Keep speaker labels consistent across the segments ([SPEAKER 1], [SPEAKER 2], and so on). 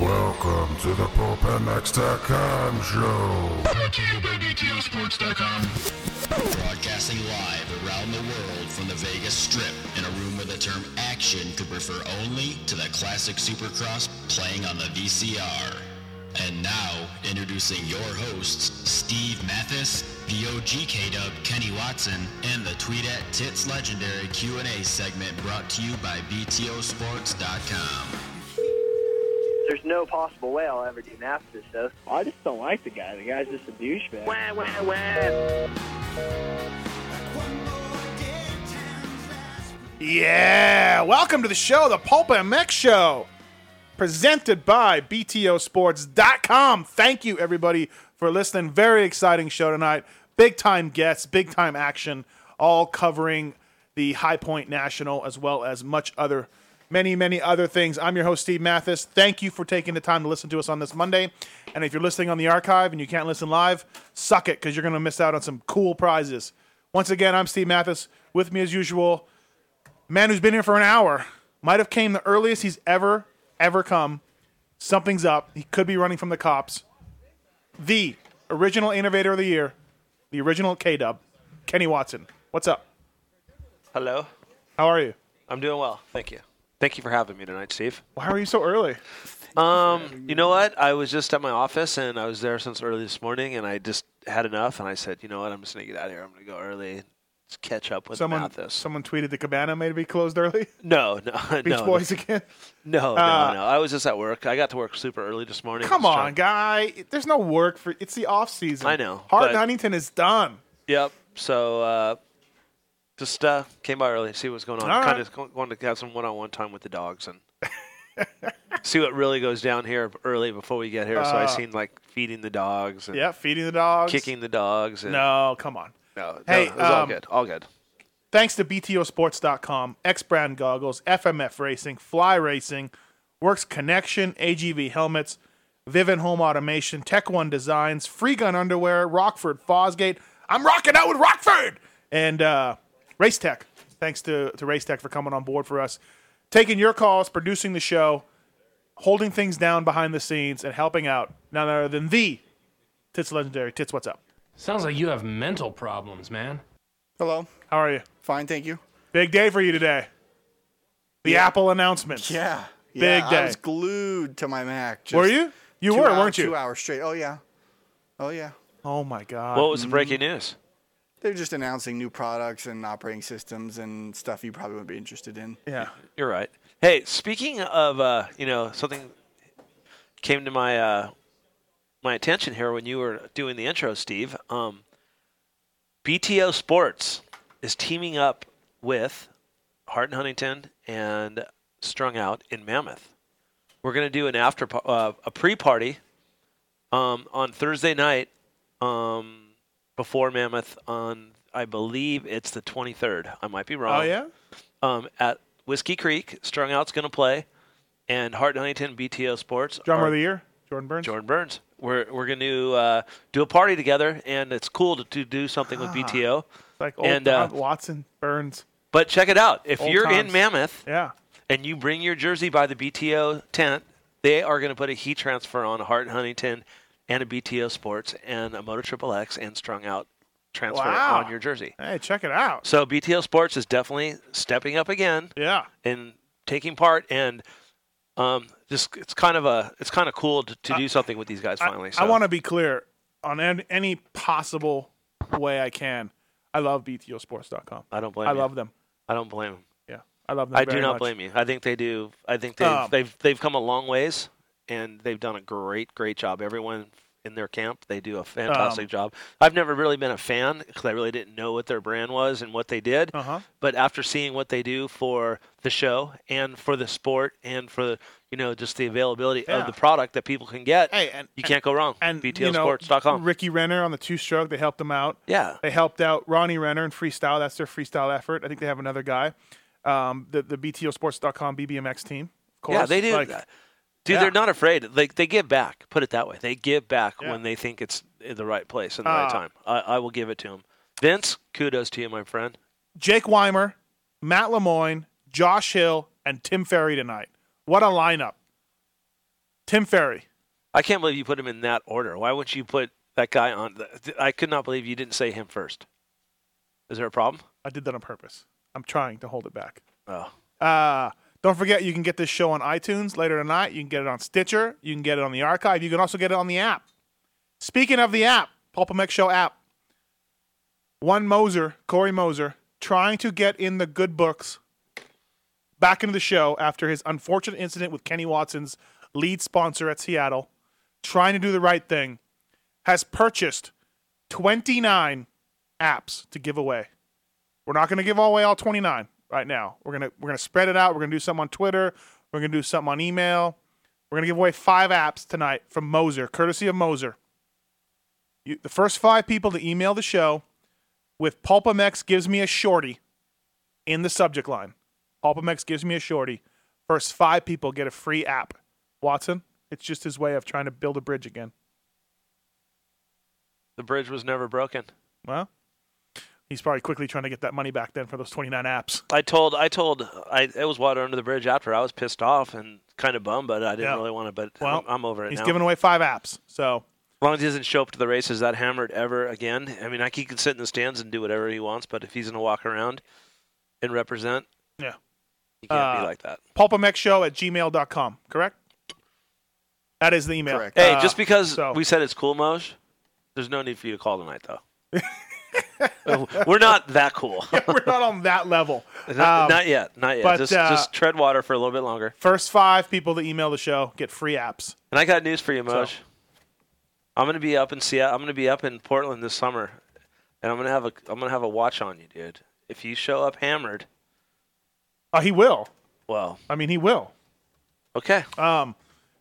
[SPEAKER 1] Welcome to the ProPanX.com show.
[SPEAKER 2] Broadcasting live around the world from the Vegas Strip in a room where the term action could refer only to the classic Supercross playing on the VCR. And now, introducing your hosts, Steve Mathis, the OG K-Dub Kenny Watson, and the Tweet at Tits Legendary Q&A segment brought to you by BTOsports.com.
[SPEAKER 3] There's no possible way I'll ever do NAFTA stuff. I just don't like the guy. The guy's just a douchebag.
[SPEAKER 4] Yeah, welcome to the show, the Pulp MX Show, presented by BTOsports.com. Thank you, everybody, for listening. Very exciting show tonight. Big time guests, big time action, all covering the High Point National as well as much other, many, many other things. I'm your host, Steve Mathis. Thank you for taking the time to listen to us on this Monday. And if you're listening on the archive and you can't listen live, suck it because you're going to miss out on some cool prizes. Once again, I'm Steve Mathis. With me, as usual, man who's been here for an hour might have came the earliest he's ever ever come something's up he could be running from the cops the original innovator of the year the original k-dub kenny watson what's up
[SPEAKER 5] Hello.
[SPEAKER 4] how are you
[SPEAKER 5] I'm doing well. Thank you. Thank you for having me tonight, Steve.
[SPEAKER 4] why are you so early
[SPEAKER 5] Um, you know what? I was just at my office and I was there since early this morning and I just had enough and I said, you know what? I'm just going to get out of here. I'm going to go early and just catch up with
[SPEAKER 4] someone
[SPEAKER 5] Mathis.
[SPEAKER 4] someone tweeted the cabana may be closed early
[SPEAKER 5] no, no,
[SPEAKER 4] beach
[SPEAKER 5] no.
[SPEAKER 4] boys again
[SPEAKER 5] No, no,
[SPEAKER 4] Uh,
[SPEAKER 5] no. I was just at work. I got to work super early this morning.
[SPEAKER 4] come
[SPEAKER 5] I was trying-
[SPEAKER 4] on guy there's no work for it's the off season
[SPEAKER 5] I know,
[SPEAKER 4] hard
[SPEAKER 5] but-
[SPEAKER 4] huntington is done
[SPEAKER 5] Yep. So, uh, just uh, came by early, see what's going on.
[SPEAKER 4] All
[SPEAKER 5] kind
[SPEAKER 4] right.
[SPEAKER 5] of wanted to have some one-on-one time with the dogs and see what really goes down here early before we get here. so I seen like feeding the dogs. And
[SPEAKER 4] yeah feeding the Uh, dogs
[SPEAKER 5] kicking the dogs. And
[SPEAKER 4] no come on
[SPEAKER 5] no,
[SPEAKER 4] Hey,
[SPEAKER 5] no, it was all
[SPEAKER 4] um,
[SPEAKER 5] good, all good.
[SPEAKER 4] Thanks to BTOsports.com, X Brand Goggles, FMF Racing, Fly Racing, Works Connection, AGV Helmets, Vivin Home Automation, Tech One Designs, Free Gun Underwear, Rockford Fosgate. I'm rocking out with Rockford! And uh, Race Tech. Thanks to, to Race Tech for coming on board for us, taking your calls, producing the show, holding things down behind the scenes, and helping out none other than the Tits Legendary. Tits, what's up?
[SPEAKER 6] Sounds like you have mental problems, man.
[SPEAKER 7] Hello.
[SPEAKER 4] How are you?
[SPEAKER 7] Fine, thank you.
[SPEAKER 4] Big day for you today. The Apple announcement.
[SPEAKER 7] Yeah.
[SPEAKER 4] Big
[SPEAKER 7] yeah,
[SPEAKER 4] day.
[SPEAKER 7] I was glued to my Mac. Just
[SPEAKER 4] Were you? You
[SPEAKER 7] two
[SPEAKER 4] were,
[SPEAKER 7] hours-
[SPEAKER 4] weren't you?
[SPEAKER 7] Two hours straight. Oh yeah. Oh yeah.
[SPEAKER 4] Oh my god.
[SPEAKER 5] What was the breaking
[SPEAKER 4] mm.
[SPEAKER 5] news?
[SPEAKER 7] They're just announcing new products and operating systems and stuff you probably wouldn't be interested in.
[SPEAKER 4] yeah.
[SPEAKER 5] You're right. Hey, speaking of, uh, you know, something came to my uh, my attention here when you were doing the intro, Steve. Um, BTO Sports is teaming up with Hart and Huntington and Strung Out in Mammoth. We're going to do an after par- uh, a pre party um, on Thursday night um, before Mammoth on I believe it's the 23rd. I might be wrong
[SPEAKER 4] Oh yeah.
[SPEAKER 5] um, at Whiskey Creek. Strung Out's going to play, and Hart Huntington BTO Sports
[SPEAKER 4] Drummer
[SPEAKER 5] are-
[SPEAKER 4] of the year, Jordan Burns.
[SPEAKER 5] Jordan Burns. We're we're going to uh, do a party together, and it's cool to, to do something with BTO.
[SPEAKER 4] Ah. It's like old
[SPEAKER 5] and, uh,
[SPEAKER 4] Don Watson Burns.
[SPEAKER 5] But check it out. If
[SPEAKER 4] Old
[SPEAKER 5] you're
[SPEAKER 4] times.
[SPEAKER 5] in Mammoth
[SPEAKER 4] Yeah.
[SPEAKER 5] and you bring your jersey by the BTO tent, they are going to put a heat transfer on Hart Huntington and a BTO Sports and a Moto Triple X and Strung Out transfer
[SPEAKER 4] Wow.
[SPEAKER 5] on your jersey.
[SPEAKER 4] Hey, check it out.
[SPEAKER 5] So BTO Sports is definitely stepping up again.
[SPEAKER 4] Yeah.
[SPEAKER 5] and taking part and um just it's kind of a it's kind of cool to, to do something with these guys finally so
[SPEAKER 4] I want to be clear on an- any possible way I can. I love BTOsports.com.
[SPEAKER 5] I don't blame
[SPEAKER 4] I
[SPEAKER 5] you.
[SPEAKER 4] love them.
[SPEAKER 5] i don't blame them
[SPEAKER 4] Yeah. I love them.
[SPEAKER 5] i
[SPEAKER 4] very
[SPEAKER 5] do not
[SPEAKER 4] much.
[SPEAKER 5] blame you i think they do i think they've
[SPEAKER 4] Um,
[SPEAKER 5] they've they've come a long ways and they've done a great great job everyone in their camp they do a
[SPEAKER 4] Um,
[SPEAKER 5] fantastic job i've never really been a fan because i really didn't know what their brand was and what they did
[SPEAKER 4] Uh-huh.
[SPEAKER 5] but after seeing what they do for the show and for the sport and for you know just the availability
[SPEAKER 4] Yeah.
[SPEAKER 5] of the product that people can get
[SPEAKER 4] Hey, and-
[SPEAKER 5] you can't go wrong
[SPEAKER 4] And you know,
[SPEAKER 5] btlsports.com
[SPEAKER 4] Ricky Renner on the two stroke, they helped him out.
[SPEAKER 5] Yeah.
[SPEAKER 4] They helped out Ronnie Renner in freestyle. That's their freestyle effort. I think they have another guy. Um, the the BTOsports.com BBMX team. Of course.
[SPEAKER 5] Yeah, they do.
[SPEAKER 4] Like,
[SPEAKER 5] Dude,
[SPEAKER 4] yeah.
[SPEAKER 5] they're not afraid. Like they give back. Put it that way. They give back
[SPEAKER 4] Yeah.
[SPEAKER 5] when they think it's in the right place and the
[SPEAKER 4] Ah.
[SPEAKER 5] right time. I, I will give it to them. Vince, kudos to you, my friend.
[SPEAKER 4] Jake Weimer, Matt Lemoyne, Josh Hill, and Tim Ferry tonight. What a lineup. Tim Ferry,
[SPEAKER 5] I can't believe you put him in that order. Why wouldn't you put that guy on? The, I could not believe you didn't say him first. Is there a problem?
[SPEAKER 4] I did that on purpose. I'm trying to hold it back.
[SPEAKER 5] Oh,
[SPEAKER 4] Uh, don't forget, you can get this show on iTunes later tonight. You can get it on Stitcher. You can get it on the archive. You can also get it on the app. Speaking of the app, Pulpamex Show app, one Moser, Corey Moser, trying to get in the good books back into the show after his unfortunate incident with Kenny Watson's lead sponsor at Seattle, trying to do the right thing, has purchased 29 apps to give away. We're not going to give away all 29 right now. We're going to we're going to spread it out. We're going to do something on Twitter. We're going to do something on email. We're going to give away five apps tonight from Moser, courtesy of Moser. You, the first five people to email the show with Pulpamex gives me a shorty in the subject line. Pulpamex gives me a shorty. First five people get a free app. Watson, it's just his way of trying to build a bridge again.
[SPEAKER 5] the bridge was never broken.
[SPEAKER 4] Well, he's probably quickly trying to get that money back then for those 29 apps.
[SPEAKER 5] I told, I told, I it was water under the bridge after I was pissed off and kind of bummed, but I didn't
[SPEAKER 4] Yeah.
[SPEAKER 5] really want to. But
[SPEAKER 4] Well,
[SPEAKER 5] I'm, I'm over it
[SPEAKER 4] He's
[SPEAKER 5] now.
[SPEAKER 4] giving away five apps. So
[SPEAKER 5] as long as he doesn't show up to the races that hammered ever again. I mean, I, he can sit in the stands and do whatever he wants, but if he's going to walk around and represent,
[SPEAKER 4] Yeah.
[SPEAKER 5] he can't
[SPEAKER 4] Uh,
[SPEAKER 5] be like that.
[SPEAKER 4] pulpamexshow at gmail.com, correct? That is the email.
[SPEAKER 7] Correct.
[SPEAKER 5] Hey,
[SPEAKER 4] Uh,
[SPEAKER 5] just because
[SPEAKER 4] so-
[SPEAKER 5] we said it's cool, Moj, there's no need for you to call tonight, though. We're not that cool.
[SPEAKER 4] We're not on that level.
[SPEAKER 5] not,
[SPEAKER 4] Um,
[SPEAKER 5] not yet. Not yet.
[SPEAKER 4] but,
[SPEAKER 5] just,
[SPEAKER 4] uh,
[SPEAKER 5] just tread water for a little bit longer.
[SPEAKER 4] First five people to email the show get free apps.
[SPEAKER 5] And I got news for you, Moj.
[SPEAKER 4] So-
[SPEAKER 5] I'm gonna be up in Seattle. I'm gonna be up in Portland this summer, and I'm gonna have a I'm gonna have a watch on you, dude. If you show up hammered,
[SPEAKER 4] Oh, he will.
[SPEAKER 5] well,
[SPEAKER 4] I mean, he will. Um,
[SPEAKER 5] okay.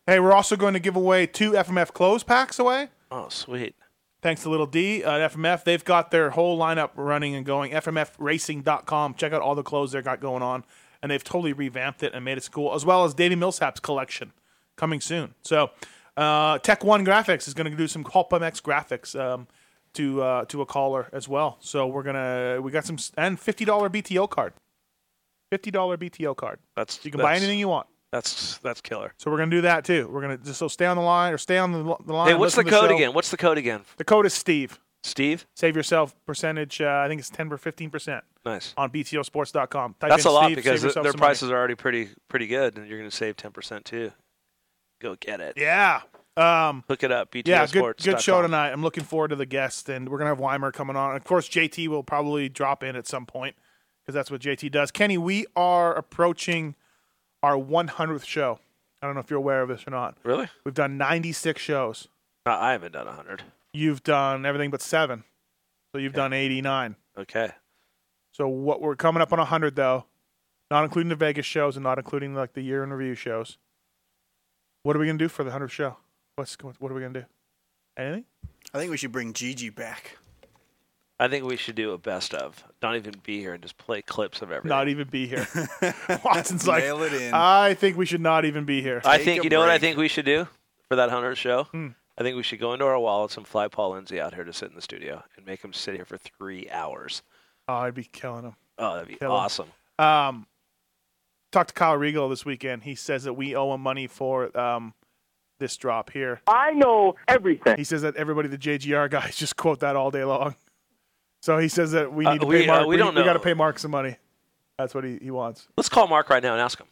[SPEAKER 4] Hey, we're also going to give away two FMF clothes packs away.
[SPEAKER 5] oh, sweet.
[SPEAKER 4] Thanks to Little D uh, at FMF. They've got their whole lineup running and going. FMFracing.com. Check out all the clothes they've got going on. And they've totally revamped it and made it cool, as well as Davey Millsap's collection coming soon. So, uh, Tech One Graphics is going to do some Pulpamex graphics um, to uh, to a caller as well. So we're gonna we got some and fifty dollar BTO card, fifty dollar BTO card.
[SPEAKER 5] That's
[SPEAKER 4] You can buy
[SPEAKER 5] that's-
[SPEAKER 4] anything you want.
[SPEAKER 5] That's that's killer.
[SPEAKER 4] So we're gonna do that too. We're gonna just so stay on the line or stay on the, l- the line.
[SPEAKER 5] Hey, what's the
[SPEAKER 4] listen to
[SPEAKER 5] code
[SPEAKER 4] show.
[SPEAKER 5] again? What's the code again,
[SPEAKER 4] The code is Steve.
[SPEAKER 5] Steve?
[SPEAKER 4] Save yourself percentage. Uh, I think it's ten or fifteen percent
[SPEAKER 5] Nice.
[SPEAKER 4] on btosports.com. Type
[SPEAKER 5] That's
[SPEAKER 4] in
[SPEAKER 5] a lot
[SPEAKER 4] Steve,
[SPEAKER 5] because
[SPEAKER 4] save
[SPEAKER 5] th-
[SPEAKER 4] yourself
[SPEAKER 5] their
[SPEAKER 4] some money.
[SPEAKER 5] prices are already pretty pretty good, and you're going to save ten percent too. Go get it.
[SPEAKER 4] Yeah, um,
[SPEAKER 5] Hook it up. BTO
[SPEAKER 4] yeah. Good,
[SPEAKER 5] Sports.
[SPEAKER 4] good show tonight. I'm looking forward to the guest, and we're gonna have Weimer coming on. Of course, JT will probably drop in at some point because that's what JT does. Kenny, we are approaching our 100th show. I don't know if you're aware of this or not.
[SPEAKER 5] Really?
[SPEAKER 4] We've done 96 shows.
[SPEAKER 5] No, I haven't done hundred.
[SPEAKER 4] You've done everything but seven, so you've done 89.
[SPEAKER 5] Okay.
[SPEAKER 4] So what we're coming up on 100 though, not including the Vegas shows and not including like the year in review shows. What are we gonna do for the 100th show? What's what are we gonna do? Anything?
[SPEAKER 7] I think we should bring Gigi back.
[SPEAKER 5] I think we should do a best of. Not even be here and just play clips of everything.
[SPEAKER 4] Not even be here. Watson's like,
[SPEAKER 7] Mail it in.
[SPEAKER 4] I think we should not even be here.
[SPEAKER 5] I
[SPEAKER 7] Take
[SPEAKER 5] think
[SPEAKER 7] a
[SPEAKER 5] you know what I
[SPEAKER 7] break.
[SPEAKER 5] think we should do for that hundred show.
[SPEAKER 4] Hmm.
[SPEAKER 5] I think we should go into our wallets and fly Paul Lindsay out here to sit in the studio and make him sit here for three hours.
[SPEAKER 4] Oh, I'd be killing him.
[SPEAKER 5] Oh, that'd be
[SPEAKER 4] Kill him.
[SPEAKER 5] awesome.
[SPEAKER 4] Um, talked to Kyle Regal this weekend. He says that we owe him money for um this drop here.
[SPEAKER 8] I know everything.
[SPEAKER 4] He says that everybody, the JGR guys, just quote that all day long. So he says that we
[SPEAKER 5] Uh,
[SPEAKER 4] need to
[SPEAKER 5] we-
[SPEAKER 4] pay Mark.
[SPEAKER 5] uh, we don't
[SPEAKER 4] got to
[SPEAKER 5] know.
[SPEAKER 4] pay Mark some money. That's what he, he wants.
[SPEAKER 5] Let's call Mark right now and ask him.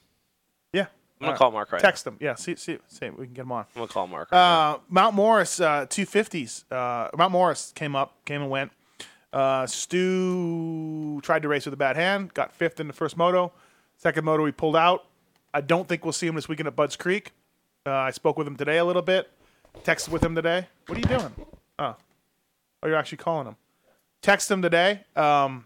[SPEAKER 4] Yeah.
[SPEAKER 5] I'm gonna
[SPEAKER 4] All right.
[SPEAKER 5] call Mark right
[SPEAKER 4] Text him. Yeah. See, see, see. We can get him on.
[SPEAKER 5] now. I'm gonna call Mark. Right
[SPEAKER 4] Uh, Mount Morris, uh, 250s. Uh, Mount Morris came up, came and went. Uh, Stu tried to race with a bad hand, got fifth in the first moto. Second moto, he pulled out. I don't think we'll see him this weekend at Bud's Creek. Uh, I spoke with him today a little bit. Texted with him today. What are you doing? Oh, oh, you're actually calling him. Text him today. Um,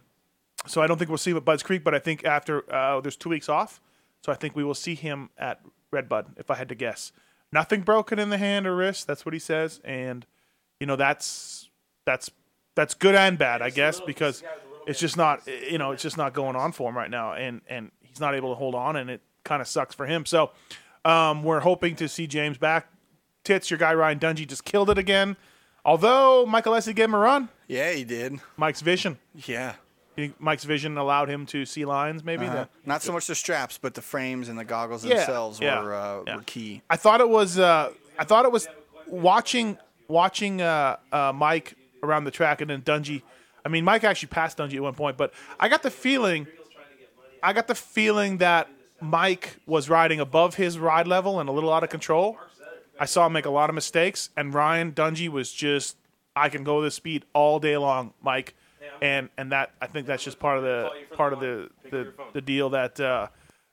[SPEAKER 4] so I don't think we'll see him at Bud's Creek, but I think after uh, there's two weeks off, so I think we will see him at Red Bud, if I had to guess. Nothing broken in the hand or wrist. That's what he says, and you know that's that's that's good and bad, I guess, because it's just not you know it's just not going on for him right now, and and he's not able to hold on, and it kind of sucks for him. So um, we're hoping to see James back. Tits, your guy Ryan Dungey just killed it again. Although Michael Essie gave him a run,
[SPEAKER 7] Yeah, he did.
[SPEAKER 4] Mike's vision.
[SPEAKER 7] Yeah.
[SPEAKER 4] You think Mike's vision allowed him to see lines, maybe? That-
[SPEAKER 7] Uh-huh. Not so much the straps, but the frames and the goggles
[SPEAKER 4] Yeah,
[SPEAKER 7] themselves
[SPEAKER 4] yeah,
[SPEAKER 7] were uh,
[SPEAKER 4] yeah.
[SPEAKER 7] were key.
[SPEAKER 4] I thought it was. Uh, I thought it was watching watching uh, uh, Mike around the track and then Dungy. I mean, Mike actually passed Dungy at one point, but I got the feeling, I got the feeling that Mike was riding above his ride level and a little out of control. I saw him make a lot of mistakes, and Ryan Dungy was just, I can go this speed all day long, Mike, and and that I think that's just part of the part of the the, the deal that uh,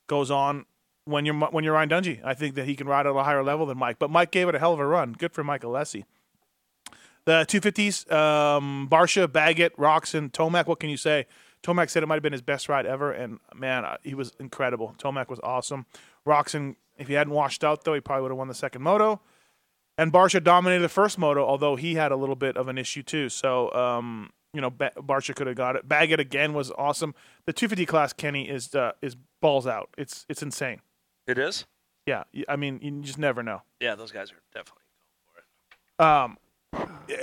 [SPEAKER 4] goes on when you're when you're Ryan Dungey. I think that he can ride at a higher level than Mike. But Mike gave it a hell of a run. Good for Mike Alessi. The 250s, um, Barsha, Baggett, Roxon, Tomac. What can you say? Tomac said it might have been his best ride ever, and man, uh, he was incredible. Tomac was awesome. Roxon, if he hadn't washed out though, he probably would have won the second moto. And Barsha dominated the first moto, although he had a little bit of an issue too. So, um, you know, ba- Barsha could have got it. Baggett again was awesome. The 250 class, Kenny, is uh, is balls out. It's it's insane.
[SPEAKER 5] It is.
[SPEAKER 4] Yeah, y- I mean, you just never know.
[SPEAKER 5] Yeah, those guys are definitely.
[SPEAKER 4] Um,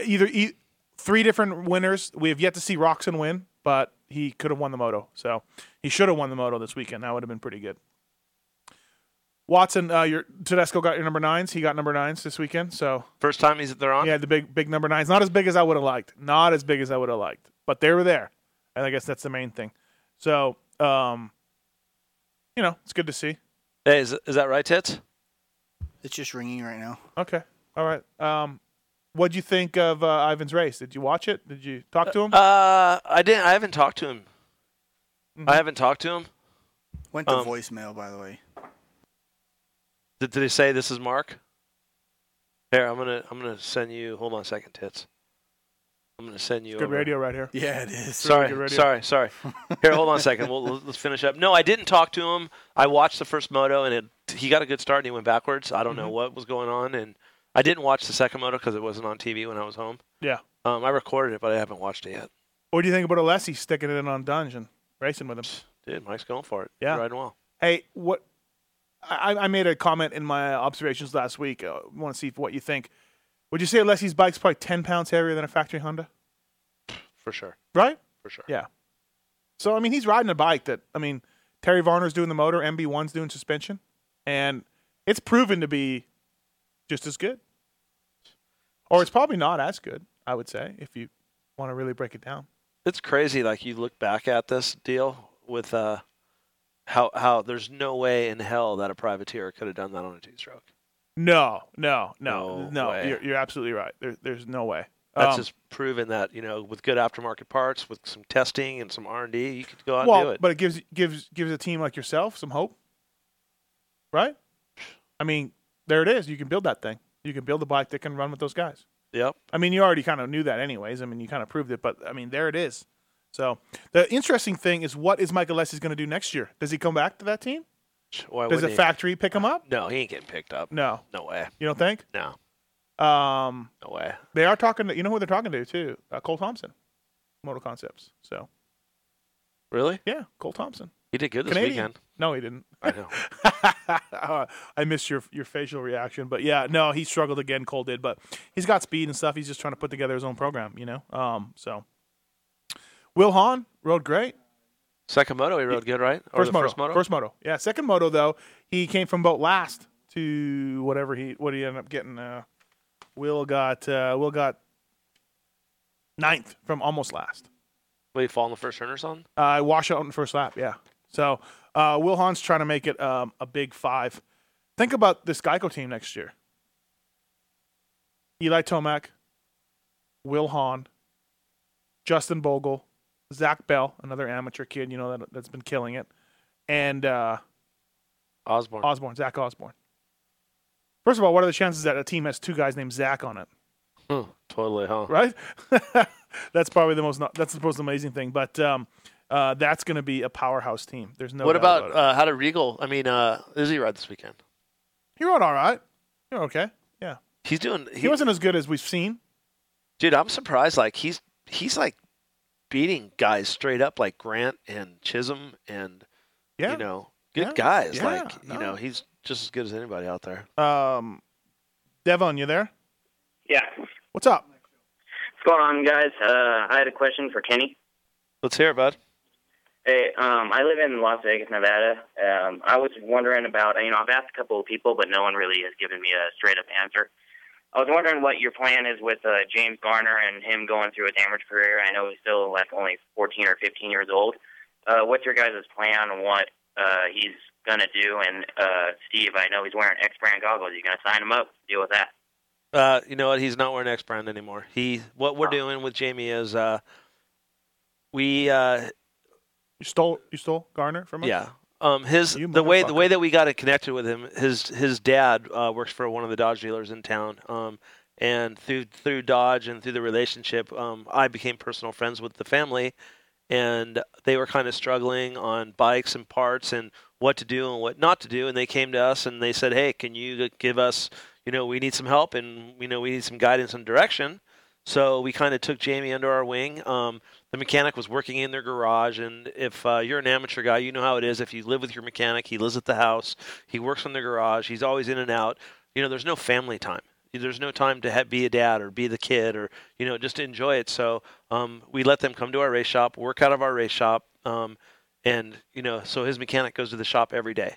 [SPEAKER 4] either e- three different winners. We have yet to see Roxon win, but he could have won the moto. So he should have won the moto this weekend. That would have been pretty good. Watson, uh, your Tedesco got your number nines. He got number nines this weekend. So
[SPEAKER 5] First time he's they're on.
[SPEAKER 4] yeah, the big big number nines. Not as big as I would have liked. Not as big as I would have liked. But they were there. And I guess that's the main thing. So um, you know, it's good to see.
[SPEAKER 5] Hey, is, is that right, Tits?
[SPEAKER 7] It's just ringing right now.
[SPEAKER 4] Okay. All right. Um, what'd you think of uh, Ivan's race? Did you watch it? Did you talk to him?
[SPEAKER 5] Uh, I didn't. I haven't talked to him.
[SPEAKER 4] Mm-hmm.
[SPEAKER 5] I haven't talked to him.
[SPEAKER 7] Went to
[SPEAKER 5] Um,
[SPEAKER 7] voicemail, by the way.
[SPEAKER 5] Did, did they say this is Mark? Here, I'm gonna I'm gonna send you. Hold on a second, Tits. I'm gonna send you.
[SPEAKER 4] Good
[SPEAKER 5] over.
[SPEAKER 4] radio right here.
[SPEAKER 7] Yeah, it is.
[SPEAKER 5] Sorry,
[SPEAKER 4] good radio.
[SPEAKER 5] sorry, sorry. Here, hold on a second. We'll, let's- let's finish up. No, I didn't talk to him. I watched the first moto, and it, he got a good start, and he went backwards. I don't
[SPEAKER 4] Mm-hmm.
[SPEAKER 5] know what was going on, and I didn't watch the second moto because it wasn't on TV when I was home.
[SPEAKER 4] Yeah.
[SPEAKER 5] Um, I recorded it, but I haven't watched it yet.
[SPEAKER 4] What do you think about Alessi sticking it in on Dungeon, racing with him?
[SPEAKER 5] Dude, Mike's going for it.
[SPEAKER 4] Yeah.
[SPEAKER 5] riding well.
[SPEAKER 4] Hey, what? I, I made a comment in my observations last week. I want to see what you think. Would you say Alessi's bike's probably 10 pounds heavier than a factory Honda?
[SPEAKER 5] For sure.
[SPEAKER 4] Right?
[SPEAKER 5] For sure.
[SPEAKER 4] Yeah. So I mean, he's riding a bike that I mean, Terry Varner's doing the motor, MB1's doing suspension, and it's proven to be just as good. Or it's probably not as good, I would say, if you want to really break it down.
[SPEAKER 5] It's crazy. Like you look back at this deal with uh, how how there's no way in hell that a privateer could have done that on a two stroke.
[SPEAKER 4] No, no,
[SPEAKER 5] No
[SPEAKER 4] no, no.
[SPEAKER 5] way.
[SPEAKER 4] you're, you're absolutely right. There, there's no way.
[SPEAKER 5] That's
[SPEAKER 4] Um,
[SPEAKER 5] just proven that you know with good aftermarket parts, with some testing and some R and D, you could go out
[SPEAKER 4] well,
[SPEAKER 5] and do it.
[SPEAKER 4] but it gives gives gives a team like yourself some hope, right? I mean, there it is. You can build that thing. You can build a bike that can run with those guys.
[SPEAKER 5] yep.
[SPEAKER 4] I mean, you already kind of knew that, anyways. I mean, you kind of proved it, but I mean, there it is. So the interesting thing is, what is Michael Lessie going to do next year? Does he come back to that team?
[SPEAKER 5] Why
[SPEAKER 4] Does
[SPEAKER 5] wouldn't
[SPEAKER 4] the
[SPEAKER 5] he?
[SPEAKER 4] factory pick him up?
[SPEAKER 5] No, he ain't getting picked up.
[SPEAKER 4] No,
[SPEAKER 5] No way.
[SPEAKER 4] you don't think.
[SPEAKER 5] No.
[SPEAKER 4] Um,
[SPEAKER 5] No way.
[SPEAKER 4] they are talking to you know who they're talking to too, uh, Cole Thompson, Moto Concepts. So
[SPEAKER 5] Really?
[SPEAKER 4] yeah, Cole Thompson,
[SPEAKER 5] He did good this
[SPEAKER 4] Canadian.
[SPEAKER 5] weekend.
[SPEAKER 4] No, he didn't.
[SPEAKER 5] I know.
[SPEAKER 4] Uh, I missed your your facial reaction, but yeah, no, he struggled again. Cole did, but he's got speed and stuff. He's just trying to put together his own program, you know. Um, so Will Hahn rode great.
[SPEAKER 5] Second moto, he rode good, right? Or
[SPEAKER 4] First
[SPEAKER 5] the
[SPEAKER 4] moto,
[SPEAKER 5] First moto.
[SPEAKER 4] Yeah, second moto though, he came from boat last to whatever he what he ended up getting. Uh, Will got uh, Will got ninth from almost last.
[SPEAKER 5] Will he fall in the first turn or something?
[SPEAKER 4] Uh, wash out in first lap. Yeah. So uh, Will Hahn's trying to make it um, a big five. Think about this Geico team next year. Eli Tomac, Will Hahn, Justin Bogle, Zach Bell, another amateur kid, you know that that's been killing it, and uh,
[SPEAKER 5] Osborne.
[SPEAKER 4] Osborne, Zach Osborne. First of all, what are the chances that a team has two guys named Zach on it?
[SPEAKER 5] Hmm, totally, huh?
[SPEAKER 4] right? that's probably the most. That's the most amazing thing. But um, uh, that's going to be a powerhouse team. There's no.
[SPEAKER 5] what
[SPEAKER 4] doubt
[SPEAKER 5] about,
[SPEAKER 4] about it.
[SPEAKER 5] uh, how did Regal? I mean, uh, Izzy ride this weekend?
[SPEAKER 4] he rode all right. You're okay. Yeah,
[SPEAKER 5] He's doing. He,
[SPEAKER 4] he wasn't as good as we've seen.
[SPEAKER 5] Dude, I'm surprised. Like he's he's like beating guys straight up, like Grant and Chisholm, and
[SPEAKER 4] Yeah.
[SPEAKER 5] you know, good
[SPEAKER 4] Yeah.
[SPEAKER 5] guys.
[SPEAKER 4] Yeah,
[SPEAKER 5] like
[SPEAKER 4] no.
[SPEAKER 5] you know, he's just as good as anybody out there.
[SPEAKER 4] Um, Devon, you there?
[SPEAKER 8] Yeah.
[SPEAKER 4] What's up?
[SPEAKER 8] What's going on, guys? Uh, I had a question for Kenny.
[SPEAKER 5] Let's hear it, bud.
[SPEAKER 8] Hey, um, I live in Las Vegas, Nevada. Um, I was wondering about, you know, I've asked a couple of people, but no one really has given me a straight up answer. I was wondering what your plan is with uh, James Garner and him going through his amateur career. I know he's still like only 14 or 15 years old. Uh, what's your guys' plan on what uh, he's gonna do? And uh, Steve, I know he's wearing X brand goggles. You gonna sign him up? Deal with that.
[SPEAKER 5] Uh, you know what? He's not wearing X brand anymore. He what we're doing with Jamie is uh, we uh,
[SPEAKER 4] You stole you stole Garner from us.
[SPEAKER 5] yeah. Um, his
[SPEAKER 4] You
[SPEAKER 5] the way the
[SPEAKER 4] motherfucker.
[SPEAKER 5] way that we got it connected with him, his his dad uh, works for one of the Dodge dealers in town, um, and through through Dodge and through the relationship, um, I became personal friends with the family, and they were kind of struggling on bikes and parts and what to do and what not to do, and they came to us and they said, "Hey, can you give us, you know, we need some help and you know we need some guidance and direction." So we kind of took Jamie under our wing. Um, the mechanic was working in their garage, and if uh, you're an amateur guy, you know how it is. If you live with your mechanic, he lives at the house, he works in the garage, he's always in and out. You know, there's no family time. There's no time to ha- be a dad or be the kid or you know just enjoy it. So um, we let them come to our race shop, work out of our race shop, um, and you know, so his mechanic goes to the shop every day.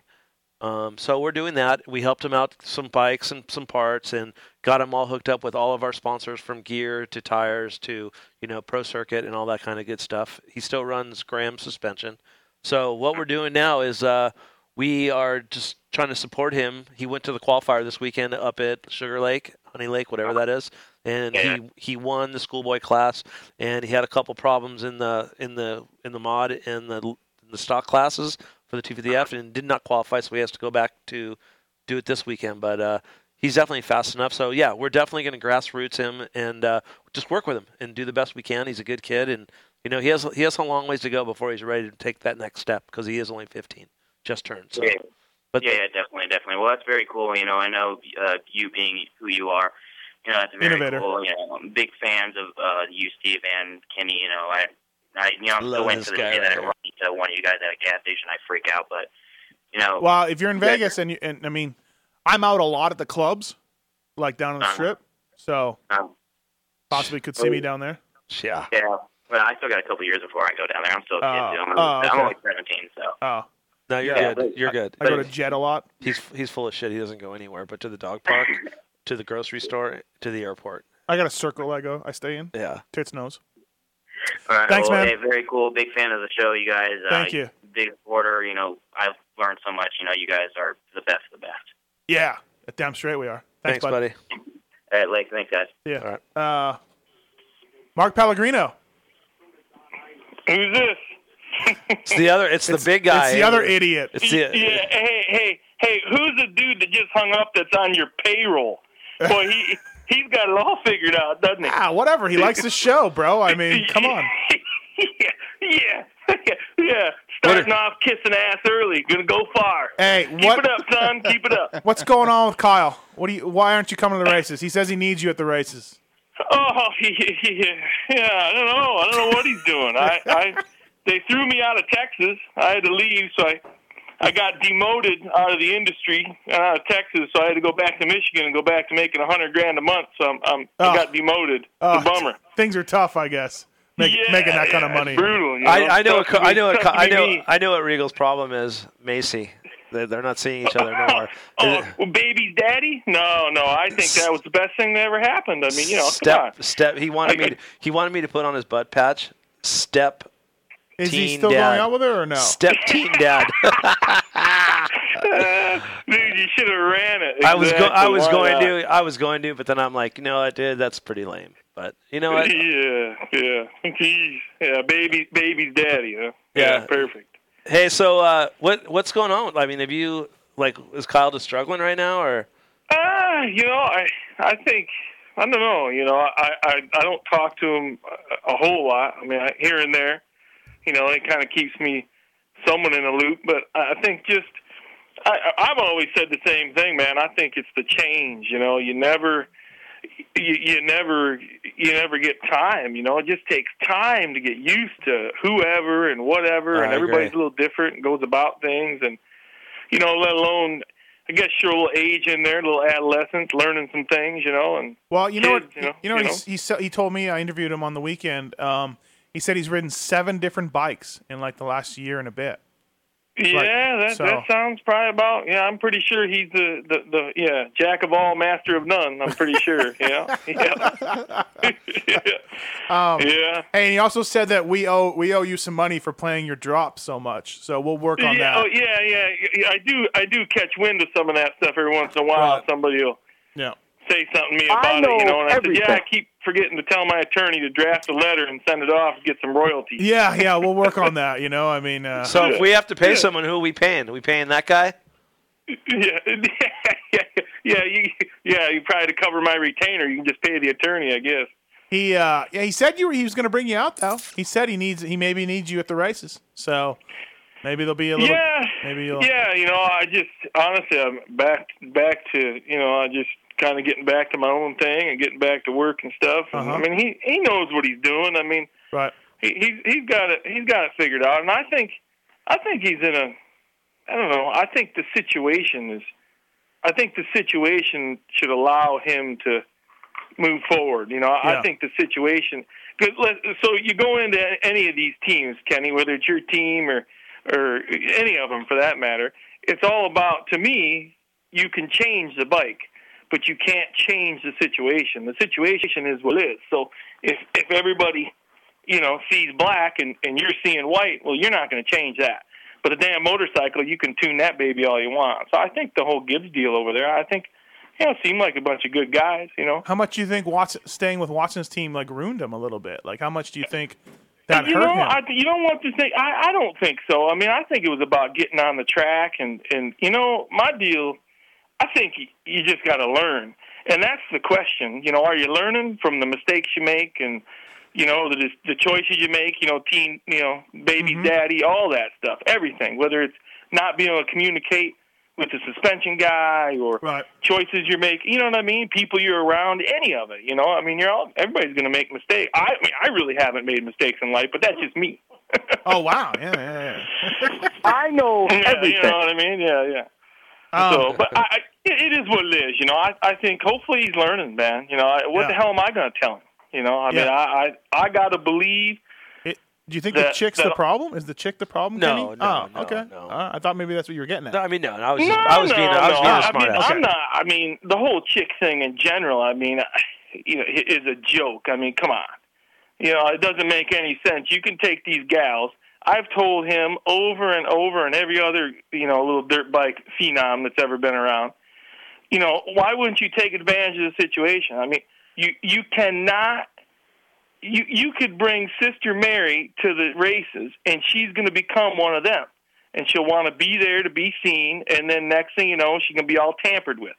[SPEAKER 5] Um, so we're doing that. We helped him out some bikes and some parts, and got him all hooked up with all of our sponsors from gear to tires to you know Pro Circuit and all that kind of good stuff. He still runs Graham Suspension. So what we're doing now is uh, we are just trying to support him. He went to the qualifier this weekend up at Sugar Lake, Honey Lake, whatever that is, and
[SPEAKER 8] Yeah.
[SPEAKER 5] he he won the schoolboy class, and he had a couple problems in the in the in the mod and the in the stock classes for the 250F and did not qualify, so he has to go back to do it this weekend. But uh, he's definitely fast enough. So yeah, we're definitely going to grassroots him and uh, just work with him and do the best we can. He's a good kid, and you know he has he has a long ways to go before he's ready to take that next step because he is only 15, just turned. So
[SPEAKER 8] Yeah.
[SPEAKER 5] but-
[SPEAKER 8] yeah, yeah, definitely, definitely. Well, that's very cool. You know, I know uh, you being who you are, you know, that's very
[SPEAKER 4] Innovator.
[SPEAKER 8] cool. You know, I'm big fans of uh, you, Steve, and Kenny. You know, I, I, you know, I'm
[SPEAKER 5] Love
[SPEAKER 8] still waiting
[SPEAKER 5] this
[SPEAKER 8] for the
[SPEAKER 5] guy
[SPEAKER 8] day that
[SPEAKER 5] right
[SPEAKER 8] I
[SPEAKER 5] here.
[SPEAKER 8] run into one of you guys at a gas station. I freak out, but you know,
[SPEAKER 4] Well, if you're in
[SPEAKER 8] Yeah.
[SPEAKER 4] Vegas and you, and I mean, I'm out a lot at the clubs, like down on the
[SPEAKER 8] Uh-huh.
[SPEAKER 4] strip, so
[SPEAKER 8] um,
[SPEAKER 4] possibly could see me down there.
[SPEAKER 5] yeah,
[SPEAKER 8] yeah. Well, I still got a couple years before I go down there. I'm still a kid.
[SPEAKER 4] Oh.
[SPEAKER 8] too. I'm,
[SPEAKER 4] Oh,
[SPEAKER 8] I'm
[SPEAKER 4] okay.
[SPEAKER 8] only 17, so.
[SPEAKER 4] Oh,
[SPEAKER 5] no, you're
[SPEAKER 8] Yeah,
[SPEAKER 5] good.
[SPEAKER 8] but-
[SPEAKER 5] You're good.
[SPEAKER 4] I go to Jet a lot.
[SPEAKER 5] He's he's full of shit. He doesn't go anywhere but to the dog park, to the grocery store, to the airport.
[SPEAKER 4] I got a circle I go. I stay in.
[SPEAKER 5] Yeah.
[SPEAKER 4] Tits nose.
[SPEAKER 8] All right,
[SPEAKER 4] Thanks,
[SPEAKER 8] well,
[SPEAKER 4] man.
[SPEAKER 8] Hey, very cool. Big fan of the show, you guys.
[SPEAKER 4] Thank
[SPEAKER 8] uh,
[SPEAKER 4] you.
[SPEAKER 8] Big supporter. You know, I've learned so much. You know, you guys are the best of the best.
[SPEAKER 4] Yeah, damn straight we are.
[SPEAKER 5] Thanks,
[SPEAKER 4] bud.
[SPEAKER 5] buddy.
[SPEAKER 8] All right, Lake. Thanks, guys.
[SPEAKER 4] Yeah. Uh, Mark Pellegrino.
[SPEAKER 9] Who's this?
[SPEAKER 5] It's the other. It's, the big guy.
[SPEAKER 4] It's the other idiot.
[SPEAKER 5] It's the
[SPEAKER 9] yeah, hey, hey, hey, who's the dude that just hung up that's on your payroll? Boy, he he's got it all figured out, doesn't he?
[SPEAKER 4] Ah, whatever. He likes the show, bro. I mean, come on.
[SPEAKER 9] yeah, yeah, yeah. Starting off kissing ass early, gonna go far.
[SPEAKER 4] Hey,
[SPEAKER 9] Keep
[SPEAKER 4] what
[SPEAKER 9] it up, son. Keep it up.
[SPEAKER 4] what's going on with Kyle? What do you? Why aren't you coming to the races? He says he needs you at the races.
[SPEAKER 9] Oh, yeah, yeah. I don't know. I don't know what he's doing. I, I, they threw me out of Texas. I had to leave, so I, I got demoted out of the industry and out of Texas. So I had to go back to Michigan and go back to making a hundred grand a month. So I'm, I'm
[SPEAKER 4] Oh.
[SPEAKER 9] I got demoted.
[SPEAKER 4] Oh,
[SPEAKER 9] it's a bummer.
[SPEAKER 4] Things are tough, I guess. Make,
[SPEAKER 9] yeah,
[SPEAKER 4] making that kind
[SPEAKER 9] yeah,
[SPEAKER 4] of money.
[SPEAKER 9] It's brutal. You know?
[SPEAKER 5] I, I know. What, Co- I know. What, Co- I
[SPEAKER 9] Sucks to be
[SPEAKER 5] know.
[SPEAKER 9] me.
[SPEAKER 5] I know what Regal's problem is. Macy. They're, they're not seeing each other
[SPEAKER 9] Oh,
[SPEAKER 5] anymore.
[SPEAKER 9] oh, well, baby's daddy? No, no. I think that was the best thing that ever happened. I mean, you know, come on.
[SPEAKER 5] step. Step. He wanted
[SPEAKER 9] I-
[SPEAKER 5] me. To, he wanted me to put on his butt patch. Step.
[SPEAKER 4] Is he
[SPEAKER 5] Teen
[SPEAKER 4] still
[SPEAKER 5] dad.
[SPEAKER 4] going out with her or no?
[SPEAKER 5] Step teen dad.
[SPEAKER 9] Dude, you should have ran it.
[SPEAKER 5] I was. Go, I
[SPEAKER 9] Exactly.
[SPEAKER 5] was
[SPEAKER 9] Why
[SPEAKER 5] going
[SPEAKER 9] not?
[SPEAKER 5] to. I was going to. But then I'm like, you know what, dude? That's pretty lame. But you know what?
[SPEAKER 9] Yeah, yeah, Jeez. yeah. Baby, baby's daddy, huh?
[SPEAKER 5] Yeah.
[SPEAKER 9] perfect.
[SPEAKER 5] Hey, so uh, what what's going on? I mean, have you like is Kyle just struggling right now or?
[SPEAKER 9] Ah, you know, I, I think, I don't know. You know, I, I, I don't talk to him a a whole lot. I mean, I, here and there, you know, it kind of keeps me someone in a loop. But I I think just, I, I- I've always said the same thing, man. I think it's the change. You know, you never. You, you never you never get time you know it just takes time to get used to whoever and whatever
[SPEAKER 5] I
[SPEAKER 9] and
[SPEAKER 5] agree.
[SPEAKER 9] everybody's a little different and goes about things and you know let alone I guess your little age in there, little adolescence, learning some things, you know, and
[SPEAKER 4] Well, you know what?
[SPEAKER 9] Kids,
[SPEAKER 4] You
[SPEAKER 9] you
[SPEAKER 4] know,
[SPEAKER 9] know,
[SPEAKER 4] you know
[SPEAKER 9] you
[SPEAKER 4] what he's- He, sa- he told me I interviewed him on the weekend. Um, he said he's ridden seven different bikes in like the last year and a bit.
[SPEAKER 9] Yeah, that
[SPEAKER 4] so-
[SPEAKER 9] that sounds probably about. Yeah, I'm pretty sure he's the, the the yeah jack of all, master of none. I'm pretty sure. Yeah, yeah,
[SPEAKER 4] Um,
[SPEAKER 9] yeah.
[SPEAKER 4] Hey, and he also said that we owe we owe you some money for playing your drop so much. So we'll work on
[SPEAKER 9] yeah,
[SPEAKER 4] that.
[SPEAKER 9] oh, yeah, yeah, yeah. I do, I do catch wind of some of that stuff every once in a while.
[SPEAKER 4] Right.
[SPEAKER 9] Somebody will
[SPEAKER 4] Yeah.
[SPEAKER 9] say something to me
[SPEAKER 10] I
[SPEAKER 9] about it, you
[SPEAKER 10] know
[SPEAKER 9] know, and I
[SPEAKER 10] everything.
[SPEAKER 9] said, yeah, I keep forgetting to tell my attorney to draft a letter and send it off and get some royalties.
[SPEAKER 4] Yeah, yeah, we'll work on that. You know, I mean, uh,
[SPEAKER 5] So if we have to pay
[SPEAKER 9] Yeah.
[SPEAKER 5] someone, who are we paying? Are we paying that guy?
[SPEAKER 9] Yeah, yeah, yeah, you, yeah. You probably to cover my retainer. You can just pay the attorney, I guess.
[SPEAKER 4] he uh, yeah, he said you were, he was going to bring you out though. He said he needs he maybe needs you at the races. So maybe there'll be a little.
[SPEAKER 9] yeah,
[SPEAKER 4] maybe you'll-
[SPEAKER 9] yeah. You know, I just honestly, I'm back back to you know, I just kind of getting back to my own thing and getting back to work and stuff. And, I
[SPEAKER 4] Uh-huh.
[SPEAKER 9] mean, he he knows what he's doing. I mean,
[SPEAKER 4] Right.
[SPEAKER 9] he he's he's got it he's got it figured out, and I think I think he's in a I don't know. I think the situation is I think the situation should allow him to move forward. You know, I
[SPEAKER 4] Yeah.
[SPEAKER 9] I think the situation. Cause let, so you go into any of these teams, Kenny, whether it's your team or or any of them for that matter. It's all about to me. You can change the bike, but you can't change the situation. The situation is what it is. So if if everybody you know sees black and and you're seeing white well you're not going to change that but a damn motorcycle you can tune that baby all you want so i think the whole gibbs deal over there i think you know seem like a bunch of good guys you know
[SPEAKER 4] How much do you think Watson staying with Watson's team like ruined him a little bit? Like how much do you think that
[SPEAKER 9] you
[SPEAKER 4] hurt
[SPEAKER 9] know
[SPEAKER 4] him?
[SPEAKER 9] I, you don't want to think I, I don't think so i mean i think it was about getting on the track and and you know my deal i think you, you just got to learn and that's the question you know are you learning from the mistakes you make and you know the the choices you make you know teen you know baby daddy all that stuff everything whether it's not being able to communicate with the suspension guy or
[SPEAKER 4] Right.
[SPEAKER 9] choices you're making you know what i mean people you're around any of it you know i mean you're all everybody's going to make mistakes i I mean i really haven't made mistakes in life but that's just me
[SPEAKER 4] Oh wow! Yeah, yeah,
[SPEAKER 10] I know
[SPEAKER 9] yeah,
[SPEAKER 10] everything.
[SPEAKER 9] you know what i mean yeah yeah
[SPEAKER 4] yeah. Um,
[SPEAKER 9] so, but I, I, it it is what it is. You know, I, I think hopefully he's learning, man. You know, I, what
[SPEAKER 4] Yeah.
[SPEAKER 9] the hell am I going to tell him? You know, I mean,
[SPEAKER 4] Yeah.
[SPEAKER 9] I, I, I got to believe.
[SPEAKER 4] it, do you think the
[SPEAKER 9] that-
[SPEAKER 4] chick's the
[SPEAKER 9] that-
[SPEAKER 4] problem? Is the chick the problem?
[SPEAKER 5] No,
[SPEAKER 4] Kenny?
[SPEAKER 5] no,
[SPEAKER 4] Oh,
[SPEAKER 5] no,
[SPEAKER 4] okay.
[SPEAKER 5] no.
[SPEAKER 4] Uh, I thought maybe that's what you were getting at.
[SPEAKER 5] No, I mean no. I was
[SPEAKER 9] No,
[SPEAKER 5] just, I was
[SPEAKER 9] no,
[SPEAKER 5] being I was
[SPEAKER 9] no.
[SPEAKER 5] being a
[SPEAKER 9] I
[SPEAKER 5] smart
[SPEAKER 9] mean,
[SPEAKER 5] ass.
[SPEAKER 9] I'm not. I mean, the whole chick thing in general. I mean, you know, i- is a joke. I mean, come on. You know, it doesn't make any sense. You can take these gals. I've told him over and over, and every other you know little dirt bike phenom that's ever been around. You know, why wouldn't you take advantage of the situation? I mean, you you cannot. You you could bring Sister Mary to the races, and she's going to become one of them and she'll want to be there to be seen. And then next thing you know, she can be all tampered with.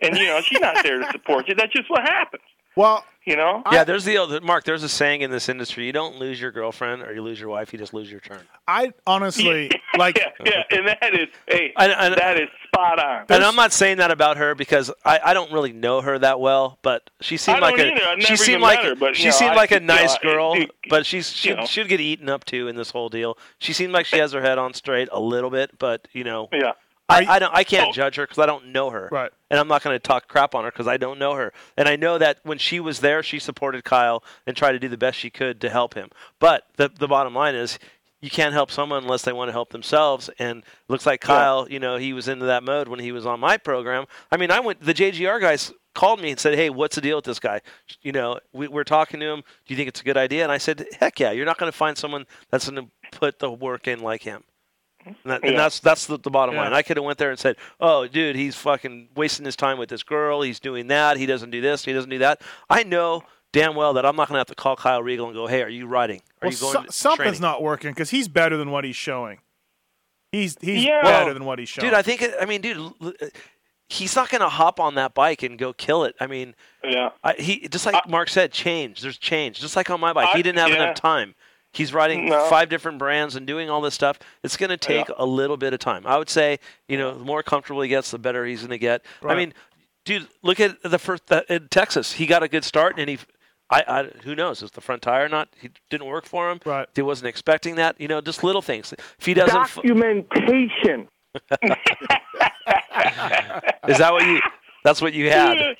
[SPEAKER 9] And you know, she's not there to support you. That's just what happens.
[SPEAKER 4] Well,
[SPEAKER 9] You know.
[SPEAKER 5] yeah, there's the old Mark. There's a saying in this industry: you don't lose your girlfriend or you lose your wife; you just lose your turn.
[SPEAKER 4] I honestly like.
[SPEAKER 9] yeah, yeah, and that is, hey,
[SPEAKER 5] And- and-
[SPEAKER 9] that is spot on.
[SPEAKER 5] And I'm not saying that about her because I, I don't really know her that well, but she seemed
[SPEAKER 9] I don't
[SPEAKER 5] like a
[SPEAKER 9] either. I've
[SPEAKER 5] she
[SPEAKER 9] never
[SPEAKER 5] seemed
[SPEAKER 9] even
[SPEAKER 5] like
[SPEAKER 9] met her, but,
[SPEAKER 5] she
[SPEAKER 9] you know,
[SPEAKER 5] seemed
[SPEAKER 9] I
[SPEAKER 5] like a
[SPEAKER 9] just, you know,
[SPEAKER 5] nice
[SPEAKER 9] it-
[SPEAKER 5] girl,
[SPEAKER 9] it-
[SPEAKER 5] but she's she
[SPEAKER 9] you know.
[SPEAKER 5] she'd get eaten up too in this whole deal. She seemed like she has her head on straight a little bit, but you know,
[SPEAKER 9] Yeah.
[SPEAKER 5] I,
[SPEAKER 4] Are you-
[SPEAKER 5] I don't. I can't
[SPEAKER 9] Oh.
[SPEAKER 5] judge her because I don't know her.
[SPEAKER 4] Right.
[SPEAKER 5] And I'm not going to talk crap on her because I don't know her. And I know that when she was there, she supported Kyle and tried to do the best she could to help him. But the the bottom line is, you can't help someone unless they want to help themselves. And looks like Kyle, you know, he was into that mode when he was on my program. I mean, I went. The JGR guys called me and said, "Hey, what's the deal with this guy? You know, we, we're talking to him. Do you think it's a good idea?" And I said, "Heck yeah! You're not going to find someone that's going to put the work in like him." And, that, and
[SPEAKER 9] Yeah.
[SPEAKER 5] that's that's the, the bottom
[SPEAKER 4] Yeah.
[SPEAKER 5] line. I could have went there and said, "Oh, dude, he's fucking wasting his time with this girl. He's doing that. He doesn't do this. He doesn't do that." I know damn well that I'm not going to have to call Kyle Regal and go, "Hey, are you riding? Are
[SPEAKER 4] Well,
[SPEAKER 5] you going?"
[SPEAKER 4] so-
[SPEAKER 5] to
[SPEAKER 4] something's
[SPEAKER 5] training?"
[SPEAKER 4] not working because he's better than what he's showing. He's he's
[SPEAKER 9] Yeah.
[SPEAKER 4] better
[SPEAKER 5] Well,
[SPEAKER 4] than what he's showing.
[SPEAKER 5] Dude, I think it, I mean, dude, l- l- he's not going to hop on that bike and go kill it. I mean,
[SPEAKER 9] Yeah.
[SPEAKER 5] I, he just like Mark said, change. There's change. Just like on my bike,
[SPEAKER 9] I-
[SPEAKER 5] he didn't have
[SPEAKER 9] yeah.
[SPEAKER 5] enough time. He's riding
[SPEAKER 9] No.
[SPEAKER 5] five different brands and doing all this stuff. It's going to take a little bit of time. I would say, you know, the more comfortable he gets, the better he's going to get. I
[SPEAKER 4] Right.
[SPEAKER 5] mean, dude, look at the first that, in Texas. He got a good start, and he, I, I who knows, is the front tire or not? He didn't work for him.
[SPEAKER 4] Right.
[SPEAKER 5] He wasn't expecting that. You know, just little things. If he doesn't, f-
[SPEAKER 10] Documentation.
[SPEAKER 5] is that what you? That's what you had.
[SPEAKER 9] Yeah.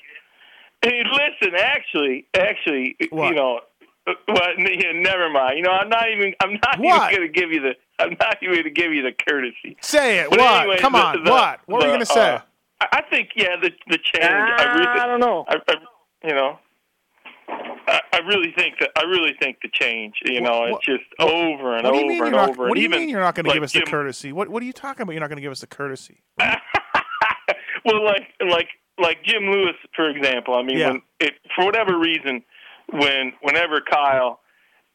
[SPEAKER 9] Hey, listen, actually, actually,
[SPEAKER 4] What?
[SPEAKER 9] you know, Well, n- yeah, never mind. You know, I'm not even. I'm not
[SPEAKER 4] What?
[SPEAKER 9] even going to give you the. I'm not even going to give you the courtesy.
[SPEAKER 4] Say it.
[SPEAKER 9] But
[SPEAKER 4] what?
[SPEAKER 9] anyway,
[SPEAKER 4] Come
[SPEAKER 9] the-
[SPEAKER 4] on.
[SPEAKER 9] the-
[SPEAKER 4] what? What were you
[SPEAKER 9] the,
[SPEAKER 4] gonna say?
[SPEAKER 9] uh, I I think yeah, the the change. I, really,
[SPEAKER 11] I don't know.
[SPEAKER 9] I, I, you know, I, I really think that I really think the change. You know,
[SPEAKER 4] What-
[SPEAKER 9] it's just over and
[SPEAKER 4] what
[SPEAKER 9] over
[SPEAKER 4] do you mean you're
[SPEAKER 9] and
[SPEAKER 4] not,
[SPEAKER 9] over.
[SPEAKER 4] what
[SPEAKER 9] and
[SPEAKER 4] do you
[SPEAKER 9] even,
[SPEAKER 4] mean you're not going to
[SPEAKER 9] like,
[SPEAKER 4] give us the
[SPEAKER 9] Jim-
[SPEAKER 4] courtesy? What What are you talking about? You're not going to give us the courtesy?
[SPEAKER 9] well, like like like Jim Lewis, for example. I mean,
[SPEAKER 4] Yeah.
[SPEAKER 9] when it, for whatever reason, when whenever Kyle,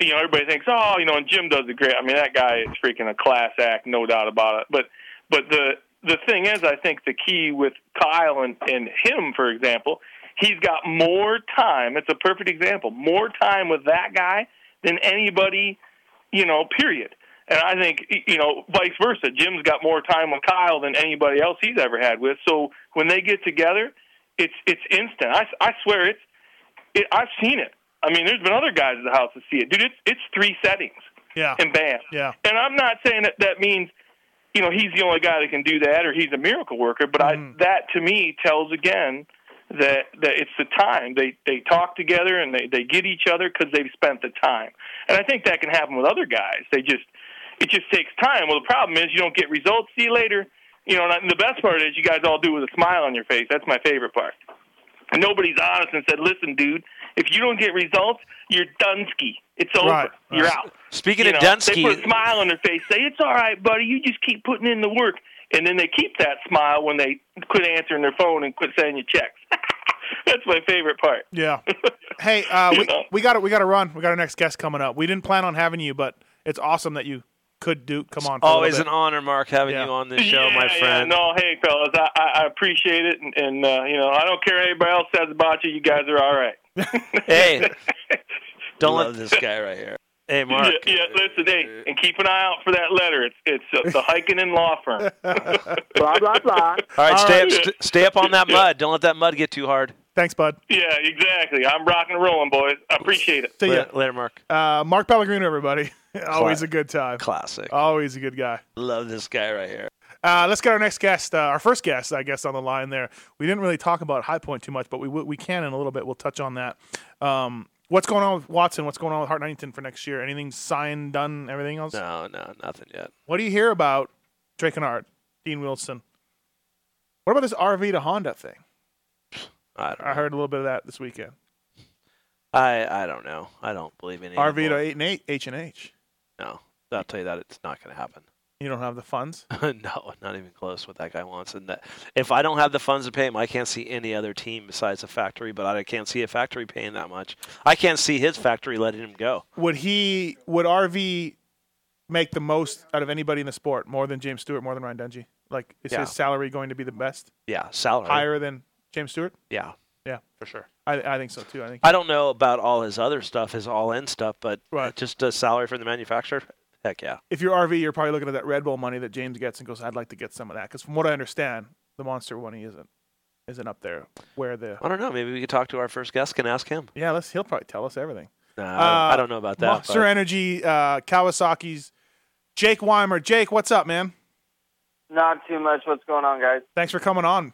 [SPEAKER 9] you know, everybody thinks, oh, you know, and Jim does it great. I mean, that guy is freaking a class act, no doubt about it. But but the the thing is, I think the key with Kyle and and him, for example, he's got more time. It's a perfect example. More time with that guy than anybody you know, period. And I think, y- you know, vice versa. Jim's got more time with Kyle than anybody else he's ever had with. So when they get together, it's it's instant. I, I swear it's it, I've seen it. I mean, there's been other guys in the house that see it, dude. It's it's three settings
[SPEAKER 4] Yeah.
[SPEAKER 9] and bam.
[SPEAKER 4] Yeah.
[SPEAKER 9] And I'm not saying that that means, you know, he's the only guy that can do that or he's a miracle worker, but I, that to me tells again that that it's the time they they talk together and they they get each other because they've spent the time. And I think that can happen with other guys. They just it just takes time. Well, the problem is you don't get results. See you later. You know, and the best part is you guys all do it with a smile on your face. That's my favorite part. And nobody's honest and said, "Listen, dude, if you don't get results, you're Dunsky. It's over.
[SPEAKER 4] Right, right.
[SPEAKER 9] You're out."
[SPEAKER 5] Speaking
[SPEAKER 9] You
[SPEAKER 5] of
[SPEAKER 9] know,
[SPEAKER 5] Dunsky,
[SPEAKER 9] They put a smile on their face, say, It's all right, buddy, you just keep putting in the work. And then they keep that smile when they quit answering their phone and quit sending you checks. That's my favorite part.
[SPEAKER 4] Yeah. hey, uh,
[SPEAKER 9] You
[SPEAKER 4] we
[SPEAKER 9] know.
[SPEAKER 4] we got it. We got to run. We got our next guest coming up. We didn't plan on having you, but it's awesome that you could do. Come on. for a little
[SPEAKER 5] always
[SPEAKER 4] bit.
[SPEAKER 5] an honor, Mark, having
[SPEAKER 4] Yeah.
[SPEAKER 5] you on this show,
[SPEAKER 9] yeah,
[SPEAKER 5] my friend.
[SPEAKER 9] Yeah, no, hey, fellas, I, I, I appreciate it. And, and uh, you know, I don't care what anybody else says about you. You guys are all right.
[SPEAKER 5] Hey, don't
[SPEAKER 12] Love
[SPEAKER 5] let this guy right here. Hey,
[SPEAKER 9] Yeah,
[SPEAKER 5] Mark.
[SPEAKER 9] yeah, listen,
[SPEAKER 6] Uh,
[SPEAKER 9] hey, and keep an eye out for that letter. It's it's uh, the Hiking and Law Firm.
[SPEAKER 11] Blah blah blah.
[SPEAKER 5] All right, stay up, st- stay up on that mud. Don't let that mud get too hard.
[SPEAKER 4] Thanks, bud.
[SPEAKER 9] yeah, exactly. I'm rocking and rolling, boys. I appreciate it.
[SPEAKER 4] See ya.
[SPEAKER 5] Later, later, Mark.
[SPEAKER 4] Uh, Mark Pellegrino, everybody. always a good time.
[SPEAKER 5] Classic.
[SPEAKER 4] Always a good guy.
[SPEAKER 5] Love this guy right here.
[SPEAKER 4] Uh, let's get our next guest, uh, our first guest, I guess, on the line there. We didn't really talk about High Point too much, but we w- we can in a little bit. We'll touch on that. Um, what's going on with Watson? What's going on with Hart Huntington for next year? Anything signed, done, everything else?
[SPEAKER 5] No, no, nothing yet.
[SPEAKER 4] What do you hear about Drake and Art, Dean Wilson? What about this RV to Honda thing?
[SPEAKER 5] I don't.
[SPEAKER 4] I heard a little bit of that this weekend.
[SPEAKER 5] I, I don't know. I don't believe in it
[SPEAKER 4] RV to
[SPEAKER 5] anymore.
[SPEAKER 4] eight and eight, H and H.
[SPEAKER 5] No, I'll tell you that it's not going to happen.
[SPEAKER 4] You don't have the funds.
[SPEAKER 5] no, not even close. What that guy wants, and that if I don't have the funds to pay him, I can't see any other team besides a factory. But I can't see a factory paying that much. I can't see his factory letting him go.
[SPEAKER 4] Would he? Would RV make the most out of anybody in the sport? More than James Stewart? More than Ryan Dungey? Like, is
[SPEAKER 5] Yeah.
[SPEAKER 4] his salary going to be the best?
[SPEAKER 5] Yeah, salary.
[SPEAKER 4] Higher than James Stewart?
[SPEAKER 5] Yeah,
[SPEAKER 4] Yeah,
[SPEAKER 5] for sure.
[SPEAKER 4] I, I think so too. I think.
[SPEAKER 5] I don't know about all his other stuff, his all-in stuff, but
[SPEAKER 4] Right.
[SPEAKER 5] just a salary from the manufacturer. Heck yeah.
[SPEAKER 4] If you're RV, you're probably looking at that Red Bull money that James gets and goes, "I'd like to get some of that." Because from what I understand, the Monster money isn't isn't up there where the
[SPEAKER 5] I don't know. Maybe we could talk to our first guest and ask him.
[SPEAKER 4] yeah. Let's he'll probably tell us everything.
[SPEAKER 5] No, I don't-
[SPEAKER 4] Uh,
[SPEAKER 5] I don't know about that.
[SPEAKER 4] Monster
[SPEAKER 5] but-
[SPEAKER 4] Energy, uh, Kawasaki's, Jake Weimer. Jake, what's up, man?
[SPEAKER 13] Not too much. What's going on, guys?
[SPEAKER 4] Thanks for coming on.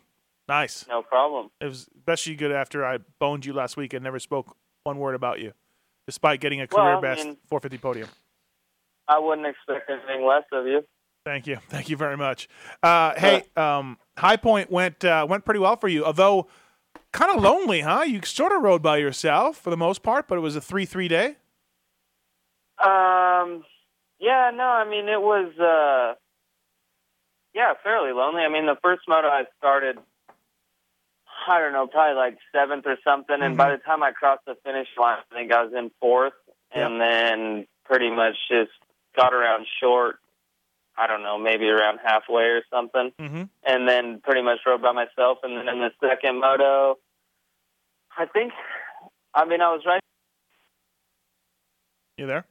[SPEAKER 4] Nice.
[SPEAKER 13] No problem.
[SPEAKER 4] It was especially good after I boned you last week and never spoke one word about you, despite getting a
[SPEAKER 13] Well,
[SPEAKER 4] career
[SPEAKER 13] I
[SPEAKER 4] best
[SPEAKER 13] mean-
[SPEAKER 4] 450 podium.
[SPEAKER 13] I wouldn't expect anything less of you.
[SPEAKER 4] Thank you, thank you very much. Uh, hey, um, High Point went uh, went pretty well for you, although kind of lonely, huh? You sort of rode by yourself for the most part, but it was a three three day.
[SPEAKER 13] Um, yeah, no, I mean it was, uh, yeah, fairly lonely. I mean the first moto I started, I don't know, probably like seventh or something, and by the time I crossed the finish line, I think I was in fourth, and then pretty much just got around short. I don't know, maybe around halfway or something.
[SPEAKER 4] Mm-hmm.
[SPEAKER 13] and then pretty much rode by myself. And then in the second moto, I think, I mean, I was right.
[SPEAKER 4] You there?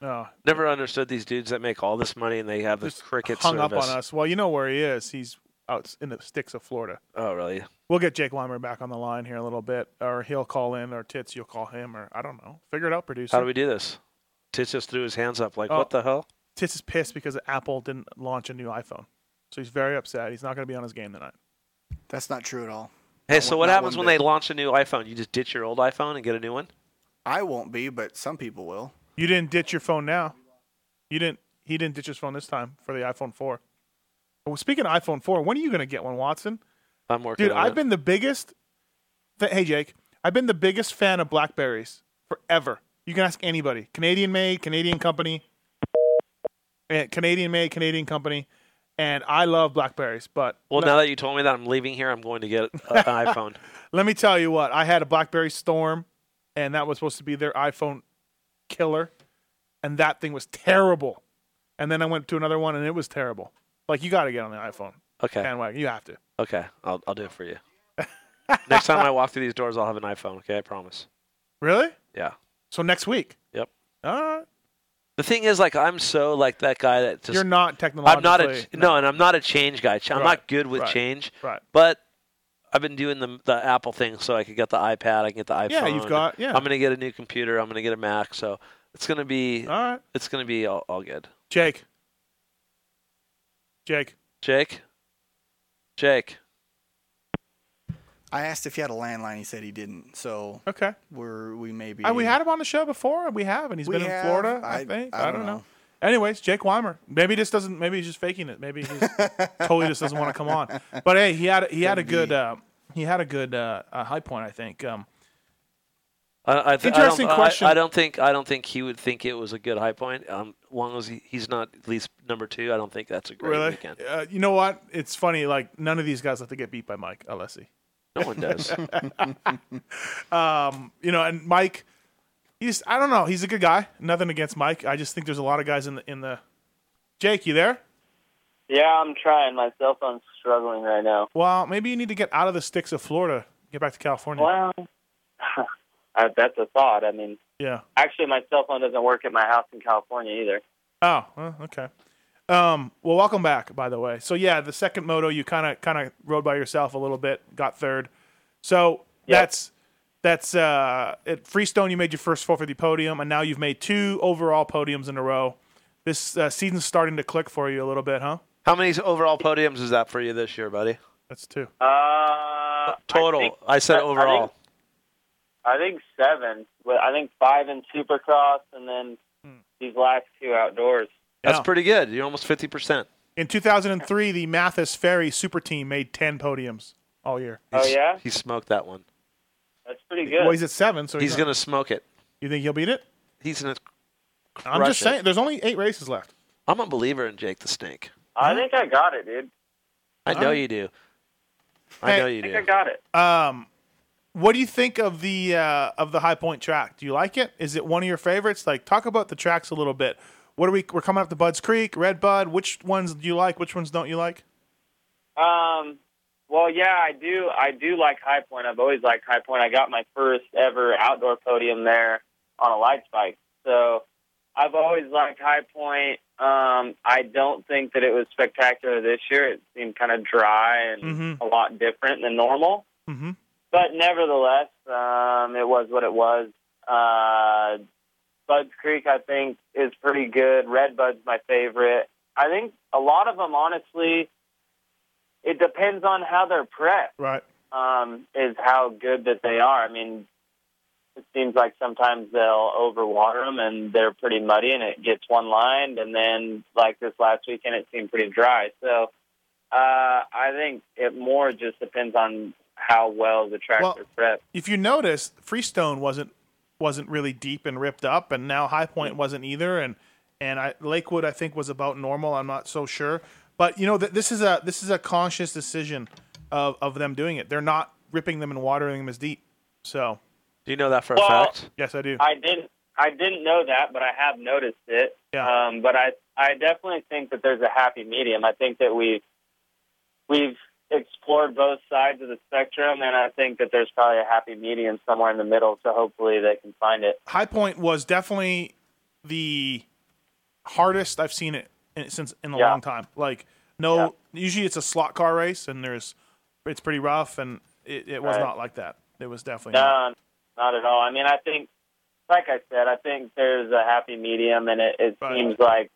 [SPEAKER 4] No,
[SPEAKER 5] Never understood these dudes that make all this money and they have this
[SPEAKER 4] just
[SPEAKER 5] cricket
[SPEAKER 4] hung
[SPEAKER 5] service.
[SPEAKER 4] up on us. Well, you know where he is. He's out in the sticks of Florida.
[SPEAKER 5] Oh, really?
[SPEAKER 4] We'll get Jake Weimer back on the line here in a little bit, or he'll call in, or Tits, you'll call him, or I don't know. Figure it out, producer.
[SPEAKER 5] How do we do this? Tits just threw his hands up like,
[SPEAKER 4] Oh.
[SPEAKER 5] what the hell?
[SPEAKER 4] Tits is pissed because Apple didn't launch a new iPhone, so he's very upset. He's not going to be on his game tonight.
[SPEAKER 12] That's not true at all.
[SPEAKER 5] Hey, so
[SPEAKER 12] one-
[SPEAKER 5] what
[SPEAKER 12] not
[SPEAKER 5] happens
[SPEAKER 12] one
[SPEAKER 5] when they launch a new iPhone? You just ditch your old iPhone and get a new one?
[SPEAKER 7] I won't be, but some people will.
[SPEAKER 4] You didn't ditch your phone now. You didn't. He didn't ditch his phone this time for the iPhone 4. Well, speaking of iPhone 4, when are you going to get one, Watson?
[SPEAKER 5] I'm working.
[SPEAKER 4] Dude,
[SPEAKER 5] on
[SPEAKER 4] I've
[SPEAKER 5] it.
[SPEAKER 4] been the biggest. Th- hey, Jake, I've been the biggest fan of Blackberries forever. You can ask anybody. Canadian made, Canadian company. Eh, Canadian made, Canadian company, and I love Blackberries. But
[SPEAKER 5] Well,
[SPEAKER 4] no-
[SPEAKER 5] now that you told me that I'm leaving here, I'm going to get a- an iPhone.
[SPEAKER 4] Let me tell you what. I had a BlackBerry Storm, and that was supposed to be their iPhone killer, and that thing was terrible. And then I went to another one, and it was terrible. Like you got to get on the iPhone
[SPEAKER 5] Okay.
[SPEAKER 4] bandwagon. You have to.
[SPEAKER 5] Okay, I'll I'll do it for you. Next time I walk through these doors, I'll have an iPhone. Okay, I promise.
[SPEAKER 4] Really?
[SPEAKER 5] Yeah.
[SPEAKER 4] So next week.
[SPEAKER 5] Yep.
[SPEAKER 4] All right.
[SPEAKER 5] The thing is, like, I'm so like that guy that just
[SPEAKER 4] You're not
[SPEAKER 5] I'm
[SPEAKER 4] technologically.
[SPEAKER 5] not a no, and I'm not a change guy. Ch- I'm
[SPEAKER 4] Right,
[SPEAKER 5] not good with
[SPEAKER 4] right,
[SPEAKER 5] change.
[SPEAKER 4] right.
[SPEAKER 5] But I've been doing the the Apple thing, so I could get the iPad, I can get the iPhone.
[SPEAKER 4] Yeah, you've got- yeah.
[SPEAKER 5] I'm gonna get a new computer. I'm gonna get a Mac. So it's gonna be
[SPEAKER 4] All right.
[SPEAKER 5] It's gonna be all, all good.
[SPEAKER 4] Jake. Jake.
[SPEAKER 5] Jake. Jake.
[SPEAKER 7] I asked if he had a landline. He said he didn't. So
[SPEAKER 4] okay,
[SPEAKER 7] we're we may be.
[SPEAKER 4] Uh, we had him on the show before. We have, and he's
[SPEAKER 7] We
[SPEAKER 4] been
[SPEAKER 7] have.
[SPEAKER 4] in Florida. I,
[SPEAKER 7] I-
[SPEAKER 4] think.
[SPEAKER 7] I
[SPEAKER 4] I,
[SPEAKER 7] don't
[SPEAKER 4] don't know.
[SPEAKER 7] know.
[SPEAKER 4] Anyways, Jake Weimer. Maybe this doesn't. Maybe he's just faking it. Maybe he just totally just doesn't want to come on. But hey, he had he had a
[SPEAKER 5] Could
[SPEAKER 4] good uh, he had a good uh, uh, high point. I think. Um,
[SPEAKER 5] I, I th-
[SPEAKER 4] Interesting
[SPEAKER 5] I don't, I-
[SPEAKER 4] question.
[SPEAKER 5] I, don't think I don't think he would think it was a good high point. Um, as long as he, he's not at least number two, I don't think that's a great
[SPEAKER 4] really,
[SPEAKER 5] weekend.
[SPEAKER 4] uh, you know what? It's funny. Like none of these guys have to get beat by Mike Alessi.
[SPEAKER 5] No one does.
[SPEAKER 4] um, you know, and Mike, he's I don't know. He's a good guy. Nothing against Mike. I just think there's a lot of guys in the in the. Jake, you there?
[SPEAKER 13] Yeah, I'm trying. My cell phone's struggling right now.
[SPEAKER 4] Well, maybe you need to get out of the sticks of Florida. Get back to California.
[SPEAKER 13] Well, I, that's a thought. I mean,
[SPEAKER 4] yeah.
[SPEAKER 13] actually, my cell phone doesn't work at my house in California either.
[SPEAKER 4] Oh, well, okay. Um, well, welcome back, by the way. So yeah, the second moto you kind of kind of rode by yourself a little bit, got third. So that's that's uh, at Freestone you made your first 450 podium, and now you've made two overall podiums in a row. This uh, season's starting to click for you a little bit, huh?
[SPEAKER 5] How many overall podiums is that for you this year, buddy?
[SPEAKER 4] That's two.
[SPEAKER 13] Uh,
[SPEAKER 5] Total. I, said
[SPEAKER 13] I- I
[SPEAKER 5] overall.
[SPEAKER 13] think- I think seven, but I think five in Supercross, and then these last two outdoors.
[SPEAKER 5] that's
[SPEAKER 4] Yeah.
[SPEAKER 5] pretty good. You're almost fifty percent.
[SPEAKER 4] In 2003, the Mathis Ferry Super Team made 10 podiums all year.
[SPEAKER 13] Oh yeah,
[SPEAKER 5] He smoked that one.
[SPEAKER 13] that's pretty good.
[SPEAKER 4] Well, he's at seven, so
[SPEAKER 5] he's
[SPEAKER 4] not-
[SPEAKER 5] gonna smoke it.
[SPEAKER 4] You think he'll beat it?
[SPEAKER 5] He's gonna.
[SPEAKER 4] I'm
[SPEAKER 5] crush
[SPEAKER 4] just
[SPEAKER 5] it.
[SPEAKER 4] saying, there's only eight races left.
[SPEAKER 5] I'm a believer in Jake the Snake.
[SPEAKER 13] I think I got it, dude.
[SPEAKER 5] I know
[SPEAKER 4] Alright.
[SPEAKER 5] you do. I know you
[SPEAKER 13] I think
[SPEAKER 5] do.
[SPEAKER 13] I got it.
[SPEAKER 4] Um, what do you think of the uh, of the High Point track? Do you like it? Is it one of your favorites? Like, talk about the tracks a little bit. What are we? We're coming up to Bud's Creek, Red Bud. Which ones do you like? Which ones don't you like?
[SPEAKER 13] Um, well, yeah, I do. I do like High Point. I've always liked High Point. I got my first ever outdoor podium there on a light bike. So I've always liked High Point. Um, I don't think that it was spectacular this year. It seemed kind of dry and
[SPEAKER 4] Mhm.
[SPEAKER 13] a lot different than normal.
[SPEAKER 4] Mhm.
[SPEAKER 13] But nevertheless, um, it was what it was. Uh, Bud's Creek, I think, is pretty good. Red Bud's my favorite. I think a lot of them, honestly, it depends on how they're prepped.
[SPEAKER 4] Right.
[SPEAKER 13] Um, is how good that they are. I mean, it seems like sometimes they'll overwater them and they're pretty muddy and it gets one lined. And then, like this last weekend, it seemed pretty dry. So uh, I think it more just depends on how well the tracks
[SPEAKER 4] Well-
[SPEAKER 13] are prepped.
[SPEAKER 4] If you notice, Freestone wasn't wasn't really deep and ripped up, and now High Point wasn't either, and and I, Lakewood I think was about normal. I'm not so sure, but you know th- this is a this is a conscious decision of of them doing it. They're not ripping them and watering them as deep. So
[SPEAKER 5] do you know that for
[SPEAKER 13] Well,
[SPEAKER 5] a fact?
[SPEAKER 4] yes, I do.
[SPEAKER 13] I didn't. I didn't know that, but I have noticed it.
[SPEAKER 4] Yeah.
[SPEAKER 13] Um, but I, I definitely think that there's a happy medium. I think that we, we've explored both sides of the spectrum, and I think that there's probably a happy medium somewhere in the middle. So hopefully they can find it.
[SPEAKER 4] High Point was definitely the hardest I've seen it in, since in a
[SPEAKER 13] Yeah.
[SPEAKER 4] long time. Like no, usually it's a slot car race and there's it's pretty rough and it, it was
[SPEAKER 13] Right.
[SPEAKER 4] not like that. It was definitely not.
[SPEAKER 13] No, not at all. I mean, I think, like I said, I think there's a happy medium, and it, it
[SPEAKER 4] Right.
[SPEAKER 13] seems like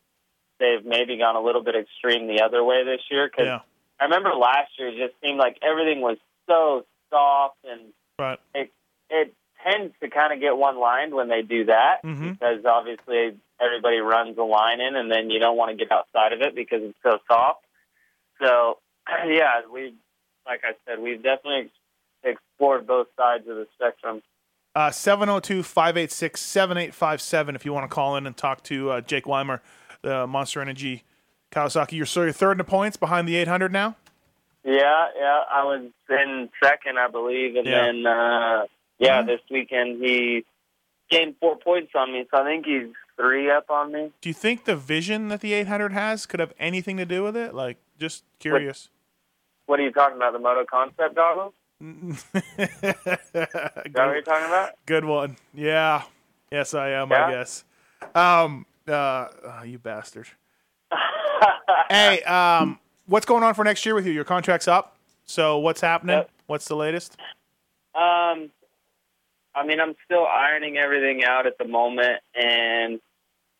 [SPEAKER 13] they've maybe gone a little bit extreme the other way this year. Cause
[SPEAKER 4] Yeah.
[SPEAKER 13] I remember last year, it just seemed like everything was so soft and
[SPEAKER 4] Right.
[SPEAKER 13] it it tend to kind of get one lined when they do that
[SPEAKER 4] Mhm.
[SPEAKER 13] because obviously everybody runs a line in, and then you don't want to get outside of it because it's so soft. So yeah, we like I said, we've definitely ex- explored both sides of the spectrum.
[SPEAKER 4] Uh, 702 586 7857 if you want to call in and talk to uh, Jake Weimer, the Monster Energy Kawasaki. You're, so you're third in the points behind the 800 now?
[SPEAKER 13] Yeah, yeah, I was in second, I believe, and
[SPEAKER 4] Yeah.
[SPEAKER 13] then uh yeah, this weekend he gained four points on me, so I think he's three up on me.
[SPEAKER 4] Do you think the vision that the 800 has could have anything to do with it? Like, just curious.
[SPEAKER 13] What are you talking about? The Moto Concept goggles? Is that what you're talking about?
[SPEAKER 4] Good one. Yeah. Yes, I am, I
[SPEAKER 13] Yeah?
[SPEAKER 4] guess. Um, uh, oh, you bastard. hey, um, what's going on for next year with you? Your contract's up. So what's happening? What's the latest?
[SPEAKER 13] Um, I mean, I'm still ironing everything out at the moment, and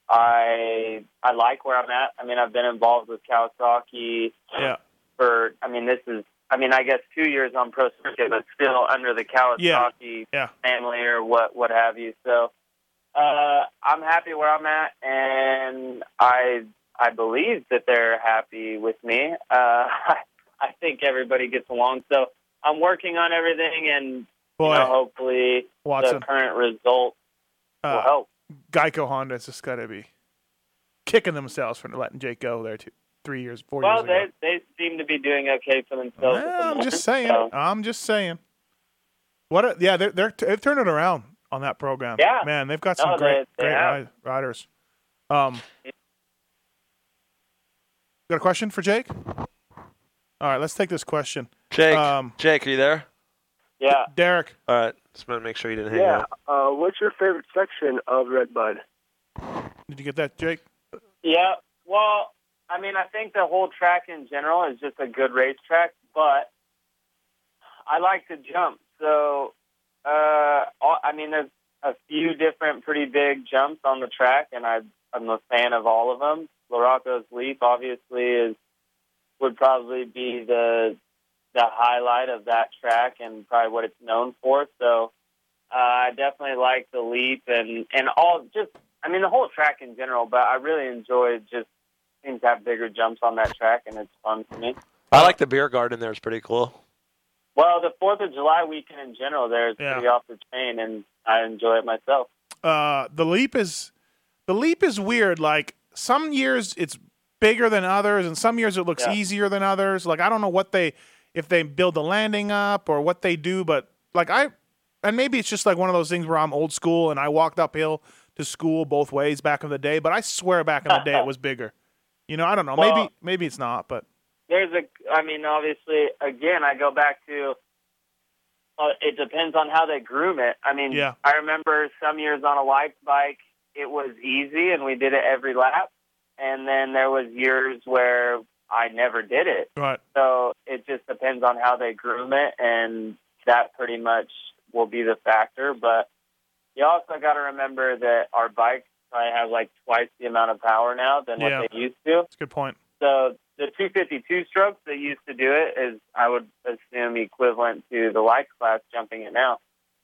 [SPEAKER 13] I I like where I'm at. I mean, I've been involved with Kawasaki
[SPEAKER 4] Yeah.
[SPEAKER 13] for. I mean, this is. I mean, I guess two years on pro circuit, but still under the
[SPEAKER 4] Yeah.
[SPEAKER 13] Kawasaki
[SPEAKER 4] Yeah.
[SPEAKER 13] family or what what have you. So uh, I'm happy where I'm at, and I I believe that they're happy with me. Uh, I think everybody gets along. So I'm working on everything, and you
[SPEAKER 4] Boy.
[SPEAKER 13] know, hopefully
[SPEAKER 4] Watson.
[SPEAKER 13] the current result will
[SPEAKER 4] Uh,
[SPEAKER 13] help.
[SPEAKER 4] Geico Honda's just got to be kicking themselves for letting Jake go there two, three years, four
[SPEAKER 13] Well,
[SPEAKER 4] years ago.
[SPEAKER 13] they they seem to be doing okay for themselves. at the
[SPEAKER 4] I'm
[SPEAKER 13] moment,
[SPEAKER 4] just saying.
[SPEAKER 13] so-
[SPEAKER 4] I'm just saying. What? A, yeah, they're, they're they've turned it around on that program.
[SPEAKER 13] Yeah.
[SPEAKER 4] man, they've got
[SPEAKER 13] No,
[SPEAKER 4] some
[SPEAKER 13] they-
[SPEAKER 4] great
[SPEAKER 13] they
[SPEAKER 4] great
[SPEAKER 13] have.
[SPEAKER 4] ri- riders. Um, got a question for Jake? All right, let's take this question.
[SPEAKER 5] Jake,
[SPEAKER 4] Um,
[SPEAKER 5] Jake, are you there?
[SPEAKER 13] Yeah.
[SPEAKER 4] Derek.
[SPEAKER 5] All right, just want to make sure you didn't hang
[SPEAKER 14] Yeah.
[SPEAKER 5] up.
[SPEAKER 14] Uh, what's your favorite section of Red Bud?
[SPEAKER 4] Did you get that, Jake?
[SPEAKER 13] Yeah. Well, I mean, I think the whole track in general is just a good racetrack, but I like to jump. So, uh, all- I mean, there's a few different pretty big jumps on the track, and I, I'm a fan of all of them. Larocco's leap, obviously, is would probably be the the highlight of that track and probably what it's known for. So, uh, I definitely like the leap and and all just I mean the whole track in general, but I really enjoy just seems to have bigger jumps on that track and it's fun for me.
[SPEAKER 5] I like the beer garden there; it's pretty cool.
[SPEAKER 13] Well, the Fourth of July weekend in general there is
[SPEAKER 4] Yeah.
[SPEAKER 13] pretty off the chain and I enjoy it myself.
[SPEAKER 4] uh, the leap is the leap is weird. Like some years it's bigger than others, and some years it looks
[SPEAKER 13] Yeah.
[SPEAKER 4] easier than others. Like I don't know what they if they build the landing up or what they do, but like I and maybe it's just like one of those things where I'm old school and I walked uphill to school both ways back in the day. But I swear back in the day it was bigger. You know, I don't know. maybe
[SPEAKER 13] Well-
[SPEAKER 4] maybe it's not, but
[SPEAKER 13] There's a I mean obviously again I go back to uh, it depends on how they groom it. I mean
[SPEAKER 4] Yeah.
[SPEAKER 13] I remember some years on a light bike it was easy and we did it every lap and then there was years where I never did it.
[SPEAKER 4] right.
[SPEAKER 13] So it just depends on how they groom it, and that pretty much will be the factor. But you also got to remember that our bikes probably have like twice the amount of power now than what
[SPEAKER 4] Yeah.
[SPEAKER 13] they used to.
[SPEAKER 4] It's a good point.
[SPEAKER 13] So the 252 strokes that used to do it is, I would assume, equivalent to the light class jumping it now.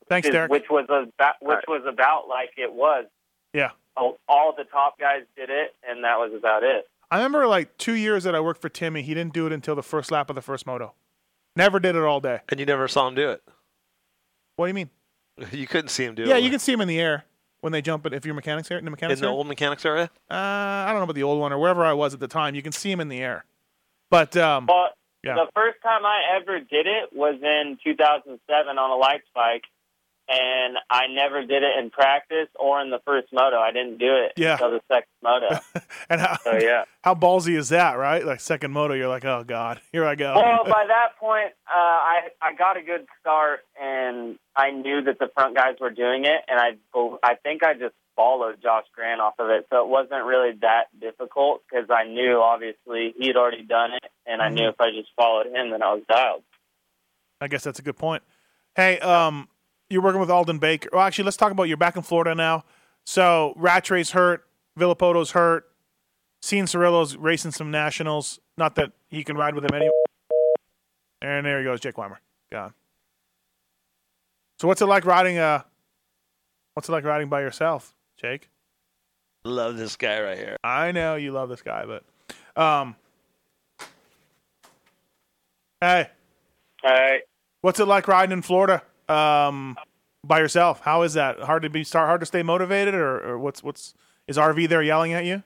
[SPEAKER 4] Thanks,
[SPEAKER 13] Which is-
[SPEAKER 4] Derek.
[SPEAKER 13] Which was about, which was about like it was.
[SPEAKER 4] Yeah.
[SPEAKER 13] All, all the top guys did it, and that was about it.
[SPEAKER 4] I remember like two years that I worked for Timmy. He didn't do it until the first lap of the first moto. Never did it all day.
[SPEAKER 5] And you never saw him do it.
[SPEAKER 4] What do you mean?
[SPEAKER 5] You couldn't see him do
[SPEAKER 4] yeah,
[SPEAKER 5] it.
[SPEAKER 4] you can see them in the air when they jump. But if your mechanics area, in the
[SPEAKER 5] in
[SPEAKER 4] mechanics
[SPEAKER 5] the
[SPEAKER 4] area?
[SPEAKER 5] old mechanics area.
[SPEAKER 4] uh, I don't know about the old one or wherever I was at the time. You can see them in the air. But um,
[SPEAKER 13] But
[SPEAKER 4] yeah,
[SPEAKER 13] The first time I ever did it was in 2007 on a light bike, and I never did it in practice or in the first moto. I didn't do it
[SPEAKER 4] Yeah.
[SPEAKER 13] until the second moto.
[SPEAKER 4] and how,
[SPEAKER 13] so yeah.
[SPEAKER 4] how ballsy is that, right? Like second moto, you're like, oh god, here I go.
[SPEAKER 13] Well, by that point, uh, I I got a good start, and I knew that the front guys were doing it, and I bel- I think I just followed Josh Grant off of it, so it wasn't really that difficult because I knew obviously he had already done it, and I knew
[SPEAKER 4] Mm-hmm.
[SPEAKER 13] if I just followed him, then I was dialed.
[SPEAKER 4] I guess that's a good point. Hey, um, you're working with Alden Baker. Well, actually, let's talk about you're back in Florida now. So Rattray's hurt, Villapoto's hurt, Sean Cirillo's racing some nationals. Not that he can ride with him anyway. And there he goes, Jake Weimer. Gone. So what's it like riding uh What's it like riding by yourself, Jake?
[SPEAKER 5] Love this guy right here.
[SPEAKER 4] I know you love this guy, but um, hey,
[SPEAKER 13] hey,
[SPEAKER 4] what's it like riding in Florida um, by yourself? How is that? Hard to be start, hard to stay motivated, or, or what's what's is RV there yelling at you?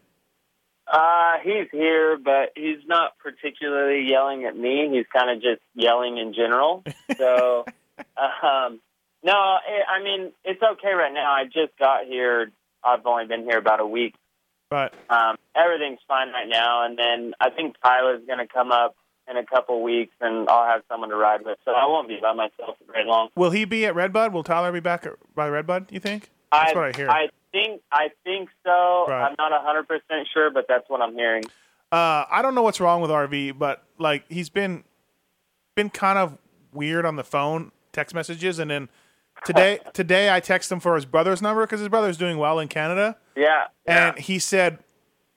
[SPEAKER 13] Uh, he's here, but he's not particularly yelling at me. He's kind of just yelling in general. So, um, no, it, I mean it's okay right now. I just got here. I've only been here about a week.
[SPEAKER 4] Right.
[SPEAKER 13] Um, everything's fine right now, and then I think Tyler's going to come up in a couple weeks, and I'll have someone to ride with. So I won't be by myself for very long.
[SPEAKER 4] Will he be at Redbud? Will Tyler be back at, by Redbud? You think? That's
[SPEAKER 13] I,
[SPEAKER 4] what I hear.
[SPEAKER 13] I think I think so.
[SPEAKER 4] Right.
[SPEAKER 13] I'm not hundred percent sure, but that's what I'm hearing.
[SPEAKER 4] Uh, I don't know what's wrong with RV, but like he's been been kind of weird on the phone, text messages, and then today today I text him for his brother's number because his brother's doing well in Canada,
[SPEAKER 13] Yeah.
[SPEAKER 4] and he said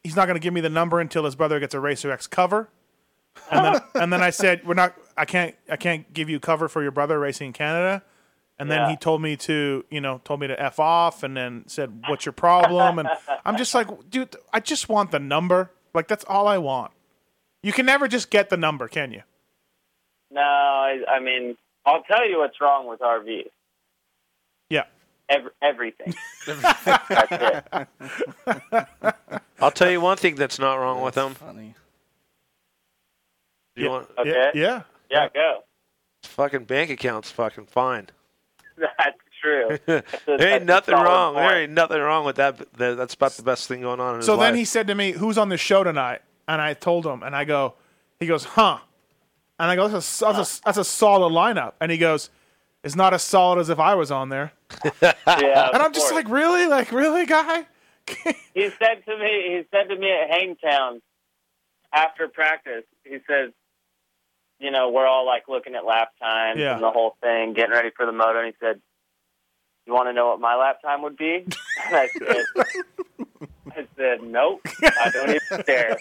[SPEAKER 4] he's not going to give me the number until his brother gets a Racer X cover, and then and then I said we're not I can't I can't give you cover for your brother racing in Canada. And then
[SPEAKER 15] Yeah.
[SPEAKER 4] he told me to, you know, told me to f off, and then said, "What's your problem?" And I'm just like, dude, I just want the number. Like that's all I want. You can never just get the number, can you?
[SPEAKER 13] No, I, I mean I'll tell you what's wrong with RV.
[SPEAKER 4] Yeah.
[SPEAKER 13] Every, everything. that's it.
[SPEAKER 5] I'll tell you one thing that's not wrong with him.
[SPEAKER 7] Funny.
[SPEAKER 5] You want?
[SPEAKER 13] Okay.
[SPEAKER 4] Yeah.
[SPEAKER 13] Yeah. Go.
[SPEAKER 5] His fucking bank account's fucking fine.
[SPEAKER 13] That's true.
[SPEAKER 5] there
[SPEAKER 13] That's a- that's
[SPEAKER 5] ain't
[SPEAKER 13] a
[SPEAKER 5] nothing
[SPEAKER 13] solid
[SPEAKER 5] wrong.
[SPEAKER 13] point.
[SPEAKER 5] There ain't nothing wrong with that. That- That's about the best thing going on in
[SPEAKER 4] so
[SPEAKER 5] his
[SPEAKER 4] then he
[SPEAKER 5] life.
[SPEAKER 4] said to me, "Who's on this show tonight?" And I told him, and I go, he goes, "Huh?" And I go, "That's a that's a, that's a solid lineup." And he goes, "It's not as solid as if I was on there."
[SPEAKER 13] Yeah,
[SPEAKER 4] and
[SPEAKER 13] of
[SPEAKER 4] I'm just
[SPEAKER 13] course.
[SPEAKER 4] like, really, like really, guy.
[SPEAKER 13] he said to me. He said to me at Hangtown after practice. He says, "You know, we're all like looking at lap times
[SPEAKER 16] Yeah.
[SPEAKER 13] and the whole thing, getting ready for the moto." And he said, "You want to know what my lap time would be?" and I said, "I said nope. I don't even care."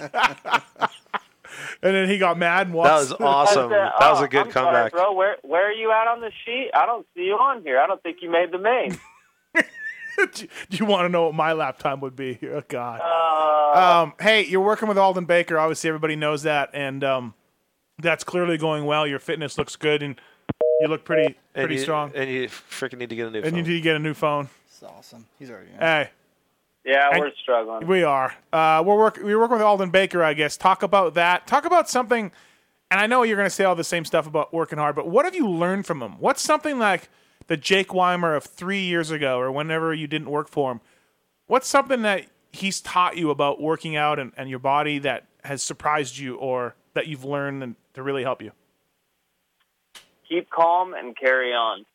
[SPEAKER 4] And then he got mad and walked.
[SPEAKER 5] That was awesome.
[SPEAKER 13] I said,
[SPEAKER 5] that was
[SPEAKER 13] "Oh,
[SPEAKER 5] a good
[SPEAKER 13] I'm sorry,
[SPEAKER 5] comeback.
[SPEAKER 13] bro. Where where are you at on the sheet? I don't see you on here. I don't think you made the main.
[SPEAKER 4] Do you want to know what my lap time would be? Oh God.
[SPEAKER 13] Uh,
[SPEAKER 4] um, hey, you're working with Alden Baker. Obviously, everybody knows that, and um, that's clearly going well. Your fitness looks good, and you look pretty
[SPEAKER 5] And
[SPEAKER 4] pretty
[SPEAKER 5] you-
[SPEAKER 4] strong.
[SPEAKER 5] And you freaking need to get a new
[SPEAKER 4] And
[SPEAKER 5] phone.
[SPEAKER 4] you need to get a new phone.
[SPEAKER 7] It's awesome. He's already.
[SPEAKER 4] Hey.
[SPEAKER 13] Yeah,
[SPEAKER 4] And
[SPEAKER 13] we're struggling.
[SPEAKER 4] We are. Uh, we're work. We're working with Alden Baker, I guess. Talk about that. Talk about something. And I know you're going to say all the same stuff about working hard, but what have you learned from him? What's something like the Jake Weimer of three years ago, or whenever you didn't work for him? What's something that he's taught you about working out and, and your body that has surprised you, or that you've learned and, to really help you?
[SPEAKER 13] Keep calm and carry on.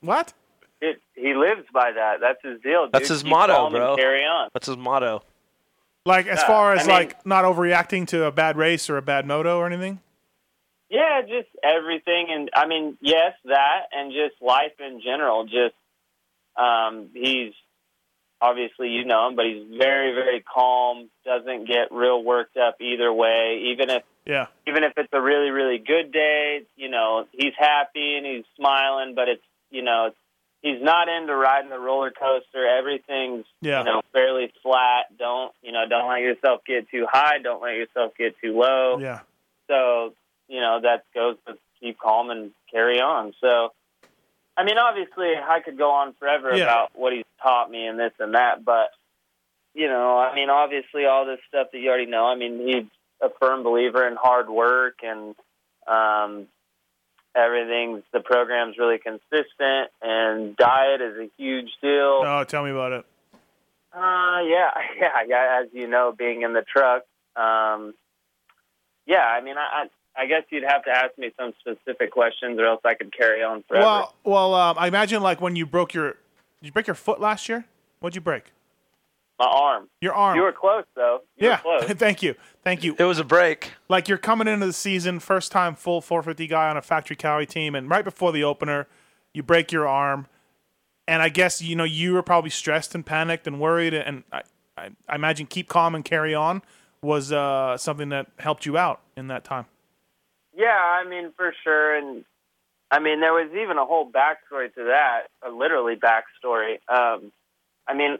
[SPEAKER 4] What?
[SPEAKER 13] It, he lives by that. That's his deal. Dude.
[SPEAKER 5] That's his
[SPEAKER 13] Keep
[SPEAKER 5] motto,
[SPEAKER 13] calm and
[SPEAKER 5] bro.
[SPEAKER 13] Carry on.
[SPEAKER 5] That's his motto.
[SPEAKER 4] Like as
[SPEAKER 13] Yeah,
[SPEAKER 4] far as
[SPEAKER 13] Uh, I mean-
[SPEAKER 4] like not overreacting to a bad race or a bad moto or anything.
[SPEAKER 13] Yeah, just everything, and I mean, yes, that, and just life in general. Just um, he's obviously you know him, but he's very, very calm. Doesn't get real worked up either way. Even if
[SPEAKER 4] Yeah.
[SPEAKER 13] even if it's a really, really good day, you know, he's happy and he's smiling, but it's you know, it's, he's not into riding the roller coaster. Everything's
[SPEAKER 4] Yeah.
[SPEAKER 13] you know fairly flat. Don't you know? Don't let yourself get too high. Don't let yourself get too low.
[SPEAKER 4] Yeah.
[SPEAKER 13] So, you know, that goes with keep calm and carry on. So, I mean, obviously, I could go on forever
[SPEAKER 17] Yeah.
[SPEAKER 13] about what he's taught me and this and that, but, you know, I mean, obviously, all this stuff that you already know. I mean, he's a firm believer in hard work and um, everything's, the program's really consistent, and diet is a huge deal.
[SPEAKER 4] Oh, tell me about it.
[SPEAKER 13] Uh, yeah, yeah, yeah. As you know, being in the truck, um, yeah. I mean, I, I, I guess you'd have to ask me some specific questions, or else I could carry on forever.
[SPEAKER 4] Well, well, um, I imagine like when you broke your, did you break your foot last year? What'd you break?
[SPEAKER 13] My arm.
[SPEAKER 4] Your arm.
[SPEAKER 13] You were close, though. You
[SPEAKER 4] yeah.
[SPEAKER 13] Were close.
[SPEAKER 4] Thank you. Thank you.
[SPEAKER 5] It was a break.
[SPEAKER 4] Like you're coming into the season, first time full 450 guy on a factory Cali team, and right before the opener, you break your arm, and I guess you know you were probably stressed and panicked and worried, and I, I, I imagine keep calm and carry on was uh, something that helped you out in that time.
[SPEAKER 13] Yeah, I mean for sure, and I mean, there was even a whole backstory to that, a literally backstory. Um, I mean,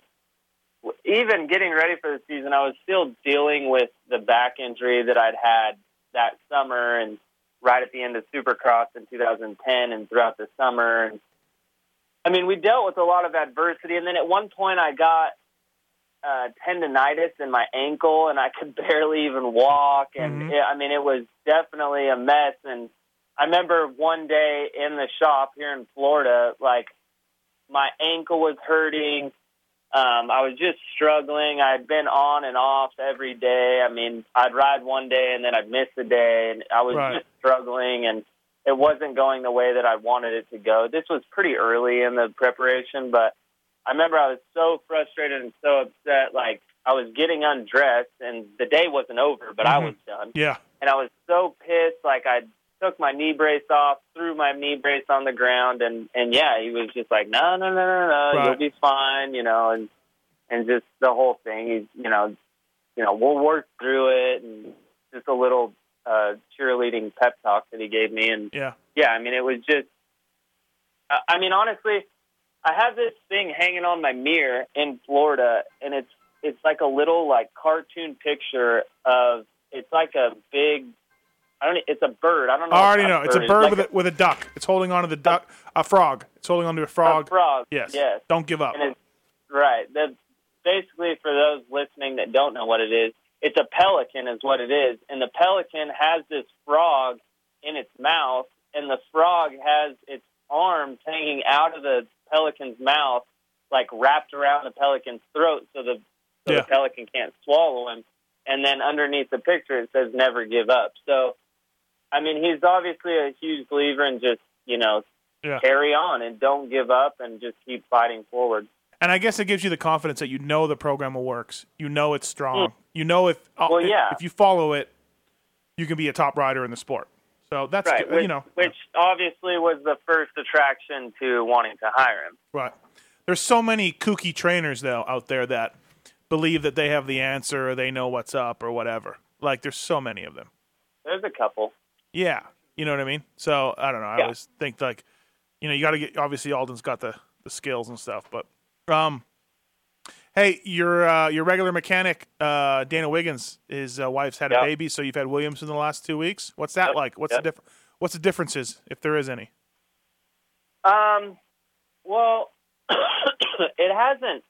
[SPEAKER 13] w- even getting ready for the season, I was still dealing with the back injury that I'd had that summer and right at the end of Supercross in 2010 and throughout the summer. And I mean, we dealt with a lot of adversity. And then at one point, I got uh, tendonitis in my ankle, and I could barely even walk. And
[SPEAKER 15] Mhm.
[SPEAKER 13] it, I mean, it was definitely a mess. And I remember one day in the shop here in Florida, like my ankle was hurting. Um, I was just struggling. I'd been on and off every day. I mean, I'd ride one day and then I'd miss a day, and I was
[SPEAKER 16] Right.
[SPEAKER 13] just struggling, and it wasn't going the way that I wanted it to go. This was pretty early in the preparation, but I remember I was so frustrated and so upset. Like I was getting undressed, and the day wasn't over, but I was done
[SPEAKER 4] Yeah.
[SPEAKER 13] and I was so pissed. Like I took my knee brace off, threw my knee brace on the ground, and and yeah, he was just like, no, no, no, no, no,
[SPEAKER 16] Right.
[SPEAKER 13] you'll be fine, you know, and and just the whole thing. He's you know, you know, we'll work through it, and just a little uh, cheerleading pep talk that he gave me, and
[SPEAKER 4] Yeah.
[SPEAKER 13] yeah, I mean, it was just. I I mean, honestly, I have this thing hanging on my mirror in Florida, and it's it's like a little like cartoon picture of it's like a big. I don't. e, It's a bird. I don't know.
[SPEAKER 4] I already know.
[SPEAKER 13] what kind of
[SPEAKER 4] It's a
[SPEAKER 13] it
[SPEAKER 4] bird
[SPEAKER 13] is.
[SPEAKER 4] with a, with a duck. It's holding onto the duck. A frog. It's holding onto a frog.
[SPEAKER 13] frog,
[SPEAKER 4] Yes.
[SPEAKER 13] yes.
[SPEAKER 4] Don't give up.
[SPEAKER 13] And it's right. That's basically for those listening that don't know what it is. It's a pelican, is what it is, and the pelican has this frog in its mouth, and the frog has its arms hanging out of the pelican's mouth, like wrapped around the pelican's throat, so the so
[SPEAKER 16] Yeah.
[SPEAKER 13] the pelican can't swallow him. And then underneath the picture, it says "Never give up." So, I mean, he's obviously a huge believer in just you know
[SPEAKER 4] Yeah.
[SPEAKER 13] carry on and don't give up and just keep fighting forward.
[SPEAKER 4] And I guess it gives you the confidence that you know the program will works. You know it's strong. You know if well, if,
[SPEAKER 13] Mm. yeah.
[SPEAKER 4] if you follow it, you can be a top rider in the sport. So that's
[SPEAKER 13] right,
[SPEAKER 4] good,
[SPEAKER 13] which,
[SPEAKER 4] you know
[SPEAKER 13] which obviously was the first attraction to wanting to hire him.
[SPEAKER 4] right. There's so many kooky trainers though out there that believe that they have the answer or they know what's up or whatever. Like there's so many of them.
[SPEAKER 13] There's a couple.
[SPEAKER 4] Yeah, you know what I mean. So I don't know. I always think like, you know, you got to get. Obviously, Alden's got the the skills and stuff, but um, hey, your uh, your regular mechanic, uh, Dana Wiggins, his uh, wife's had
[SPEAKER 13] Yeah.
[SPEAKER 4] a baby, so you've had Williams in the last two weeks. What's that like? What's
[SPEAKER 13] yeah.
[SPEAKER 4] the diff- What's the differences, if there is any?
[SPEAKER 13] Um, well, it hasn't.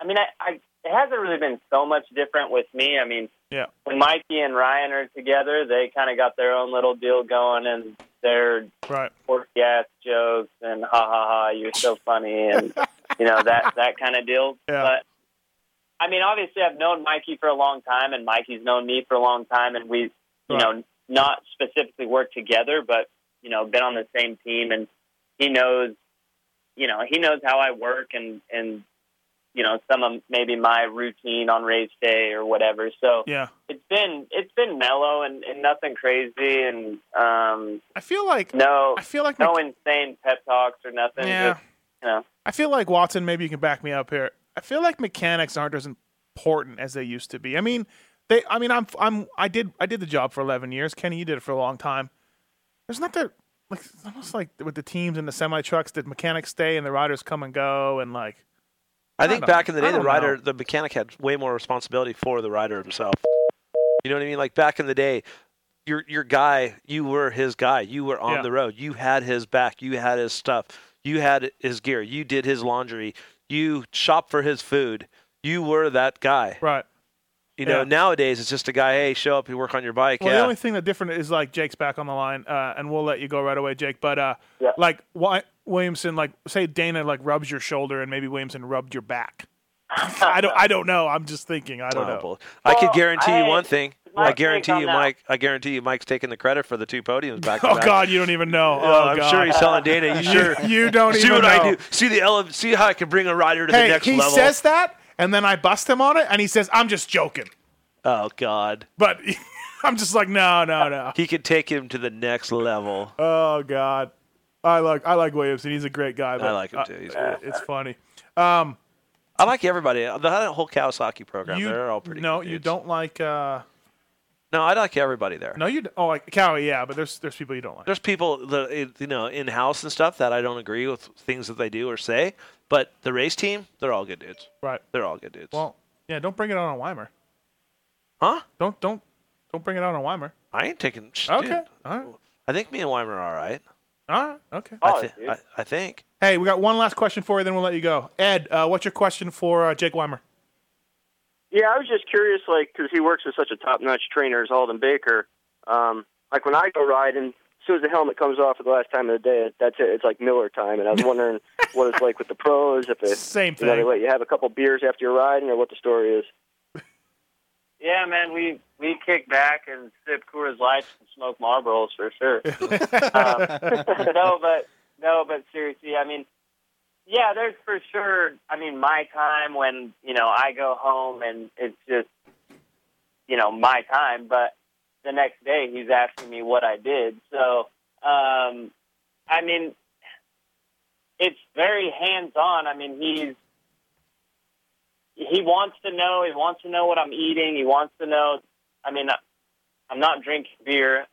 [SPEAKER 13] I mean, I, I it hasn't really been so much different with me. I mean,
[SPEAKER 4] Yeah.
[SPEAKER 13] when Mikey and Ryan are together, they kind of got their own little deal going, and they're
[SPEAKER 4] Right.
[SPEAKER 13] pork ass jokes and ha ha ha, you're so funny, and you know that that kind of deal. But I mean, obviously, I've known Mikey for a long time, and Mikey's known me for a long time, and we've you know not specifically worked together, but you know been on the same team, and he knows you know he knows how I work and and you know some of maybe my routine on race day or whatever. So
[SPEAKER 4] Yeah.
[SPEAKER 13] it's been it's been mellow and, and nothing crazy and um
[SPEAKER 4] I feel like
[SPEAKER 13] no
[SPEAKER 4] I feel like
[SPEAKER 13] no insane pep talks or nothing.
[SPEAKER 4] Yeah.
[SPEAKER 13] Just, you know.
[SPEAKER 4] I feel like Watson. Maybe you can back me up here. I feel like mechanics aren't as important as they used to be. I mean, they. I mean, I'm. I'm. I did. I did the job for eleven years. Kenny, you did it for a long time. There's not that. Like it's almost like with the teams and the semi trucks, the mechanics stay and the riders come and go, and like.
[SPEAKER 5] I think
[SPEAKER 4] don't-
[SPEAKER 5] back in the
[SPEAKER 4] I
[SPEAKER 5] day, the
[SPEAKER 4] don't
[SPEAKER 5] rider,
[SPEAKER 4] know.
[SPEAKER 5] the mechanic had way more responsibility for the rider himself. You know what I mean? Like back in the day, your your guy, you were his guy. You were on
[SPEAKER 4] Yeah.
[SPEAKER 5] the road. You had his back. You had his stuff. You had his gear. You did his laundry. You shopped for his food. You were that guy.
[SPEAKER 4] Right.
[SPEAKER 5] You know,
[SPEAKER 4] Yeah.
[SPEAKER 5] nowadays it's just a guy. Hey, show up. You work on your bike.
[SPEAKER 4] Well,
[SPEAKER 5] yeah.
[SPEAKER 4] the only thing that different is like Jake's back on the line, uh, and we'll let you go right away, Jake. But uh, like why Williamson, like say Dana like rubs your shoulder, and maybe Williamson rubbed your back. I don't. I don't know. I'm just thinking. I don't
[SPEAKER 5] Oh,
[SPEAKER 4] know.
[SPEAKER 5] boy. I could guarantee you
[SPEAKER 4] I-
[SPEAKER 5] one thing.
[SPEAKER 4] my
[SPEAKER 5] I
[SPEAKER 4] take
[SPEAKER 5] guarantee
[SPEAKER 4] on
[SPEAKER 5] you,
[SPEAKER 4] that-
[SPEAKER 5] Mike. I guarantee you, Mike's taking the credit for the two podiums back.
[SPEAKER 4] Oh God, you don't even know.
[SPEAKER 5] Oh,
[SPEAKER 4] Oh,
[SPEAKER 5] I'm
[SPEAKER 4] God.
[SPEAKER 5] sure he's telling Dana. You sure?
[SPEAKER 4] You don't
[SPEAKER 5] see
[SPEAKER 4] even
[SPEAKER 5] what I
[SPEAKER 4] know.
[SPEAKER 5] do. See the ele- See how I can bring a rider to
[SPEAKER 4] hey,
[SPEAKER 5] the next
[SPEAKER 4] he
[SPEAKER 5] level.
[SPEAKER 4] says that, and then I bust him on it, and he says, "I'm just joking."
[SPEAKER 5] oh God.
[SPEAKER 4] But I'm just like, no, no, no.
[SPEAKER 5] He could take him to the next level.
[SPEAKER 4] Oh God, I like I like Williamson. He's a great guy. But,
[SPEAKER 5] I like him
[SPEAKER 4] uh,
[SPEAKER 5] too. He's
[SPEAKER 4] uh,
[SPEAKER 5] cool.
[SPEAKER 4] it's funny. Um,
[SPEAKER 5] I like everybody. The whole Kawasaki program.
[SPEAKER 4] you
[SPEAKER 5] They're all pretty.
[SPEAKER 4] no, you don't like uh,
[SPEAKER 5] No, I like everybody there.
[SPEAKER 4] No, you. d- Oh, like Cowie, yeah, but there's there's people you don't like.
[SPEAKER 5] There's people that it- you know in house and stuff that I don't agree with things that they do or say, but the race team, they're all good dudes.
[SPEAKER 4] Right.
[SPEAKER 5] They're all good dudes.
[SPEAKER 4] Well, yeah, don't bring it out on Weimer.
[SPEAKER 5] Huh?
[SPEAKER 4] Don't don't don't bring it out on Weimer.
[SPEAKER 5] I ain't taking. Shit.
[SPEAKER 4] Okay. All right.
[SPEAKER 5] I think me and Weimer are all right.
[SPEAKER 4] All right. Okay.
[SPEAKER 13] Oh,
[SPEAKER 5] I, thi- I, I think.
[SPEAKER 4] Hey, we got one last question for you, then we'll let you go. Ed, uh, what's your question for uh, Jake Weimer?
[SPEAKER 14] Yeah, I was just curious, like, because he works with such a top-notch trainer as Alden Baker. Um, like when I go riding, as soon as the helmet comes off at the last time of the day, that's it. It's like Miller time, and I was wondering what it's like with the pros. If it,
[SPEAKER 4] Same
[SPEAKER 14] You know, they
[SPEAKER 4] thing.
[SPEAKER 14] let you have a couple beers after you're riding, or what the story is.
[SPEAKER 13] Yeah, man, we we kick back and sip Coors Lights and smoke Marlboros for sure. um, no, but no, but seriously, I mean, yeah, there's for sure. I mean, my time when you know I go home and it's just you know my time, but the next day he's asking me what I did. So, um, I mean, it's very hands on. I mean, he's he wants to know. He wants to know what I'm eating. He wants to know. I mean, I'm not drinking beer.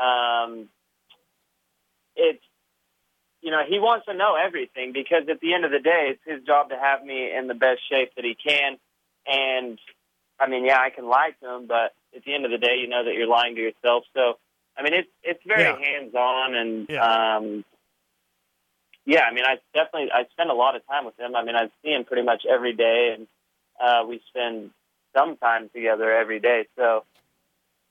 [SPEAKER 13] Um, it's you know he wants to know everything because at the end of the day, it's his job to have me in the best shape that he can. And I mean, yeah, I can lie to him, but at the end of the day, you know that you're lying to yourself. So I mean, it's it's very
[SPEAKER 15] Yeah.
[SPEAKER 13] hands on and um, yeah, I mean, I definitely I spend a lot of time with him. I mean, I see him pretty much every day, and uh, we spend some time together every day. So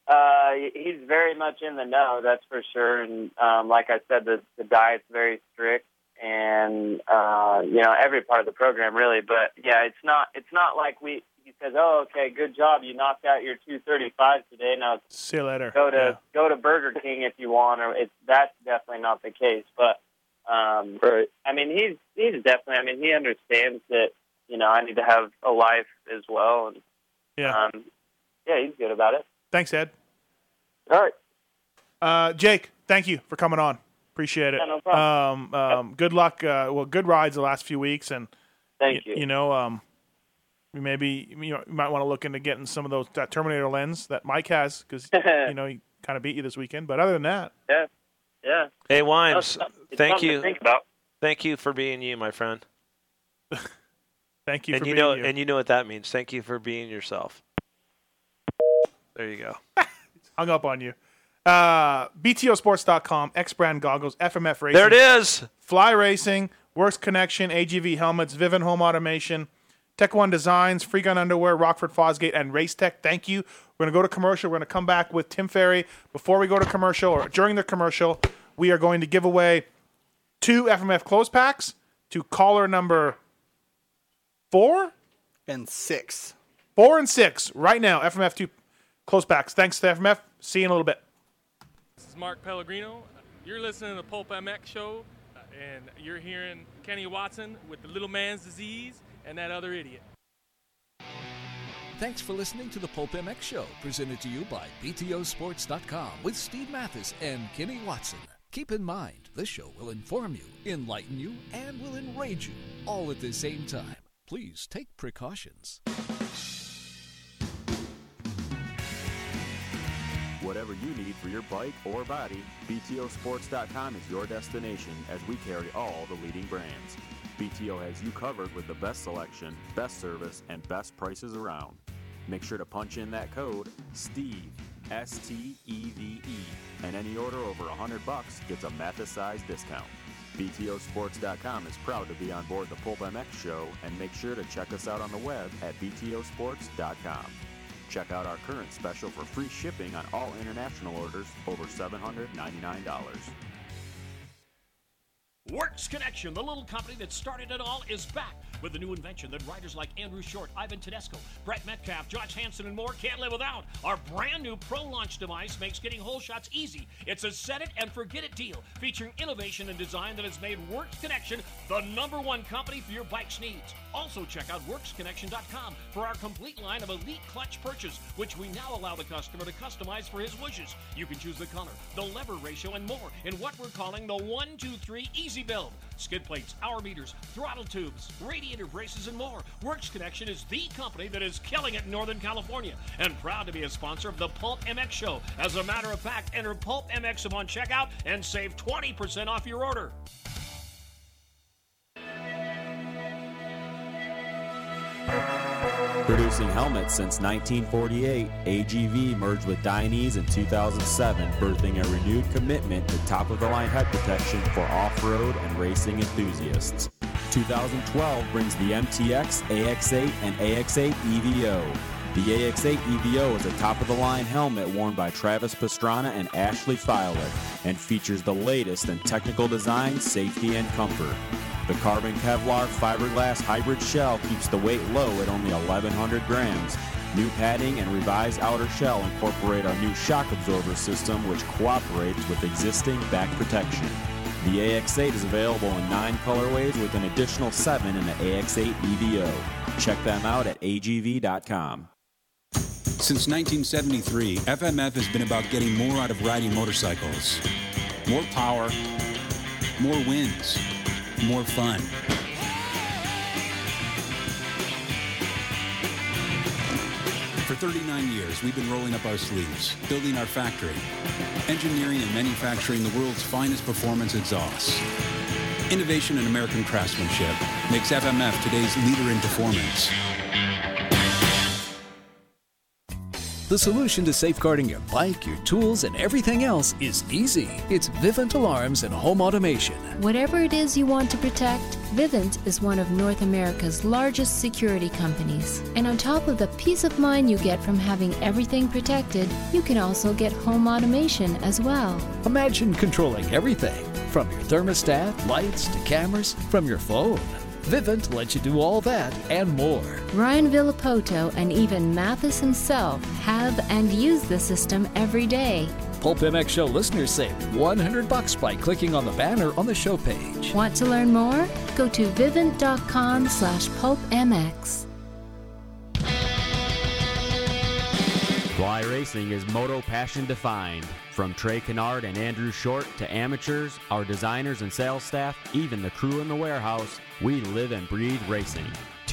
[SPEAKER 13] uh, he's very much in the know, that's for sure. And um, like I said, the, the diet's very strict, and uh, you know every part of the program really. But yeah, it's not it's not like we. He says, "Oh, okay, good job. You knocked out your 235 today. Now it's
[SPEAKER 4] See you later.
[SPEAKER 13] Go to go to Burger King if you want, or it's that's definitely not the case. But um,
[SPEAKER 14] right.
[SPEAKER 13] I mean, he's he's definitely. I mean, he understands that you know I need to have a life as well, and
[SPEAKER 4] Yeah.
[SPEAKER 13] um, yeah, he's good about it.
[SPEAKER 4] Thanks, Ed.
[SPEAKER 14] All right.
[SPEAKER 4] Uh, Jake, thank you for coming on. Appreciate it.
[SPEAKER 13] Yeah, no problem.
[SPEAKER 4] Um, um, good luck. Uh, well, good rides the last few weeks, and
[SPEAKER 13] Thank
[SPEAKER 4] y-
[SPEAKER 13] you.
[SPEAKER 4] You know, um, you maybe you, know, you might want to look into getting some of those that Terminator lens that Mike has because you know he kind of beat you this weekend. But other than that,
[SPEAKER 13] Yeah, yeah.
[SPEAKER 5] Hey, Wimes,
[SPEAKER 13] It's something- it's
[SPEAKER 5] thank
[SPEAKER 13] something to
[SPEAKER 5] you.
[SPEAKER 13] think about.
[SPEAKER 5] Thank you for being you, my friend.
[SPEAKER 4] thank you
[SPEAKER 5] and
[SPEAKER 4] for
[SPEAKER 5] you
[SPEAKER 4] being
[SPEAKER 5] know,
[SPEAKER 4] you.
[SPEAKER 5] and you know what that means. Thank you for being yourself. There you go.
[SPEAKER 4] hung up on you. Uh, BTOsports.com, X Brand Goggles, FMF Racing.
[SPEAKER 5] There it is.
[SPEAKER 4] Fly Racing, Works Connection, AGV Helmets, Vivin Home Automation, Tech One Designs, Free Gun Underwear, Rockford Fosgate, and Race Tech. Thank you. We're going to go to commercial. We're going to come back with Tim Ferry. Before we go to commercial or during the commercial, we are going to give away two FMF close packs to caller number four
[SPEAKER 7] and six.
[SPEAKER 4] Four and six right now. FMF two close packs. Thanks to FMF. See you in a little bit.
[SPEAKER 16] This is Mark Pellegrino. You're listening to the Pulp MX show, and you're hearing Kenny Watson with the little man's disease and that other idiot.
[SPEAKER 17] Thanks for listening to the Pulp MX Show, presented to you by BTOsports.com with Steve Mathis and Kenny Watson. Keep in mind, this show will inform you, enlighten you, and will enrage you all at the same time. Please take precautions.
[SPEAKER 18] Whatever you need for your bike or body, BTOsports.com is your destination as we carry all the leading brands. BTO has you covered with the best selection, best service, and best prices around. Make sure to punch in that code STEVE, S T E V E, and any order over 100 bucks gets a Mathis size discount. BTOsports.com is proud to be on board the Pulp MX show and make sure to check us out on the web at BTOsports.com. Check out our current special for free shipping on all international orders over $799.
[SPEAKER 19] Works Connection, the little company that started it all, is back with a new invention that riders like Andrew Short, Ivan Tedesco, Brett Metcalf, Josh Hansen, and more can't live without. Our brand new Pro Launch device makes getting whole shots easy. It's a set it and forget it deal featuring innovation and design that has made Works Connection the number one company for your bike's needs. Also, check out WorksConnection.com for our complete line of elite clutch purchase, which we now allow the customer to customize for his wishes. You can choose the color, the lever ratio, and more in what we're calling the 1 2 3 Easy Build. Skid plates, hour meters, throttle tubes, radio radiator braces, and more. Works Connection is the company that is killing it in Northern California and proud to be a sponsor of the Pulp MX Show. As a matter of fact, enter Pulp MX upon checkout and save 20% off your order.
[SPEAKER 18] Producing helmets since 1948, AGV merged with Dainese in 2007, birthing a renewed commitment to top of the line head protection for off road and racing enthusiasts. 2012 brings the MTX, AX8, and AX8 EVO. The AX8 EVO is a top of the line helmet worn by Travis Pastrana and Ashley Fowler and features the latest in technical design, safety, and comfort. The carbon Kevlar fiberglass hybrid shell keeps the weight low at only 1,100 grams. New padding and revised outer shell incorporate our new shock absorber system, which cooperates with existing back protection. The AX8 is available in nine colorways with an additional seven in the AX8 EVO. E Check them out at agv.com.
[SPEAKER 20] Since 1973, FMF has been about getting more out of riding motorcycles. More power, more wins, more fun. For 39 years, we've been rolling up our sleeves, building our factory, engineering and manufacturing the world's finest performance exhausts. Innovation and American craftsmanship makes FMF today's leader in performance.
[SPEAKER 17] The solution to safeguarding your bike, your tools, and everything else is easy. It's Vivint Alarms and Home Automation.
[SPEAKER 21] Whatever it is you want to protect, Vivint is one of North America's largest security companies. And on top of the peace of mind you get from having everything protected, you can also get home automation as well.
[SPEAKER 17] Imagine controlling everything from your thermostat, lights, to cameras, from your phone. Vivint lets you do all that and more.
[SPEAKER 21] Ryan Villapoto and even Mathis himself have and use the system every day.
[SPEAKER 17] Pulp MX Show listeners save 100 bucks by clicking on the banner on the show page.
[SPEAKER 21] Want to learn more? Go to vivint.com slash pulpmx.
[SPEAKER 18] Fly racing is moto passion defined. From Trey Kennard and Andrew Short to amateurs, our designers and sales staff, even the crew in the warehouse, we live and breathe racing.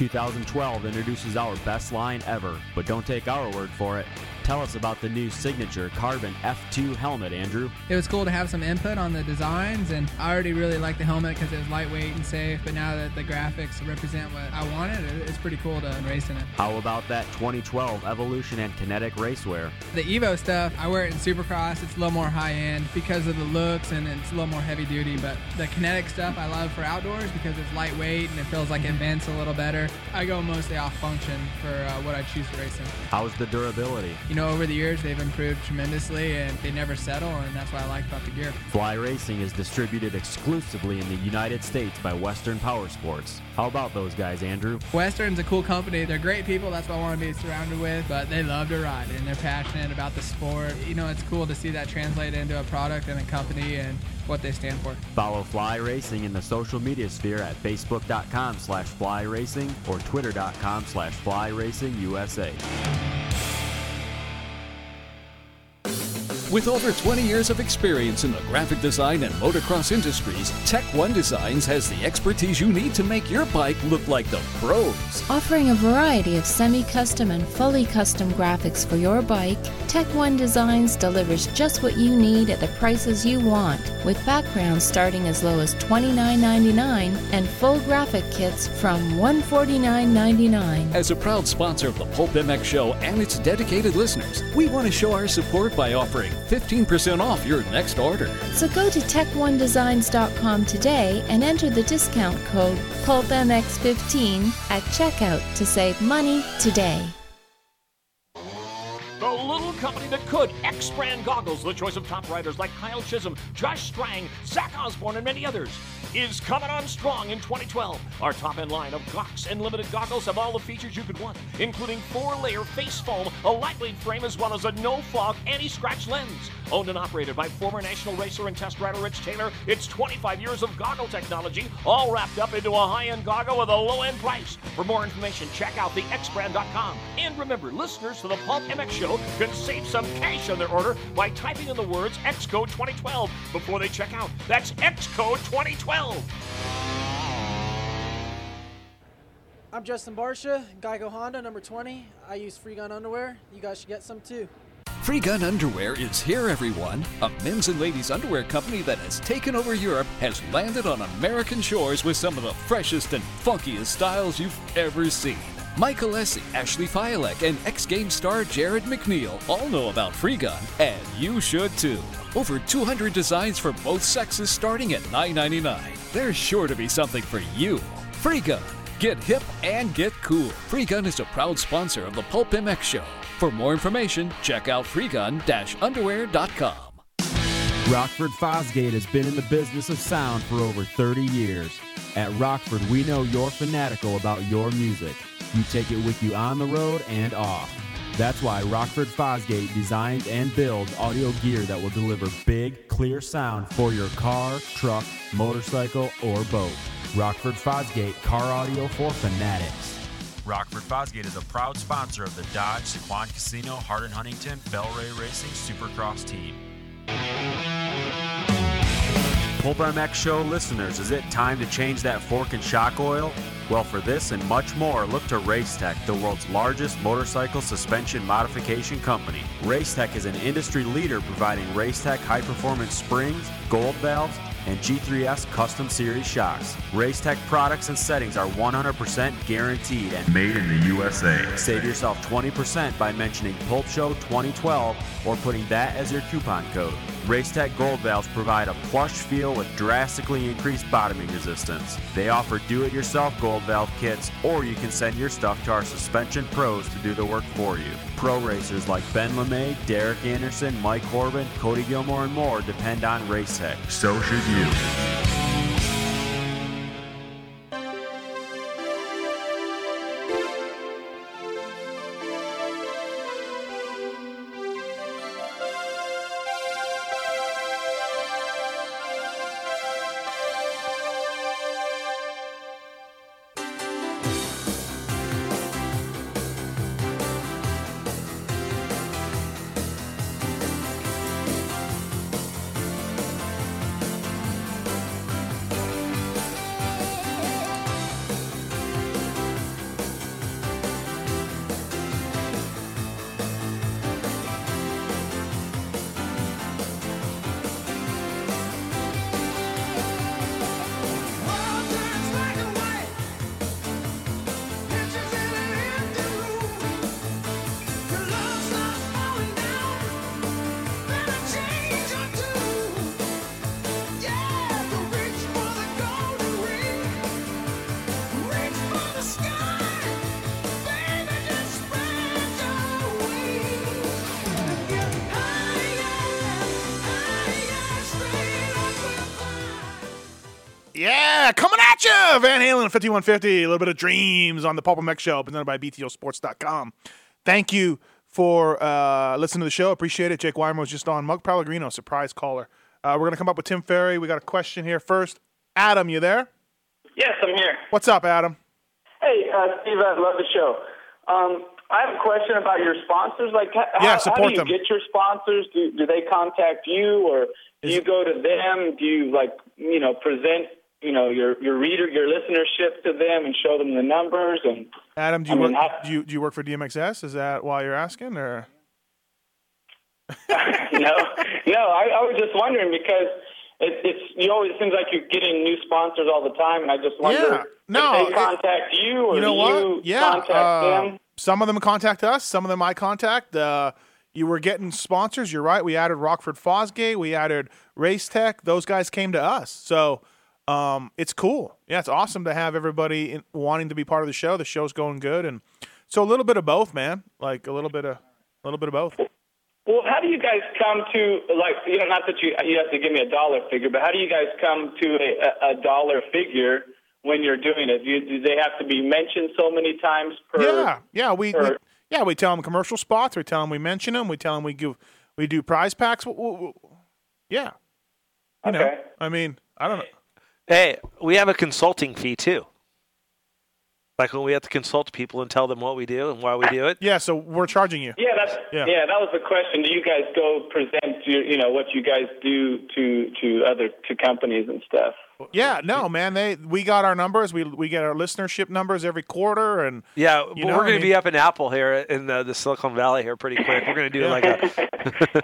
[SPEAKER 18] 2012 introduces our best line ever, but don't take our word for it. Tell us about the new signature carbon F2 helmet, Andrew.
[SPEAKER 22] It was cool to have some input on the designs, and I already really liked the helmet because it was lightweight and safe. But now that the graphics represent what I wanted, it- it's pretty cool to race in it.
[SPEAKER 18] How about that 2012 Evolution and Kinetic racewear?
[SPEAKER 22] The Evo stuff, I wear it in Supercross. It's a little more high end because of the looks, and it's a little more heavy duty. But the kinetic stuff I love for outdoors because it's lightweight and it feels like it vents a little better. I go mostly off function for uh, what I choose to race in.
[SPEAKER 18] How's the durability?
[SPEAKER 22] You know, over the years they've improved tremendously, and they never settle, and that's what I like about the gear.
[SPEAKER 18] Fly Racing is distributed exclusively in the United States by Western Power Sports. How about those guys, Andrew?
[SPEAKER 22] Western's a cool company. They're great people. That's what I want to be surrounded with. But they love to ride and they're passionate about the sport. You know, it's cool to see that translate into a product and a company and what they stand for.
[SPEAKER 18] Follow Fly Racing in the social media sphere at facebook.com slash fly racing or twitter.com slash fly racing USA.
[SPEAKER 17] With over 20 years of experience in the graphic design and motocross industries, Tech One Designs has the expertise you need to make your bike look like the pros.
[SPEAKER 21] Offering a variety of semi custom and fully custom graphics for your bike, Tech One Designs delivers just what you need at the prices you want, with backgrounds starting as low as $29.99 and full graphic kits from $149.99.
[SPEAKER 17] As a proud sponsor of the Pulp MX Show and its dedicated listeners, we want to show our support by offering 15% off your next order.
[SPEAKER 21] So go to tech1designs.com today and enter the discount code PulpMX15 at checkout to save money today.
[SPEAKER 19] The little company that could. X brand goggles, the choice of top riders like Kyle Chisholm, Josh Strang, Zach Osborne, and many others, is coming on strong in 2012. Our top end line of Gox and limited goggles have all the features you could want, including four layer face foam, a lightweight frame, as well as a no fog anti scratch lens. Owned and operated by former national racer and test rider Rich Taylor, it's 25 years of goggle technology, all wrapped up into a high end goggle with a low end price. For more information, check out thexbrand.com. And remember, listeners to the Pulp MX Show can save some cash on their order by typing in the words Xcode 2012 before they check out. That's Xcode 2012.
[SPEAKER 22] I'm Justin Barsha, Geico Honda, number 20. I use free gun underwear. You guys should get some too.
[SPEAKER 17] Free Gun Underwear is here, everyone. A men's and ladies' underwear company that has taken over Europe has landed on American shores with some of the freshest and funkiest styles you've ever seen. Mike Alessi, Ashley Fialek, and ex game star Jared McNeil all know about Free Gun, and you should too. Over 200 designs for both sexes starting at $9.99. There's sure to be something for you. Free Gun. Get hip and get cool. Free Gun is a proud sponsor of the Pulp MX Show. For more information, check out freegun-underwear.com.
[SPEAKER 23] Rockford Fosgate has been in the business of sound for over 30 years. At Rockford, we know you're fanatical about your music. You take it with you on the road and off. That's why Rockford Fosgate designs and builds audio gear that will deliver big, clear sound for your car, truck, motorcycle, or boat. Rockford Fosgate, car audio for fanatics.
[SPEAKER 24] Rockford Fosgate is a proud sponsor of the Dodge, Sequan Casino, Hardin Huntington, Bellray Racing Supercross team.
[SPEAKER 18] Pulp MX Show listeners, is it time to change that fork and shock oil? Well, for this and much more, look to Racetech, the world's largest motorcycle suspension modification company. Racetech is an industry leader providing Racetech high performance springs, gold valves, and G3S custom series shocks. Racetech products and settings are 100% guaranteed and
[SPEAKER 1] Made in the USA.
[SPEAKER 18] Save yourself 20% by mentioning Pulp Show 2012 or putting that as your coupon code. Racetech Gold Valves provide a plush feel with drastically increased bottoming resistance. They offer do it yourself gold valve kits, or you can send your stuff to our suspension pros to do the work for you. Pro racers like Ben LeMay, Derek Anderson, Mike Corbin, Cody Gilmore, and more depend on Racetech.
[SPEAKER 1] So should you.
[SPEAKER 4] Mm-hmm. Yeah, coming at you, Van Halen 5150. A little bit of dreams on the Pulp Mech Show, presented by BTOsports.com. Thank you for uh, listening to the show. Appreciate it. Jake Weimer was just on. Mug Pellegrino, surprise caller. Uh, we're going to come up with Tim Ferry. We got a question here first. Adam, you there?
[SPEAKER 25] Yes, I'm here.
[SPEAKER 4] What's up, Adam?
[SPEAKER 25] Hey, uh, Steve, I love the show. Um, I have a question about your sponsors. Like, how,
[SPEAKER 4] Yeah,
[SPEAKER 25] how do
[SPEAKER 4] support
[SPEAKER 25] you
[SPEAKER 4] them.
[SPEAKER 25] get your sponsors? Do, do they contact you, or do you go to them? Do you like, you know, present, you know, your your reader, your listenership to them, and show them the numbers? And
[SPEAKER 4] Adam, do
[SPEAKER 25] I
[SPEAKER 4] you,
[SPEAKER 25] mean,
[SPEAKER 4] work, do you do you work for DMXS? Is that why you're asking, or
[SPEAKER 25] no, no, I, I was just wondering because it, it's you always seems like you're getting new sponsors all the time, and I just wonder
[SPEAKER 4] Yeah. No,
[SPEAKER 25] if
[SPEAKER 4] it-
[SPEAKER 25] they contact you, or
[SPEAKER 4] you know
[SPEAKER 25] do
[SPEAKER 4] what?
[SPEAKER 25] you
[SPEAKER 4] yeah,
[SPEAKER 25] contact
[SPEAKER 4] uh,
[SPEAKER 25] them.
[SPEAKER 4] some of them contact us, some of them I contact. Uh, you were getting sponsors. You're right. We added Rockford Fosgate. We added Race Tech. Those guys came to us. So um, it's cool. Yeah, it's awesome to have everybody in, wanting to be part of the show. The show's going good, and so a little bit of both, man. Like a little bit of a little bit of both.
[SPEAKER 25] Well, how do you guys come to like you know not that you you have to give me a dollar figure, but how do you guys come to a, a, a dollar figure when you're doing it? Do, you, do they have to be mentioned so many times per?
[SPEAKER 4] Yeah, yeah, we, we
[SPEAKER 25] or-
[SPEAKER 4] yeah we tell them commercial spots. We tell them we mention them. We tell them we give we do prize packs. W- w- w- Yeah, you know. I mean, I don't know.
[SPEAKER 5] Hey, we have a consulting fee too. Like when we have to consult people and tell them what we do and why we do it.
[SPEAKER 4] Yeah, so we're charging you.
[SPEAKER 25] Yeah, that's yeah. That was the question. Do you guys go present your, you know, what you guys do to to other to companies and stuff?
[SPEAKER 4] Yeah, no, man. They we got our numbers. We we get our listenership numbers every quarter, and
[SPEAKER 5] Yeah,
[SPEAKER 4] You
[SPEAKER 5] but
[SPEAKER 4] know,
[SPEAKER 5] we're
[SPEAKER 4] I
[SPEAKER 5] going to
[SPEAKER 4] mean-
[SPEAKER 5] be up in Apple here in the, the Silicon Valley here pretty quick. We're going to do like a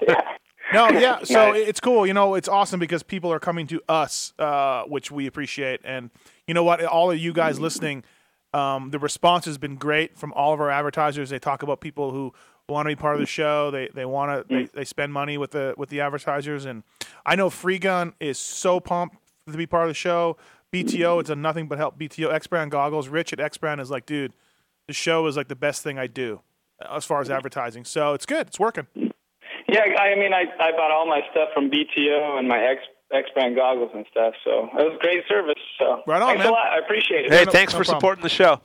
[SPEAKER 4] No, yeah. So
[SPEAKER 5] Nice.
[SPEAKER 4] it's cool. You know, it's awesome because people are coming to us, uh, which we appreciate. And you know what? All of you guys listening, um, the response has been great from all of our advertisers. They talk about people who want to be part of the show. They they want to they, they spend money with the with the advertisers. And I know Free Gun is so pumped to be part of the show. BTO, it's a nothing but help. BTO X Brand goggles. Rich at X Brand is like, dude, the show is like the best thing I do uh, as far as advertising. So it's good. It's working.
[SPEAKER 25] Yeah, I mean, I I bought all my stuff from BTO and my X X brand goggles and stuff. So it was great service. So
[SPEAKER 4] Right on,
[SPEAKER 25] thanks
[SPEAKER 4] man.
[SPEAKER 25] a lot. I appreciate it.
[SPEAKER 4] Hey, No- thanks no for problem. supporting
[SPEAKER 5] the show.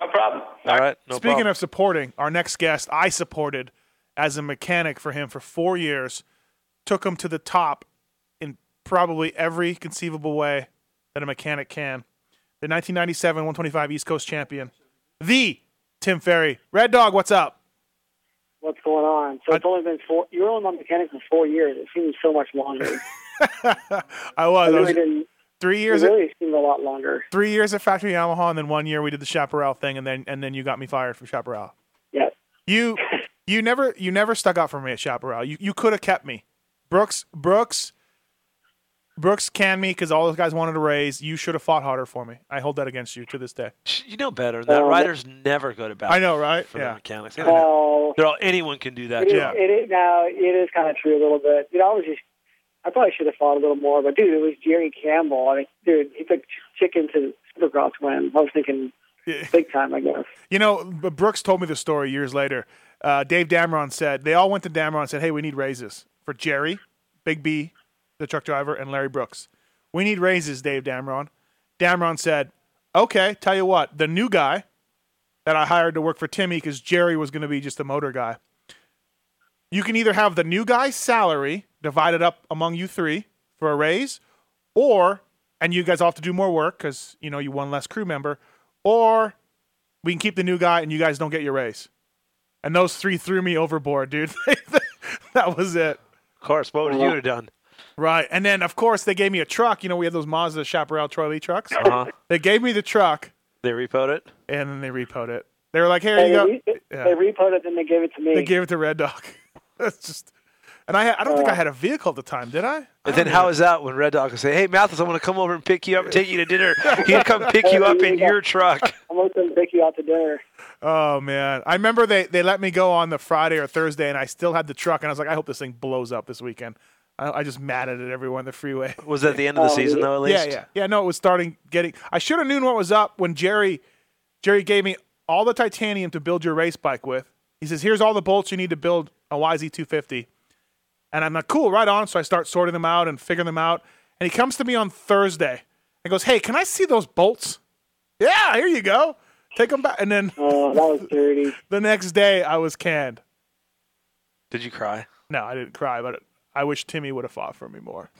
[SPEAKER 25] No problem.
[SPEAKER 5] All right. No
[SPEAKER 4] Speaking
[SPEAKER 5] problem.
[SPEAKER 4] of supporting, our next guest, I supported as a mechanic for him for four years, took him to the top in probably every conceivable way that a mechanic can. The 1997 125 East Coast champion, the Tim Ferry. Red Dog, what's up?
[SPEAKER 2] what's going on. So it's only been four. You were only on mechanic for four years. It seems so much longer.
[SPEAKER 4] I was.
[SPEAKER 2] I
[SPEAKER 4] I
[SPEAKER 2] really
[SPEAKER 4] was-
[SPEAKER 2] didn't.
[SPEAKER 4] three years.
[SPEAKER 2] It
[SPEAKER 4] at-
[SPEAKER 2] really seemed a lot longer.
[SPEAKER 4] Three years at Factory Yamaha, and then one year we did the Chaparral thing, and then and then you got me fired from Chaparral.
[SPEAKER 2] Yeah.
[SPEAKER 4] You you never you never stuck up for me at Chaparral. You you could have kept me. Brooks Brooks Brooks canned me because all those guys wanted a raise. You should have fought harder for me. I hold that against you to this day.
[SPEAKER 5] You know better. That
[SPEAKER 4] Um,
[SPEAKER 5] riders never go to battle.
[SPEAKER 4] I know, right?
[SPEAKER 5] For
[SPEAKER 4] Yeah.
[SPEAKER 5] the mechanics. They don't know.
[SPEAKER 2] Well,
[SPEAKER 5] They're all, anyone can do that.
[SPEAKER 2] it is,
[SPEAKER 5] job.
[SPEAKER 2] it is now. It is kind of true a little bit. You know, I was just. I probably should have fought a little more, but dude, it was Jerry Campbell. I mean, dude, he took chicken to the Supercross win. I was thinking big time, I guess.
[SPEAKER 4] You know, but Brooks told me the story years later. Uh, Dave Dameron said they all went to Dameron and said, "Hey, we need raises for Jerry, Big B, the truck driver, and Larry Brooks. We need raises." Dave Dameron. Dameron said, "Okay, tell you what, the new guy that I hired to work for Timmy because Jerry was going to be just a motor guy. You can either have the new guy's salary divided up among you three for a raise, or and you guys all have to do more work because you know you one less crew member, or we can keep the new guy and you guys don't get your raise. And those three threw me overboard, dude. that was it.
[SPEAKER 5] Of course. What would you have done?
[SPEAKER 4] Right. And then, of course, they gave me a truck. You know, we had those Mazda Chaparral Troy Lee trucks.
[SPEAKER 5] Uh-huh.
[SPEAKER 4] They gave me the truck
[SPEAKER 5] They repoed it.
[SPEAKER 4] and then they repoed it. They were like, here
[SPEAKER 2] Hey,
[SPEAKER 4] you go.
[SPEAKER 2] they re-
[SPEAKER 4] Yeah.
[SPEAKER 2] They repoed it, then they gave it to me.
[SPEAKER 4] They gave it to Red Dog. That's just. And I, had, I don't think I had a vehicle at the time, did I?
[SPEAKER 5] And then how is that when Red Dog would say, "Hey, Mathis, I'm going to come over and pick you up and take you to dinner. He'd come pick you up in your truck."
[SPEAKER 2] I'm going to take you out to dinner.
[SPEAKER 4] Oh man, I remember they they let me go on the Friday or Thursday, and I still had the truck, and I was like, I hope this thing blows up this weekend. I, I just mad at it everywhere on the freeway.
[SPEAKER 5] Was that the end of the Oh, season, yeah. though, at least?
[SPEAKER 4] yeah, yeah, yeah. No, it was starting getting. I should have known what was up when Jerry Jerry gave me all the titanium to build your race bike with. He says, "Here's all the bolts you need to build a YZ250." And I'm like, cool, right on. So I start sorting them out and figuring them out. And he comes to me on Thursday and goes, hey, can I see those bolts? Yeah, here you go. Take them back. And then
[SPEAKER 2] oh, that was dirty.
[SPEAKER 4] the next day, I was canned.
[SPEAKER 5] Did you cry?
[SPEAKER 4] No, I didn't cry, but I wish Timmy would have fought for me more.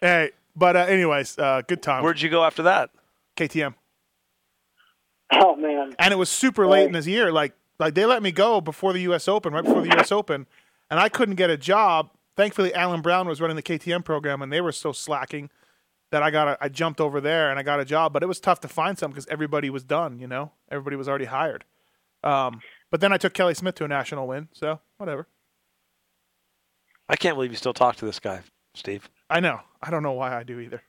[SPEAKER 4] hey, but uh, anyways, uh, good time.
[SPEAKER 5] Where'd you go after that?
[SPEAKER 4] KTM.
[SPEAKER 2] Oh man. Oh.
[SPEAKER 4] and it was super late in this year. Like like they let me go before the U.S. Open, right before the U.S. Open, and I couldn't get a job. Thankfully, Alan Brown was running the KTM program, and they were so slacking that I got a, I jumped over there and I got a job. But it was tough to find some because everybody was done. You know, everybody was already hired. Um, but then I took Kelly Smith to a national win, so whatever.
[SPEAKER 5] I can't believe you still talk to this guy, Steve.
[SPEAKER 4] I know. I don't know why I do either.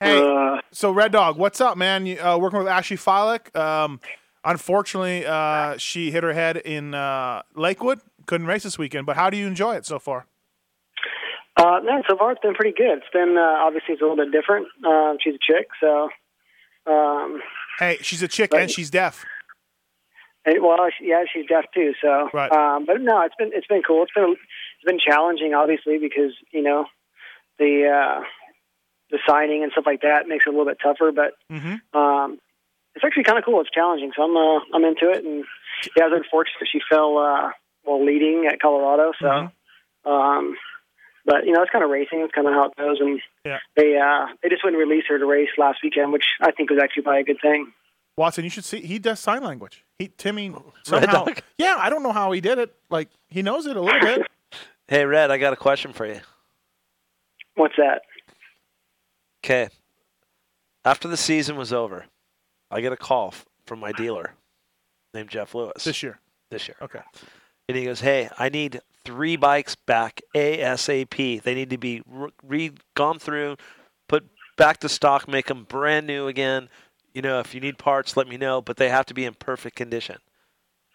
[SPEAKER 4] hey, so Red Dog, what's up, man? You, uh, working with Ashley Filick. Um, unfortunately, uh, she hit her head in uh, Lakewood. Couldn't race this weekend. But how do you enjoy it so far?
[SPEAKER 2] Uh, no, so far it's been pretty good. It's been uh, obviously it's a little bit different. Um, she's a chick, so um,
[SPEAKER 4] Hey, she's a chick and she's deaf.
[SPEAKER 2] It, well, she- yeah, she's deaf too. So,
[SPEAKER 4] Right.
[SPEAKER 2] um, but no, it's been it's been cool. It's been it's been challenging, obviously, because you know the uh, the signing and stuff like that makes it a little bit tougher. But
[SPEAKER 4] Mm-hmm.
[SPEAKER 2] um, it's actually kind of cool. It's challenging, so I'm uh, I'm into it. And yeah, I
[SPEAKER 4] Mm-hmm.
[SPEAKER 2] was unfortunate she fell uh, while leading at Colorado, so um, But you know, it's kind of racing. It's kind of how it goes. And
[SPEAKER 4] Yeah.
[SPEAKER 2] they uh, they just wouldn't release her to race last weekend, which I think was actually probably a good thing.
[SPEAKER 4] Watson, you should see. He does sign language. He Timmy
[SPEAKER 5] Oh,
[SPEAKER 4] somehow. Yeah, I don't know how he did it. Like he knows it a little bit.
[SPEAKER 5] Hey, Red, I got a question for you.
[SPEAKER 2] What's that?
[SPEAKER 5] Okay. After the season was over, I get a call f- from my dealer named Jeff Lewis. This
[SPEAKER 4] year.
[SPEAKER 5] This year.
[SPEAKER 4] Okay.
[SPEAKER 5] And he goes, Hey, I need three bikes back ASAP. They need to be re- re- gone through, put back to stock, make them brand new again. You know, if you need parts, let me know, but they have to be in perfect condition.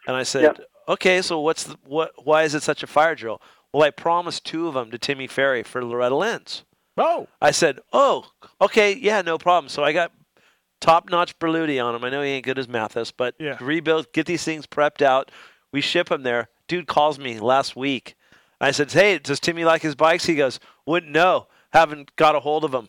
[SPEAKER 5] And I said, "Okay, so what's the, what? Why is it such a fire drill?" Well, I promised two of them to Timmy Ferry for Loretta Lynn's.
[SPEAKER 4] Oh.
[SPEAKER 5] I said, "Oh, okay, yeah, no problem." So I got top-notch Berluti on him. I know he ain't good as Mathis, but
[SPEAKER 4] Yeah.
[SPEAKER 5] rebuild, get these things prepped out. We ship them there. Dude calls me last week. I said, "Hey, does Timmy like his bikes?" He goes, "Wouldn't know. Haven't got a hold of him."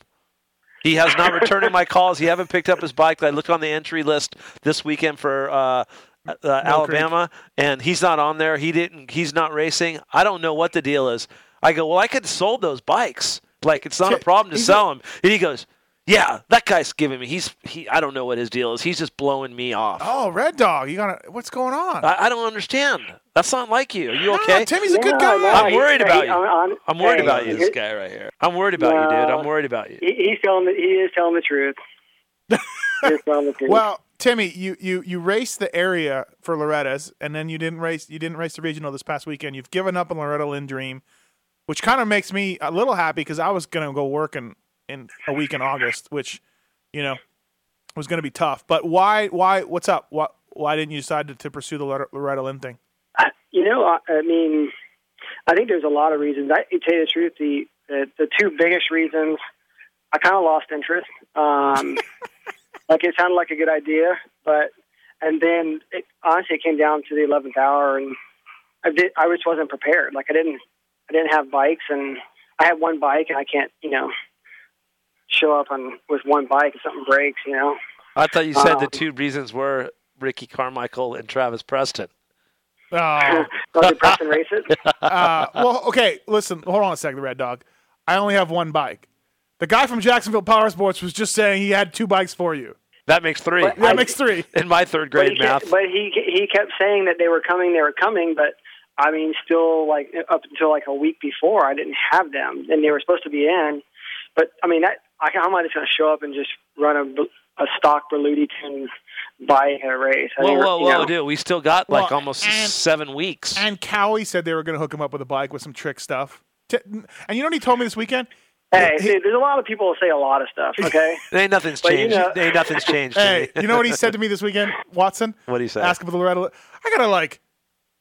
[SPEAKER 5] He has not returning my calls. He haven't picked up his bike. I looked on the entry list this weekend for uh, uh, Alabama, and he's not on there. He didn't. He's not racing. I don't know what the deal is. I go, well, I could have sold those bikes. Like it's not a problem to sell them. And he goes, yeah, that guy's giving me. He's he. I don't know what his deal is. He's just blowing me off.
[SPEAKER 4] Oh, Red Dog, you got to What's going on?
[SPEAKER 5] I, I don't understand. That's not like you. Are you okay?
[SPEAKER 4] Timmy's a good guy.
[SPEAKER 5] I'm worried about you.
[SPEAKER 2] I'm,
[SPEAKER 5] I'm worried
[SPEAKER 2] hey,
[SPEAKER 5] about you,
[SPEAKER 2] here-
[SPEAKER 5] this guy right here. I'm worried about you, dude.
[SPEAKER 2] No.
[SPEAKER 5] I'm worried about you.
[SPEAKER 2] He, he's telling the, he is telling the truth. he is telling the truth.
[SPEAKER 4] Well, Timmy, you, you you raced the area for Loretta's, and then you didn't race you didn't race the regional this past weekend. You've given up on Loretta Lynn Dream, which kind of makes me a little happy because I was gonna go work in, in a week in August, which you know was gonna be tough. But why why what's up? Why why didn't you decide to, to pursue the Loretta- Loretta Lynn thing?
[SPEAKER 2] I- you know, I, I mean, I think there's a lot of reasons. I to tell you the truth, the the, the two biggest reasons I kind of lost interest. Um, like it sounded like a good idea, but and then it, honestly, it came down to the eleventh hour, and I did. I just wasn't prepared. Like I didn't, I didn't have bikes, and I had one bike, and I can't, you know, show up on with one bike if something breaks, you know.
[SPEAKER 5] I thought you said the
[SPEAKER 2] Um,
[SPEAKER 5] two reasons were Ricky Carmichael and Travis Preston.
[SPEAKER 4] Oh.
[SPEAKER 2] Does the person race it?
[SPEAKER 4] uh, well, okay, listen, hold on a second, Red Dog. I only have one bike. The guy from Jacksonville Power Sports was just saying he had two bikes for you.
[SPEAKER 5] That makes three.
[SPEAKER 4] That makes three.
[SPEAKER 5] In my third
[SPEAKER 2] But
[SPEAKER 5] grade
[SPEAKER 2] he
[SPEAKER 5] math.
[SPEAKER 2] Kept, but he he kept saying that they were coming, they were coming, but I mean, still like up until like a week before, I didn't have them, and they were supposed to be in. But I mean, that, I, how am I just going to show up and just run a, Bel- a stock Berluti tune bike at a race? I
[SPEAKER 5] Whoa,
[SPEAKER 2] mean,
[SPEAKER 5] whoa,
[SPEAKER 2] you
[SPEAKER 5] whoa,
[SPEAKER 2] know.
[SPEAKER 5] dude. We still got like
[SPEAKER 4] Well,
[SPEAKER 5] almost seven weeks.
[SPEAKER 4] And Cowie said they were going to hook him up with a bike with some trick stuff. T- And you know what he told me this weekend?
[SPEAKER 2] Hey, dude, there's a lot of people who say a lot of stuff. Okay,
[SPEAKER 5] Ain't nothing's
[SPEAKER 2] But you
[SPEAKER 5] changed.
[SPEAKER 2] know-
[SPEAKER 5] Ain't nothing's changed.
[SPEAKER 4] Hey,
[SPEAKER 5] Jimmy.
[SPEAKER 4] you know what he said to me this weekend, Watson?
[SPEAKER 5] What'd he say?
[SPEAKER 4] Ask him for the Loretta. Lynn- I got to, like,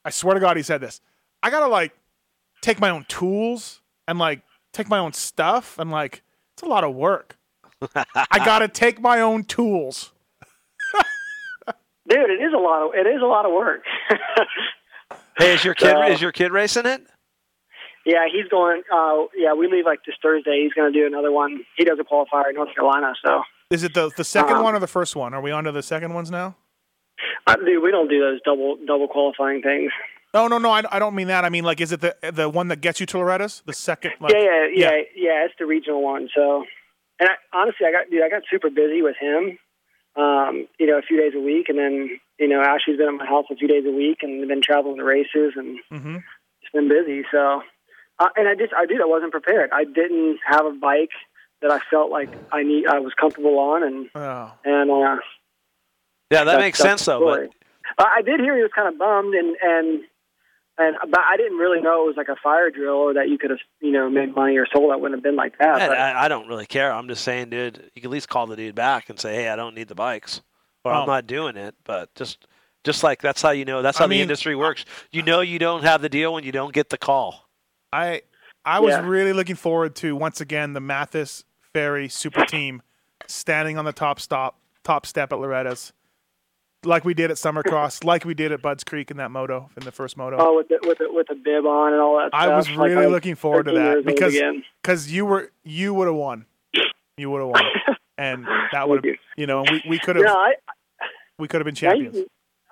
[SPEAKER 4] I swear to God, he said this. I got to, like, take my own tools and, like, take my own stuff. And, like, it's a lot of work. I got to take my own tools.
[SPEAKER 2] dude, it is a lot of it is a lot of work.
[SPEAKER 5] Hey, is your kid
[SPEAKER 2] So-
[SPEAKER 5] is your kid racing it?
[SPEAKER 2] Yeah, he's going. Uh, yeah, we leave like this Thursday. He's going to do another one. He does a qualifier in North Carolina, so.
[SPEAKER 4] Is it the, the second
[SPEAKER 2] Um,
[SPEAKER 4] one or the first one? Are we on to the second ones now?
[SPEAKER 2] Uh, dude, we don't do those double double qualifying things.
[SPEAKER 4] No, no, no. I, I don't mean that. I mean, like, is it the the one that gets you to Loretta's? The second? Like,
[SPEAKER 2] yeah, yeah, yeah, yeah, It's the regional one. So, and I, honestly, I got dude, I got super busy with him. Um, you know, a few days a week, and then you know, Ashley's been at my house a few days a week, and been traveling to races, and
[SPEAKER 4] Mm-hmm.
[SPEAKER 2] it's been busy. So, uh, and I just, I did, I wasn't prepared. I didn't have a bike that I felt like I need, I was comfortable on, and
[SPEAKER 4] Oh.
[SPEAKER 2] and uh,
[SPEAKER 5] Yeah, that
[SPEAKER 2] That's-
[SPEAKER 5] makes
[SPEAKER 2] that's
[SPEAKER 5] sense though.
[SPEAKER 2] the
[SPEAKER 5] But
[SPEAKER 2] story. Uh, I did hear he was kind of bummed, and and and but I didn't really know it was like a fire drill or that you could have you know made money or sold. That wouldn't have been like that.
[SPEAKER 5] Man,
[SPEAKER 2] but,
[SPEAKER 5] I, I don't really care. I'm just saying, dude, you can at least call the dude back and say, hey, I don't need the bikes, or
[SPEAKER 4] Oh.
[SPEAKER 5] I'm not doing it. But just just like that's how you know. That's
[SPEAKER 4] I
[SPEAKER 5] how the
[SPEAKER 4] mean-
[SPEAKER 5] industry works. You know, you don't have the deal when you don't get the call.
[SPEAKER 4] I I was
[SPEAKER 5] Yeah.
[SPEAKER 4] really looking forward to once again the Mathis Ferry Super Team standing on the top stop top step at Loretta's, like we did at Summercross, like we did at Bud's Creek in that moto in the first moto.
[SPEAKER 2] oh, with the, with the, with the bib on and all that.
[SPEAKER 4] um, I
[SPEAKER 2] stuff,
[SPEAKER 4] was
[SPEAKER 2] like,
[SPEAKER 4] really
[SPEAKER 2] I'm
[SPEAKER 4] looking forward to
[SPEAKER 2] 13 years
[SPEAKER 4] that
[SPEAKER 2] old
[SPEAKER 4] because
[SPEAKER 2] again.
[SPEAKER 4] because you were you would have won, you would have won, and that would have you know and we we could have
[SPEAKER 2] No, I-
[SPEAKER 4] we could have been champions.
[SPEAKER 2] I,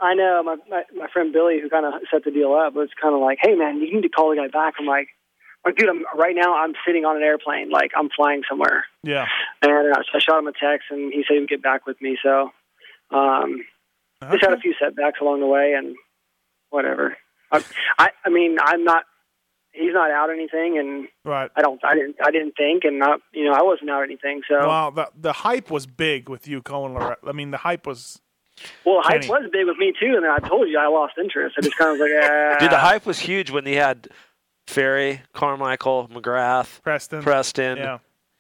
[SPEAKER 2] I know my, my my friend Billy, who kind of set the deal up, was kind of like, "Hey, man, you need to call the guy back." I'm like, Like, dude, I'm right now. I'm sitting on an airplane. Like, I'm flying somewhere.
[SPEAKER 4] Yeah.
[SPEAKER 2] And uh, so I shot him a text, and he said he would get back with me. So, um, just had a few setbacks along the way, and whatever. I, I, I mean, I'm not. He's not out anything, and
[SPEAKER 4] Right.
[SPEAKER 2] I don't. I didn't. I didn't think, and not. You know, I wasn't out anything. So,
[SPEAKER 4] Wow, the, the hype was big with you, Cohen Lorette. I mean, the hype was.
[SPEAKER 2] well, hype
[SPEAKER 4] Kenny.
[SPEAKER 2] was big with me too, and then I told you I lost interest. I just kind of was like, ah.
[SPEAKER 5] Dude, the hype was huge when they had Ferry, Carmichael, McGrath,
[SPEAKER 4] Preston,
[SPEAKER 5] Preston,
[SPEAKER 4] Yeah.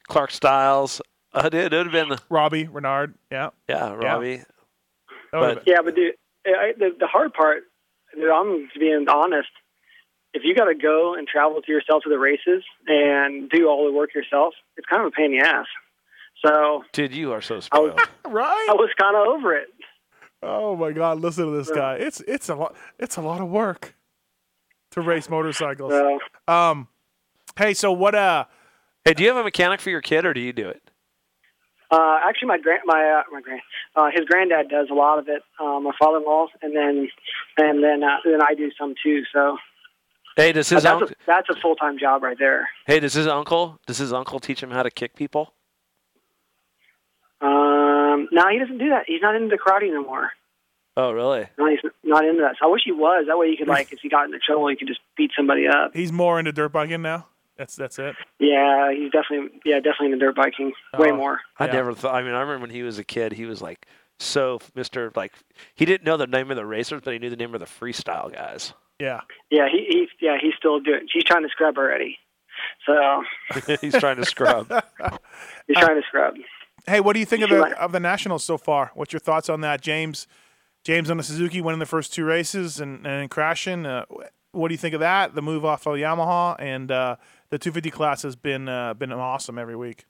[SPEAKER 5] Clark Styles. Uh, dude, it would have been
[SPEAKER 4] Robbie Renard. Yeah.
[SPEAKER 5] Yeah,
[SPEAKER 4] Yeah.
[SPEAKER 5] Robbie.
[SPEAKER 4] That would've
[SPEAKER 5] But
[SPEAKER 2] Yeah, but dude, I, the, the hard part, dude, I'm being honest. If you got to go and travel to yourself to the races and do all the work yourself, it's kind of a pain in the ass. So
[SPEAKER 5] dude, you are so
[SPEAKER 2] I was
[SPEAKER 5] spoiled.
[SPEAKER 4] right.
[SPEAKER 2] I was kind of over it.
[SPEAKER 4] Oh my God! Listen to this guy. It's it's a lot. It's a lot of work to race motorcycles. Um, hey, so what? Uh,
[SPEAKER 5] hey, do you have a mechanic for your kid, or do you do it?
[SPEAKER 2] Uh, actually, my grand, my uh, my grand, uh, his granddad does a lot of it. Uh, my father-in-law, and then and then uh, then I do some too. So
[SPEAKER 5] Hey, does
[SPEAKER 2] Uh,
[SPEAKER 5] his
[SPEAKER 2] that's,
[SPEAKER 5] uncle?
[SPEAKER 2] a, that's a full-time job right there.
[SPEAKER 5] Hey, does his uncle? Does his uncle teach him how to kick people?
[SPEAKER 2] Um, no, he doesn't do that. He's not into karate anymore.
[SPEAKER 5] Oh, really?
[SPEAKER 2] No, he's not into that. So I wish he was. That way, he could like, if he got into trouble, he could just beat somebody up.
[SPEAKER 4] he's more into dirt biking now. That's that's it.
[SPEAKER 2] Yeah, he's definitely yeah, definitely into dirt biking way
[SPEAKER 5] Oh,
[SPEAKER 2] more.
[SPEAKER 5] I never thought. I mean, I remember when he was a kid, he was like so Mister. Like he didn't know the name of the racers, but he knew the name of the freestyle guys.
[SPEAKER 4] Yeah.
[SPEAKER 2] Yeah, he, he yeah, he's still doing. He's trying to scrub already. So
[SPEAKER 5] He's trying to scrub. Uh,
[SPEAKER 2] he's trying to scrub.
[SPEAKER 4] Hey, what do you think of
[SPEAKER 2] Sure.
[SPEAKER 4] the of the nationals so far? What's your thoughts on that, James? James on the Suzuki winning the first two races and and crashing. Uh, what do you think of that? The move off of Yamaha and uh, the 250 class has been uh, been awesome every week.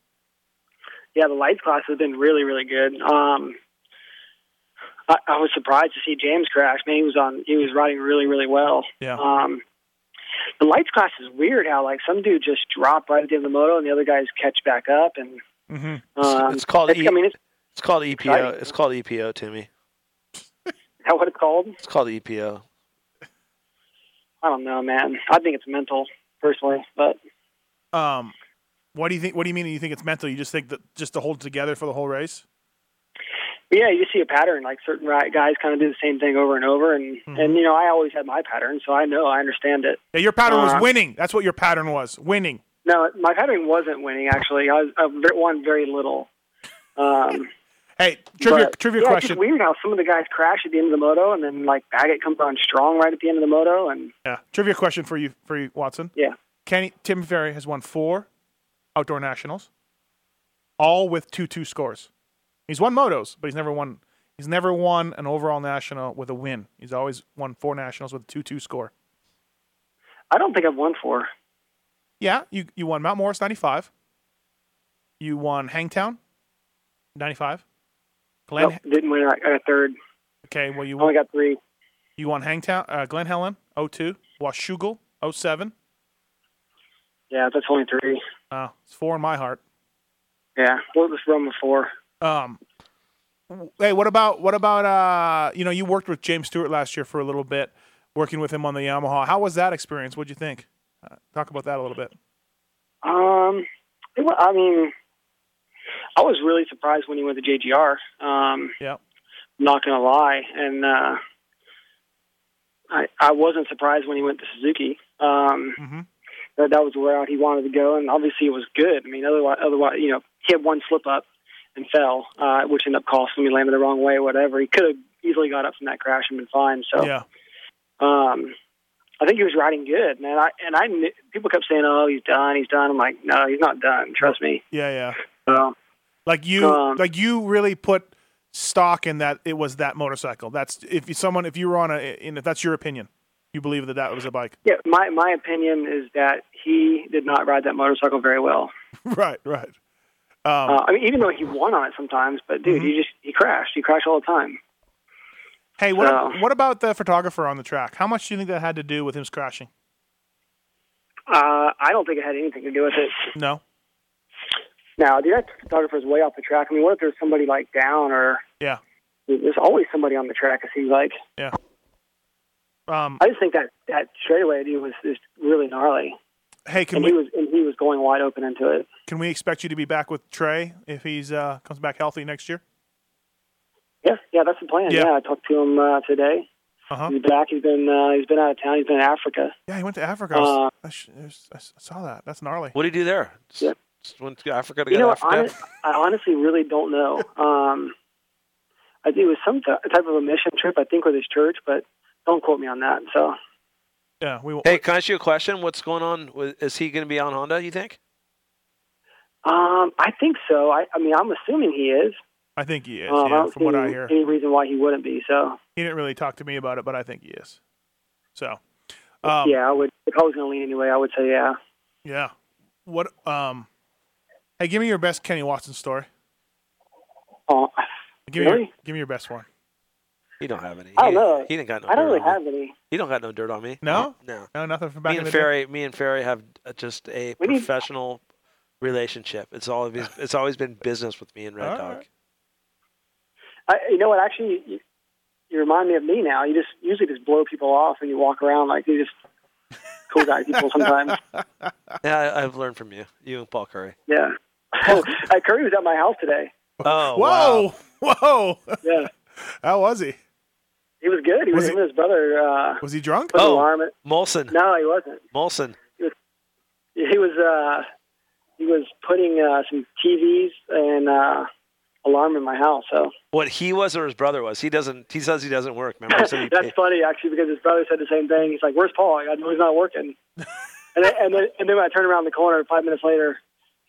[SPEAKER 2] Yeah, the lights class has been really really good. Um, I, I was surprised to see James crash. Man, he was on. He was riding really really well.
[SPEAKER 4] Yeah.
[SPEAKER 2] Um, the lights class is weird. How like some dude just drop right at the end of the moto, and the other guys catch back up. And
[SPEAKER 4] Mm-hmm.
[SPEAKER 2] um,
[SPEAKER 5] it's called.
[SPEAKER 2] It's,
[SPEAKER 5] E-
[SPEAKER 2] I mean, it's
[SPEAKER 5] it's called EPO.
[SPEAKER 2] exciting.
[SPEAKER 5] It's called E EPO, Timmy.
[SPEAKER 2] how what it's called?
[SPEAKER 5] It's called E EPO.
[SPEAKER 2] I don't know, man. I think it's mental personally, but
[SPEAKER 4] Um, what do you think? What do you mean? You think it's mental? You just think that just to hold together for the whole race?
[SPEAKER 2] But yeah, you see a pattern. Like certain ri- guys kind of do the same thing over and over, and and you know I always had my pattern, so I know I understand it.
[SPEAKER 4] Yeah, your pattern
[SPEAKER 2] Uh,
[SPEAKER 4] was winning. That's what your pattern was, winning.
[SPEAKER 2] No, my pattern wasn't winning actually. I, was, I ve- won very little. Um,
[SPEAKER 4] hey, trivia-
[SPEAKER 2] but,
[SPEAKER 4] trivia
[SPEAKER 2] yeah, It's
[SPEAKER 4] question.
[SPEAKER 2] just weird how some of the guys crash at the end of the moto, and then like Baggett comes on strong right at the end of the moto, and
[SPEAKER 4] Yeah. Trivia question for you, for you, Watson.
[SPEAKER 2] Yeah.
[SPEAKER 4] Kenny Tim Ferry has won four outdoor nationals, all with two two scores. He's won motos, but he's never won. He's never won an overall national with a win. He's always won four nationals with a two two score.
[SPEAKER 2] I don't think I've won four.
[SPEAKER 4] Yeah, you you won Mount Morris ninety five. You won Hangtown, ninety five. Glen
[SPEAKER 2] Nope, didn't win. I got a third.
[SPEAKER 4] Okay, well you
[SPEAKER 2] only got three.
[SPEAKER 4] You won Hangtown, uh, Glen Helen, 02, Washougal, 07.
[SPEAKER 2] Yeah, that's only three.
[SPEAKER 4] Uh, it's four in my heart.
[SPEAKER 2] Yeah, what was Roma four?
[SPEAKER 4] Um, w- hey, what about what about uh, you know, you worked with James Stewart last year for a little bit, working with him on the Yamaha. How was that experience? What'd you think? Uh, talk about that a little bit.
[SPEAKER 2] Um, it wa- I mean, I was really surprised when he went to JGR. Um,
[SPEAKER 4] yeah,
[SPEAKER 2] not gonna lie, and uh, I I wasn't surprised when he went to Suzuki. Um, that that was the route he wanted to go, and obviously it was good. I mean, otherwise, otherwise, you know, he had one slip up and fell, uh, which ended up costing me landed the wrong way, whatever. He could have easily got up from that crash and been fine. So
[SPEAKER 4] yeah,
[SPEAKER 2] um, I think he was riding good, man. I and I kn- people kept saying, "Oh, he's done, he's done." I'm like, "No, he's not done. Trust me."
[SPEAKER 4] yeah, yeah.
[SPEAKER 2] So
[SPEAKER 4] Like you,
[SPEAKER 2] Um,
[SPEAKER 4] like you really put stock in that it was that motorcycle. That's if you, someone if you were on a, in, if that's your opinion, you believe that that was a bike.
[SPEAKER 2] yeah, my my opinion is that he did not ride that motorcycle very well.
[SPEAKER 4] right, right. Um, Mhm.
[SPEAKER 2] uh, I mean, even though he won on it sometimes, but dude, he just he crashed. He crashed all the time.
[SPEAKER 4] Hey, what,
[SPEAKER 2] So-
[SPEAKER 4] what about the photographer on the track? How much do you think that had to do with him crashing?
[SPEAKER 2] Uh, I don't think it had anything to do with it.
[SPEAKER 4] No.
[SPEAKER 2] Now, dude, that photographer's way off the track. I mean, what if there's somebody like down or
[SPEAKER 4] Yeah.
[SPEAKER 2] there's always somebody on the track? It seems like.
[SPEAKER 4] Yeah. Um, Mm.
[SPEAKER 2] I just think that that straightaway dude was just really gnarly.
[SPEAKER 4] Hey, can
[SPEAKER 2] and
[SPEAKER 4] we-
[SPEAKER 2] he was and he was going wide open into it.
[SPEAKER 4] Can we expect you to be back with Trey if he's uh, comes back healthy next year?
[SPEAKER 2] Yeah, yeah, that's the plan.
[SPEAKER 4] Yeah.
[SPEAKER 2] Yeah, I talked to him uh, today.
[SPEAKER 4] Uh-huh.
[SPEAKER 2] He's back. He's been uh, he's been out of town. He's been in Africa.
[SPEAKER 4] Yeah, he went to Africa.
[SPEAKER 2] Uh,
[SPEAKER 4] I, sh- I sh- I s- I saw that. That's gnarly.
[SPEAKER 5] What do you do there?
[SPEAKER 2] Yeah.
[SPEAKER 5] Just went to Africa to
[SPEAKER 2] You
[SPEAKER 5] get
[SPEAKER 2] know,
[SPEAKER 5] Africa.
[SPEAKER 2] honest, I honestly really don't know. Um, I think it was some t- type of a mission trip, I think, with his church, but don't quote me on that. So
[SPEAKER 4] Yeah, we.
[SPEAKER 5] Hey, can I ask you a question? What's going on? With, is he going to be on Honda? You think?
[SPEAKER 2] um, I think so. I, I mean, I'm assuming he is.
[SPEAKER 4] I think he is.
[SPEAKER 2] Um, I
[SPEAKER 4] yeah,
[SPEAKER 2] don't
[SPEAKER 4] from what
[SPEAKER 2] see
[SPEAKER 4] I hear,
[SPEAKER 2] any reason why he wouldn't be. So
[SPEAKER 4] he didn't really talk to me about it, but I think he is. So, um,
[SPEAKER 2] yeah, I would. If I was going to lean anyway, I would say yeah.
[SPEAKER 4] yeah. What? Um, hey, give me your best Kenny Watson story.
[SPEAKER 2] Oh,
[SPEAKER 4] give me your,
[SPEAKER 2] really?
[SPEAKER 4] give me your best one.
[SPEAKER 5] You don't have any.
[SPEAKER 2] I don't
[SPEAKER 5] He-
[SPEAKER 2] know.
[SPEAKER 5] He didn't got no.
[SPEAKER 2] I don't
[SPEAKER 5] dirt
[SPEAKER 2] really
[SPEAKER 5] on me.
[SPEAKER 2] have any.
[SPEAKER 5] He don't got no dirt on me.
[SPEAKER 4] No?
[SPEAKER 5] no,
[SPEAKER 4] no, nothing from back
[SPEAKER 5] me
[SPEAKER 4] in
[SPEAKER 5] and
[SPEAKER 4] the day?
[SPEAKER 5] Ferry. Me and Ferry have uh, just a professional relationship. It's always it's always been business with me and Red
[SPEAKER 2] All
[SPEAKER 5] Dog.
[SPEAKER 2] I, you know what? Actually, you, you remind me of me now. You just usually just blow people off and you walk around like you just cool guy people sometimes.
[SPEAKER 5] Yeah, I, I've learned from you. You and Paul Curry.
[SPEAKER 2] Yeah. hey, Curry was at my house today.
[SPEAKER 5] Oh,
[SPEAKER 4] Whoa, whoa.
[SPEAKER 2] Yeah.
[SPEAKER 4] How was he?
[SPEAKER 2] He was good. He was,
[SPEAKER 4] Was
[SPEAKER 2] him and his brother. Uh,
[SPEAKER 4] Was he drunk?
[SPEAKER 2] put an
[SPEAKER 5] Oh.
[SPEAKER 2] alarm in-
[SPEAKER 5] Molson.
[SPEAKER 2] No, he wasn't.
[SPEAKER 5] Molson.
[SPEAKER 2] He was uh, he was putting uh, some TVs and uh, alarm in my house. So
[SPEAKER 5] What he was or his brother was. He doesn't. He says he doesn't work. Remember? He said he-
[SPEAKER 2] that's funny actually because his brother said the same thing. He's like, "Where's Paul? I know he's not working." and then, and then and then when I turn around the corner five minutes later,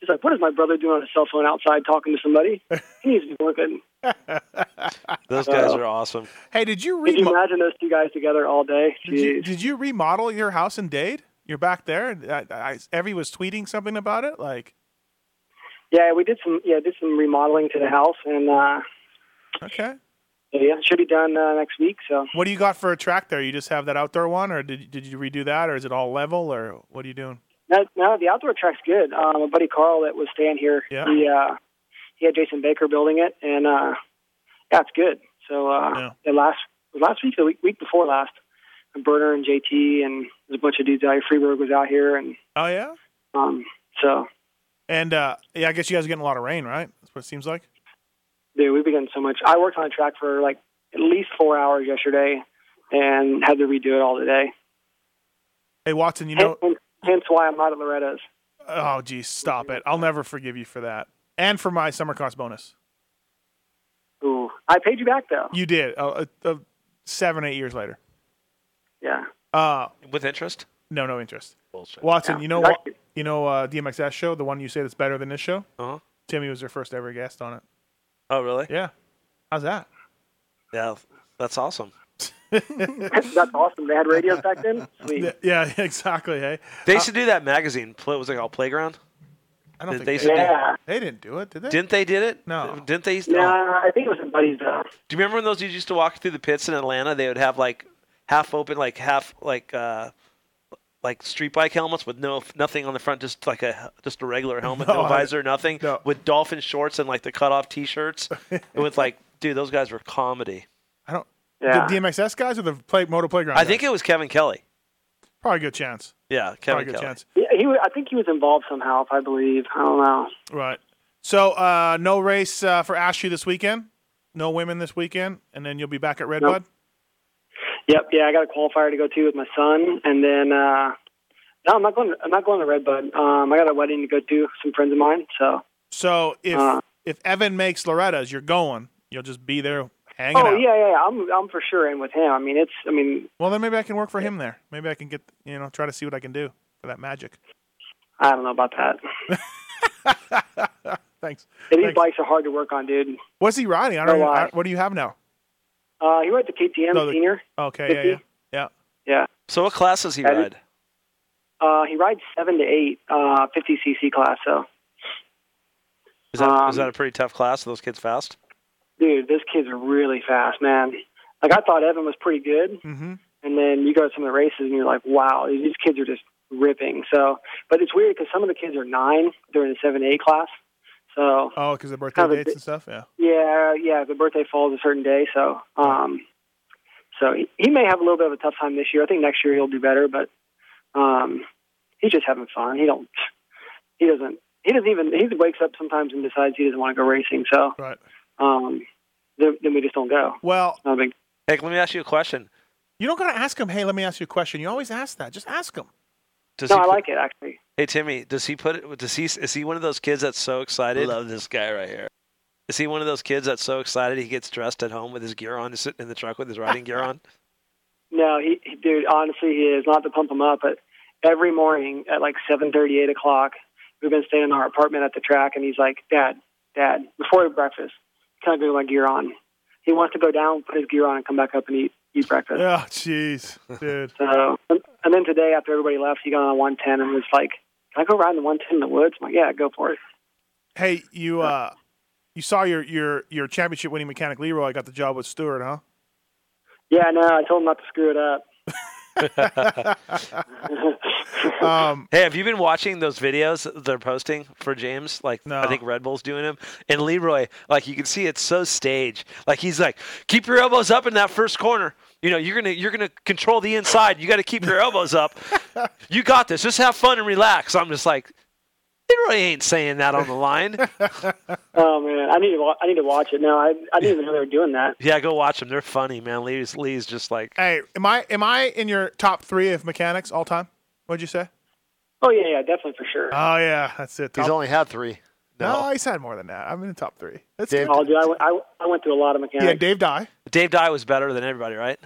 [SPEAKER 2] he's like, "What is my brother doing on his cell phone outside talking to somebody? He needs to be working."
[SPEAKER 5] those guys are awesome.
[SPEAKER 4] Hey, did you
[SPEAKER 2] Could you
[SPEAKER 4] remo-
[SPEAKER 2] imagine those two guys together all day?
[SPEAKER 4] Did you,
[SPEAKER 2] Jeez.
[SPEAKER 4] did you remodel your house in Dade? You're back there. I, I, Evie was tweeting something about it. Like,
[SPEAKER 2] Yeah, we did some yeah did some remodeling to the house, and uh,
[SPEAKER 4] okay,
[SPEAKER 2] yeah, it should be done uh, next week. So
[SPEAKER 4] what do you got for a track there? You just have that outdoor one, or did did you redo that, or is it all level, or what are you doing?
[SPEAKER 2] No, no, the outdoor track's good. Um, my buddy Carl that was staying here,
[SPEAKER 4] Yeah.
[SPEAKER 2] he uh, he had Jason Baker building it, and uh, yeah, it's good. So uh,
[SPEAKER 4] Yeah.
[SPEAKER 2] the last was last week, the week, week before last, and Berner and JT and there's a bunch of dudes out here. Freeberg was out here, and
[SPEAKER 4] Oh yeah,
[SPEAKER 2] um, so
[SPEAKER 4] and uh, yeah, I guess you guys are getting a lot of rain, right? That's what it seems like.
[SPEAKER 2] dude, we've been getting so much. I worked on a track for like at least four hours yesterday, and had to redo it all today.
[SPEAKER 4] Hey Watson, you know,
[SPEAKER 2] hence, hence why I'm not at Loretta's.
[SPEAKER 4] oh geez, stop it! I'll never forgive you for that, and for my summer cost bonus.
[SPEAKER 2] Ooh, I paid you back though.
[SPEAKER 4] You did uh, uh, uh, seven, eight years later.
[SPEAKER 2] Yeah.
[SPEAKER 4] Uh,
[SPEAKER 5] With interest.
[SPEAKER 4] no, no interest.
[SPEAKER 5] Bullshit.
[SPEAKER 4] Watson,
[SPEAKER 5] Yeah.
[SPEAKER 4] you know what? You know uh, DMXS show, the one you say that's better than this show.
[SPEAKER 5] Uh-huh.
[SPEAKER 4] Timmy was their first ever guest on it.
[SPEAKER 5] Oh really?
[SPEAKER 4] Yeah. How's that?
[SPEAKER 5] Yeah. That's awesome.
[SPEAKER 2] That's awesome. They had radios back then. Sweet.
[SPEAKER 4] Yeah, exactly. Hey,
[SPEAKER 5] They used to do that magazine. Play was it called Playground?
[SPEAKER 4] I
[SPEAKER 5] Did
[SPEAKER 4] don't think
[SPEAKER 5] they
[SPEAKER 4] they,
[SPEAKER 5] used to do-
[SPEAKER 2] Yeah.
[SPEAKER 4] they didn't do it, did they?
[SPEAKER 5] Didn't they did it?
[SPEAKER 4] No.
[SPEAKER 5] Didn't they used to?
[SPEAKER 2] No, I think it was somebody's. Uh,
[SPEAKER 5] Do you remember when those dudes used to walk through the pits in Atlanta? They would have like half open, like half like uh like street bike helmets with no nothing on the front, just like a just a regular helmet,
[SPEAKER 4] No,
[SPEAKER 5] no,
[SPEAKER 4] I-
[SPEAKER 5] visor, nothing, with dolphin shorts and like the cut off t-shirts. and with like, dude, those guys were comedy.
[SPEAKER 4] I don't.
[SPEAKER 5] Yeah.
[SPEAKER 4] The DMXS guys or the play, Moto Playground?
[SPEAKER 5] I think it was Kevin Kelly.
[SPEAKER 4] probably a good chance.
[SPEAKER 5] Yeah,
[SPEAKER 4] Probably a
[SPEAKER 5] Kevin
[SPEAKER 4] good
[SPEAKER 5] Kelly.
[SPEAKER 4] chance.
[SPEAKER 2] yeah, he. wa- I think he was involved somehow. If I believe, I don't know.
[SPEAKER 4] Right. So uh, no race uh, for Ashley this weekend. No women this weekend, and then you'll be back at Redbud.
[SPEAKER 2] Yep. Yeah, I got a qualifier to go to with my son, and then uh, no, I'm not going. I'm not going to Redbud. Um, I got a wedding to go to. Some friends of mine. So.
[SPEAKER 4] So if
[SPEAKER 2] Uh.
[SPEAKER 4] if Evan makes Loretta's, you're going. You'll just be there hanging
[SPEAKER 2] Oh
[SPEAKER 4] out.
[SPEAKER 2] yeah, yeah, yeah. I'm I'm for sure in with him. I mean, it's. I mean,
[SPEAKER 4] Well, then maybe I can work for him there. Maybe I can get you know try to see what I can do for that magic.
[SPEAKER 2] I don't know about that.
[SPEAKER 4] Thanks.
[SPEAKER 2] And these bikes are hard to work on, dude.
[SPEAKER 4] What's he riding? I don't.
[SPEAKER 2] No
[SPEAKER 4] know.
[SPEAKER 2] lie.
[SPEAKER 4] I- what do you have now?
[SPEAKER 2] Uh, he rode the KTM
[SPEAKER 4] No, the-
[SPEAKER 2] Senior.
[SPEAKER 4] Okay. Yeah. Yeah.
[SPEAKER 2] 50?
[SPEAKER 4] Yeah.
[SPEAKER 2] Yeah.
[SPEAKER 5] So what class does he
[SPEAKER 2] That is-
[SPEAKER 5] ride?
[SPEAKER 2] Uh, he rides seven to eight, uh, 50 cc class. So,
[SPEAKER 5] Is that is
[SPEAKER 2] Um,
[SPEAKER 5] that a pretty tough class? Are those kids fast?
[SPEAKER 2] dude, this kid's really fast, man. Like I thought Evan was pretty good,
[SPEAKER 4] Mm-hmm.
[SPEAKER 2] and then you go to some of the races and you're like, wow, these kids are just ripping. So, but it's weird because some of the kids are nine, they're in the seven eight class. So,
[SPEAKER 4] Oh, because the birthday
[SPEAKER 2] Have a
[SPEAKER 4] dates
[SPEAKER 2] bit-
[SPEAKER 4] and stuff. Yeah.
[SPEAKER 2] yeah, yeah, the birthday falls a certain day. So, um, so he, he may have a little bit of a tough time this year. I think next year he'll do better, but um, he's just having fun. He don't. He doesn't. He doesn't even. He wakes up sometimes and decides he doesn't want to go racing. So,
[SPEAKER 4] right.
[SPEAKER 2] um, then, then we just don't go.
[SPEAKER 4] Well,
[SPEAKER 2] Not a big-
[SPEAKER 5] Heck, let me ask you a question.
[SPEAKER 4] you don't gotta ask him. Hey, let me ask you a question. You always ask that. Just ask him.
[SPEAKER 5] Does
[SPEAKER 2] no,
[SPEAKER 5] he
[SPEAKER 2] I
[SPEAKER 5] put-
[SPEAKER 2] like it actually.
[SPEAKER 5] Hey Timmy, does he put it? Does he? Is he one of those kids that's so excited? Love this guy right here. Is he one of those kids that's so excited he gets dressed at home with his gear on, sitting in the truck with his riding gear on?
[SPEAKER 2] No, he, he dude, honestly, he is not to pump him up, but every morning at like seven thirty, eight o'clock, we've been staying in our apartment at the track, and he's like, "Dad, Dad, before breakfast, can I go get my gear on?" He wants to go down, put his gear on, and come back up and eat eat breakfast.
[SPEAKER 4] Oh, jeez, dude.
[SPEAKER 2] So, and, and then today after everybody left, he got on a one ten and was like, "Can I go ride in the one ten in the woods?" I'm like, "Yeah, go for it."
[SPEAKER 4] Hey, you uh, you saw your your your championship winning mechanic Leroy got the job with Stewart, huh?
[SPEAKER 2] Yeah, no, I told him not to screw it up.
[SPEAKER 4] Um,
[SPEAKER 5] hey, have you been watching those videos that they're posting for James? Like, I think Red Bull's doing them. And Leroy, like, you can see it's so staged. Like, he's like, keep your elbows up in that first corner. You know, you're gonna you're gonna control the inside. You got to keep your elbows up. You got this. Just have fun and relax. I'm just like, Leroy ain't saying that on the line.
[SPEAKER 2] Oh man, I need to wa- I need to watch it. No, I I didn't even know they were doing that.
[SPEAKER 5] yeah, go watch them. They're funny, man. Lee's Lee's just like,
[SPEAKER 4] Hey, am I am I in your top three of mechanics all time? What'd you say?
[SPEAKER 2] Oh yeah, yeah, definitely for sure.
[SPEAKER 4] Oh yeah, that's it.
[SPEAKER 5] He's only had three.
[SPEAKER 4] No,
[SPEAKER 5] No.
[SPEAKER 4] he's had more than that. I'm in the top three. That's
[SPEAKER 5] Dave-
[SPEAKER 4] good.
[SPEAKER 2] Oh, dude, I, went- I, I went through a lot of mechanics.
[SPEAKER 4] Yeah, Dave Dye.
[SPEAKER 5] Dave Dye was better than everybody, right?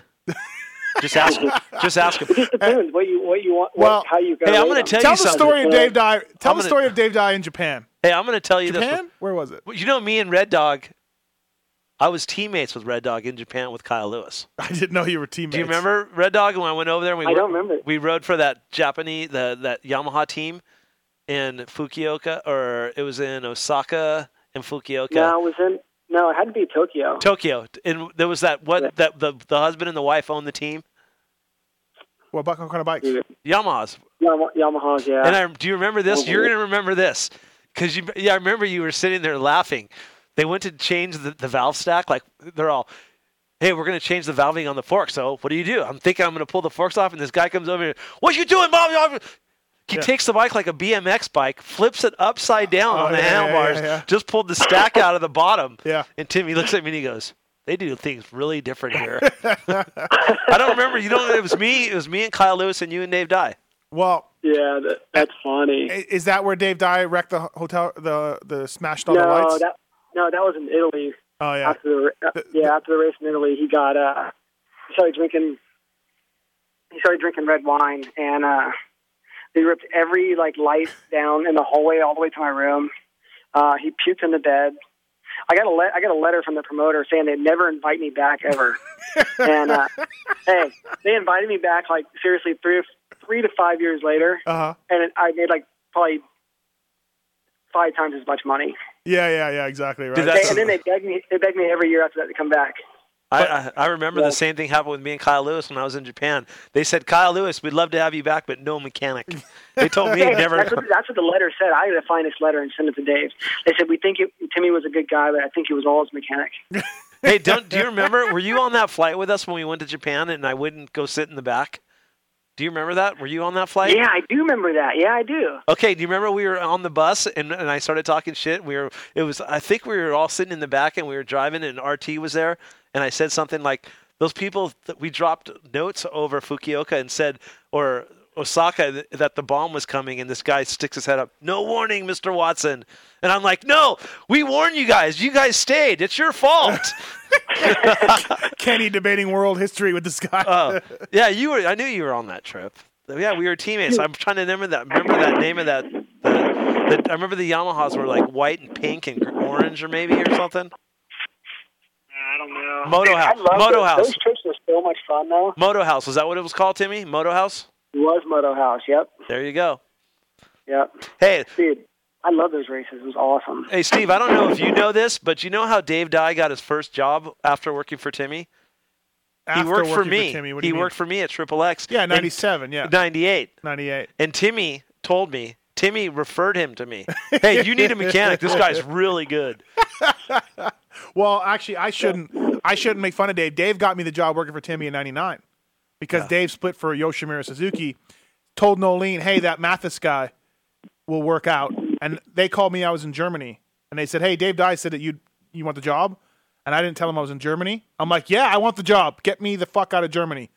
[SPEAKER 5] just ask him. Just ask him.
[SPEAKER 2] It depends what you what you want. what-
[SPEAKER 4] Well,
[SPEAKER 2] how you go.
[SPEAKER 5] hey, I'm gonna tell you
[SPEAKER 4] tell the
[SPEAKER 5] something.
[SPEAKER 4] story of Dave Dye. Tell
[SPEAKER 5] I'm gonna-
[SPEAKER 4] the story of Dave Dye in Japan.
[SPEAKER 5] Hey, I'm going to tell you this.
[SPEAKER 4] Japan? Where was it?
[SPEAKER 5] Well, You know, me and Red Dog, I was teammates with Red Dog in Japan with Kyle Lewis.
[SPEAKER 4] I didn't know you were teammates.
[SPEAKER 5] Do you remember Red Dog when I went over there? And we
[SPEAKER 4] I don't
[SPEAKER 5] ro- We rode for that Japanese, the, that Yamaha team in Fukuoka, or it was in Osaka and Fukuoka.
[SPEAKER 2] No, it was in. No, it had to be Tokyo.
[SPEAKER 5] Tokyo, and there was that what that the the husband and the wife owned the team
[SPEAKER 4] What about what kind of bikes?
[SPEAKER 5] Yamahas.
[SPEAKER 2] Yama- Yamaha's, yeah.
[SPEAKER 5] And I do you remember this?
[SPEAKER 2] Mhm.
[SPEAKER 5] You're gonna remember this because you yeah I remember you were sitting there laughing. They went to change the, the valve stack. Like they're all, hey, we're gonna change the valving on the fork. So what do you do? I'm thinking I'm gonna pull the forks off, and this guy comes over here. What you doing, Bob? He takes the bike like a BMX bike, flips it upside down
[SPEAKER 4] Oh,
[SPEAKER 5] on the
[SPEAKER 4] yeah, yeah, yeah,
[SPEAKER 5] handlebars,
[SPEAKER 4] yeah.
[SPEAKER 5] just pulled the stack out of the bottom.
[SPEAKER 4] Yeah.
[SPEAKER 5] And Timmy looks at me and he goes, "They do things really different here." I don't remember. You don't. It was me. It was me and Kyle Lewis and you and Dave Dye.
[SPEAKER 4] Well,
[SPEAKER 2] yeah, that, that's funny.
[SPEAKER 4] Is that where Dave Dye wrecked the hotel, the the smashed all the
[SPEAKER 2] no,
[SPEAKER 4] lights?
[SPEAKER 2] that no, that was in Italy.
[SPEAKER 4] oh yeah,
[SPEAKER 2] After the, yeah, after the race in Italy, he got uh, he started drinking. He started drinking red wine, and uh, they ripped every like light down in the hallway all the way to my room. Uh, he puked in the bed. I got a le- I got a letter from the promoter saying they'd never invite me back ever. and uh, hey, they invited me back like seriously three three to five years later,
[SPEAKER 4] uh-huh.
[SPEAKER 2] and it, I made like probably five times as much money.
[SPEAKER 4] yeah, yeah, yeah. Exactly right.
[SPEAKER 5] Dude,
[SPEAKER 2] They-
[SPEAKER 5] that's-
[SPEAKER 2] and then they beg me. They beg me every year after that to come back.
[SPEAKER 5] I, I, I remember the same thing happened with me and Kyle Lewis when I was in Japan. They said, Kyle Lewis, we'd love to have you back, but no mechanic. They told me
[SPEAKER 2] Hey,
[SPEAKER 5] never.
[SPEAKER 2] That's what, that's what the letter said. I had to find this letter and send it to Dave. They said we think it, Timmy was a good guy, but I think he was all his mechanic.
[SPEAKER 5] hey, don't, do you remember? Were you on that flight with us when we went to Japan and I wouldn't go sit in the back? Do you remember that? Were you on that flight?
[SPEAKER 2] yeah, I do remember that. Yeah, I do.
[SPEAKER 5] Okay, do you remember we were on the bus and, and I started talking shit? We were it was I think we were all sitting in the back and we were driving and RT was there and I said something like those people that we dropped notes over Fukuoka and said or Osaka th- that the bomb was coming and this guy sticks his head up. No warning, Mr. Watson. And I'm like, "No, we warned you guys. You guys stayed. It's your fault."
[SPEAKER 4] Kenny debating world history with this guy.
[SPEAKER 5] Oh, yeah, you were. I knew you were on that trip. Yeah, we were teammates. I'm trying to remember that. Remember that name of that. The, the, I remember the Yamahas were like white and pink and orange or maybe or something.
[SPEAKER 2] I don't know.
[SPEAKER 5] Moto House.
[SPEAKER 2] I love
[SPEAKER 5] Moto
[SPEAKER 2] those,
[SPEAKER 5] House.
[SPEAKER 2] Those trips were so much fun, though.
[SPEAKER 5] Moto House was that what it was called, Timmy? Moto House.
[SPEAKER 2] It was Moto House. Yep.
[SPEAKER 5] There you go.
[SPEAKER 2] Yep.
[SPEAKER 5] Hey,
[SPEAKER 2] dude, I love those races. It was awesome.
[SPEAKER 5] Hey, Steve. I don't know if you know this, but you know how Dave Dye got his first job after working for Timmy.
[SPEAKER 4] After
[SPEAKER 5] he worked for
[SPEAKER 4] working for
[SPEAKER 5] me.
[SPEAKER 4] Timmy, what do
[SPEAKER 5] he
[SPEAKER 4] you mean?
[SPEAKER 5] worked for me at Triple X.
[SPEAKER 4] Yeah,
[SPEAKER 5] And-
[SPEAKER 4] 97, yeah.
[SPEAKER 5] 98.
[SPEAKER 4] 98.
[SPEAKER 5] And Timmy told me, Timmy referred him to me. hey, you need a mechanic. This guy's really good.
[SPEAKER 4] Well, actually, I shouldn't. I shouldn't make fun of Dave. Dave got me the job working for Timmy in '99 because Dave split for Yoshimura Suzuki. told Nolene, "Hey, that Mathis guy will work out." And they called me. I was in Germany, and they said, "Hey, Dave Dye said that you you want the job," and I didn't tell him I was in Germany. I'm like, "Yeah, I want the job. Get me the fuck out of Germany."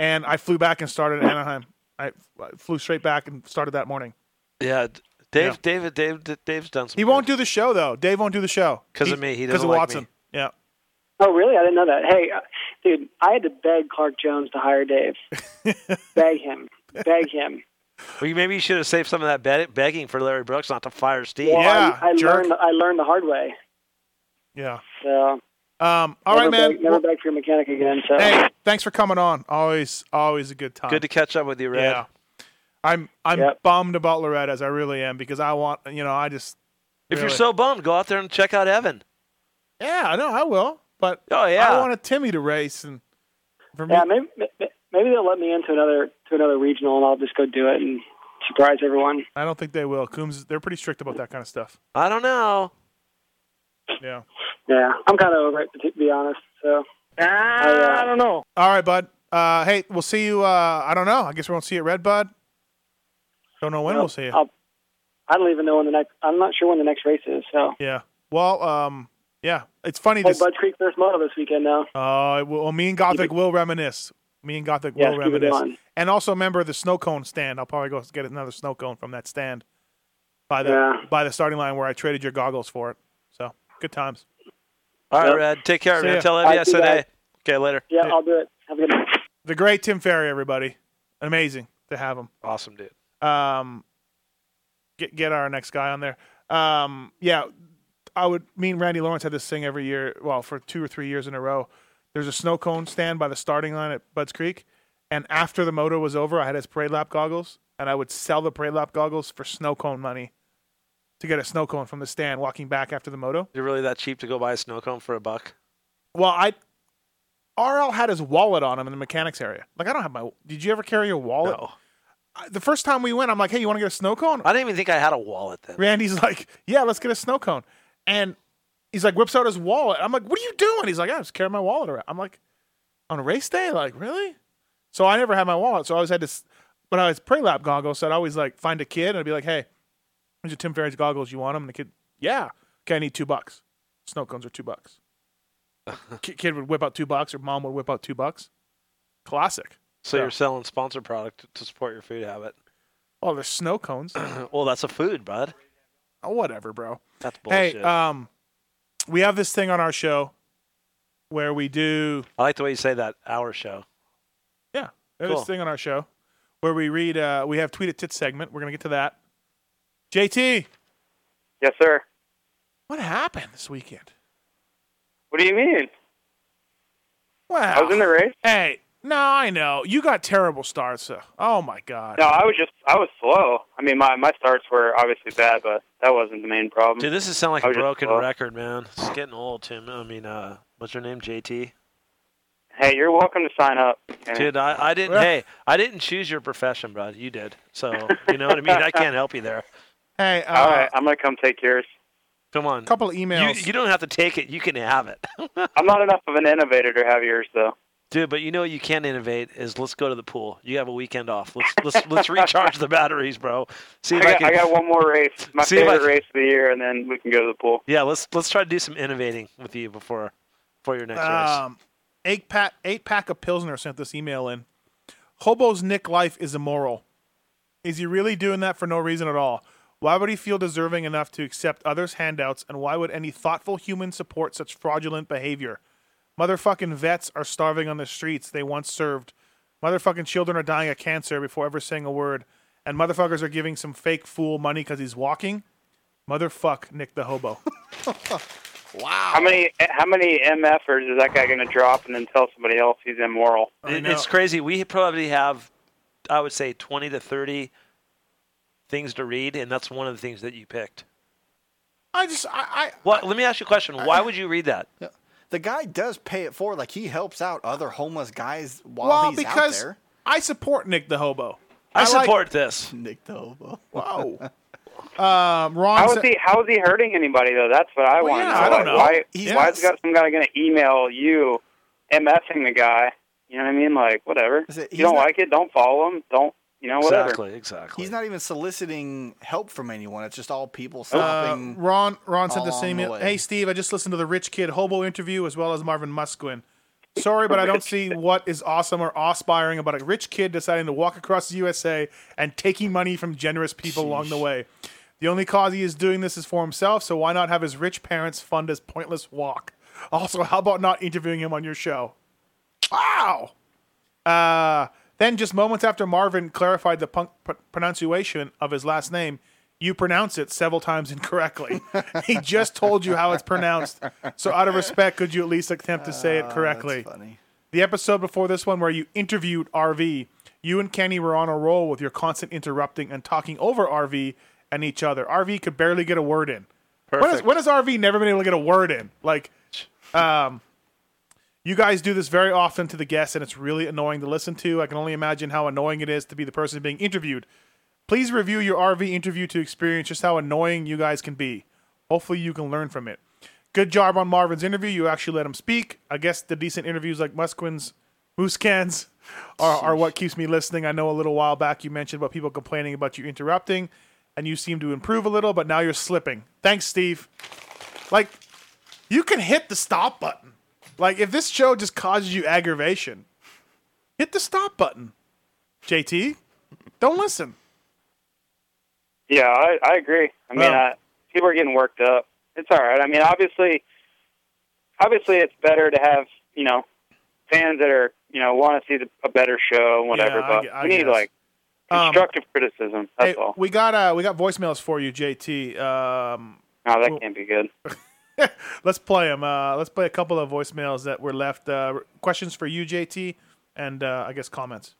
[SPEAKER 4] And I flew back and started in Anaheim. I I flew straight back and started that morning.
[SPEAKER 5] Yeah, d- Dave, David, Dave, D- Dave's done some
[SPEAKER 4] He won't do the show though. Dave won't do the show
[SPEAKER 5] because of me. He
[SPEAKER 4] because
[SPEAKER 5] doesn't
[SPEAKER 4] of
[SPEAKER 5] like
[SPEAKER 4] Watson.
[SPEAKER 5] me.
[SPEAKER 4] Yeah.
[SPEAKER 2] Oh, really? I didn't know that. Hey, uh, dude, I had to beg Clark Jones to hire Dave. beg him. Beg him.
[SPEAKER 5] Well, you, maybe you should have saved some of that beg- begging for Larry Brooks not to fire Steve.
[SPEAKER 2] Well, I, I learned. I learned the hard way.
[SPEAKER 4] Yeah.
[SPEAKER 2] So.
[SPEAKER 4] Um. All right, man.
[SPEAKER 2] Beg, never beg for your mechanic again. So.
[SPEAKER 4] Hey, thanks for coming on. Always, always a good time.
[SPEAKER 5] Good to catch up with you, Red.
[SPEAKER 4] Yeah. I'm I'm bummed about Loretta as I really am because I want you know I just
[SPEAKER 5] If you're
[SPEAKER 4] really-
[SPEAKER 5] so bummed, go out there and check out Evan.
[SPEAKER 4] yeah I know I will but
[SPEAKER 5] Oh, yeah.
[SPEAKER 4] I wanted Timmy to race and for me
[SPEAKER 2] Yeah, maybe may- maybe they'll let me into another to another regional, and I'll just go do it and surprise everyone.
[SPEAKER 4] I don't think they will Coombs they're pretty strict about that kind of stuff
[SPEAKER 5] I don't know
[SPEAKER 4] yeah
[SPEAKER 2] Yeah, I'm kind of over it to be honest. So. I, uh,
[SPEAKER 4] don't know all right bud uh hey we'll see you uh I don't know I guess we won't see you at Red Bud don't know when we'll see you
[SPEAKER 2] I'll, I don't even know when the next. I'm not sure when the next race is. So.
[SPEAKER 4] yeah well um yeah it's funny
[SPEAKER 2] Hey,
[SPEAKER 4] this
[SPEAKER 2] Bud Creek first moto this weekend now.
[SPEAKER 4] Uh, well, me and Gothic will reminisce. Me and Gothic
[SPEAKER 2] Yeah,
[SPEAKER 4] will
[SPEAKER 2] keep it
[SPEAKER 4] reminisce.
[SPEAKER 2] on.
[SPEAKER 4] And also remember the snow cone stand. I'll probably go get another snow cone from that stand by the
[SPEAKER 5] Yeah.
[SPEAKER 4] by the starting line where I traded your goggles for it. So good times.
[SPEAKER 5] All right,
[SPEAKER 4] Yep.
[SPEAKER 5] Red. Take care,
[SPEAKER 4] See
[SPEAKER 5] man.
[SPEAKER 4] ya.
[SPEAKER 5] Tell
[SPEAKER 4] Bye,
[SPEAKER 5] Evie I
[SPEAKER 4] see you
[SPEAKER 5] said
[SPEAKER 4] guys.
[SPEAKER 5] hey. Okay, later.
[SPEAKER 2] Yeah, I'll do it. Have a good night.
[SPEAKER 4] The great Tim Ferry, everybody. Amazing to have him.
[SPEAKER 5] Awesome, dude.
[SPEAKER 4] Um, get get our next guy on there. Um, yeah, I would. Me and Randy Lawrence had this thing every year. Well, for two or three years in a row, there's a snow cone stand by the starting line at Bud's Creek, and after the moto was over, I had his parade lap goggles, and I would sell the parade lap goggles for snow cone money to get a snow cone from the stand walking back after the moto.
[SPEAKER 5] Is it really that cheap to go buy a snow cone for a buck?
[SPEAKER 4] Well, I RL had his wallet on him in the mechanics area. Like I don't have my. Did you ever carry your wallet?
[SPEAKER 5] No.
[SPEAKER 4] I- The first time we went, I'm like, "Hey, you want to get a snow cone?"
[SPEAKER 5] I didn't even think I had a wallet then.
[SPEAKER 4] Randy's like, "Yeah, let's get a snow cone," and he's like, whips out his wallet. I'm like, "What are you doing?" He's like, "I just carry my wallet around." I'm like, "On a race day, like really?" So I never had my wallet. So I always had to. s- When I was pre lap goggles, so I'd always like find a kid and I'd be like, "Hey, these are Tim Ferriss goggles. You want them?" And the kid, "Yeah." Okay, I need two bucks. Snow cones are two bucks. Ki- kid would whip out two bucks, or mom would whip out two bucks. Classic.
[SPEAKER 5] So you're selling sponsored product to support your food habit.
[SPEAKER 4] oh, there's snow cones.
[SPEAKER 5] well, that's a food, bud.
[SPEAKER 4] Oh, whatever, bro.
[SPEAKER 5] That's bullshit.
[SPEAKER 4] Hey, um, we have this thing on our show where we do
[SPEAKER 5] I like the way you say that. Our show.
[SPEAKER 4] yeah, we have
[SPEAKER 5] Cool.
[SPEAKER 4] this thing on our show where we read. Uh, we have tweet at tit segment. We're gonna get to that. JT,
[SPEAKER 6] Yes, sir.
[SPEAKER 4] what happened this weekend?
[SPEAKER 6] What do you mean?
[SPEAKER 4] Wow,
[SPEAKER 6] I was in the race.
[SPEAKER 4] Hey, no, I know you got terrible starts. So. Oh my god.
[SPEAKER 6] No, I was just I was slow. I mean, my my starts were obviously bad, but that wasn't the main problem.
[SPEAKER 5] Dude, this is sound like
[SPEAKER 6] Um, I
[SPEAKER 5] a
[SPEAKER 6] was just
[SPEAKER 5] broken
[SPEAKER 6] slow.
[SPEAKER 5] record, man. It's getting old, Tim. I mean, uh, what's your name, JT?
[SPEAKER 6] Hey, you're welcome to sign up. Kenny.
[SPEAKER 5] Dude, I, I didn't.
[SPEAKER 6] Well-
[SPEAKER 5] Hey, I didn't choose your profession, bud. You did. So you know what I mean. I can't help you there.
[SPEAKER 4] Hey, uh,
[SPEAKER 6] all right, I'm gonna come take yours.
[SPEAKER 5] Come on.
[SPEAKER 4] Couple of
[SPEAKER 5] You, you don't have to take it. You can have it,
[SPEAKER 6] I'm not enough of an innovator to have yours, though.
[SPEAKER 5] dude. But you know what you can innovate is let's go to the pool. You have a weekend off. Let's let's let's recharge the batteries, bro. See
[SPEAKER 6] I
[SPEAKER 5] if I,
[SPEAKER 6] got,
[SPEAKER 5] can.
[SPEAKER 6] I got one more race, my
[SPEAKER 5] See if I
[SPEAKER 6] favorite
[SPEAKER 5] can-
[SPEAKER 6] race of the year, and then we can go to the pool.
[SPEAKER 5] Yeah, let's let's try to do some innovating with you before before your next race.
[SPEAKER 4] Um, eight pack eight pack of Pilsner sent this email in. Hobo's Nick life is immoral. Is he really doing that for no reason at all? Why would he feel deserving enough to accept others' handouts, and why would any thoughtful human support such fraudulent behavior? Motherfucking vets are starving on the streets they once served. Motherfucking children are dying of cancer before ever saying a word. And motherfuckers are giving some fake fool money because he's walking. Motherfuck Nick the Hobo.
[SPEAKER 6] Wow. How many how many mfers is that guy gonna drop and then tell somebody else he's immoral?
[SPEAKER 5] It- it's crazy. We probably have, I would say, twenty to thirty things to read, and that's one of the things that you picked.
[SPEAKER 4] I just I, I
[SPEAKER 5] Well, let me ask you a question. Why would you read that?
[SPEAKER 7] The guy does pay it forward. Like he helps out other homeless guys while
[SPEAKER 4] well,
[SPEAKER 7] he's out
[SPEAKER 4] because
[SPEAKER 7] there.
[SPEAKER 4] I support Nick the Hobo.
[SPEAKER 5] I,
[SPEAKER 4] like-
[SPEAKER 5] support this.
[SPEAKER 7] Nick the hobo.
[SPEAKER 4] Wow. um, Ron.
[SPEAKER 6] How
[SPEAKER 4] sa-
[SPEAKER 6] is he how is he hurting anybody though? That's what I want
[SPEAKER 4] yeah,
[SPEAKER 6] to know.
[SPEAKER 4] I don't
[SPEAKER 6] Like,
[SPEAKER 4] know.
[SPEAKER 6] Why
[SPEAKER 4] He's
[SPEAKER 6] why
[SPEAKER 4] not-
[SPEAKER 6] is got some guy gonna email you mfing the guy? You know what I mean? Like whatever.
[SPEAKER 7] it-
[SPEAKER 6] you
[SPEAKER 7] he's
[SPEAKER 6] don't
[SPEAKER 7] not-
[SPEAKER 6] like it, don't follow him. Don't you know, whatever.
[SPEAKER 5] Exactly, exactly.
[SPEAKER 7] He's not even soliciting help from anyone. It's just all people
[SPEAKER 4] Uh,
[SPEAKER 7] stopping.
[SPEAKER 4] Ron Ron sent
[SPEAKER 7] all
[SPEAKER 4] this
[SPEAKER 7] along the
[SPEAKER 4] email.
[SPEAKER 7] way.
[SPEAKER 4] Hey Steve, I just listened to the Rich Kid Hobo interview as well as Marvin Musquin. Sorry, but I don't see what is awesome or awe-inspiring about a rich kid deciding to walk across the USA and taking money from generous people along the way. The only cause he is doing this is for himself, so why not have his rich parents fund his pointless walk? Also, how about not interviewing him on your show? Wow. Uh, then, just moments after Marvin clarified the punk pr- pronunciation of his last name, you pronounce it several times incorrectly. he just told you how it's pronounced. So, out of respect, could you at least attempt to say it correctly? The episode before this one, where you interviewed RV, you and Kenny were on a roll with your constant interrupting and talking over RV and each other. RV could barely get a word in. When has,
[SPEAKER 5] Perfect.
[SPEAKER 4] when has RV never been able to get a word in? Like, um, you guys do this very often to the guests, and it's really annoying to listen to. I can only imagine how annoying it is to be the person being interviewed. Please review your RV interview to experience just how annoying you guys can be. Hopefully, you can learn from it. Good job on Marvin's interview. You actually let him speak. I guess the decent interviews like Musquin's, Muscan's, are, are what keeps me listening. I know a little while back you mentioned about people complaining about you interrupting, and you seem to improve a little, but now you're slipping. Thanks, Steve. Like, you can hit the stop button. Like, if this show just causes you aggravation, hit the stop button. JT, don't listen.
[SPEAKER 6] Yeah, I, I agree. I mean,
[SPEAKER 4] Well-
[SPEAKER 6] uh, people are getting worked up. It's all right. I mean, obviously, obviously, it's better to have you know fans that are you know want to see the, a better show, and whatever.
[SPEAKER 4] Yeah, I
[SPEAKER 6] but
[SPEAKER 4] gu- I
[SPEAKER 6] we need
[SPEAKER 4] guess.
[SPEAKER 6] like
[SPEAKER 4] Um,
[SPEAKER 6] constructive criticism. That's
[SPEAKER 4] Hey,
[SPEAKER 6] all.
[SPEAKER 4] we got uh, we got voicemails for you, JT. Um,
[SPEAKER 6] No, that
[SPEAKER 4] well-
[SPEAKER 6] can't be good.
[SPEAKER 4] let's play them. Uh, let's play a couple of voicemails that were left. Uh, questions for you, JT, and uh, I guess comments.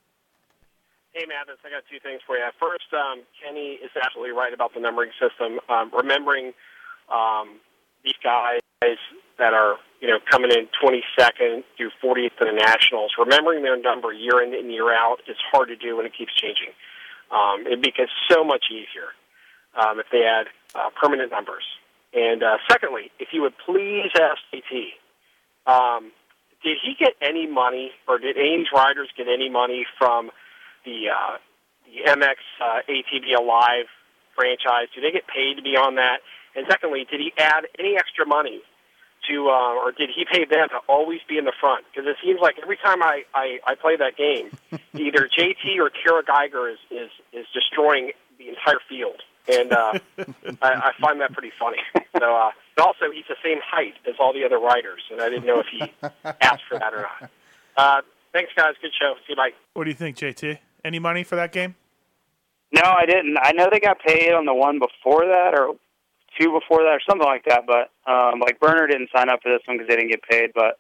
[SPEAKER 26] Hey, Mathis, I got two things for you. First, um, Kenny is absolutely right about the numbering system. Um, remembering um, these guys that are you know coming in 22nd through 40th in the nationals, remembering their number year in and year out is hard to do when it keeps changing. Um, it becomes so much easier um, if they had uh, permanent numbers. And uh, secondly, if you would please ask CT, um, did he get any money, or did Ames Riders get any money from the uh, the MX uh, ATV Alive franchise? Do they get paid to be on that? And secondly, did he add any extra money to, uh, or did he pay them to always be in the front? Because it seems like every time I, I, I play that game, either JT or Kara Geiger is, is, is destroying the entire field. And uh, I, I find that pretty funny. So, uh, and also, he's the same height as all the other riders, and I didn't know if he asked for that or not. Uh, thanks, guys. Good show. See you. Bye.
[SPEAKER 4] What do you think, JT? Any money for that game?
[SPEAKER 6] No, I didn't. I know they got paid on the one before that, or two before that, or something like that. But um, like Burner didn't sign up for this one because they didn't get paid. But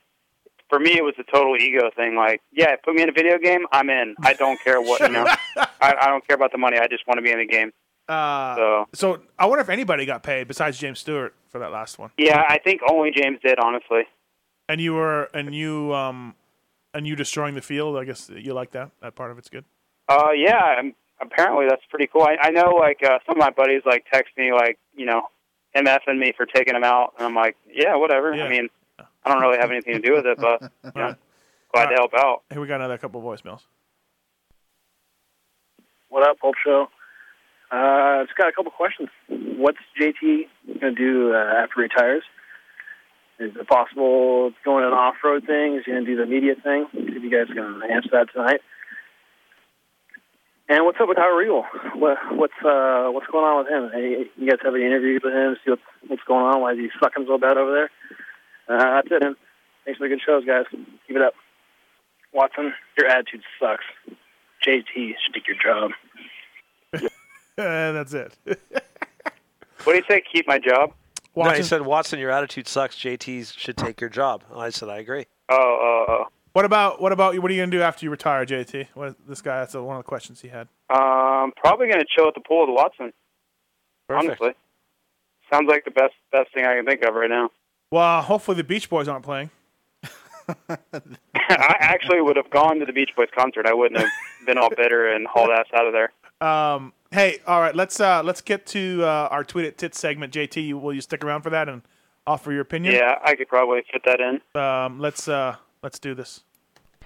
[SPEAKER 6] for me, it was a total ego thing. Like, yeah, put me in a video game, I'm in. I don't care what you know. I, I don't care about the money. I just want to be in the game.
[SPEAKER 4] Uh,
[SPEAKER 6] So-
[SPEAKER 4] so I wonder if anybody got paid besides James Stewart for that last one.
[SPEAKER 6] Yeah, I think only James did, honestly.
[SPEAKER 4] And you were and you um and you destroying the field. I guess you like that. That part of it's good.
[SPEAKER 6] Uh, yeah, I'm, apparently that's pretty cool. I, I know, like, uh, some of my buddies, like, text me, like, you know, MFing me for taking them out. And I'm like, yeah, whatever. I mean, I don't really have anything to do with it, but, you know, glad to help out.
[SPEAKER 4] Here we got another couple of voicemails.
[SPEAKER 2] What up, Pulp Show? Uh, just got a couple questions. What's JT going to do uh, after he retires? Is it possible going an off-road thing? Is he going to do the media thing? If you guys can answer that tonight. And what's up with Howard Regal? What, what's uh, what's going on with him? Hey, you guys have any interviews with him? See what's, what's going on? Why is he sucking so bad over there? Uh, that's it. Man. Thanks for the good shows, guys. Keep it up. Watson, your attitude sucks. JT, should take your job.
[SPEAKER 4] Uh, that's it.
[SPEAKER 6] What do you say? Keep my job.
[SPEAKER 5] No, he said, Watson, your attitude sucks. JT should take your job. And I said, I agree.
[SPEAKER 6] Oh, oh,
[SPEAKER 4] What about what about you? What are you gonna do after you retire, JT? What, this guy. That's one of the questions he had.
[SPEAKER 6] oh. Um, probably going to chill at the pool with Watson. Honestly, sounds like the best best thing I can think of right now.
[SPEAKER 4] Well, hopefully the Beach Boys aren't playing.
[SPEAKER 6] I actually would have gone to the Beach Boys concert. I wouldn't have been all bitter and hauled ass out of there.
[SPEAKER 4] Um, hey, all right, let's uh, let's get to uh, our tweet at tits segment. JT, you- will you stick around for that and offer your opinion?
[SPEAKER 6] Yeah, I could probably fit that in.
[SPEAKER 4] Um, let's uh, let's do this.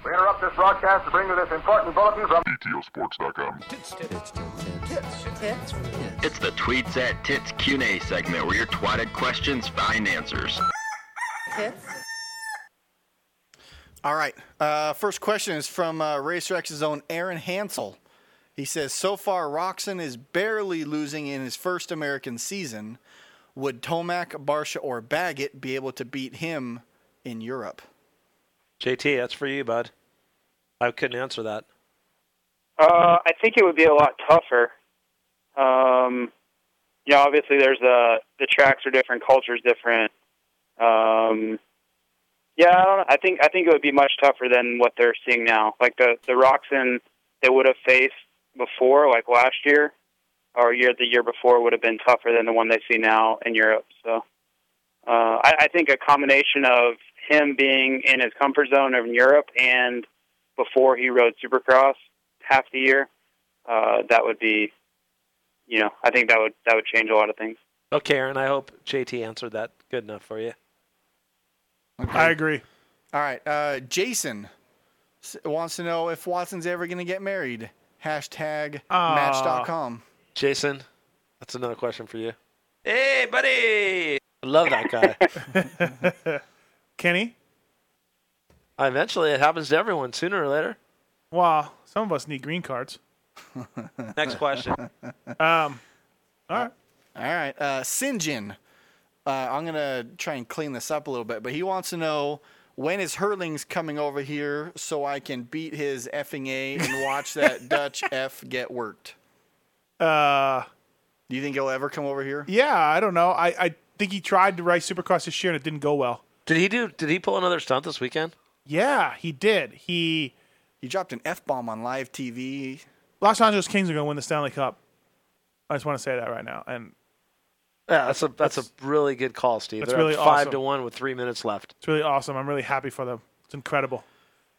[SPEAKER 27] We interrupt this broadcast to bring you this important bulletin from
[SPEAKER 1] BTOsports.com.
[SPEAKER 14] It's the Tweets at Tits Q&A segment where your twatted questions find answers.
[SPEAKER 7] All right. Uh, first question is from uh, Racer X's own Aaron Hansel. He says, "So far, Roxon is barely losing in his first American season. Would Tomac, Barsha, or Baggett be able to beat him in Europe?"
[SPEAKER 5] JT, that's for you, bud. I couldn't answer that.
[SPEAKER 6] Uh, I think it would be a lot tougher. Um, you know, obviously there's a the tracks are different, culture's different. Um, yeah, I don't. know. I think I think it would be much tougher than what they're seeing now. Like the the Roxon they would have faced before, like last year or year the year before, would have been tougher than the one they see now in Europe. So, uh, I, I think a combination of him being in his comfort zone in Europe and before he rode Supercross half the year, uh, that would be, you know, I think that would that would change a lot of things.
[SPEAKER 5] Okay, Aaron, Oh, I hope JT answered that good enough for you.
[SPEAKER 4] I agree.
[SPEAKER 7] All right. Uh, Jason s- wants to know if Watson's ever going to get married. Hashtag
[SPEAKER 4] Ah.
[SPEAKER 7] Match.com.
[SPEAKER 5] Jason, that's another question for you. Hey, buddy! I love that guy.
[SPEAKER 4] Kenny?
[SPEAKER 5] Uh, Eventually, it happens to everyone sooner or later.
[SPEAKER 4] Wow, some of us need green cards.
[SPEAKER 5] Next question.
[SPEAKER 4] Um, all right.
[SPEAKER 7] All right. Uh, Sinjin. Uh, I'm going to try and clean this up a little bit, but he wants to know when is Hurlings coming over here so I can beat his effing A and watch that Dutch F get worked?
[SPEAKER 4] Uh,
[SPEAKER 7] Do you think he'll ever come over here?
[SPEAKER 4] yeah, I don't know. I, I think he tried to race Supercross this year and it didn't go well.
[SPEAKER 5] Did he do? Did he pull another stunt this weekend?
[SPEAKER 4] Yeah, he did. He
[SPEAKER 7] he dropped an f bomb on live TV.
[SPEAKER 4] Los Angeles Kings are going to win the Stanley Cup. I just want to say that right now. And
[SPEAKER 5] Yeah, that's a that's, a really good call, Steve.
[SPEAKER 4] that's
[SPEAKER 5] They're
[SPEAKER 4] really
[SPEAKER 5] up five
[SPEAKER 4] awesome.
[SPEAKER 5] to one with three minutes left.
[SPEAKER 4] It's really awesome. I'm really happy for them. It's incredible.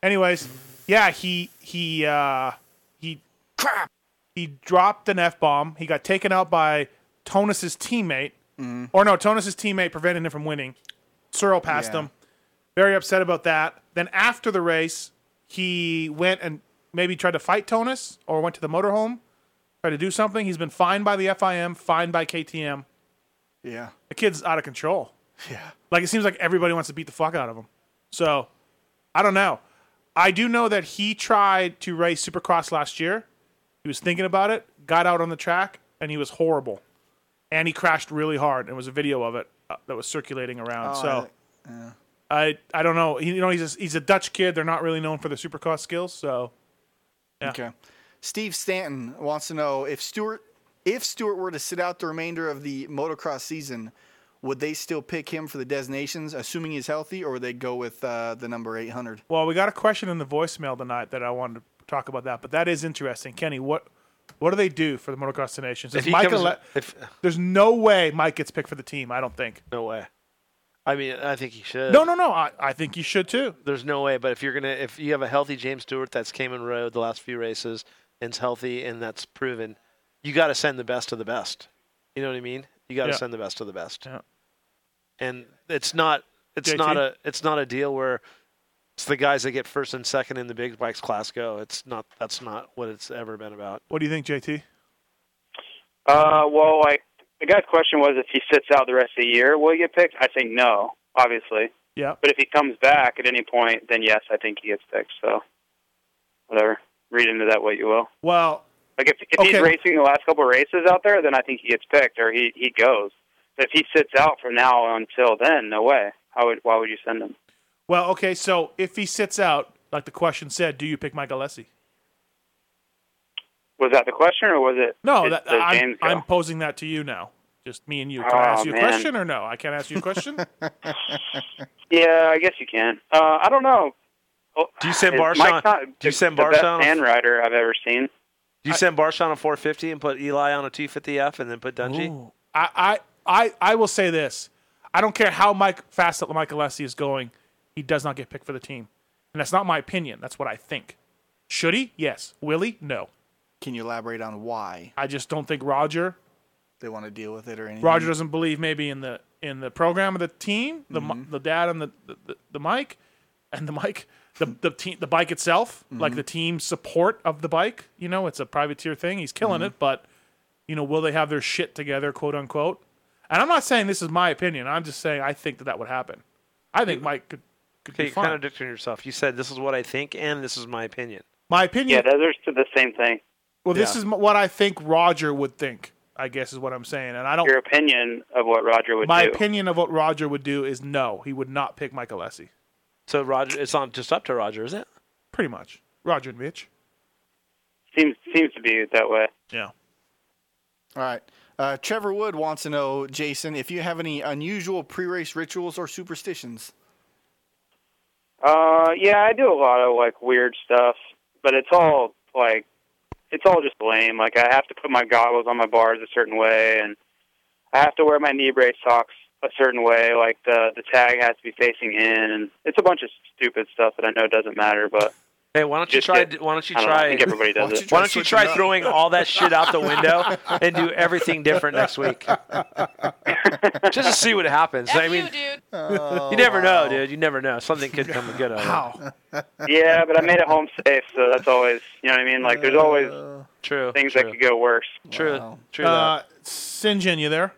[SPEAKER 4] Anyways, yeah, he he uh he crap. He dropped an F bomb. He got taken out by Tonus's teammate. Or no, Tonus's teammate prevented him from winning. Searle passed
[SPEAKER 5] Yeah.
[SPEAKER 4] him. Very upset about that. Then after the race, he went and maybe tried to fight Tonus or went to the motorhome, tried to do something. He's been fined by the FIM, fined by KTM.
[SPEAKER 7] Yeah.
[SPEAKER 4] The kid's out of control. Yeah. Like it seems like everybody wants to beat the fuck out of him. So, I don't know. I do know that he tried to race Supercross last year. He was thinking about it, got out on the track, and he was horrible. And he crashed really hard. There was a video of it uh, that was circulating around.
[SPEAKER 7] Oh,
[SPEAKER 4] Uh, so, I I don't know. He, you know, he's a, he's a Dutch kid. They're not really known for their Supercross skills. So, yeah.
[SPEAKER 7] Okay. Steve Stanton wants to know if Stewart if Stewart were to sit out the remainder of the motocross season, would they still pick him for the designations, assuming he's healthy, or would they go with uh, the number eight hundred?
[SPEAKER 4] Well, we got a question in the voicemail tonight that I wanted to talk about that, but that is interesting. Kenny, what what do they do for the motocross nations?
[SPEAKER 5] If he
[SPEAKER 4] Mike
[SPEAKER 5] comes-
[SPEAKER 4] Ale-
[SPEAKER 5] if-
[SPEAKER 4] there's no way Mike gets picked for the team. I don't think.
[SPEAKER 5] No way. I mean, I think he should.
[SPEAKER 4] No, no, no. I, I think you should too.
[SPEAKER 5] There's no way. But if you're gonna, if you have a healthy James Stewart that's came and rode the last few races and's healthy and that's proven, you got to send the best of the best. You know what I mean? You got to
[SPEAKER 4] Yeah.
[SPEAKER 5] send the best of the best.
[SPEAKER 4] Yeah.
[SPEAKER 5] And it's not, it's
[SPEAKER 4] JT?
[SPEAKER 5] not a, it's not a deal where it's the guys that get first and second in the big bikes class go. It's not. That's not what it's ever been about.
[SPEAKER 4] What do you think, JT?
[SPEAKER 6] Uh, well, like the guy's question was if he sits out the rest of the year, will he get picked? I think no, obviously.
[SPEAKER 4] Yeah.
[SPEAKER 6] But if he comes back at any point, then yes, I think he gets picked. So, whatever. Read into that what you will.
[SPEAKER 4] Well,
[SPEAKER 6] Like if if he's
[SPEAKER 4] Okay.
[SPEAKER 6] racing the last couple of races out there, then I think he gets picked or he he goes. But if he sits out from now until then, no way. How would why would you send him?
[SPEAKER 4] Well, okay. So if he sits out, like the question said, do you pick Mike Alessi?
[SPEAKER 6] Was that the question or was it?
[SPEAKER 4] No,
[SPEAKER 6] did-
[SPEAKER 4] that,
[SPEAKER 6] does
[SPEAKER 4] I'm,
[SPEAKER 6] James go?
[SPEAKER 4] I'm posing that to you now. Just me and you. Can
[SPEAKER 6] Oh,
[SPEAKER 4] I ask you a
[SPEAKER 6] man.
[SPEAKER 4] question or no? I can't ask you a question.
[SPEAKER 6] Yeah, I guess you can. Uh, I don't know. Oh,
[SPEAKER 5] Do you send
[SPEAKER 6] is
[SPEAKER 5] Barsha
[SPEAKER 6] Mike's
[SPEAKER 5] on-
[SPEAKER 6] not
[SPEAKER 5] do you send
[SPEAKER 6] the
[SPEAKER 5] Barsha
[SPEAKER 6] best
[SPEAKER 5] on a-
[SPEAKER 6] hand rider I've ever seen.
[SPEAKER 5] Do you send Barsha on a 450 and put Eli on a 250F and then put Dungy?
[SPEAKER 4] I, I, I, I will say this. I don't care how Mike fast that Mike Alessi is going, he does not get picked for the team. And that's not my opinion. That's what I think. Should he? Yes. Will he? No.
[SPEAKER 7] Can you elaborate on why
[SPEAKER 4] I just don't think Roger
[SPEAKER 7] they want to deal with it or anything?
[SPEAKER 4] Roger doesn't believe maybe in the in the program of the team, the mi- the dad and the the, the, the Mike and the Mike the the team the bike itself, like the team support of the bike. You know, it's a privateer thing. He's killing
[SPEAKER 13] Mhm.
[SPEAKER 4] it, but you know, will they have their shit together, quote unquote? And I'm not saying this is my opinion. I'm just saying I think that that would happen. I think Mike could could
[SPEAKER 5] Okay,
[SPEAKER 4] be
[SPEAKER 5] you're
[SPEAKER 4] fun.
[SPEAKER 5] contradicting yourself. You said this is what I think and this is my opinion.
[SPEAKER 4] my opinion.
[SPEAKER 6] Yeah, those are the same thing.
[SPEAKER 4] well, this is m- what I think Roger would think. I guess is what I'm saying, and I don't.
[SPEAKER 6] your opinion of what Roger would
[SPEAKER 4] my
[SPEAKER 6] do.
[SPEAKER 4] opinion of what Roger would do is no, he would not pick Mike Alessi.
[SPEAKER 5] So Roger, it's not just up to Roger, is it?
[SPEAKER 4] Pretty much, Roger and Mitch.
[SPEAKER 6] Seems seems to be that way.
[SPEAKER 4] Yeah.
[SPEAKER 7] All right. Uh, Trevor Wood wants to know, Jason, if you have any unusual pre-race rituals or superstitions.
[SPEAKER 6] Uh, yeah, I do a lot of like weird stuff, but it's all like it's all just lame. Like I have to put my goggles on my bars a certain way, and I have to wear my knee brace socks a certain way. Like the the tag has to be facing in, and it's a bunch of stupid stuff that I know doesn't matter, but.
[SPEAKER 5] Hey, why don't you
[SPEAKER 6] Just
[SPEAKER 5] try?
[SPEAKER 6] get-
[SPEAKER 5] why don't you
[SPEAKER 6] I don't know, I
[SPEAKER 5] try?
[SPEAKER 6] think everybody does
[SPEAKER 5] why don't
[SPEAKER 6] it.
[SPEAKER 5] you, why don't you
[SPEAKER 6] Try switching
[SPEAKER 5] try
[SPEAKER 6] up.
[SPEAKER 5] throwing all that shit out the window and do everything different next week? just to see what happens. I mean, you, never
[SPEAKER 4] Oh.
[SPEAKER 5] know, dude. You never know. Something could come good out of it.
[SPEAKER 6] yeah, but I made it home safe, so that's always you know what I mean. Like there's always
[SPEAKER 5] true
[SPEAKER 6] things that could go worse.
[SPEAKER 5] True, true.
[SPEAKER 4] Uh, Sinjin, you there?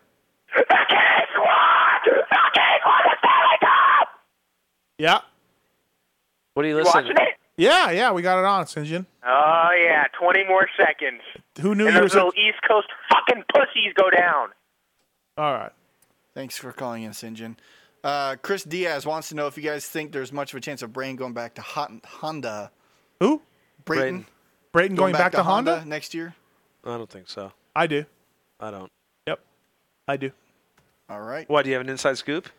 [SPEAKER 4] Yeah.
[SPEAKER 5] What are you
[SPEAKER 4] listening?
[SPEAKER 16] watching it?
[SPEAKER 4] Yeah, yeah, we got it on, Sinjin.
[SPEAKER 16] Oh yeah, twenty more seconds,
[SPEAKER 4] Who knew
[SPEAKER 16] and
[SPEAKER 4] you were
[SPEAKER 16] those
[SPEAKER 4] so?
[SPEAKER 16] little East Coast fucking pussies go down.
[SPEAKER 4] All right.
[SPEAKER 7] Thanks for calling in, Sinjin. Uh, Chris Diaz wants to know if you guys think there's much of a chance of Brain going back to Hon- Honda.
[SPEAKER 4] Who?
[SPEAKER 7] Brayton.
[SPEAKER 4] Brayton going, back, to Honda?
[SPEAKER 7] next year.
[SPEAKER 5] I don't think so.
[SPEAKER 4] I do.
[SPEAKER 5] I don't.
[SPEAKER 4] Yep, I do.
[SPEAKER 7] All right.
[SPEAKER 5] Why do you have an inside scoop?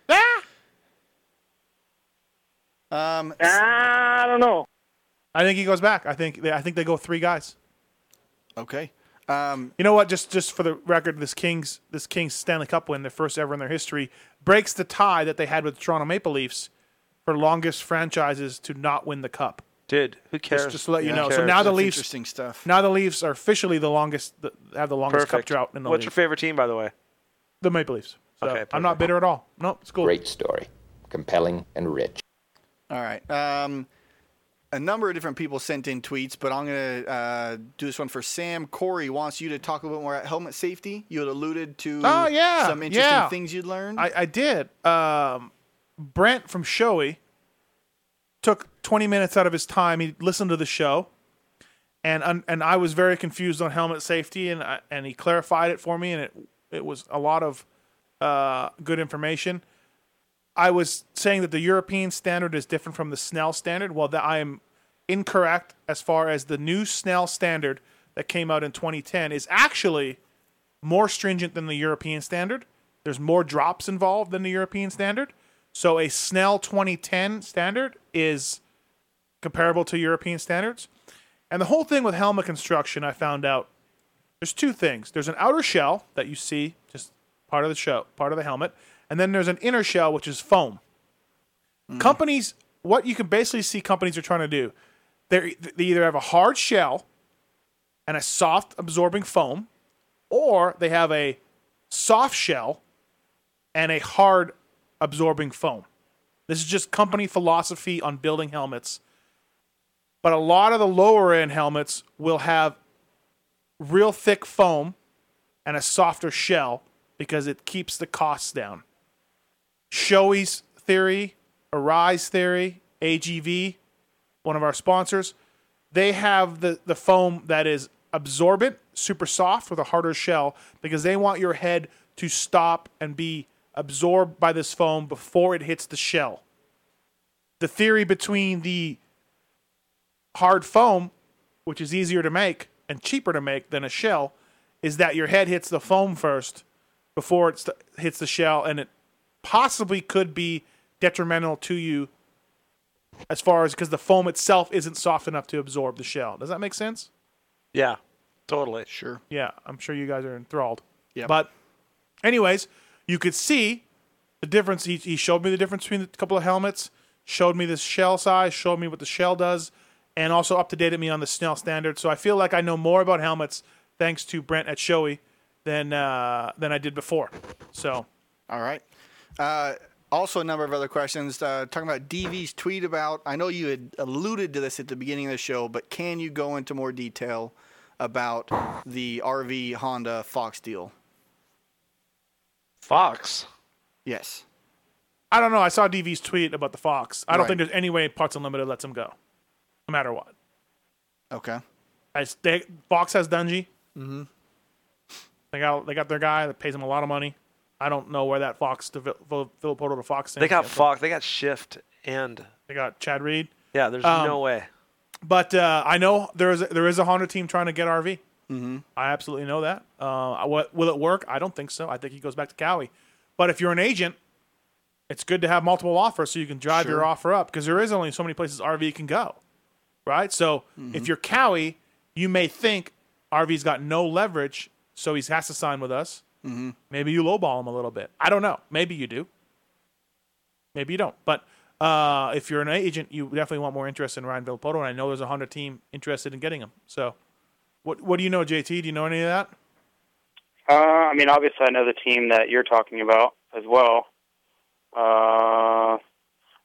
[SPEAKER 7] Um,
[SPEAKER 4] I don't know. I think he goes back. I think they, I think they go three guys.
[SPEAKER 7] Okay. Um,
[SPEAKER 4] you know what? Just just for the record, this Kings this Kings Stanley Cup win, their first ever in their history, breaks the tie that they had with the Toronto Maple Leafs for longest franchises to not win the cup.
[SPEAKER 5] Dude, who cares?
[SPEAKER 4] Just, just to let you
[SPEAKER 5] Who
[SPEAKER 4] know. So
[SPEAKER 5] cares?
[SPEAKER 4] now the
[SPEAKER 5] That's
[SPEAKER 4] Leafs
[SPEAKER 5] interesting
[SPEAKER 7] stuff.
[SPEAKER 4] Now the Leafs are officially the longest the, have the longest cup
[SPEAKER 5] Perfect.
[SPEAKER 4] drought in the
[SPEAKER 5] What's your
[SPEAKER 4] league.
[SPEAKER 5] favorite team, by the way?
[SPEAKER 4] the Maple Leafs. So
[SPEAKER 5] Okay,
[SPEAKER 4] I'm not bitter at all. Nope, it's cool.
[SPEAKER 28] Great story. Compelling and rich.
[SPEAKER 7] All right. Um, a number of different people sent in tweets, but I'm going to uh, do this one for Sam. Corey wants you to talk a little bit more about helmet safety. You had alluded to
[SPEAKER 4] Oh yeah,
[SPEAKER 7] some interesting
[SPEAKER 4] yeah.
[SPEAKER 7] things you'd learned.
[SPEAKER 4] I, I did. Um, Brent from Showy took 20 minutes out of his time. He listened to the show, and un- and I was very confused on helmet safety, and I, and he clarified it for me, and it it was a lot of uh, good information. I was saying that the European standard is different from the Snell standard. Well, that I am incorrect as far as the new Snell standard that came out in 2010 is actually more stringent than the European standard. There's more drops involved than the European standard. So a Snell 2010 standard is comparable to European standards. And the whole thing with helmet construction, I found out there's two things. There's an outer shell that you see, just part of the show, part of the helmet, and then there's an inner shell which is foam. Companies, what you can basically see companies are trying to do, they they either have a hard shell and a soft absorbing foam, or they have a soft shell and a hard absorbing foam. This is just company philosophy on building helmets. But a lot of the lower end helmets will have real thick foam and a softer shell because it keeps the costs down. Shoei's theory, Arise theory, AGV, one of our sponsors, they have the, the foam that is absorbent, super soft with a harder shell because they want your head to stop and be absorbed by this foam before it hits the shell. The theory between the hard foam, which is easier to make and cheaper to make than a shell, is that your head hits the foam first before it st- hits the shell, and it possibly could be detrimental to you as far as because the foam itself isn't soft enough to absorb the shell. Does that make sense?
[SPEAKER 5] Yeah, totally.
[SPEAKER 7] Sure.
[SPEAKER 4] Yeah, I'm sure you guys are enthralled.
[SPEAKER 7] Yeah.
[SPEAKER 4] But, anyways, you could see the difference. He, he showed me the difference between the couple of helmets, showed me the shell size, showed me what the shell does, and also up to date me on the Snell standard. So I feel like I know more about helmets thanks to Brent at Showy than uh, than I did before. So
[SPEAKER 7] All right. Uh, Also, a number of other questions. Uh, talking about DV's tweet about, I know you had alluded to this at the beginning of the show, but can you go into more detail about the RV Honda Fox deal?
[SPEAKER 5] Fox.
[SPEAKER 7] Yes.
[SPEAKER 4] I don't know. I saw DV's tweet about the Fox. I don't
[SPEAKER 7] Right.
[SPEAKER 4] think there's any way Parts Unlimited lets him go, no matter what.
[SPEAKER 7] Okay.
[SPEAKER 4] I, s- they, Fox has Dungy.
[SPEAKER 7] Mm-hmm.
[SPEAKER 4] They got they got their guy that pays him a lot of money. I don't know where that Fox to Filippo to Fox.
[SPEAKER 5] They
[SPEAKER 4] stands
[SPEAKER 5] got
[SPEAKER 4] yet, but
[SPEAKER 5] Fox. They got Shift and
[SPEAKER 4] They got Chad Reed.
[SPEAKER 5] yeah. There's
[SPEAKER 4] Um,
[SPEAKER 5] no way.
[SPEAKER 4] But uh, I know there is there is a Honda team trying to get RV.
[SPEAKER 7] Mm-hmm.
[SPEAKER 4] I absolutely know that. Uh, what will it work? I don't think so. I think he goes back to Cowie. But if you're an agent, it's good to have multiple offers so you can drive your
[SPEAKER 7] Sure.
[SPEAKER 4] offer up because there is only so many places RV can go, right? So
[SPEAKER 7] Mm-hmm.
[SPEAKER 4] if you're Cowie, you may think RV's got no leverage, so he has to sign with us.
[SPEAKER 7] Mm-hmm.
[SPEAKER 4] Maybe you lowball him a little bit. I don't know. Maybe you do. Maybe you don't. But uh, if you're an agent, you definitely want more interest in Ryan Villapoto, and I know there's a Honda team interested in getting him. So, what what do you know, JT? Do you know any of that?
[SPEAKER 6] Uh, I mean, obviously, I know the team that you're talking about as well. Uh,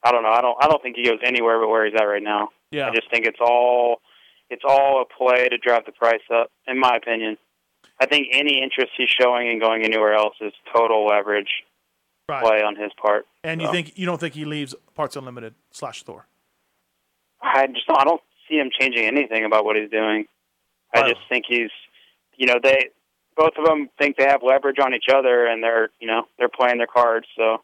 [SPEAKER 6] I don't know. I don't. I don't think he goes anywhere but where he's at right now.
[SPEAKER 4] Yeah.
[SPEAKER 6] I just think it's all it's all a play to drive the price up, in my opinion. I think any interest he's showing in going anywhere else is total leverage
[SPEAKER 4] Right.
[SPEAKER 6] play on his part.
[SPEAKER 4] And you
[SPEAKER 6] So,
[SPEAKER 4] think you don't think he leaves Parts Unlimited slash Thor?
[SPEAKER 6] I just don't, I don't see him changing anything about what he's doing. I just think he's, you know, they both of them think they have leverage on each other, and they're, you know, they're playing their cards. So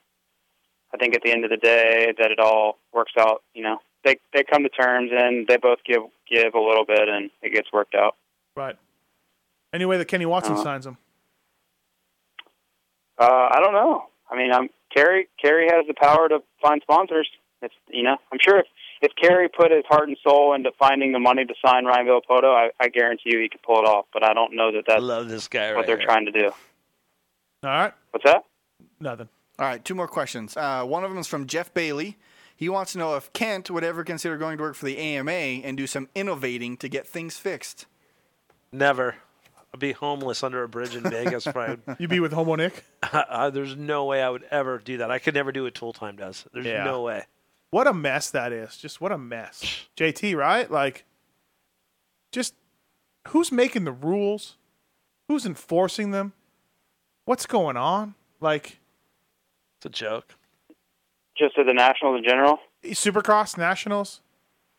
[SPEAKER 6] I think at the end of the day, that it all works out. You know, they they come to terms, and they both give give a little bit, and it gets worked out.
[SPEAKER 4] Right. Any way that Kenny Watson
[SPEAKER 6] Uh-huh.
[SPEAKER 4] signs him?
[SPEAKER 6] Uh, I don't know. I mean, I'm Kerry. Kerry has the power to find sponsors. It's you know, I'm sure if if Kerry put his heart and soul into finding the money to sign Ryan Villapoto, I, I guarantee you he could pull it off. But I don't know that that's
[SPEAKER 5] love this guy
[SPEAKER 6] what they're trying to do.
[SPEAKER 4] All right.
[SPEAKER 6] What's that?
[SPEAKER 4] Nothing.
[SPEAKER 7] All right, two more questions. Uh, one of them is from Jeff Bailey. He wants to know if Kent would ever consider going to work for the AMA and do some innovating to get things fixed.
[SPEAKER 5] Never. I'd be homeless under a bridge in Vegas. probably.
[SPEAKER 4] You'd be with Homo Nick.
[SPEAKER 5] uh, there's no way I would ever do that. I could never do what Tool Time does. There's
[SPEAKER 4] Yeah.
[SPEAKER 5] no way.
[SPEAKER 4] What a mess that is. Just what a mess. JT, right? Like, just who's making the rules? Who's enforcing them? What's going on? Like,
[SPEAKER 5] It's a joke.
[SPEAKER 6] Just to the Nationals in general.
[SPEAKER 4] Supercross, Nationals,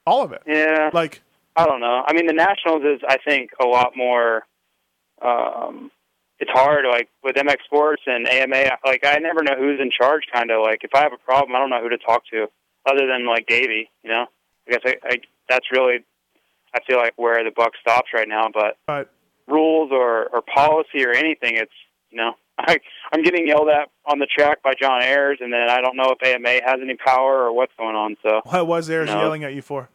[SPEAKER 4] all of it.
[SPEAKER 6] Yeah.
[SPEAKER 4] Like
[SPEAKER 6] I don't know. I mean, the Nationals is I think a lot more. Um, it's hard like with MX Sports and AMA. Like I never know who's in charge. Kind of like if I have a problem, I don't know who to talk to other than like Davey. You know, I guess I, I that's really I feel like where the buck stops right now. But
[SPEAKER 4] Right.
[SPEAKER 6] rules or or policy or anything, it's you know. I, I'm getting yelled at on the track by John Ayers, and then I don't know if AMA has any power or what's going on. So
[SPEAKER 4] What was Ayers
[SPEAKER 6] No.
[SPEAKER 4] yelling at you for?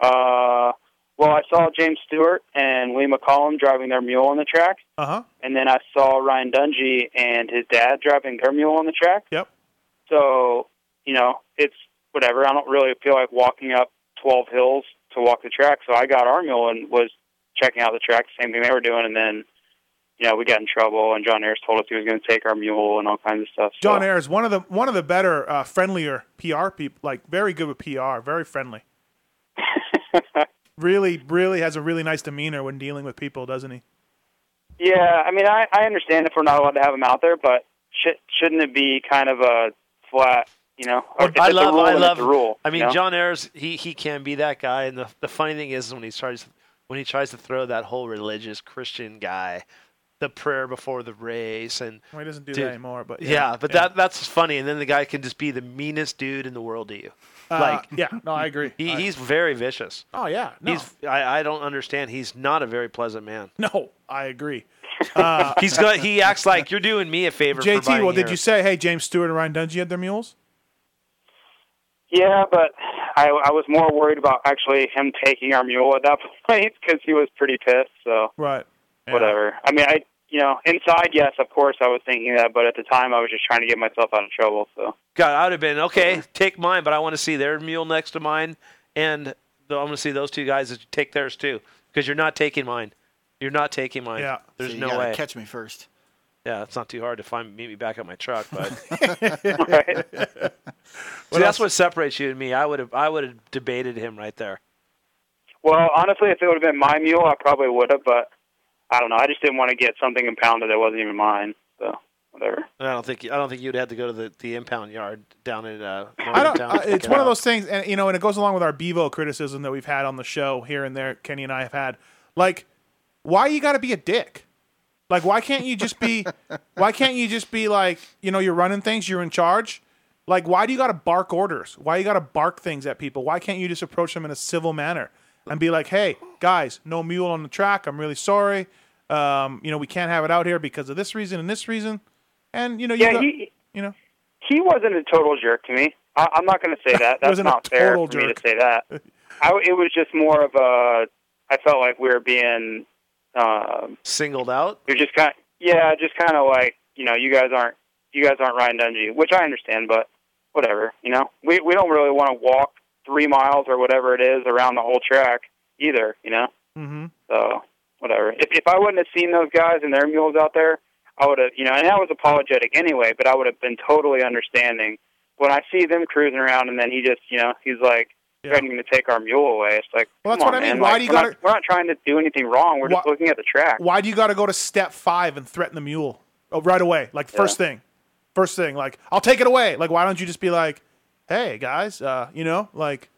[SPEAKER 6] uh, well, I saw James Stewart and Lee McCollum driving their mule on the track,
[SPEAKER 4] Uh huh.
[SPEAKER 6] and then I saw Ryan Dungey and his dad driving their mule on the track.
[SPEAKER 4] Yep.
[SPEAKER 6] So, you know, it's whatever. I don't really feel like walking up 12 hills to walk the track, so I got our mule and was checking out the track, same thing they were doing, and then, you know, we got in trouble, and John Ayers told us he was going to take our mule and all kinds of stuff. So,
[SPEAKER 4] John Ayers, one of the one of the better, uh, friendlier PR people. Like very good with PR, very friendly. really, really has a really nice demeanor when dealing with people, doesn't he?
[SPEAKER 6] Yeah, I mean, I, I understand if we're not allowed to have them out there, but sh- shouldn't it be kind of a flat, you know? If it's
[SPEAKER 5] I
[SPEAKER 6] a
[SPEAKER 5] love,
[SPEAKER 6] rule,
[SPEAKER 5] I
[SPEAKER 6] then
[SPEAKER 5] love.
[SPEAKER 6] it's a rule.
[SPEAKER 5] I mean,
[SPEAKER 6] you know?
[SPEAKER 5] John Ayers, he he can be that guy. And the the funny thing is when he tries when he tries to throw that whole religious Christian guy, the prayer before the race, and
[SPEAKER 4] Well, he doesn't do
[SPEAKER 5] Dude,
[SPEAKER 4] that anymore. But
[SPEAKER 5] yeah,
[SPEAKER 4] yeah,
[SPEAKER 5] but that that's funny. And then the guy can just be the meanest dude in the world to you.
[SPEAKER 4] Uh,
[SPEAKER 5] like,
[SPEAKER 4] yeah, no, I agree.
[SPEAKER 5] He, he's very vicious.
[SPEAKER 4] Oh yeah, no,
[SPEAKER 5] He's I, I don't understand. He's not a very pleasant man.
[SPEAKER 4] no, I agree. Uh,
[SPEAKER 5] he's got he acts like you're doing me a favor. for
[SPEAKER 4] JT, well,
[SPEAKER 5] buying
[SPEAKER 4] did
[SPEAKER 5] your-
[SPEAKER 4] you say, hey, James Stewart and Ryan Dungey had their mules?
[SPEAKER 6] Yeah, but I, I was more worried about actually him taking our mule at that point because he was pretty pissed. So
[SPEAKER 4] Right.
[SPEAKER 6] whatever. I mean, I you know, inside, yes, of course, I was thinking that, but at the time, I was just trying to get myself out of trouble. So
[SPEAKER 5] God, I would have been okay. Take mine, but I want to see their mule next to mine, and the, I'm going to see those two guys that you take theirs too, because you're not taking mine. You're not taking mine.
[SPEAKER 7] Yeah.
[SPEAKER 5] there's
[SPEAKER 7] So you
[SPEAKER 5] no
[SPEAKER 7] gotta
[SPEAKER 5] way.
[SPEAKER 7] Catch me first.
[SPEAKER 5] Yeah, it's not too hard to find meet me back at my truck, but
[SPEAKER 4] Right.
[SPEAKER 5] See, that's what separates you and me. I would have I would have debated him right there.
[SPEAKER 6] Well, honestly, if it would have been my mule, I probably would have, but I don't know. I just didn't want to get something impounded that wasn't even mine. So whatever.
[SPEAKER 5] I don't think I don't think you'd have to go to the, the impound yard down in uh
[SPEAKER 4] I don't. I, it's one of those things, and you know, and it goes along with our Bevo criticism that we've had on the show here and there. Kenny and I have had, like, why you got to be a dick? Like, why can't you just be? why can't you just be like, you know, you're running things, you're in charge. Like, why do you got to bark orders? Why you got to bark things at people? Why can't you just approach them in a civil manner and be like, hey, guys, no mule on the track. I'm really sorry. Um, you know, we can't have it out here because of this reason and this reason. And you know, you
[SPEAKER 6] Yeah,
[SPEAKER 4] got-
[SPEAKER 6] he-
[SPEAKER 4] you know.
[SPEAKER 6] He wasn't a total jerk to me. I, I'm not going to say that. That's
[SPEAKER 4] Wasn't a
[SPEAKER 6] not fair
[SPEAKER 4] total
[SPEAKER 6] for me to
[SPEAKER 4] jerk.
[SPEAKER 6] say that. I, it was just more of a. I felt like we were being um,
[SPEAKER 5] singled out.
[SPEAKER 6] You're just kind. yeah, just kind of like you know, you guys aren't you guys aren't Ryan Dungey, which I understand, but whatever. You know, we we don't really want to walk three miles or whatever it is around the whole track either. You know.
[SPEAKER 4] Mm-hmm.
[SPEAKER 6] So whatever. If if I wouldn't have seen those guys and their mules out there, I would have you know, and I was apologetic anyway, but I would have been totally understanding. When I see them cruising around and then he just you know, he's like threatening to take our mule away. It's like
[SPEAKER 4] Well, that's
[SPEAKER 6] come on,
[SPEAKER 4] what I mean.
[SPEAKER 6] man.
[SPEAKER 4] Why
[SPEAKER 6] Like,
[SPEAKER 4] do you
[SPEAKER 6] we're
[SPEAKER 4] gotta-
[SPEAKER 6] not, we're not trying to do anything wrong, we're just
[SPEAKER 4] Why-
[SPEAKER 6] looking at the track.
[SPEAKER 4] Why do you got to go to step five and threaten the mule oh, right away? Like first thing, first thing. Like I'll take it away. Like why don't you just be like, hey guys, uh, you know, like,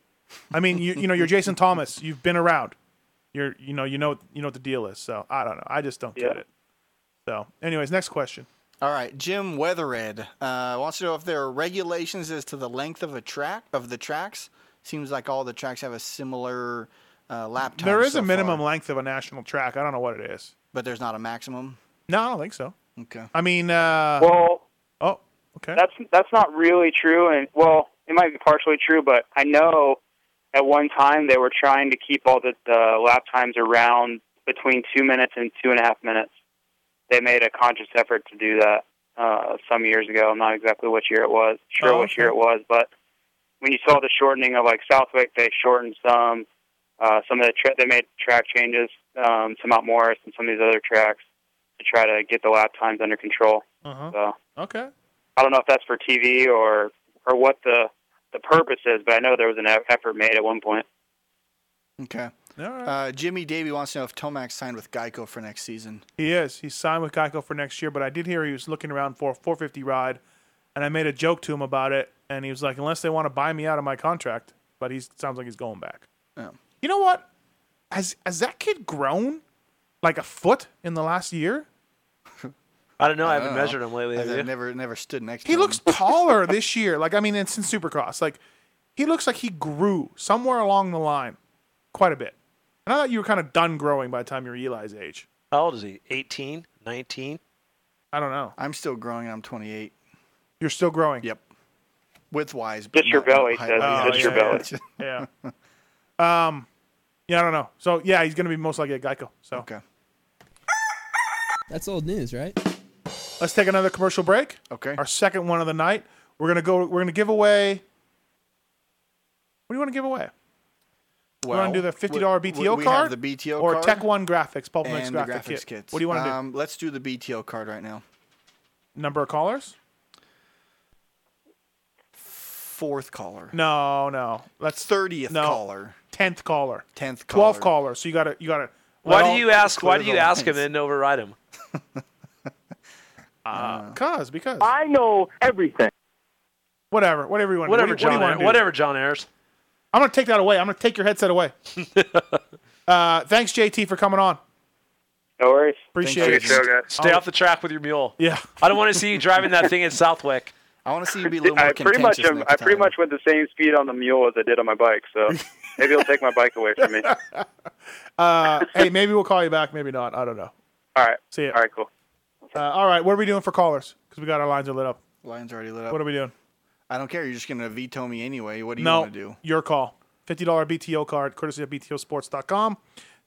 [SPEAKER 4] I mean, you you know, you're Jason Thomas. You've been around. You're you know you know you know what the deal is. So I don't know. I just don't get it. So, anyways, next question.
[SPEAKER 7] All right, Jim Weathered uh, wants to know if there are regulations as to the length of a track of the tracks. Seems like all the tracks have a similar uh, lap time.
[SPEAKER 4] There is
[SPEAKER 7] so
[SPEAKER 4] a
[SPEAKER 7] far,
[SPEAKER 4] minimum length of a national track. I don't know what it is.
[SPEAKER 7] but there's not a maximum.
[SPEAKER 4] No, I don't think so.
[SPEAKER 7] Okay.
[SPEAKER 4] I mean, uh,
[SPEAKER 6] Well,
[SPEAKER 4] oh, okay.
[SPEAKER 6] That's that's not really true, and well, it might be partially true, but I know at one time they were trying to keep all the, the lap times around between two minutes and two and a half minutes. They made a conscious effort to do that uh, some years ago. I'm not exactly which year it was, sure
[SPEAKER 13] Oh,
[SPEAKER 6] which year it was, but when you saw the shortening of like Southwick, they shortened some. Uh, some of the tra- they made track changes um, to Mount Morris and some of these other tracks to try to get the lap times under control.
[SPEAKER 4] Uh-huh.
[SPEAKER 6] So.
[SPEAKER 4] Okay.
[SPEAKER 6] I don't know if that's for TV or or what the the purpose is, but I know there was an eff- effort made at one point.
[SPEAKER 7] Okay. Uh, Jimmy Davey wants to know if Tomac signed with Geico for next season.
[SPEAKER 4] He is. He's signed with Geico for next year, but I did hear he was looking around for a 450 ride, and I made a joke to him about it, and he was like, "Unless they want to buy me out of my contract," but he sounds like he's going back.
[SPEAKER 7] Yeah.
[SPEAKER 4] You know what? Has has that kid grown like a foot in the last year?
[SPEAKER 5] I don't know. I,
[SPEAKER 4] I
[SPEAKER 5] haven't
[SPEAKER 4] don't know.
[SPEAKER 5] measured him lately.
[SPEAKER 4] Has
[SPEAKER 5] have
[SPEAKER 4] it
[SPEAKER 5] you?
[SPEAKER 7] Oh. Never never stood next to
[SPEAKER 4] He looks taller this year. Like I mean, it's in Supercross. Like he looks like he grew somewhere along the line, quite a bit. And I thought you were kind of done growing by the time you were Eli's age.
[SPEAKER 5] How old is he? 18, 19?
[SPEAKER 4] I don't know.
[SPEAKER 7] I'm still growing. and I'm 28.
[SPEAKER 4] You're still growing.
[SPEAKER 7] Yep. With wise,
[SPEAKER 6] Just your belly,
[SPEAKER 7] Hi-
[SPEAKER 6] says.
[SPEAKER 7] Oh,
[SPEAKER 6] just
[SPEAKER 7] yeah,
[SPEAKER 6] your
[SPEAKER 7] yeah.
[SPEAKER 6] belly.
[SPEAKER 4] Yeah. um. Yeah, I don't know. So yeah, he's gonna be most likely at Geico. So okay.
[SPEAKER 15] That's old news, right?
[SPEAKER 4] Let's take another commercial break.
[SPEAKER 7] Okay.
[SPEAKER 4] Our second one of the night. We're gonna go. We're gonna give away. What do you want to give away? we want to do the fifty dollar
[SPEAKER 7] we-
[SPEAKER 4] BTO
[SPEAKER 7] we
[SPEAKER 4] card,
[SPEAKER 7] have the BTO
[SPEAKER 4] or
[SPEAKER 7] card
[SPEAKER 4] Tech One Graphics, Pulp Mix
[SPEAKER 7] and the
[SPEAKER 4] graphic
[SPEAKER 7] graphics
[SPEAKER 4] kit.
[SPEAKER 7] kits.
[SPEAKER 4] What do you want to
[SPEAKER 7] um, do? Let's do the BTO card right now.
[SPEAKER 4] do? Number of callers?
[SPEAKER 7] Fourth caller.
[SPEAKER 4] No, no. Let's
[SPEAKER 7] thirtieth
[SPEAKER 4] caller, tenth caller,
[SPEAKER 7] tenth
[SPEAKER 4] twelve caller. So you gotta, you gotta.
[SPEAKER 5] Why
[SPEAKER 4] Well,
[SPEAKER 5] do you ask? Why
[SPEAKER 4] clear
[SPEAKER 5] do you
[SPEAKER 4] the
[SPEAKER 5] ask him
[SPEAKER 4] lines.
[SPEAKER 5] and then override him? Uh,
[SPEAKER 4] Cause because
[SPEAKER 5] I know everything.
[SPEAKER 4] Whatever, whatever you want.
[SPEAKER 5] Whatever,
[SPEAKER 4] what do you- what do you
[SPEAKER 5] John.
[SPEAKER 4] wanna do?
[SPEAKER 5] whatever, John Ayers.
[SPEAKER 4] I'm gonna take that away. I'm gonna take your headset away. uh, thanks, JT, for coming on.
[SPEAKER 6] No worries.
[SPEAKER 4] Appreciate it.
[SPEAKER 5] Stay off the track with your mule.
[SPEAKER 4] Yeah.
[SPEAKER 5] I don't want to see you driving that thing at Southwick.
[SPEAKER 7] I want to see you be
[SPEAKER 6] I pretty much am, I pretty much went the same speed on the mule as I did on my bike, so maybe he'll take my bike away from me.
[SPEAKER 4] Uh, hey, maybe we'll call you back. Maybe not. I don't know.
[SPEAKER 6] All right.
[SPEAKER 4] See ya.
[SPEAKER 6] All right, cool.
[SPEAKER 4] Uh, all right, what are we doing for callers? Because we got our lines are lit up.
[SPEAKER 7] Line's already lit up.
[SPEAKER 4] What are we doing?
[SPEAKER 7] I don't care. You're just gonna veto me anyway. What do you
[SPEAKER 4] no,
[SPEAKER 7] want to do?
[SPEAKER 4] your call. $50 BTO card, courtesy of BTOsports.com.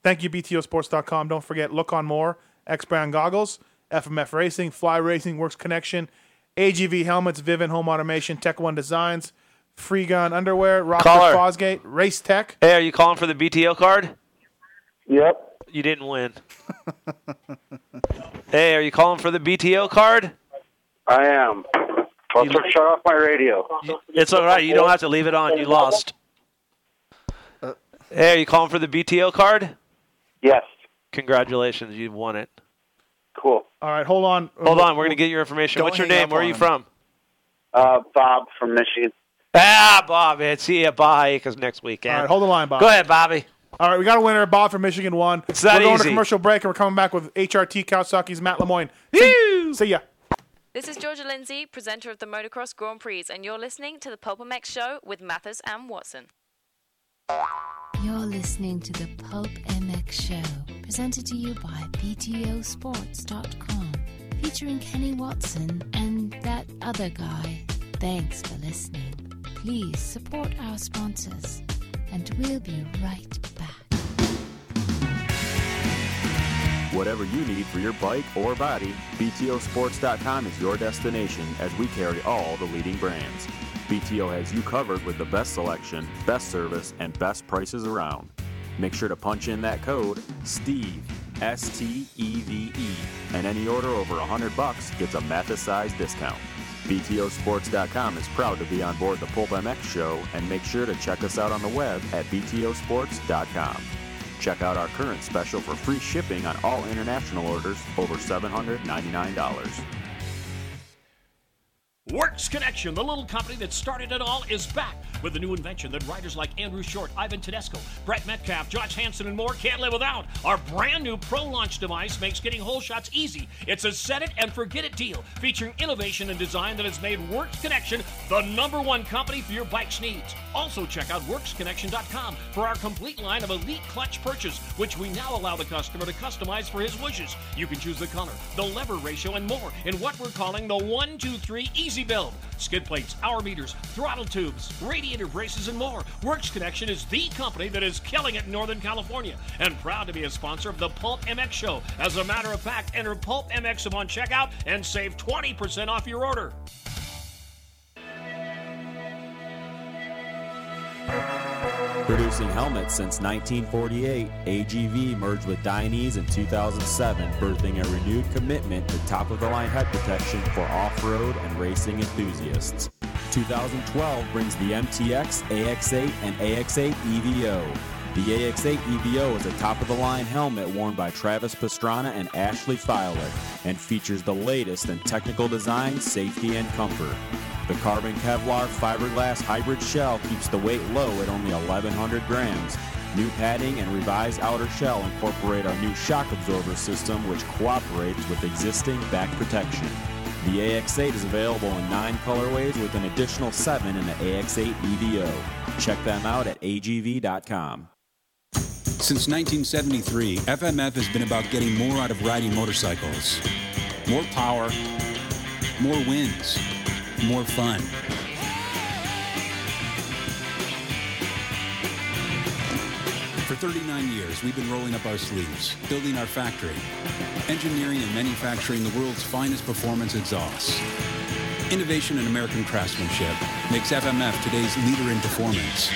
[SPEAKER 4] Thank you, BTOsports.com. Don't forget, look on more. X Brown Goggles, FMF Racing, Fly Racing, Works Connection, AGV Helmets, Vivint Home Automation, Tech One Designs, Free Gun Underwear, Rockford
[SPEAKER 5] Caller.
[SPEAKER 4] Fosgate, Race Tech.
[SPEAKER 5] Hey, are you calling for the BTO card?
[SPEAKER 8] Yep.
[SPEAKER 5] You didn't win. Hey, are you calling for the BTO card?
[SPEAKER 13] I am. I'll
[SPEAKER 5] You-
[SPEAKER 13] turn- shut off my radio.
[SPEAKER 5] It's all right. You don't have to leave it on. You lost. Hey, are you calling for the BTO card?
[SPEAKER 13] Uh, Yes.
[SPEAKER 5] Congratulations, you won it.
[SPEAKER 13] Cool.
[SPEAKER 4] All right, hold on.
[SPEAKER 5] Hold on, we're gonna get your information.
[SPEAKER 4] Don't
[SPEAKER 5] What's your
[SPEAKER 4] hang
[SPEAKER 5] name?
[SPEAKER 4] up
[SPEAKER 5] Where are
[SPEAKER 4] on
[SPEAKER 5] you
[SPEAKER 4] him.
[SPEAKER 5] from?
[SPEAKER 13] Uh, Bob from Michigan.
[SPEAKER 5] Ah, Bob. It's see ya, bye. Because next weekend.
[SPEAKER 4] All right, hold the line, Bob.
[SPEAKER 5] Go ahead, Bobby.
[SPEAKER 4] All right, we got a winner. Bob from Michigan won.
[SPEAKER 5] It's that
[SPEAKER 4] we're going
[SPEAKER 5] easy.
[SPEAKER 4] to commercial break, and we're coming back with HRT Kawasaki's Matt Lemoyne. See, see ya.
[SPEAKER 15] This is Georgia Lindsay, presenter of the Motocross Grand Prix, and you're listening to the Pulpamex Show with Mathers and Watson.
[SPEAKER 21] You're listening to the Pulp MX Show, presented to you by BTOsports.com, featuring Kenny Watson and that other guy. Thanks for listening. Please support our sponsors, and we'll be right back.
[SPEAKER 18] Whatever you need for your bike or body, BTOsports.com is your destination as we carry all the leading brands. BTO has you covered with the best selection, best service, and best prices around. Make sure to punch in that code STEVE, S T E V E, and any order over 100 bucks gets a Mathis size discount. BTOsports.com is proud to be on board the Pulp MX show and make sure to check us out on the web at BTOsports.com. Check out our current special for free shipping on all international orders over $799.
[SPEAKER 19] Works Connection, the little company that started it all, is back with a new invention that riders like Andrew Short, Ivan Tedesco, Brett Metcalf, Josh Hansen, and more can't live without. Our brand new pro launch device makes getting whole shots easy. It's a set it and forget it deal featuring innovation and design that has made Works Connection the number one company for your bike's needs. Also, check out WorksConnection.com for our complete line of elite clutch purchase, which we now allow the customer to customize for his wishes. You can choose the color, the lever ratio, and more in what we're calling the 1 2 3 Easy Build. Skid plates, hour meters, throttle tubes, radiator braces, and more. Works Connection is the company that is killing it in Northern California and proud to be a sponsor of the Pulp MX Show. As a matter of fact, enter Pulp MX upon checkout and save 20% off your order.
[SPEAKER 18] Producing helmets since 1948, AGV merged with Dainese in 2007, birthing a renewed commitment to top of the line head protection for off road and racing enthusiasts. 2012 brings the MTX, AX8, and AX8 EVO. The AX8 EVO is a top of the line helmet worn by Travis Pastrana and Ashley Fowler and features the latest in technical design, safety, and comfort. The carbon Kevlar fiberglass hybrid shell keeps the weight low at only 1,100 grams. New padding and revised outer shell incorporate our new shock absorber system, which cooperates with existing back protection. The AX8 is available in nine colorways with an additional seven in the AX8 EVO. E Check them out at agv.com.
[SPEAKER 20] Since 1973, FMF has been about getting more out of riding motorcycles. More power, more wins, more fun. For 39 years, we've been rolling up our sleeves, building our factory, engineering and manufacturing the world's finest performance exhausts. Innovation and American craftsmanship makes FMF today's leader in performance.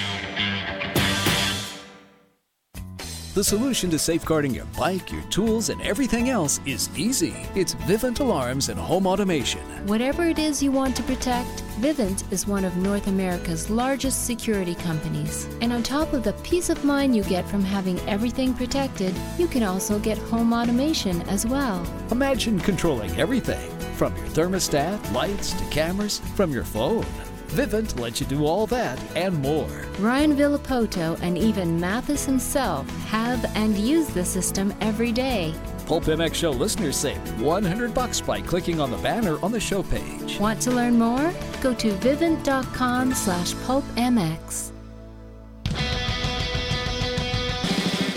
[SPEAKER 17] The solution to safeguarding your bike, your tools, and everything else is easy. It's Vivint Alarms and Home Automation.
[SPEAKER 21] Whatever it is you want to protect, Vivint is one of North America's largest security companies. And on top of the peace of mind you get from having everything protected, you can also get home automation as well.
[SPEAKER 17] Imagine controlling everything from your thermostat, lights, to cameras, from your phone. Vivint lets you do all that and more.
[SPEAKER 21] Ryan Villapoto and even Mathis himself have and use the system every day.
[SPEAKER 17] Pulp MX Show listeners save 100 bucks by clicking on the banner on the show page.
[SPEAKER 21] Want to learn more? Go to vivint.com slash pulpmx.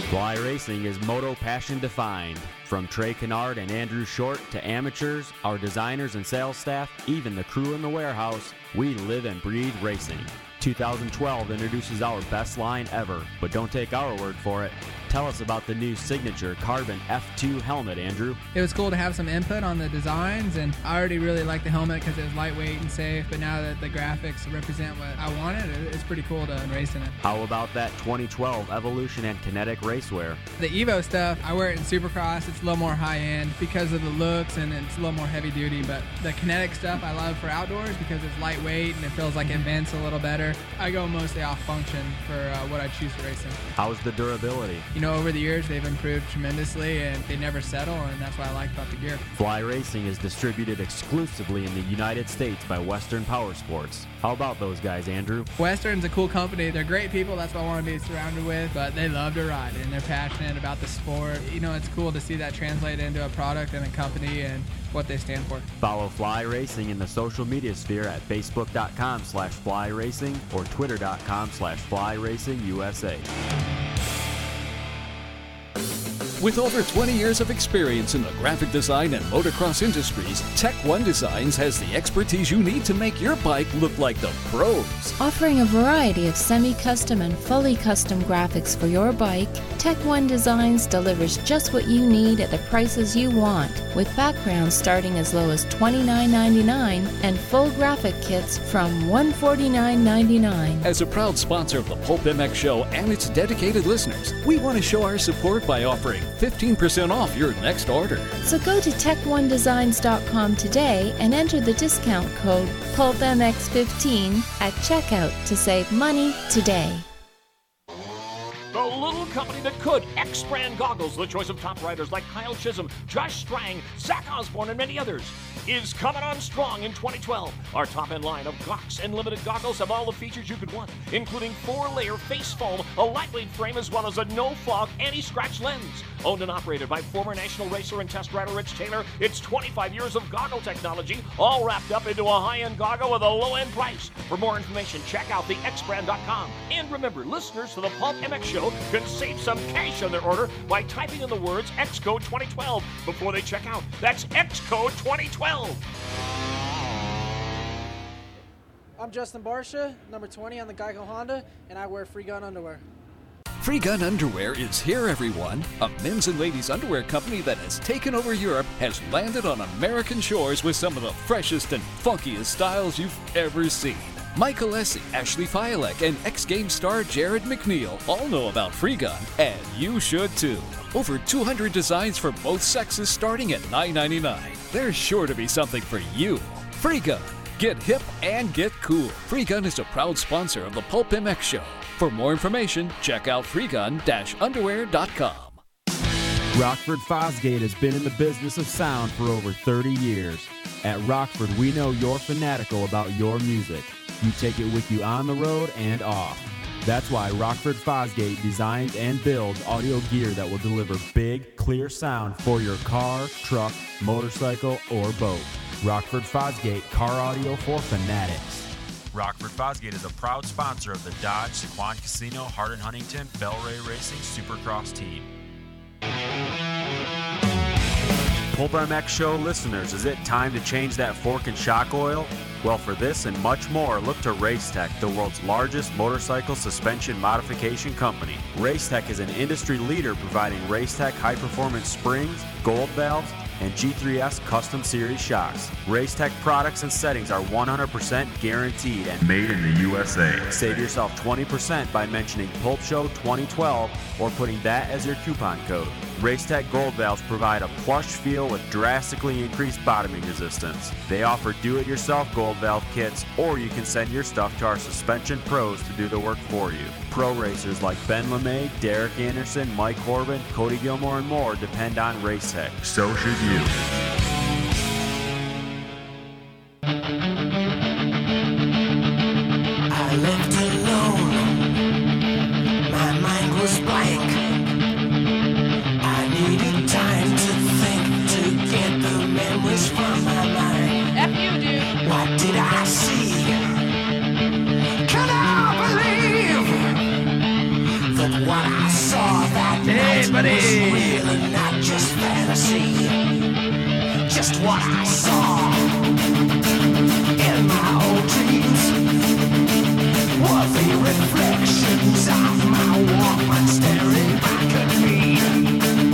[SPEAKER 24] Fly racing is moto passion defined. From Trey Kennard and Andrew Short to amateurs, our designers and sales staff, even the crew in the warehouse, we live and breathe racing. 2012 introduces our best line ever, but don't take our word for it.
[SPEAKER 18] Tell us about the new signature carbon F2 helmet, Andrew.
[SPEAKER 22] It was cool to have some input on the designs, and I already really liked the helmet because it was lightweight and safe. But now that the graphics represent what I wanted, it- it's pretty cool to race in it.
[SPEAKER 18] How about that 2012 Evolution and Kinetic racewear?
[SPEAKER 22] The Evo stuff, I wear it in Supercross. It's a little more high end because of the looks and it's a little more heavy duty. But the kinetic stuff I love for outdoors because it's lightweight and it feels like it vents a little better. I go mostly off function for uh, what I choose for racing.
[SPEAKER 18] How's the durability?
[SPEAKER 22] You know, over the years they've improved tremendously and they never settle, and that's what I like about the gear.
[SPEAKER 18] Fly Racing is distributed exclusively in the United States by Western Power Sports. How about those guys, Andrew?
[SPEAKER 22] Western's a cool company. They're great people. That's what I want to be surrounded with. But they love to ride and they're passionate about the sport. You know, it's cool to see that translate into a product and a company and what they stand for.
[SPEAKER 18] Follow Fly Racing in the social media sphere at facebook.com slash fly racing or twitter.com slash fly racing USA.
[SPEAKER 17] With over 20 years of experience in the graphic design and motocross industries, Tech One Designs has the expertise you need to make your bike look like the pros.
[SPEAKER 21] Offering a variety of semi custom and fully custom graphics for your bike, Tech One Designs delivers just what you need at the prices you want, with backgrounds starting as low as $29.99 and full graphic kits from $149.99.
[SPEAKER 17] As a proud sponsor of the Pulp MX show and its dedicated listeners, we want to show our support by offering 15% off your next order.
[SPEAKER 21] So go to tech1designs.com today and enter the discount code PULPMX15 at checkout to save money today.
[SPEAKER 19] The little company that could. X brand goggles, the choice of top riders like Kyle Chisholm, Josh Strang, Zach Osborne, and many others, is coming on strong in 2012. Our top end line of Gox and limited goggles have all the features you could want, including four layer face foam, a lightweight frame, as well as a no fog anti scratch lens. Owned and operated by former national racer and test rider Rich Taylor, it's 25 years of goggle technology, all wrapped up into a high end goggle with a low end price. For more information, check out thexbrand.com. And remember, listeners to the Pulp MX Show can save some cash on their order by typing in the words Xcode 2012 before they check out. That's Xcode 2012.
[SPEAKER 23] I'm Justin Barsha, number 20 on the Geico Honda, and I wear free gun underwear.
[SPEAKER 17] Free Gun Underwear is here, everyone. A men's and ladies' underwear company that has taken over Europe has landed on American shores with some of the freshest and funkiest styles you've ever seen. Michael Essie, Ashley Fialek, and X Game star Jared McNeil all know about Free Gun, and you should too. Over 200 designs for both sexes starting at $9.99. There's sure to be something for you. Free Gun. Get hip and get cool. Free Gun is a proud sponsor of the Pulp MX Show. For more information, check out freegun-underwear.com.
[SPEAKER 18] Rockford Fosgate has been in the business of sound for over 30 years. At Rockford, we know you're fanatical about your music. You take it with you on the road and off. That's why Rockford Fosgate designs and builds audio gear that will deliver big, clear sound for your car, truck, motorcycle, or boat. Rockford Fosgate Car Audio for Fanatics.
[SPEAKER 29] Rockford Fosgate is a proud sponsor of the Dodge, Sequan Casino, Hardin Huntington, Bellray Racing Supercross team.
[SPEAKER 18] Pulp MX Show listeners, is it time to change that fork and shock oil? Well, for this and much more, look to Racetech, the world's largest motorcycle suspension modification company. Racetech is an industry leader providing Racetech high performance springs, gold valves, and G3S custom series shocks. Racetech products and settings are 100% guaranteed and
[SPEAKER 30] Made in the USA.
[SPEAKER 18] Save yourself 20% by mentioning Pulp Show 2012 or putting that as your coupon code. Racetech Gold Valves provide a plush feel with drastically increased bottoming resistance. They offer do it yourself gold valve kits, or you can send your stuff to our suspension pros to do the work for you. Pro racers like Ben LeMay, Derek Anderson, Mike Corbin, Cody Gilmore, and more depend on Racetech.
[SPEAKER 30] So should you.
[SPEAKER 31] I lived alone. My mind was blank. I needed time to think to get the memories from my mind. F you, dude. What did I see? Can I believe that what I saw that night was real and not just fantasy? Just what I saw in my old dreams were the reflections of my woman staring back at me.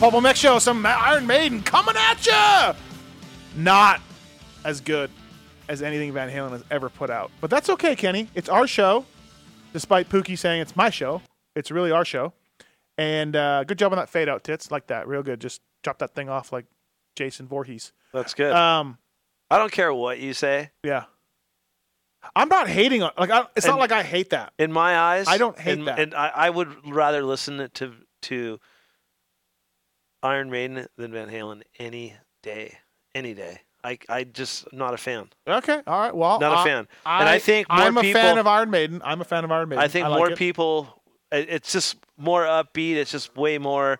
[SPEAKER 4] Purple Mech Show, some Iron Maiden coming at you. Not as good as anything Van Halen has ever put out, but that's okay, Kenny. It's our show, despite Pookie saying it's my show. It's really our show. And uh, good job on that fade out, tits. Like that, real good. Just drop that thing off like Jason Voorhees.
[SPEAKER 5] That's good.
[SPEAKER 4] Um,
[SPEAKER 5] I don't care what you say.
[SPEAKER 4] Yeah. I'm not hating on like I, it's not like I hate that.
[SPEAKER 5] In my eyes,
[SPEAKER 4] I don't hate
[SPEAKER 5] in-
[SPEAKER 4] that.
[SPEAKER 5] And I, I would rather listen to to Iron Maiden than Van Halen any day, any day. I I just not a fan.
[SPEAKER 4] Okay, all right. Well,
[SPEAKER 5] Not a
[SPEAKER 4] I-
[SPEAKER 5] fan. And I think more
[SPEAKER 4] I'm a fan
[SPEAKER 5] people-
[SPEAKER 4] of Iron Maiden. I'm a fan of Iron Maiden.
[SPEAKER 5] I think
[SPEAKER 4] like
[SPEAKER 5] more
[SPEAKER 4] it.
[SPEAKER 5] people. it- It's just more upbeat. It's just way more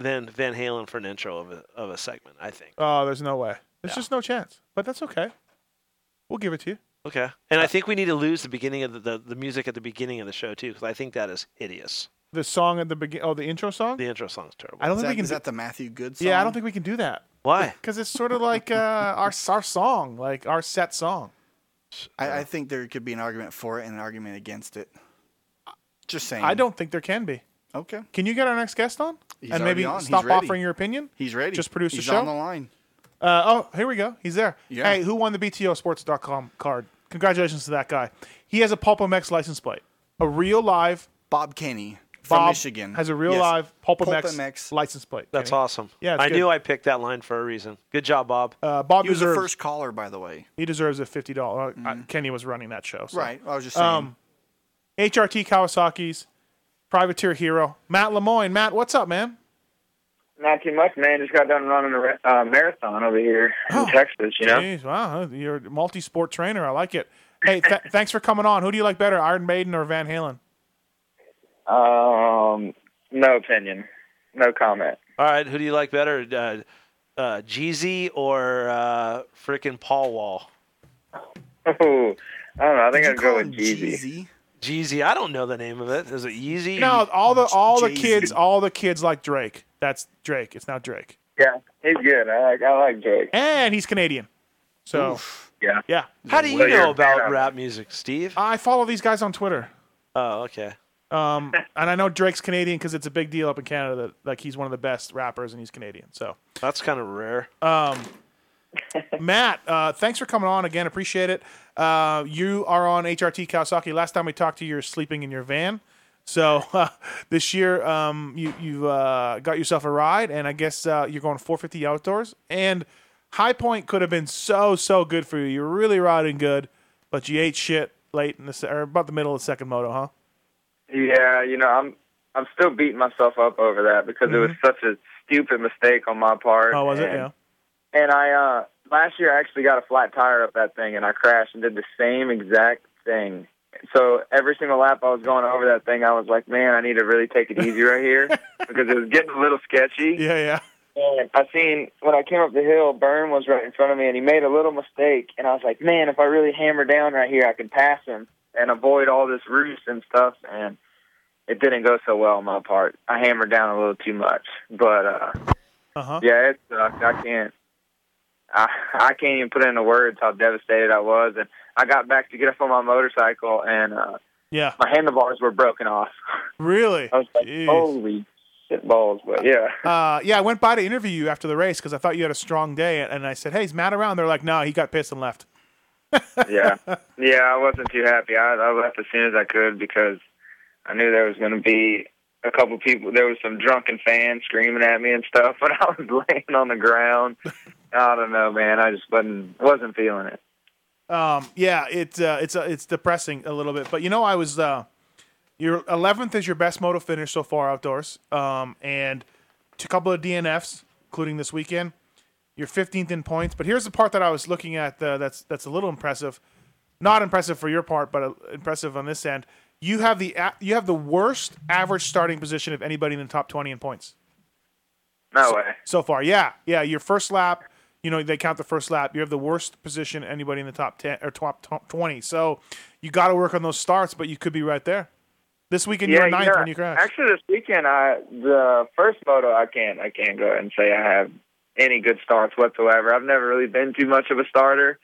[SPEAKER 5] than Van Halen for an intro of a of a segment. I think.
[SPEAKER 4] Oh, there's no way. There's just no chance. But that's okay. We'll give it to you.
[SPEAKER 5] Okay. And I think we need to lose the beginning of the, the, the music at the beginning of the show too, because I think that is hideous.
[SPEAKER 4] The song at the beginning. Oh, the intro song.
[SPEAKER 5] The intro song's terrible.
[SPEAKER 4] I don't think we can.
[SPEAKER 7] Is that the Matthew Good song?
[SPEAKER 4] yeah, I don't think we can do that.
[SPEAKER 5] Why?
[SPEAKER 4] Because it's sort of like uh, our our song, like our set song.
[SPEAKER 7] I, I think there could be an argument for it and an argument against it. Just saying.
[SPEAKER 4] I don't think there can be.
[SPEAKER 7] Okay.
[SPEAKER 4] Can you get our next guest on?
[SPEAKER 7] He's
[SPEAKER 4] and
[SPEAKER 7] already
[SPEAKER 4] maybe
[SPEAKER 7] on. He's
[SPEAKER 4] stop
[SPEAKER 7] ready.
[SPEAKER 4] offering your opinion?
[SPEAKER 7] He's ready.
[SPEAKER 4] Just produce
[SPEAKER 7] He's
[SPEAKER 4] the show?
[SPEAKER 7] on the line.
[SPEAKER 4] Uh, oh, here we go. He's there.
[SPEAKER 7] Yeah.
[SPEAKER 4] Hey, who won the BTOsports.com card? Congratulations to that guy. He has a Pulp MX license plate. A real live.
[SPEAKER 7] Bob Kenny from
[SPEAKER 4] Bob
[SPEAKER 7] Michigan.
[SPEAKER 4] Has a real
[SPEAKER 7] Yes.
[SPEAKER 4] live Pulp
[SPEAKER 7] Pulp
[SPEAKER 4] MX,
[SPEAKER 7] MX.
[SPEAKER 4] license plate.
[SPEAKER 5] That's
[SPEAKER 4] Kenny.
[SPEAKER 5] awesome.
[SPEAKER 4] Yeah, it's
[SPEAKER 5] I
[SPEAKER 4] good.
[SPEAKER 5] knew I picked that line for a reason. Good job, Bob.
[SPEAKER 4] Uh, Bob
[SPEAKER 7] He was the
[SPEAKER 4] deserves-
[SPEAKER 7] first caller, by the way. Mm-hmm.
[SPEAKER 4] He deserves a fifty dollar. Kenny was running that show. so. Um,
[SPEAKER 7] Right, I was just saying.
[SPEAKER 4] HRT Kawasaki's privateer hero Matt Lemoyne. Matt, what's up, man?
[SPEAKER 1] Not too much, man. Just got done running a ra- uh, marathon over here in Texas. You know,
[SPEAKER 4] Oh, Jeez, wow, you're a multi-sport trainer. I like it. Hey, th- thanks for coming on. Who do you like better, Iron Maiden or Van Halen?
[SPEAKER 1] um, no opinion, no comment.
[SPEAKER 5] All right, who do you like better, uh, uh, Jeezy or uh, freaking Paul Wall?
[SPEAKER 1] Oh, I don't know. I think I'd go with Jeezy.
[SPEAKER 5] Jeezy, I don't know the name of it. Is it Yeezy?
[SPEAKER 4] No, all the all the
[SPEAKER 5] Jay-Z.
[SPEAKER 4] kids, all the kids like Drake. That's Drake. It's now Drake,
[SPEAKER 1] Yeah, he's good. I like I like Drake.
[SPEAKER 4] and he's Canadian. So
[SPEAKER 1] yeah, Oh,
[SPEAKER 4] yeah.
[SPEAKER 5] How do you
[SPEAKER 4] Well, you're
[SPEAKER 5] know
[SPEAKER 4] a
[SPEAKER 5] about
[SPEAKER 4] fan.
[SPEAKER 5] rap music, Steve?
[SPEAKER 4] I follow these guys on Twitter.
[SPEAKER 5] Oh, okay.
[SPEAKER 4] Um, and I know Drake's Canadian because it's a big deal up in Canada that like he's one of the best rappers and he's Canadian. So,
[SPEAKER 5] That's kind of rare.
[SPEAKER 4] um, Matt, uh, thanks for coming on again. Appreciate it. Uh, you are on HRT Kawasaki. Last time we talked to you, you were sleeping in your van. So uh, this year, um, you you've uh, got yourself a ride, and I guess uh, you're going 450 outdoors. And High Point could have been so so good for you. You're really riding good, but you ate shit late in the se- or about the middle of the second moto, huh?
[SPEAKER 1] Yeah, you know, I'm I'm still beating myself up over that because it was such a stupid mistake on my part.
[SPEAKER 4] Mm-hmm. Oh, was it?
[SPEAKER 1] and-
[SPEAKER 4] Yeah.
[SPEAKER 1] And I uh last year I actually got a flat tire up that thing and I crashed and did the same exact thing. So every single lap I was going over that thing I was like, Man, I need to really take it easy right here because it was getting a little sketchy.
[SPEAKER 4] Yeah, yeah.
[SPEAKER 1] And I seen when I came up the hill, Byrne was right in front of me and he made a little mistake and I was like, Man, if I really hammer down right here I can pass him and avoid all this roost and stuff and it didn't go so well on my part. I hammered down a little too much. But uh
[SPEAKER 4] Uh-huh.
[SPEAKER 1] yeah, it sucked. I can't. I I can't even put into words how devastated I was, and I got back to get up on my motorcycle, and uh,
[SPEAKER 4] Yeah.
[SPEAKER 1] my handlebars were broken off.
[SPEAKER 4] Really?
[SPEAKER 1] I was like,
[SPEAKER 4] Jeez.
[SPEAKER 1] "Holy shit balls!" But yeah,
[SPEAKER 4] Uh, yeah, I went by to interview you after the race because I thought you had a strong day, and- and I said, "Hey, is Matt around?" They're like, "No, he got pissed and left."
[SPEAKER 1] yeah, yeah. I wasn't too happy. I, I left as soon as I could because I knew there was going to be a couple people. There was some drunken fans screaming at me and stuff, but I was laying on the ground. I don't know, man. I just wasn't wasn't feeling it.
[SPEAKER 4] Um, yeah, it's uh, it's uh, it's depressing a little bit, but you know, I was uh, your eleventh is your best moto finish so far outdoors, um, and a couple of DNFs, including this weekend. You're fifteenth in points, but here's the part that I was looking at uh, that's that's a little impressive, not impressive for your part, but uh, impressive on this end. You have the a- you have the worst average starting position of anybody in the top twenty in points.
[SPEAKER 1] No
[SPEAKER 4] so,
[SPEAKER 1] way.
[SPEAKER 4] So far, yeah, yeah. Your first lap, you know, they count the first lap. You have the worst position anybody in the top ten or top tw- twenty. So you got to work on those starts, but you could be right there. This weekend you were ninth
[SPEAKER 1] know,
[SPEAKER 4] when you crashed.
[SPEAKER 1] Actually, this weekend, I the first moto, I can't, I can't go ahead and say I have any good starts whatsoever. I've never really been too much of a starter,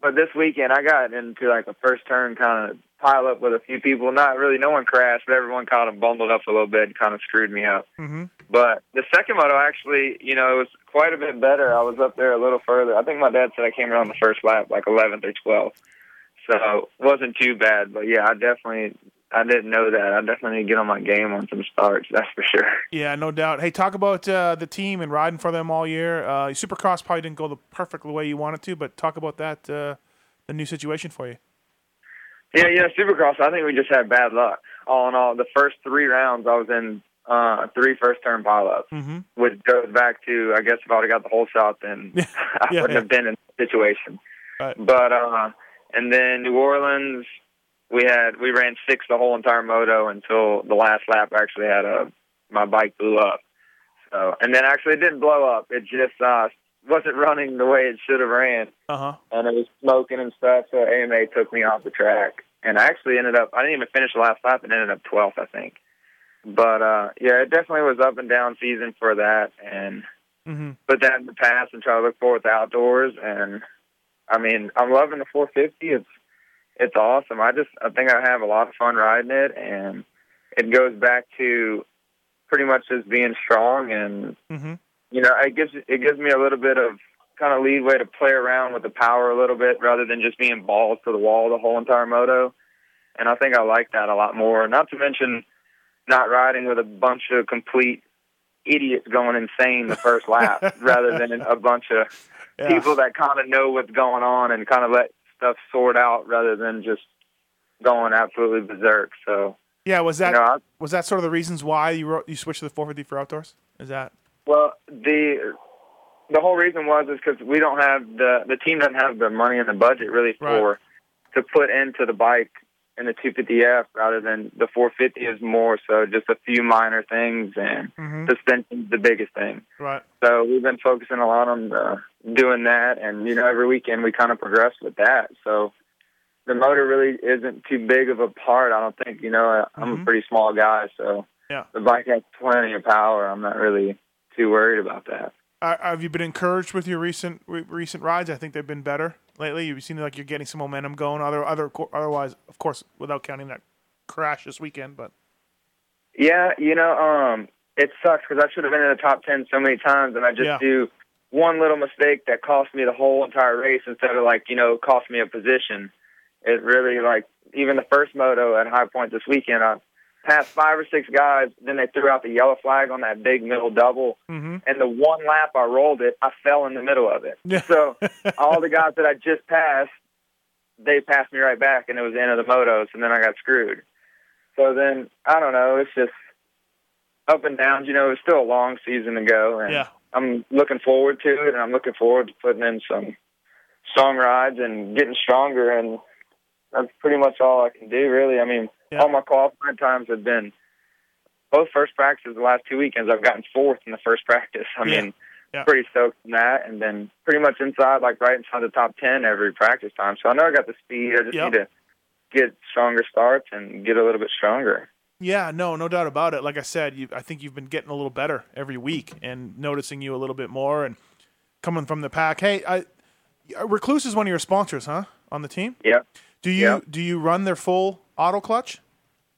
[SPEAKER 1] but this weekend I got into like a first turn kind of pile up with a few people. Not really, no one crashed, but everyone kind of bundled up a little bit and kind of screwed me up.
[SPEAKER 4] Mm-hmm.
[SPEAKER 1] But the second moto actually, you know, it was quite a bit better. I was up there a little further. I think my dad said I came around the first lap, like 11th or 12th. So it wasn't too bad. But yeah, I definitely, I didn't know that. I definitely need to get on my game on some starts, that's for sure.
[SPEAKER 4] Yeah, no doubt. Hey, talk about uh, the team and riding for them all year. Uh, Supercross probably didn't go the perfect way you wanted to, but talk about that, uh, the new situation for you.
[SPEAKER 1] Yeah, yeah, Supercross. I think we just had bad luck. All in all, the first three rounds, I was in uh, three first turn pileups,
[SPEAKER 4] Mhm.
[SPEAKER 1] which goes back to I guess if I would have got the whole shot, then I
[SPEAKER 4] yeah,
[SPEAKER 1] wouldn't
[SPEAKER 4] yeah.
[SPEAKER 1] have been in that situation.
[SPEAKER 4] Right.
[SPEAKER 1] But uh, and then New Orleans, we had we ran six the whole entire moto until the last lap. Actually, had a my bike blew up. So and then actually it didn't blow up. It just uh, wasn't running the way it should have ran
[SPEAKER 4] Uh huh.
[SPEAKER 1] and it was smoking and stuff. So AMA took me off the track, and I actually ended up. I didn't even finish the last lap, and ended up 12th, I think. But uh, yeah, it definitely was up and down season for that, and
[SPEAKER 4] Mm-hmm.
[SPEAKER 1] put that in the past and try to look forward to outdoors. And I mean, I'm loving the 450. It's it's awesome. I just I think I have a lot of fun riding it, and it goes back to pretty much just being strong and
[SPEAKER 4] Mm-hmm.
[SPEAKER 1] you know, it gives it gives me a little bit of kind of leeway to play around with the power a little bit rather than just being balls to the wall the whole entire moto. And I think I like that a lot more. Not to mention not riding with a bunch of complete idiots going insane the first lap rather than a bunch of
[SPEAKER 4] Yeah.
[SPEAKER 1] people that kind of know what's going on and kind of let stuff sort out rather than just going absolutely berserk. So,
[SPEAKER 4] Yeah, was that
[SPEAKER 1] You know, I-
[SPEAKER 4] was that sort of the reasons why you wrote, you switched to the 450 for outdoors? Is that
[SPEAKER 1] Well, the the whole reason was is because we don't have the the team doesn't have the money and the budget really for to put into the bike and the 250F rather than the 450 is more so just a few minor things and
[SPEAKER 4] Mm-hmm.
[SPEAKER 1] suspension's the biggest thing.
[SPEAKER 4] right?
[SPEAKER 1] So we've been focusing a lot on uh, doing that, and you know every weekend we kind of progress with that. So the motor really isn't too big of a part. I don't think you know I'm a
[SPEAKER 4] Mhm.
[SPEAKER 1] pretty small guy, so
[SPEAKER 4] Yeah.
[SPEAKER 1] the bike has plenty of power. I'm not really too worried about that.
[SPEAKER 4] Are, have you been encouraged with your recent re- recent rides? I think they've been better lately. You seem like you're getting some momentum going. Other other otherwise, of course, without counting that crash this weekend, but
[SPEAKER 1] Yeah, you know, um, it sucks because I should have been in the top ten so many times, and I just
[SPEAKER 4] Yeah.
[SPEAKER 1] do one little mistake that cost me the whole entire race instead of like you know cost me a position. It really like even the first moto at High Point this weekend, I passed five or six guys. Then they threw out the yellow flag on that big middle double,
[SPEAKER 4] Mhm.
[SPEAKER 1] and the one lap I rolled it, I fell in the middle of it. So all the guys that I just passed, they passed me right back, and it was the end of the motos, and then I got screwed. So then I don't know. It's just up and downs. You know, it's still a long season to go, and
[SPEAKER 4] Yeah.
[SPEAKER 1] I'm looking forward to it, and I'm looking forward to putting in some strong rides and getting stronger. And that's pretty much all I can do, really. I mean, all my qualifying times have been both first practices the last two weekends. I've gotten fourth in the first practice. I
[SPEAKER 4] Yeah.
[SPEAKER 1] mean,
[SPEAKER 4] Yeah.
[SPEAKER 1] pretty stoked in that, and then pretty much inside, like right inside the top ten every practice time. So I know I got the speed. I just
[SPEAKER 4] Yep.
[SPEAKER 1] need to get stronger starts and get a little bit stronger.
[SPEAKER 4] Yeah, no, no doubt about it. Like I said, you, I think you've been getting a little better every week and noticing you a little bit more and coming from the pack. Hey, I, uh, Recluse is one of your sponsors, huh? On the team.
[SPEAKER 1] Yep.
[SPEAKER 4] Do you do you run their full auto clutch?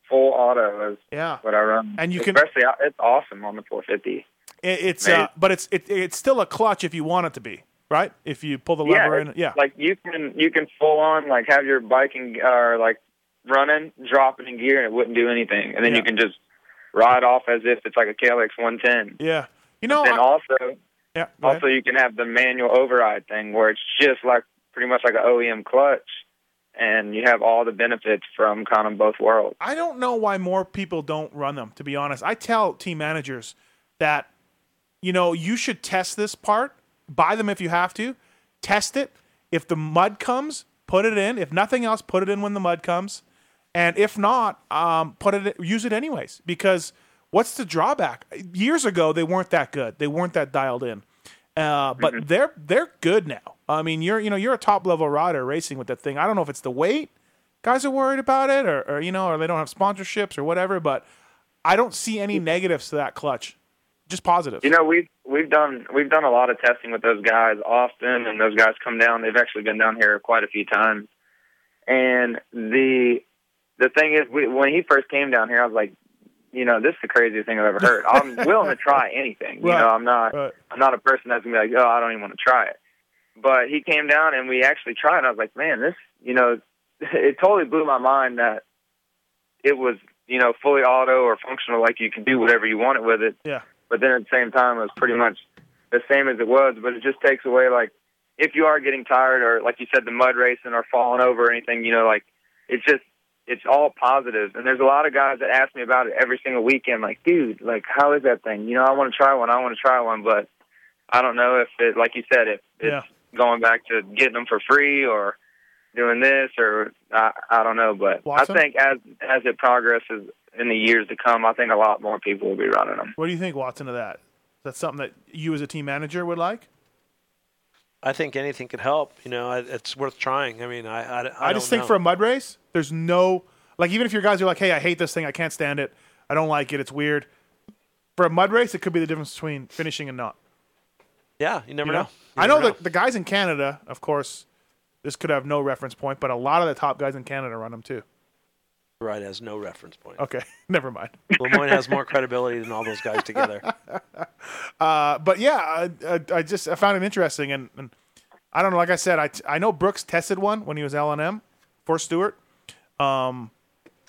[SPEAKER 1] full auto is
[SPEAKER 4] yeah
[SPEAKER 1] what I run.
[SPEAKER 4] And you can-
[SPEAKER 1] especially can, it's awesome on the 450.
[SPEAKER 4] It, it's
[SPEAKER 1] Mate.
[SPEAKER 4] uh, but it's it, it's still a clutch if you want it to be, right? If you pull the lever
[SPEAKER 1] yeah,
[SPEAKER 4] in,
[SPEAKER 1] it's-
[SPEAKER 4] yeah,
[SPEAKER 1] Like you can you can full on like have your bike and or like running, dropping in gear, and it wouldn't do anything, and then you
[SPEAKER 4] Yeah.
[SPEAKER 1] can just ride off as if it's like a KLX 110.
[SPEAKER 4] yeah. You know,
[SPEAKER 1] and
[SPEAKER 4] I-
[SPEAKER 1] also
[SPEAKER 4] yeah. go ahead.
[SPEAKER 1] also you can have the manual override thing where it's just like pretty much like an OEM clutch, and you have all the benefits from kind of both worlds.
[SPEAKER 4] I don't know why more people don't run them, to be honest. I tell team managers that, you know, you should test this part, buy them if you have to, test it. If the mud comes, put it in. If nothing else, put it in when the mud comes. And if not, um, put it use it anyways. Because what's the drawback? Years ago, they weren't that good. They weren't that dialed in. Uh, but they're they're good now. I mean, you're you know you're a top level rider racing with that thing. I don't know if it's the weight guys are worried about it, or, or you know, or they don't have sponsorships or whatever. But I don't see any negatives to that clutch, just positives.
[SPEAKER 1] You know, we've we've done we've done a lot of testing with those guys often, and those guys come down. They've actually been down here quite a few times, and the the thing is, we, when he first came down here, I was like, you know, this is the craziest thing I've ever heard. I'm willing to try anything. You
[SPEAKER 2] Right,
[SPEAKER 1] know, I'm not
[SPEAKER 2] right.
[SPEAKER 1] I'm not a person that's gonna be like, oh, I don't even want to try it. But he came down and we actually tried. And I was like, man, this, you know, it totally blew my mind that it was, you know, fully auto or functional, like you can do whatever you wanted with it.
[SPEAKER 4] Yeah.
[SPEAKER 1] But then at the same time, it was pretty much the same as it was. But it just takes away like if you are getting tired or like you said, the mud racing or falling over or anything, you know, like it's just it's all positives. And there's a lot of guys that ask me about it every single weekend, like, dude, like how is that thing? You know, I want to try one, I want to try one, but I don't know if it, like you said, if
[SPEAKER 4] Yeah.
[SPEAKER 1] going back to getting them for free or doing this or I, I don't know, but
[SPEAKER 4] Watson?
[SPEAKER 1] I think as as it progresses in the years to come, I think a lot more people will be running them.
[SPEAKER 4] What do you think, Watson, of that? That's something that you as a team manager would like?
[SPEAKER 5] I think anything could help. You know, I, it's worth trying. I mean, I I, I,
[SPEAKER 4] I, just
[SPEAKER 5] don't
[SPEAKER 4] think
[SPEAKER 5] know.
[SPEAKER 4] for a mud race, there's no like even if your guys are like, "Hey, I hate this thing. I can't stand it. I don't like it. It's weird." For a mud race, it could be the difference between finishing and not.
[SPEAKER 5] yeah, you never
[SPEAKER 4] you know?
[SPEAKER 5] know.
[SPEAKER 4] I know, that the guys in Canada, of course, this could have no reference point, but a lot of the top guys in Canada run them too.
[SPEAKER 5] Right has no reference point.
[SPEAKER 4] Okay, never mind.
[SPEAKER 5] Lemoyne has more credibility than all those guys together.
[SPEAKER 4] Uh, but yeah, I, I, I just I found it interesting, and, and I don't know. Like I said, I, I know Brooks tested one when he was L and M for Stewart, um,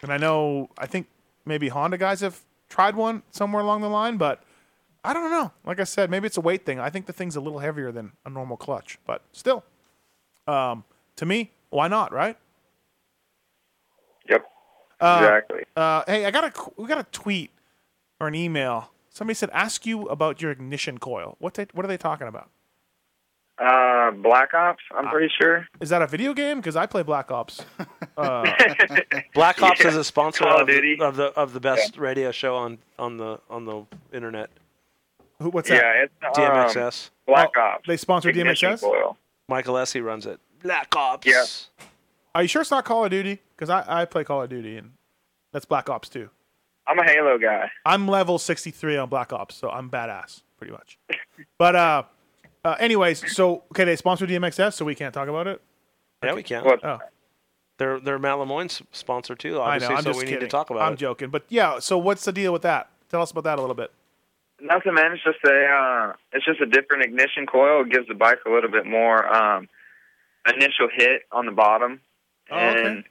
[SPEAKER 4] and I know I think maybe Honda guys have tried one somewhere along the line, but I don't know. Like I said, maybe it's a weight thing. I think the thing's a little heavier than a normal clutch, but still, um, to me, why not, right?
[SPEAKER 1] Yep.
[SPEAKER 4] Uh,
[SPEAKER 1] Exactly.
[SPEAKER 4] Uh, hey, I got a qu- we got a tweet or an email. Somebody said, "Ask you about your ignition coil." What they, what are they talking about?
[SPEAKER 1] Uh, Black Ops,
[SPEAKER 4] Ah.
[SPEAKER 1] I'm pretty sure.
[SPEAKER 4] Is that a video game? Because I play Black Ops. Uh,
[SPEAKER 5] Black Ops
[SPEAKER 4] Yeah.
[SPEAKER 5] is a sponsor
[SPEAKER 4] Call
[SPEAKER 5] of,
[SPEAKER 4] of
[SPEAKER 5] the- of the of the best radio show on, on the on the internet.
[SPEAKER 4] Who, what's
[SPEAKER 1] yeah,
[SPEAKER 4] that? Oh,
[SPEAKER 1] it's um,
[SPEAKER 5] DMXS.
[SPEAKER 1] Black Ops.
[SPEAKER 4] They sponsor
[SPEAKER 1] Ignition
[SPEAKER 4] DMXS.
[SPEAKER 1] coil.
[SPEAKER 5] Michael Essie runs it. Black Ops.
[SPEAKER 1] Yeah.
[SPEAKER 4] Are you sure it's not Call of Duty? Because I, I play Call of Duty and that's Black Ops too.
[SPEAKER 1] I'm a Halo guy.
[SPEAKER 4] I'm level 63 on Black Ops, so I'm badass pretty much. But uh, uh anyways, so okay, they sponsor DMXS, so we can't talk about it.
[SPEAKER 5] Yeah, we can.
[SPEAKER 4] Oh.
[SPEAKER 5] They're they're Matt Lemoyne's sponsor too,
[SPEAKER 4] I
[SPEAKER 5] obviously.
[SPEAKER 4] know. I'm
[SPEAKER 5] so
[SPEAKER 4] just
[SPEAKER 5] we
[SPEAKER 4] kidding.
[SPEAKER 5] need to talk about
[SPEAKER 4] I'm
[SPEAKER 5] it.
[SPEAKER 4] joking, but yeah. So what's the deal with that? Tell us about that a little bit.
[SPEAKER 1] Nothing, man. It's just a uh, it's just a different ignition coil. It gives the bike a little bit more um, initial hit on the bottom,
[SPEAKER 4] Oh, okay.
[SPEAKER 1] and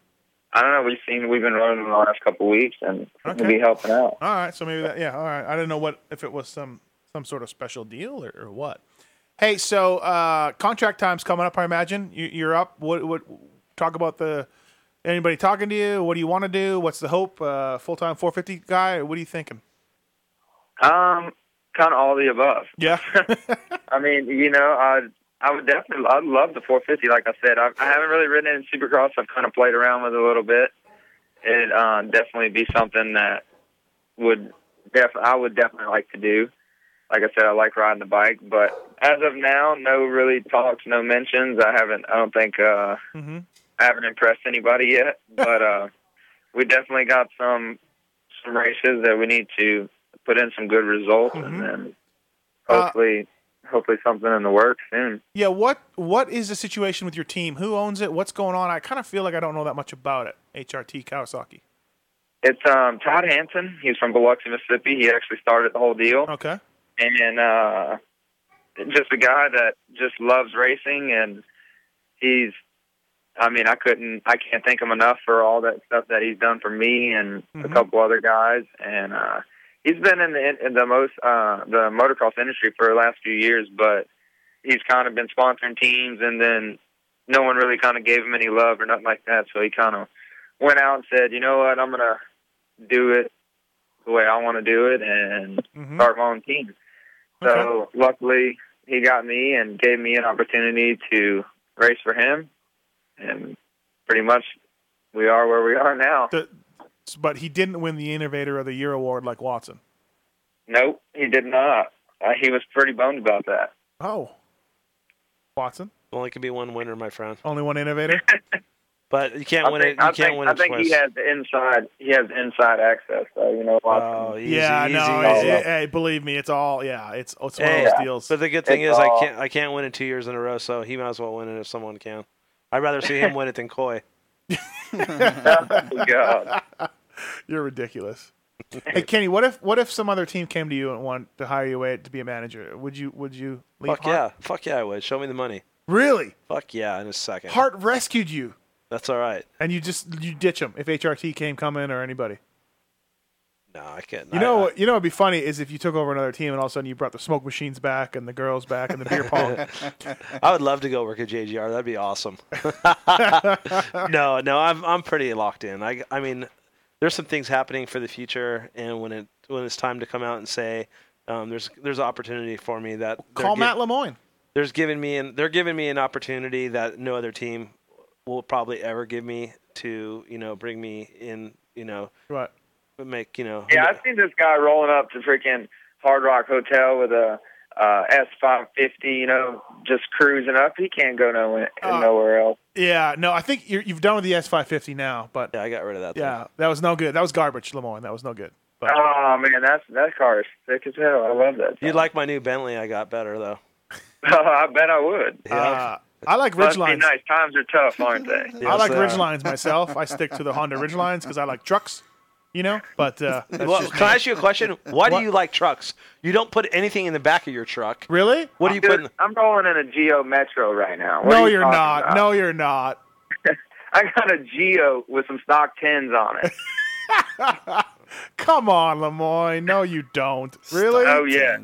[SPEAKER 1] I don't know. We've seen we've been running them the last couple weeks, and it'll be helping out.
[SPEAKER 4] All right, so maybe that. Yeah, all right. I didn't know what if it was some some sort of special deal or, or what. Hey, so uh, contract time's coming up. I imagine you, you're up. What what? Talk about the anybody talking to you. What do you want to do? What's the hope? Uh, Full time 450 guy. What are you thinking?
[SPEAKER 1] Um, kind of all the above.
[SPEAKER 4] Yeah.
[SPEAKER 1] I mean, you know, I I would definitely I'd love the 450. Like I said, I, I haven't really ridden it in Supercross. I've kind of played around with it a little bit. It uh, definitely be something that would def I would definitely like to do. Like I said, I like riding the bike, but as of now, no really talks, no mentions. I haven't. I don't think uh, I haven't impressed anybody yet. But uh, we definitely got some some races that we need to put in some good results, and then hopefully hopefully something in the works soon.
[SPEAKER 4] Yeah. What what is the situation with your team? Who owns it? What's going on? I kind of feel like I don't know that much about it. HRT Kawasaki.
[SPEAKER 1] It's um, Todd Hanson. He's from Biloxi, Mississippi. He actually started the whole deal,
[SPEAKER 4] Okay.
[SPEAKER 1] and uh, just a guy that just loves racing, and he's. I mean, I couldn't, I can't thank him enough for all that stuff that he's done for me and a couple other guys, and uh, he's been in the in the most uh, the motocross industry for the last few years, but he's kind of been sponsoring teams, and then no one really kind of gave him any love or nothing like that, so he kind of went out and said, you know what, I'm gonna do it the way I want to do it and start my own team. So luckily, he got me and gave me an opportunity to race for him, and pretty much we are where we are now.
[SPEAKER 4] The, but he didn't win the Innovator of the Year award like Watson.
[SPEAKER 1] Nope, he did not. Uh, he was pretty bummed about that.
[SPEAKER 4] Oh. Watson.
[SPEAKER 5] Only can be one winner, my friend.
[SPEAKER 4] Only one innovator.
[SPEAKER 5] But Uh, you can't
[SPEAKER 1] I
[SPEAKER 5] win
[SPEAKER 1] think,
[SPEAKER 5] it. You
[SPEAKER 1] I
[SPEAKER 5] can't
[SPEAKER 1] think,
[SPEAKER 5] win
[SPEAKER 1] I
[SPEAKER 5] it
[SPEAKER 1] think
[SPEAKER 5] twice.
[SPEAKER 1] he has the inside. He has inside access. So you know,
[SPEAKER 5] Oh,
[SPEAKER 1] Watson.
[SPEAKER 4] yeah, no, it's- it- hey, believe me, it's all yeah, it's it's one
[SPEAKER 5] Hey,
[SPEAKER 4] of those deals.
[SPEAKER 5] But the good thing is, I can't I can't win it two years in a row, so he might as well win it if someone can. I'd rather see him win it than Coy.
[SPEAKER 1] God.
[SPEAKER 4] You're ridiculous. hey Kenny, what if what if some other team came to you and wanted to hire you away to be a manager? Would you would you leave?
[SPEAKER 5] Fuck
[SPEAKER 4] Hart?
[SPEAKER 5] yeah. Fuck yeah, I would. Show me the money.
[SPEAKER 4] Really?
[SPEAKER 5] Fuck yeah, in a second.
[SPEAKER 4] Hart rescued you,
[SPEAKER 5] That's all right.
[SPEAKER 4] and you just you ditch him if HRT came coming or anybody.
[SPEAKER 5] No, I can't.
[SPEAKER 4] You know what? You know what'd be funny is if you took over another team and all of a sudden you brought the smoke machines back and the girls back and the beer pong.
[SPEAKER 5] I would love to go work at JGR. That'd be awesome. no, no, I'm I'm pretty locked in. I I mean, there's some things happening for the future, and when it when it's time to come out and say, um, there's there's opportunity for me that they're
[SPEAKER 4] Call
[SPEAKER 5] gi-
[SPEAKER 4] Matt Lemoyne.
[SPEAKER 5] There's giving me and they're giving me an opportunity that no other team will probably ever give me to you know bring me in you know
[SPEAKER 4] right
[SPEAKER 5] make you know
[SPEAKER 1] Yeah, I've seen this guy rolling up to freaking Hard Rock Hotel with a uh, S five fifty. You know, just cruising up. He can't go nowhere
[SPEAKER 5] Oh.
[SPEAKER 1] nowhere else.
[SPEAKER 4] Yeah, no, I think you're, you've done with the S550 now, but
[SPEAKER 5] yeah, I got rid of that.
[SPEAKER 4] Yeah, that was no good. That was garbage, Lemoyne. That was no good.
[SPEAKER 1] Oh man, that's that car is thick as hell. I love that.
[SPEAKER 5] You'd like my new Bentley I got better though.
[SPEAKER 1] I bet I would.
[SPEAKER 4] Uh, I like
[SPEAKER 1] Must be
[SPEAKER 4] Ridgelines.
[SPEAKER 1] nice. Times are tough, aren't they?
[SPEAKER 4] I like
[SPEAKER 5] uh,
[SPEAKER 4] Ridgelines myself. I stick to the Honda Ridgelines because I like trucks, you know. But uh, that's
[SPEAKER 5] Well,
[SPEAKER 4] just
[SPEAKER 5] can I
[SPEAKER 4] me.
[SPEAKER 5] ask you a question? Why
[SPEAKER 4] What?
[SPEAKER 5] do you like trucks? You don't put anything in the back of your truck.
[SPEAKER 4] Really?
[SPEAKER 5] What do you put? In the-
[SPEAKER 1] I'm rolling in a Geo Metro right now. What
[SPEAKER 4] no,
[SPEAKER 1] are you
[SPEAKER 4] you're
[SPEAKER 1] talking
[SPEAKER 4] not.
[SPEAKER 1] about?
[SPEAKER 4] No, you're not.
[SPEAKER 1] I got a Geo with some stock tens on it.
[SPEAKER 4] Come on, Lemoyne. No, you don't. Really?
[SPEAKER 1] Oh yeah.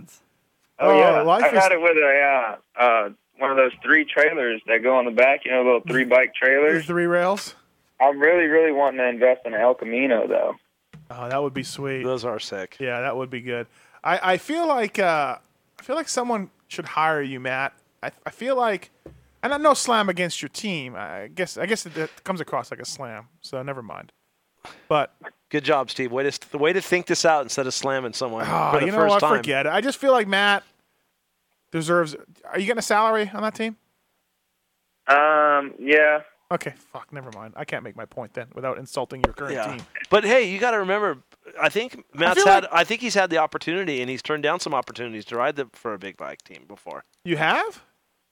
[SPEAKER 1] Oh, yeah.
[SPEAKER 4] life
[SPEAKER 1] I
[SPEAKER 4] is
[SPEAKER 1] got it with a uh, uh, one of those three trailers that go on the back. You know, little three bike trailers.
[SPEAKER 4] three rails.
[SPEAKER 1] I'm really, really wanting to invest in an El Camino though.
[SPEAKER 4] Oh, that would be sweet.
[SPEAKER 5] Those are sick.
[SPEAKER 4] Yeah, that would be good. I, I feel like uh, I feel like someone should hire you, Matt. I, I feel like, and I no slam against your team. I guess I guess it, that comes across like a slam. So never mind. But
[SPEAKER 5] good job, Steve. Way to st- way to think this out instead of slamming someone for
[SPEAKER 4] Oh,
[SPEAKER 5] the
[SPEAKER 4] you know
[SPEAKER 5] first
[SPEAKER 4] what?
[SPEAKER 5] time.
[SPEAKER 4] Forget it. I just feel like Matt deserves. Are you getting a salary on that team?
[SPEAKER 1] Um, yeah.
[SPEAKER 4] Okay, fuck. Never mind. I can't make my point then without insulting your current
[SPEAKER 5] Yeah.
[SPEAKER 4] team.
[SPEAKER 5] But hey, you got to remember. I think Matt's
[SPEAKER 4] feel
[SPEAKER 5] had. I think he's had the opportunity, and he's turned down some opportunities to ride the, for a big bike team before.
[SPEAKER 4] You have?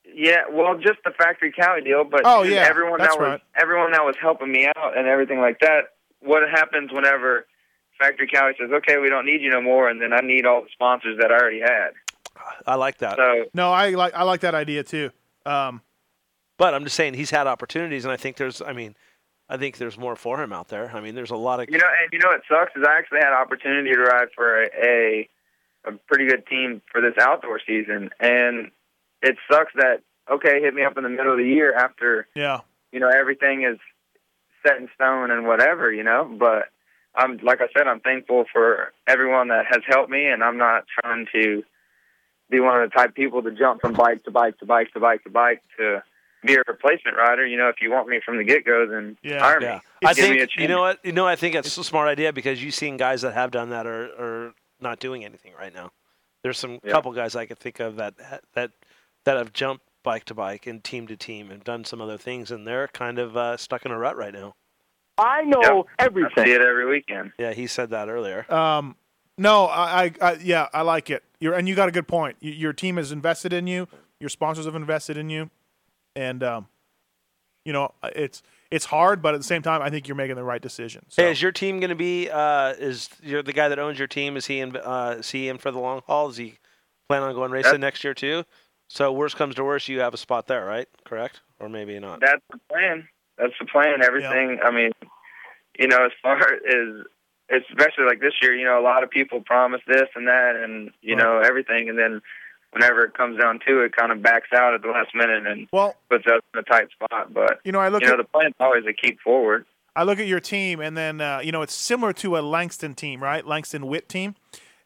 [SPEAKER 1] Yeah, well, just the factory Cali deal, but
[SPEAKER 5] Oh,
[SPEAKER 1] dude,
[SPEAKER 5] yeah,
[SPEAKER 1] everyone
[SPEAKER 5] that's
[SPEAKER 1] that was
[SPEAKER 5] right.
[SPEAKER 1] everyone that was helping me out and everything like that. What happens whenever factory Cali says, "Okay, we don't need you no more," and then I need all the sponsors that I already had.
[SPEAKER 5] I like that.
[SPEAKER 1] So-
[SPEAKER 4] No, I like I like that idea too. Um,
[SPEAKER 5] but I'm just saying he's had opportunities, and I think there's. I mean, I think there's more for him out there. I mean, there's a lot of.
[SPEAKER 1] You know, and you know what sucks is I actually had an opportunity to ride for a, a a pretty good team for this outdoor season, and it sucks that okay hit me up in the middle of the year after
[SPEAKER 4] Yeah.
[SPEAKER 1] you know everything is set in stone and whatever you know. But I'm like I said, I'm thankful for everyone that has helped me, and I'm not trying to be one of the type of people to jump from bike to bike to bike to bike to bike to be a replacement rider. You know, if you want me from the get go, then hire me.
[SPEAKER 5] I
[SPEAKER 1] Give me a
[SPEAKER 5] think
[SPEAKER 1] chance.
[SPEAKER 5] you know what you know. I think it's a smart idea because you've seen guys that have done that are, are not doing anything right now. There's some couple guys I could think of that that that have jumped bike to bike and team to team and done some other things, and they're kind of uh, stuck in a rut right now.
[SPEAKER 13] I know
[SPEAKER 1] everything. I see it every weekend.
[SPEAKER 5] Yeah, he said that earlier.
[SPEAKER 4] Um, no, I, I, I yeah, I like it. You're, and you got a good point. Y your team has invested in you. Your sponsors have invested in you, and um, you know it's it's hard, but at the same time, I think you're making the right decision.
[SPEAKER 5] Hey, is your team going to be? Uh, is you're the guy that owns your team? Is he in? Uh, is he in for the long haul? Is he plan on going racing next year too? So worst comes to worst, you have a spot there, right? Correct, or maybe not.
[SPEAKER 1] That's the plan. That's the plan. Everything. I mean, you know, as far as especially like this year, you know, a lot of people promise this and that, and you know everything, and then whenever it comes down to it, kind of backs out at the last minute and
[SPEAKER 4] well,
[SPEAKER 1] puts us in a tight spot. But
[SPEAKER 4] You know, I look
[SPEAKER 1] You know,
[SPEAKER 4] at-
[SPEAKER 1] the plan's always to keep forward.
[SPEAKER 4] I look at your team, and then uh, you know it's similar to a Langston team, right? Langston Witt team.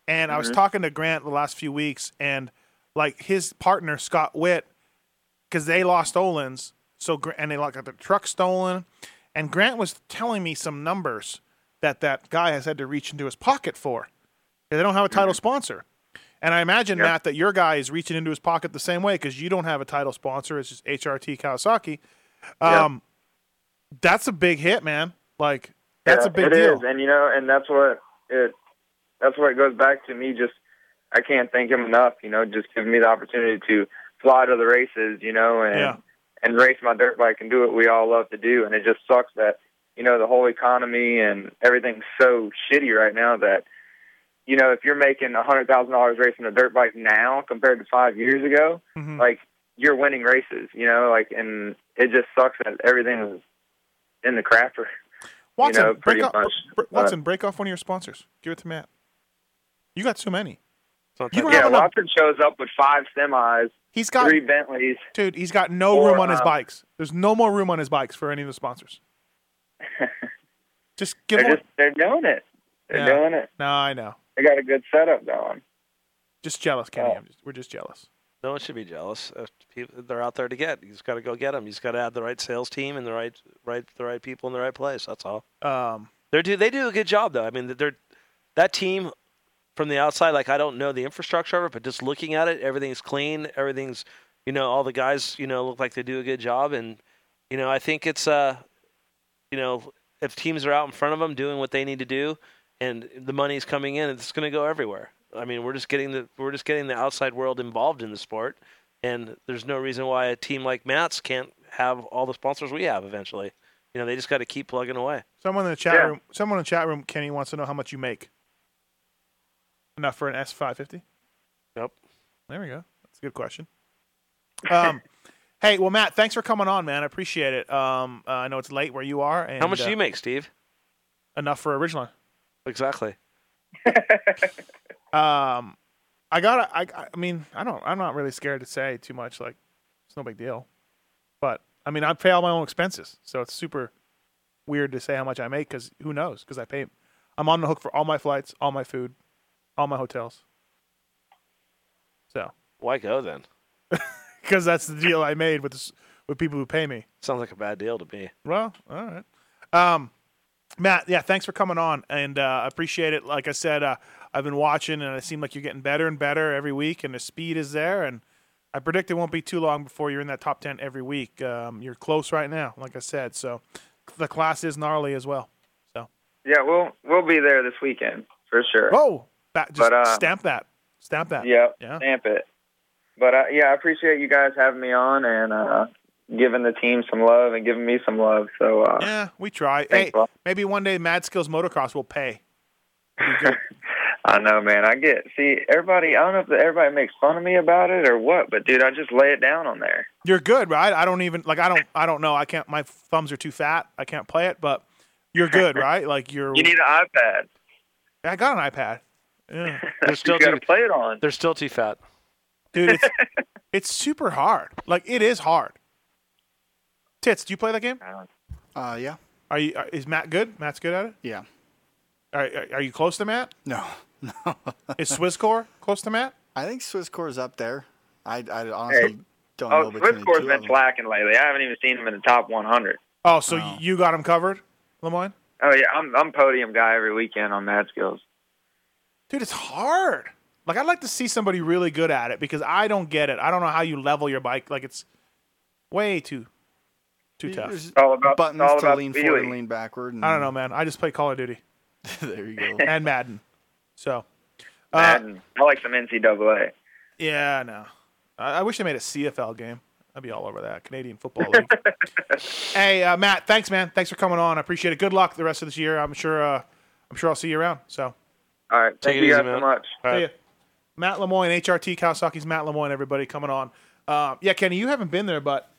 [SPEAKER 4] And I was
[SPEAKER 1] Mhm.
[SPEAKER 4] talking to Grant the last few weeks, and like his partner Scott Witt, because they lost Olin's, so Gr- and they like got their truck stolen, and Grant was telling me some numbers that that guy has had to reach into his pocket for. They don't have a title sponsor. And I imagine,
[SPEAKER 2] Yep.
[SPEAKER 4] Matt, that your guy is reaching into his pocket the same way because you don't have a title sponsor. It's just HRT Kawasaki. Um, That's a big hit, man. Like, that's
[SPEAKER 1] Yeah,
[SPEAKER 4] a big
[SPEAKER 1] it
[SPEAKER 4] deal.
[SPEAKER 1] is, and you know, and that's what it. That's where it goes back to me. Just I can't thank him enough. You know, just giving me the opportunity to fly to the races. You know, and
[SPEAKER 4] Yeah.
[SPEAKER 1] and race my dirt bike and do what we all love to do. And it just sucks that you know the whole economy and everything's so shitty right now that you know if you're making a hundred thousand dollars racing a dirt bike now compared to five years ago,
[SPEAKER 4] Mm-hmm.
[SPEAKER 1] like you're winning races. You know, like and it just sucks that everything is in the crapper.
[SPEAKER 4] Watson,
[SPEAKER 1] you know, pretty
[SPEAKER 4] break off,
[SPEAKER 1] much. uh,
[SPEAKER 4] br- Watson, break off one of your sponsors. Give it to Matt. You got too many. You don't
[SPEAKER 1] yeah,
[SPEAKER 4] have enough-
[SPEAKER 1] Watson shows up with five semis.
[SPEAKER 4] He's got-
[SPEAKER 1] three Bentleys.
[SPEAKER 4] Dude, he's got no
[SPEAKER 1] Or,
[SPEAKER 4] room on his
[SPEAKER 1] uh,
[SPEAKER 4] bikes. There's no more room on his bikes for any of the sponsors. just give
[SPEAKER 1] they're
[SPEAKER 4] one.
[SPEAKER 1] just they're doing it. They're
[SPEAKER 4] Yeah.
[SPEAKER 1] doing it.
[SPEAKER 4] No, I know.
[SPEAKER 1] They got a good setup going.
[SPEAKER 4] Just jealous,
[SPEAKER 1] Oh.
[SPEAKER 4] Kenny. I'm just, we're just jealous.
[SPEAKER 5] No one should be jealous. Uh, people, they're out there to get. You just got to go get them. You just got to have the right sales team and the right, right, the right people in the right place. That's all.
[SPEAKER 4] Um,
[SPEAKER 5] They do. They do a good job, though. I mean, they're that team from the outside. Like I don't know the infrastructure of it, but just looking at it, everything's clean. Everything's you know, all the guys you know look like they do a good job, and you know, I think it's uh, you know, if teams are out in front of them doing what they need to do, and the money's coming in, it's going to go everywhere. I mean, we're just getting the we're just getting the outside world involved in the sport, and there's no reason why a team like Matt's can't have all the sponsors we have eventually. You know, they just got to keep plugging away.
[SPEAKER 4] Someone in the chat
[SPEAKER 5] Yeah.
[SPEAKER 4] room. Someone in the chat room. Kenny wants to know how much you make. Enough for an S five fifty.
[SPEAKER 5] Yep.
[SPEAKER 4] There we go. That's a good question. Um, hey, well, Matt, thanks for coming on, man. I appreciate it. Um, uh, I know it's late where you are. And,
[SPEAKER 5] How much
[SPEAKER 4] uh,
[SPEAKER 5] do you make, Steve?
[SPEAKER 4] Enough for original.
[SPEAKER 5] Exactly.
[SPEAKER 4] Um, I gotta. I. I mean, I don't. I'm not really scared to say too much. Like, it's no big deal. But I mean, I pay all my own expenses, so it's super weird to say how much I make because who knows? Because I pay. I'm on the hook for all my flights, all my food, all my hotels. So,
[SPEAKER 5] Why go then?
[SPEAKER 4] because that's the deal I made with this, with people who pay me.
[SPEAKER 5] Sounds like a bad deal to me.
[SPEAKER 4] Well, all right. Um, Matt, yeah, thanks for coming on, and uh, I appreciate it. Like I said, uh, I've been watching, and it seemed like you're getting better and better every week, and the speed is there. And I predict it won't be too long before you're in that top ten every week. Um, you're close right now, like I said. So the class is gnarly as well.
[SPEAKER 1] Yeah, we'll we'll be there this weekend for sure.
[SPEAKER 4] Whoa! That, Oh, just
[SPEAKER 1] But, uh,
[SPEAKER 4] stamp that. Stamp that.
[SPEAKER 1] Yep.
[SPEAKER 4] Yeah.
[SPEAKER 1] Stamp it. But uh, yeah, I appreciate you guys having me on and uh, giving the team some love and giving me some love. So uh,
[SPEAKER 4] yeah, we try. Hey,
[SPEAKER 1] Thanks, Bob.
[SPEAKER 4] maybe one day Mad Skills Motocross will pay.
[SPEAKER 1] I know, man. I get see everybody. I don't know if everybody makes fun of me about it or what, but dude, I just lay it down on there.
[SPEAKER 4] You're good, right? I don't even like. I don't. I don't know. I can't. My thumbs are too fat. I can't play it. But you're good, right? Like you're.
[SPEAKER 1] You need an iPad.
[SPEAKER 4] I got an iPad. Yeah.
[SPEAKER 5] They're still
[SPEAKER 4] gotta
[SPEAKER 5] too,
[SPEAKER 1] play it on.
[SPEAKER 5] They're still too fat.
[SPEAKER 4] Dude, it's, it's super hard. Like it is hard. Tits, do you play that game?
[SPEAKER 7] Uh, yeah.
[SPEAKER 4] Are you? Are, is Matt good? Matt's good at it.
[SPEAKER 7] Yeah.
[SPEAKER 4] Are, are, are you close to Matt?
[SPEAKER 7] No.
[SPEAKER 4] Is Swisscore close to Matt?
[SPEAKER 7] I think Swisscore is up there. I, I honestly don't
[SPEAKER 1] oh,
[SPEAKER 7] know between the
[SPEAKER 1] Swiftcore's
[SPEAKER 7] two
[SPEAKER 1] been
[SPEAKER 7] of them.
[SPEAKER 1] slacking lately. I haven't even seen him in the top 100.
[SPEAKER 4] Oh, so you got him covered, Lemoyne?
[SPEAKER 1] Oh yeah, I'm I'm podium guy every weekend on Mad Skills.
[SPEAKER 4] Dude, it's hard. Like I'd like to see somebody really good at it because I don't get it. I don't know how you level your bike. Like it's way too too tough.
[SPEAKER 7] There's
[SPEAKER 1] all about
[SPEAKER 7] buttons
[SPEAKER 4] all
[SPEAKER 7] to
[SPEAKER 4] about
[SPEAKER 7] lean forward and
[SPEAKER 4] feeling.
[SPEAKER 7] lean backward. And
[SPEAKER 4] I don't know, man. I just play Call of Duty.
[SPEAKER 7] there you go.
[SPEAKER 4] and Madden. So Uh,
[SPEAKER 1] Madden. I like some NCAA.
[SPEAKER 4] yeah, no. I, I wish they made a CFL game. I'd be all over that Canadian Football League. hey, uh, Matt, thanks, man. Thanks for coming on. I appreciate it. Good luck the rest of this year. I'm sure. Uh, I'm sure I'll see you around. So
[SPEAKER 1] All right, thank
[SPEAKER 4] it
[SPEAKER 1] you
[SPEAKER 4] easy,
[SPEAKER 1] guys
[SPEAKER 4] man.
[SPEAKER 1] so much.
[SPEAKER 4] See ya. Matt Lemoyne, HRT Kawasaki's Matt Lemoyne, everybody coming on. Uh, yeah, Kenny, you haven't been there, but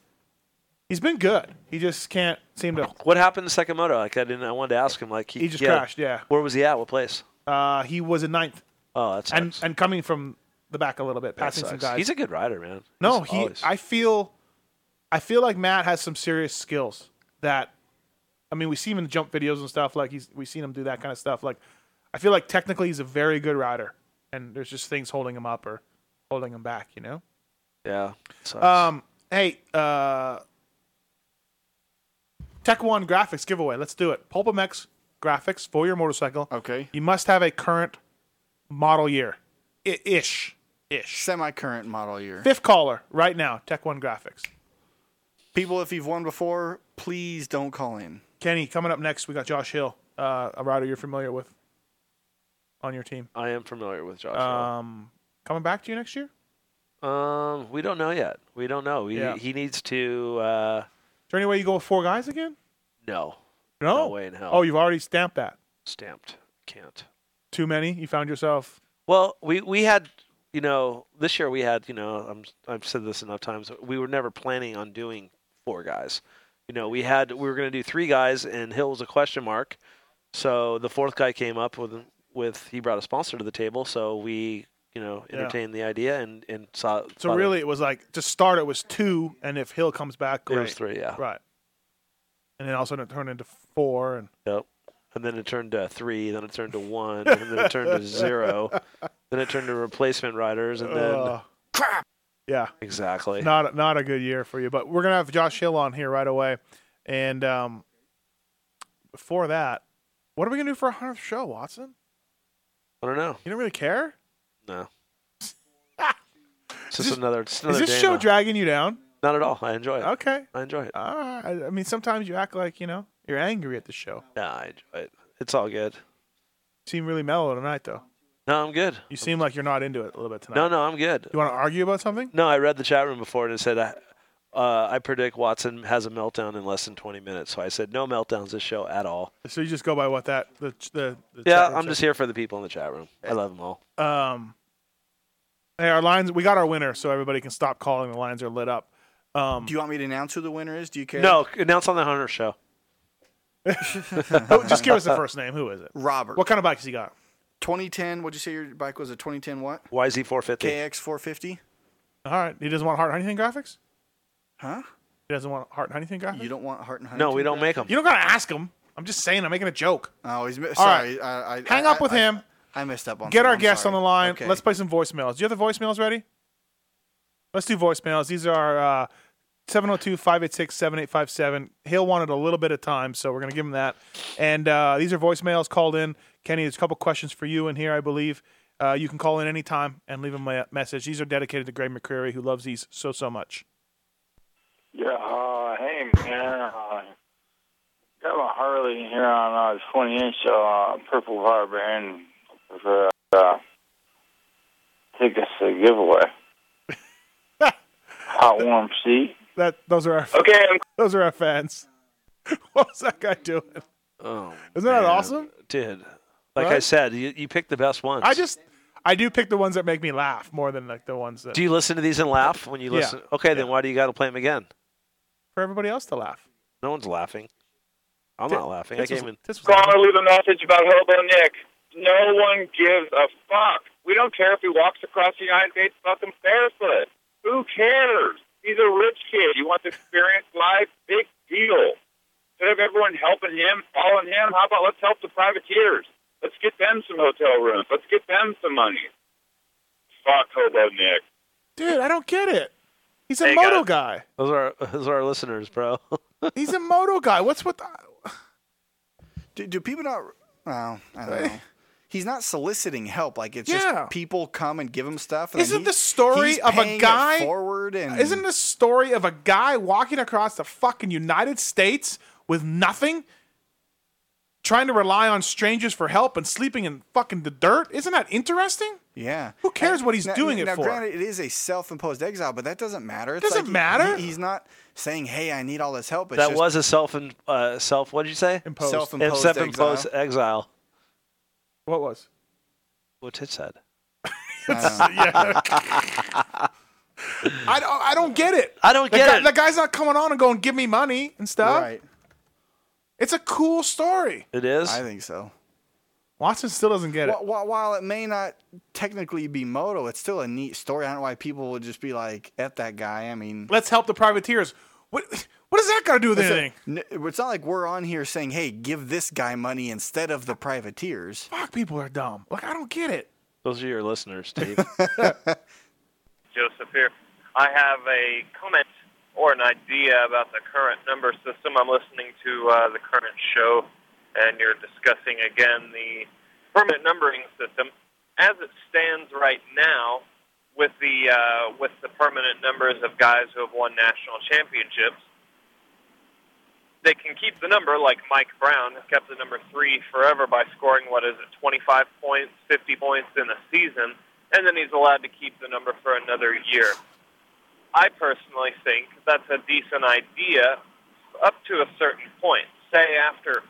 [SPEAKER 4] he's been good. He just can't seem to.
[SPEAKER 5] What happened to Sakamoto? Like I didn't. I wanted to ask him. Like he,
[SPEAKER 4] He just
[SPEAKER 5] yeah.
[SPEAKER 4] crashed, yeah.
[SPEAKER 5] Where was he at? What place?
[SPEAKER 4] Uh, he was in ninth.
[SPEAKER 5] Oh, that's
[SPEAKER 4] and and coming from the back a little bit, passing some guys.
[SPEAKER 5] He's a good rider, man.
[SPEAKER 4] No,
[SPEAKER 5] He's
[SPEAKER 4] he.
[SPEAKER 5] always-
[SPEAKER 4] I feel, I feel like Matt has some serious skills. That, I mean, we see him in the jump videos and stuff. Like he's, we've seen him do that kind of stuff. Like, I feel like technically he's a very good rider, and there's just things holding him up or holding him back. You know.
[SPEAKER 5] yeah. Sucks.
[SPEAKER 4] Um. Hey. Uh. Tech One Graphics giveaway. Let's do it. Pulpamex Graphics for your motorcycle.
[SPEAKER 7] Okay.
[SPEAKER 4] You must have a current model year, I- ish. Ish.
[SPEAKER 7] Semi-current model year.
[SPEAKER 4] Fifth caller right now. Tech One Graphics.
[SPEAKER 7] People, if you've won before, please don't call in.
[SPEAKER 4] Kenny, coming up next, we got Josh Hill, uh, a rider you're familiar with on your team.
[SPEAKER 5] I am familiar with Josh.
[SPEAKER 4] Um, coming back to you next year?
[SPEAKER 5] Um, we don't know yet. We We don't know. He,
[SPEAKER 4] Yeah.
[SPEAKER 5] he needs to. Uh,
[SPEAKER 4] there any way you go with four guys again?
[SPEAKER 5] no,
[SPEAKER 4] No.
[SPEAKER 5] No way in hell.
[SPEAKER 4] Oh, you've already stamped that.
[SPEAKER 5] stamped. Can't.
[SPEAKER 4] Too many. You found yourself.
[SPEAKER 5] Well, we we had you know this year we had you know I'm I've said this enough times. We were never planning on doing four guys. You know, we had we were going to do three guys, and Hill was a question mark. So the fourth guy came up with with he brought a sponsor to the table. So we you know
[SPEAKER 4] Yeah.
[SPEAKER 5] entertained the idea and and saw.
[SPEAKER 4] So
[SPEAKER 5] thought
[SPEAKER 4] really, it was like to start. It was two, and if Hill comes back,
[SPEAKER 5] It
[SPEAKER 4] great.
[SPEAKER 5] was three, yeah.
[SPEAKER 4] Right. And then also it turned into four, and
[SPEAKER 5] Yep. And then it turned to three. Then it turned to one. and then it turned to zero. Then it turned to replacement riders, and then
[SPEAKER 4] Ugh. yeah,
[SPEAKER 5] exactly.
[SPEAKER 4] not not a good year for you. But we're gonna have Josh Hill on here right away. And um, before that, what are we gonna do for our hundredth show, Watson?
[SPEAKER 5] I don't know.
[SPEAKER 4] You don't really care.
[SPEAKER 5] No. it's just another. It's
[SPEAKER 4] Is
[SPEAKER 5] another
[SPEAKER 4] this
[SPEAKER 5] day
[SPEAKER 4] show
[SPEAKER 5] now.
[SPEAKER 4] dragging you down?
[SPEAKER 5] Not at all. I enjoy it.
[SPEAKER 4] Okay.
[SPEAKER 5] I enjoy it.
[SPEAKER 4] All right. Uh, I, I mean, sometimes you act like you know you're angry at the show.
[SPEAKER 5] Nah, I enjoy it. It's all good.
[SPEAKER 4] You seem really mellow tonight, though.
[SPEAKER 5] No, I'm good.
[SPEAKER 4] You seem like you're not into it a little bit tonight.
[SPEAKER 5] No, no, I'm good.
[SPEAKER 4] You want to argue about something?
[SPEAKER 5] No, I read the chat room before and it said, I, uh, I predict Watson has a meltdown in less than 20 minutes. So I said, no meltdowns this show at all.
[SPEAKER 4] So you just go by what that the the, the
[SPEAKER 5] yeah,
[SPEAKER 4] chat room
[SPEAKER 5] I'm
[SPEAKER 4] said.
[SPEAKER 5] just here for the people in the chat room. I love them all.
[SPEAKER 4] Um, hey, our lines. We got our winner, so everybody can stop calling. The lines are lit up. Um,
[SPEAKER 7] Do you want me to announce who the winner is? Do you care?
[SPEAKER 5] No, Oh, announce on the Hunter show.
[SPEAKER 4] Oh, just give us the first name. Who is it?
[SPEAKER 7] Robert.
[SPEAKER 4] What kind of bike has he got?
[SPEAKER 7] 2010. What'd you say your bike was? A 2010 what?
[SPEAKER 5] YZ450.
[SPEAKER 7] KX450.
[SPEAKER 4] All right. He doesn't want hard anything graphics.
[SPEAKER 7] Huh?
[SPEAKER 4] He doesn't want hard anything graphics.
[SPEAKER 7] You don't want Hart and Huntington?
[SPEAKER 5] No, we don't make them.
[SPEAKER 4] You don't gotta ask him. I'm just saying. I'm making a joke.
[SPEAKER 7] Oh, he's mi-
[SPEAKER 4] All
[SPEAKER 7] sorry.
[SPEAKER 4] right.
[SPEAKER 7] I, I,
[SPEAKER 4] Hang
[SPEAKER 7] I-
[SPEAKER 4] up with
[SPEAKER 7] I-
[SPEAKER 4] him.
[SPEAKER 7] I missed up on.
[SPEAKER 4] Get our
[SPEAKER 7] something, I'm
[SPEAKER 4] guests
[SPEAKER 7] sorry.
[SPEAKER 4] on the line.
[SPEAKER 7] Okay.
[SPEAKER 4] Let's play some voicemails. Do you have the voicemails ready? Let's do voicemails. These are uh, 702-586-7857. Hill wanted a little bit of time, so we're going to give him that. And uh, these are voicemails called in. Kenny, there's a couple questions for you in here, I believe. Uh, you can call in anytime and leave him a message. These are dedicated to Greg McCreary, who loves these so, so much.
[SPEAKER 2] Yeah, uh, hey man, uh, got my Harley here on uh, 20 inch uh, purple barber and for uh, tickets to giveaway. Hot warm seat.
[SPEAKER 4] That Those are our
[SPEAKER 2] Okay.
[SPEAKER 4] Those are our fans. What's that guy doing?
[SPEAKER 5] Oh,
[SPEAKER 4] Isn't that
[SPEAKER 5] man.
[SPEAKER 4] awesome?
[SPEAKER 5] Dude, like I
[SPEAKER 4] Right?
[SPEAKER 5] said, you, you picked the best ones.
[SPEAKER 4] I just, I do pick the ones that make me laugh more than like the ones that
[SPEAKER 5] Do you listen to these and laugh when you
[SPEAKER 4] Yeah.
[SPEAKER 5] listen? Okay, then why do you got to play them again?
[SPEAKER 4] for everybody else to laugh.
[SPEAKER 5] No one's laughing. I'm
[SPEAKER 4] Thi-
[SPEAKER 5] not laughing. I
[SPEAKER 4] this
[SPEAKER 5] came
[SPEAKER 4] was-
[SPEAKER 5] in.
[SPEAKER 4] This
[SPEAKER 2] Caller, leave a message about Hobo Nick. No one gives a fuck. We don't care if he walks across the United States fucking barefoot. Who cares? He's a rich kid. He wants to experience life. Big deal. Instead of everyone helping him, following him, how about let's help the privateers? Let's get them some hotel rooms. Let's get them some money. Fuck Hobo Nick.
[SPEAKER 4] Dude, I don't get it. He's a
[SPEAKER 5] Hey,
[SPEAKER 4] moto guy.
[SPEAKER 5] Those are those are our listeners, bro.
[SPEAKER 4] He's a moto guy. What's with the,
[SPEAKER 7] Do, do people not? Oh, I don't know. He's not soliciting help. Like it's
[SPEAKER 4] Yeah.
[SPEAKER 7] just people come and give him stuff. And then
[SPEAKER 4] Isn't
[SPEAKER 7] he-
[SPEAKER 4] the story
[SPEAKER 7] he's
[SPEAKER 4] of
[SPEAKER 7] paying
[SPEAKER 4] a
[SPEAKER 7] it
[SPEAKER 4] guy
[SPEAKER 7] forward? And
[SPEAKER 4] Isn't the story of a guy walking across the fucking United States with nothing, trying to rely on strangers for help and sleeping in fucking the dirt? Isn't that interesting?
[SPEAKER 7] Yeah.
[SPEAKER 4] Who cares what he's
[SPEAKER 7] now,
[SPEAKER 4] doing it
[SPEAKER 7] now,
[SPEAKER 4] for?
[SPEAKER 7] Granted, it is a self-imposed exile, but that doesn't matter. It's
[SPEAKER 4] Doesn't
[SPEAKER 7] like he-
[SPEAKER 4] matter?
[SPEAKER 7] he- he's not saying, "Hey, I need all this help." It's
[SPEAKER 5] that
[SPEAKER 7] just,
[SPEAKER 5] was a self in, uh, self. What did you say?
[SPEAKER 7] Imposed. Self-imposed
[SPEAKER 5] Im- self-imposed exile.
[SPEAKER 4] What was?
[SPEAKER 5] What it said.
[SPEAKER 4] Yeah. I don't. I don't get it.
[SPEAKER 5] I don't
[SPEAKER 4] The
[SPEAKER 5] get
[SPEAKER 4] guy-
[SPEAKER 5] it.
[SPEAKER 4] The guy's not coming on and going, "Give me money" and stuff.
[SPEAKER 7] Right.
[SPEAKER 4] It's a cool story.
[SPEAKER 5] It is.
[SPEAKER 7] I think so.
[SPEAKER 4] Watson still doesn't get it.
[SPEAKER 7] Wh- wh- While it may not technically be Moto, it's still a neat story. I don't know why people would just be like, "At that guy." I mean,
[SPEAKER 4] Let's help the privateers. What? What does that got to do with
[SPEAKER 7] It's a-
[SPEAKER 4] anything?
[SPEAKER 7] n- it's not like we're on here saying, "Hey, give this guy money instead of the privateers."
[SPEAKER 4] Fuck, people are dumb. Like I don't get it.
[SPEAKER 5] Those are your listeners, Steve.
[SPEAKER 3] Joseph here. I have a comment or an idea about the current number system. I'm listening to uh, the current show, and you're discussing again the permanent numbering system. As it stands right now, with the uh, with the permanent numbers of guys who have won national championships, they can keep the number. Like Mike Brown has kept the number three forever by scoring what is it, 25 points, 50 points in a season, and then he's allowed to keep the number for another year. I personally think that's a decent idea up to a certain point. Say after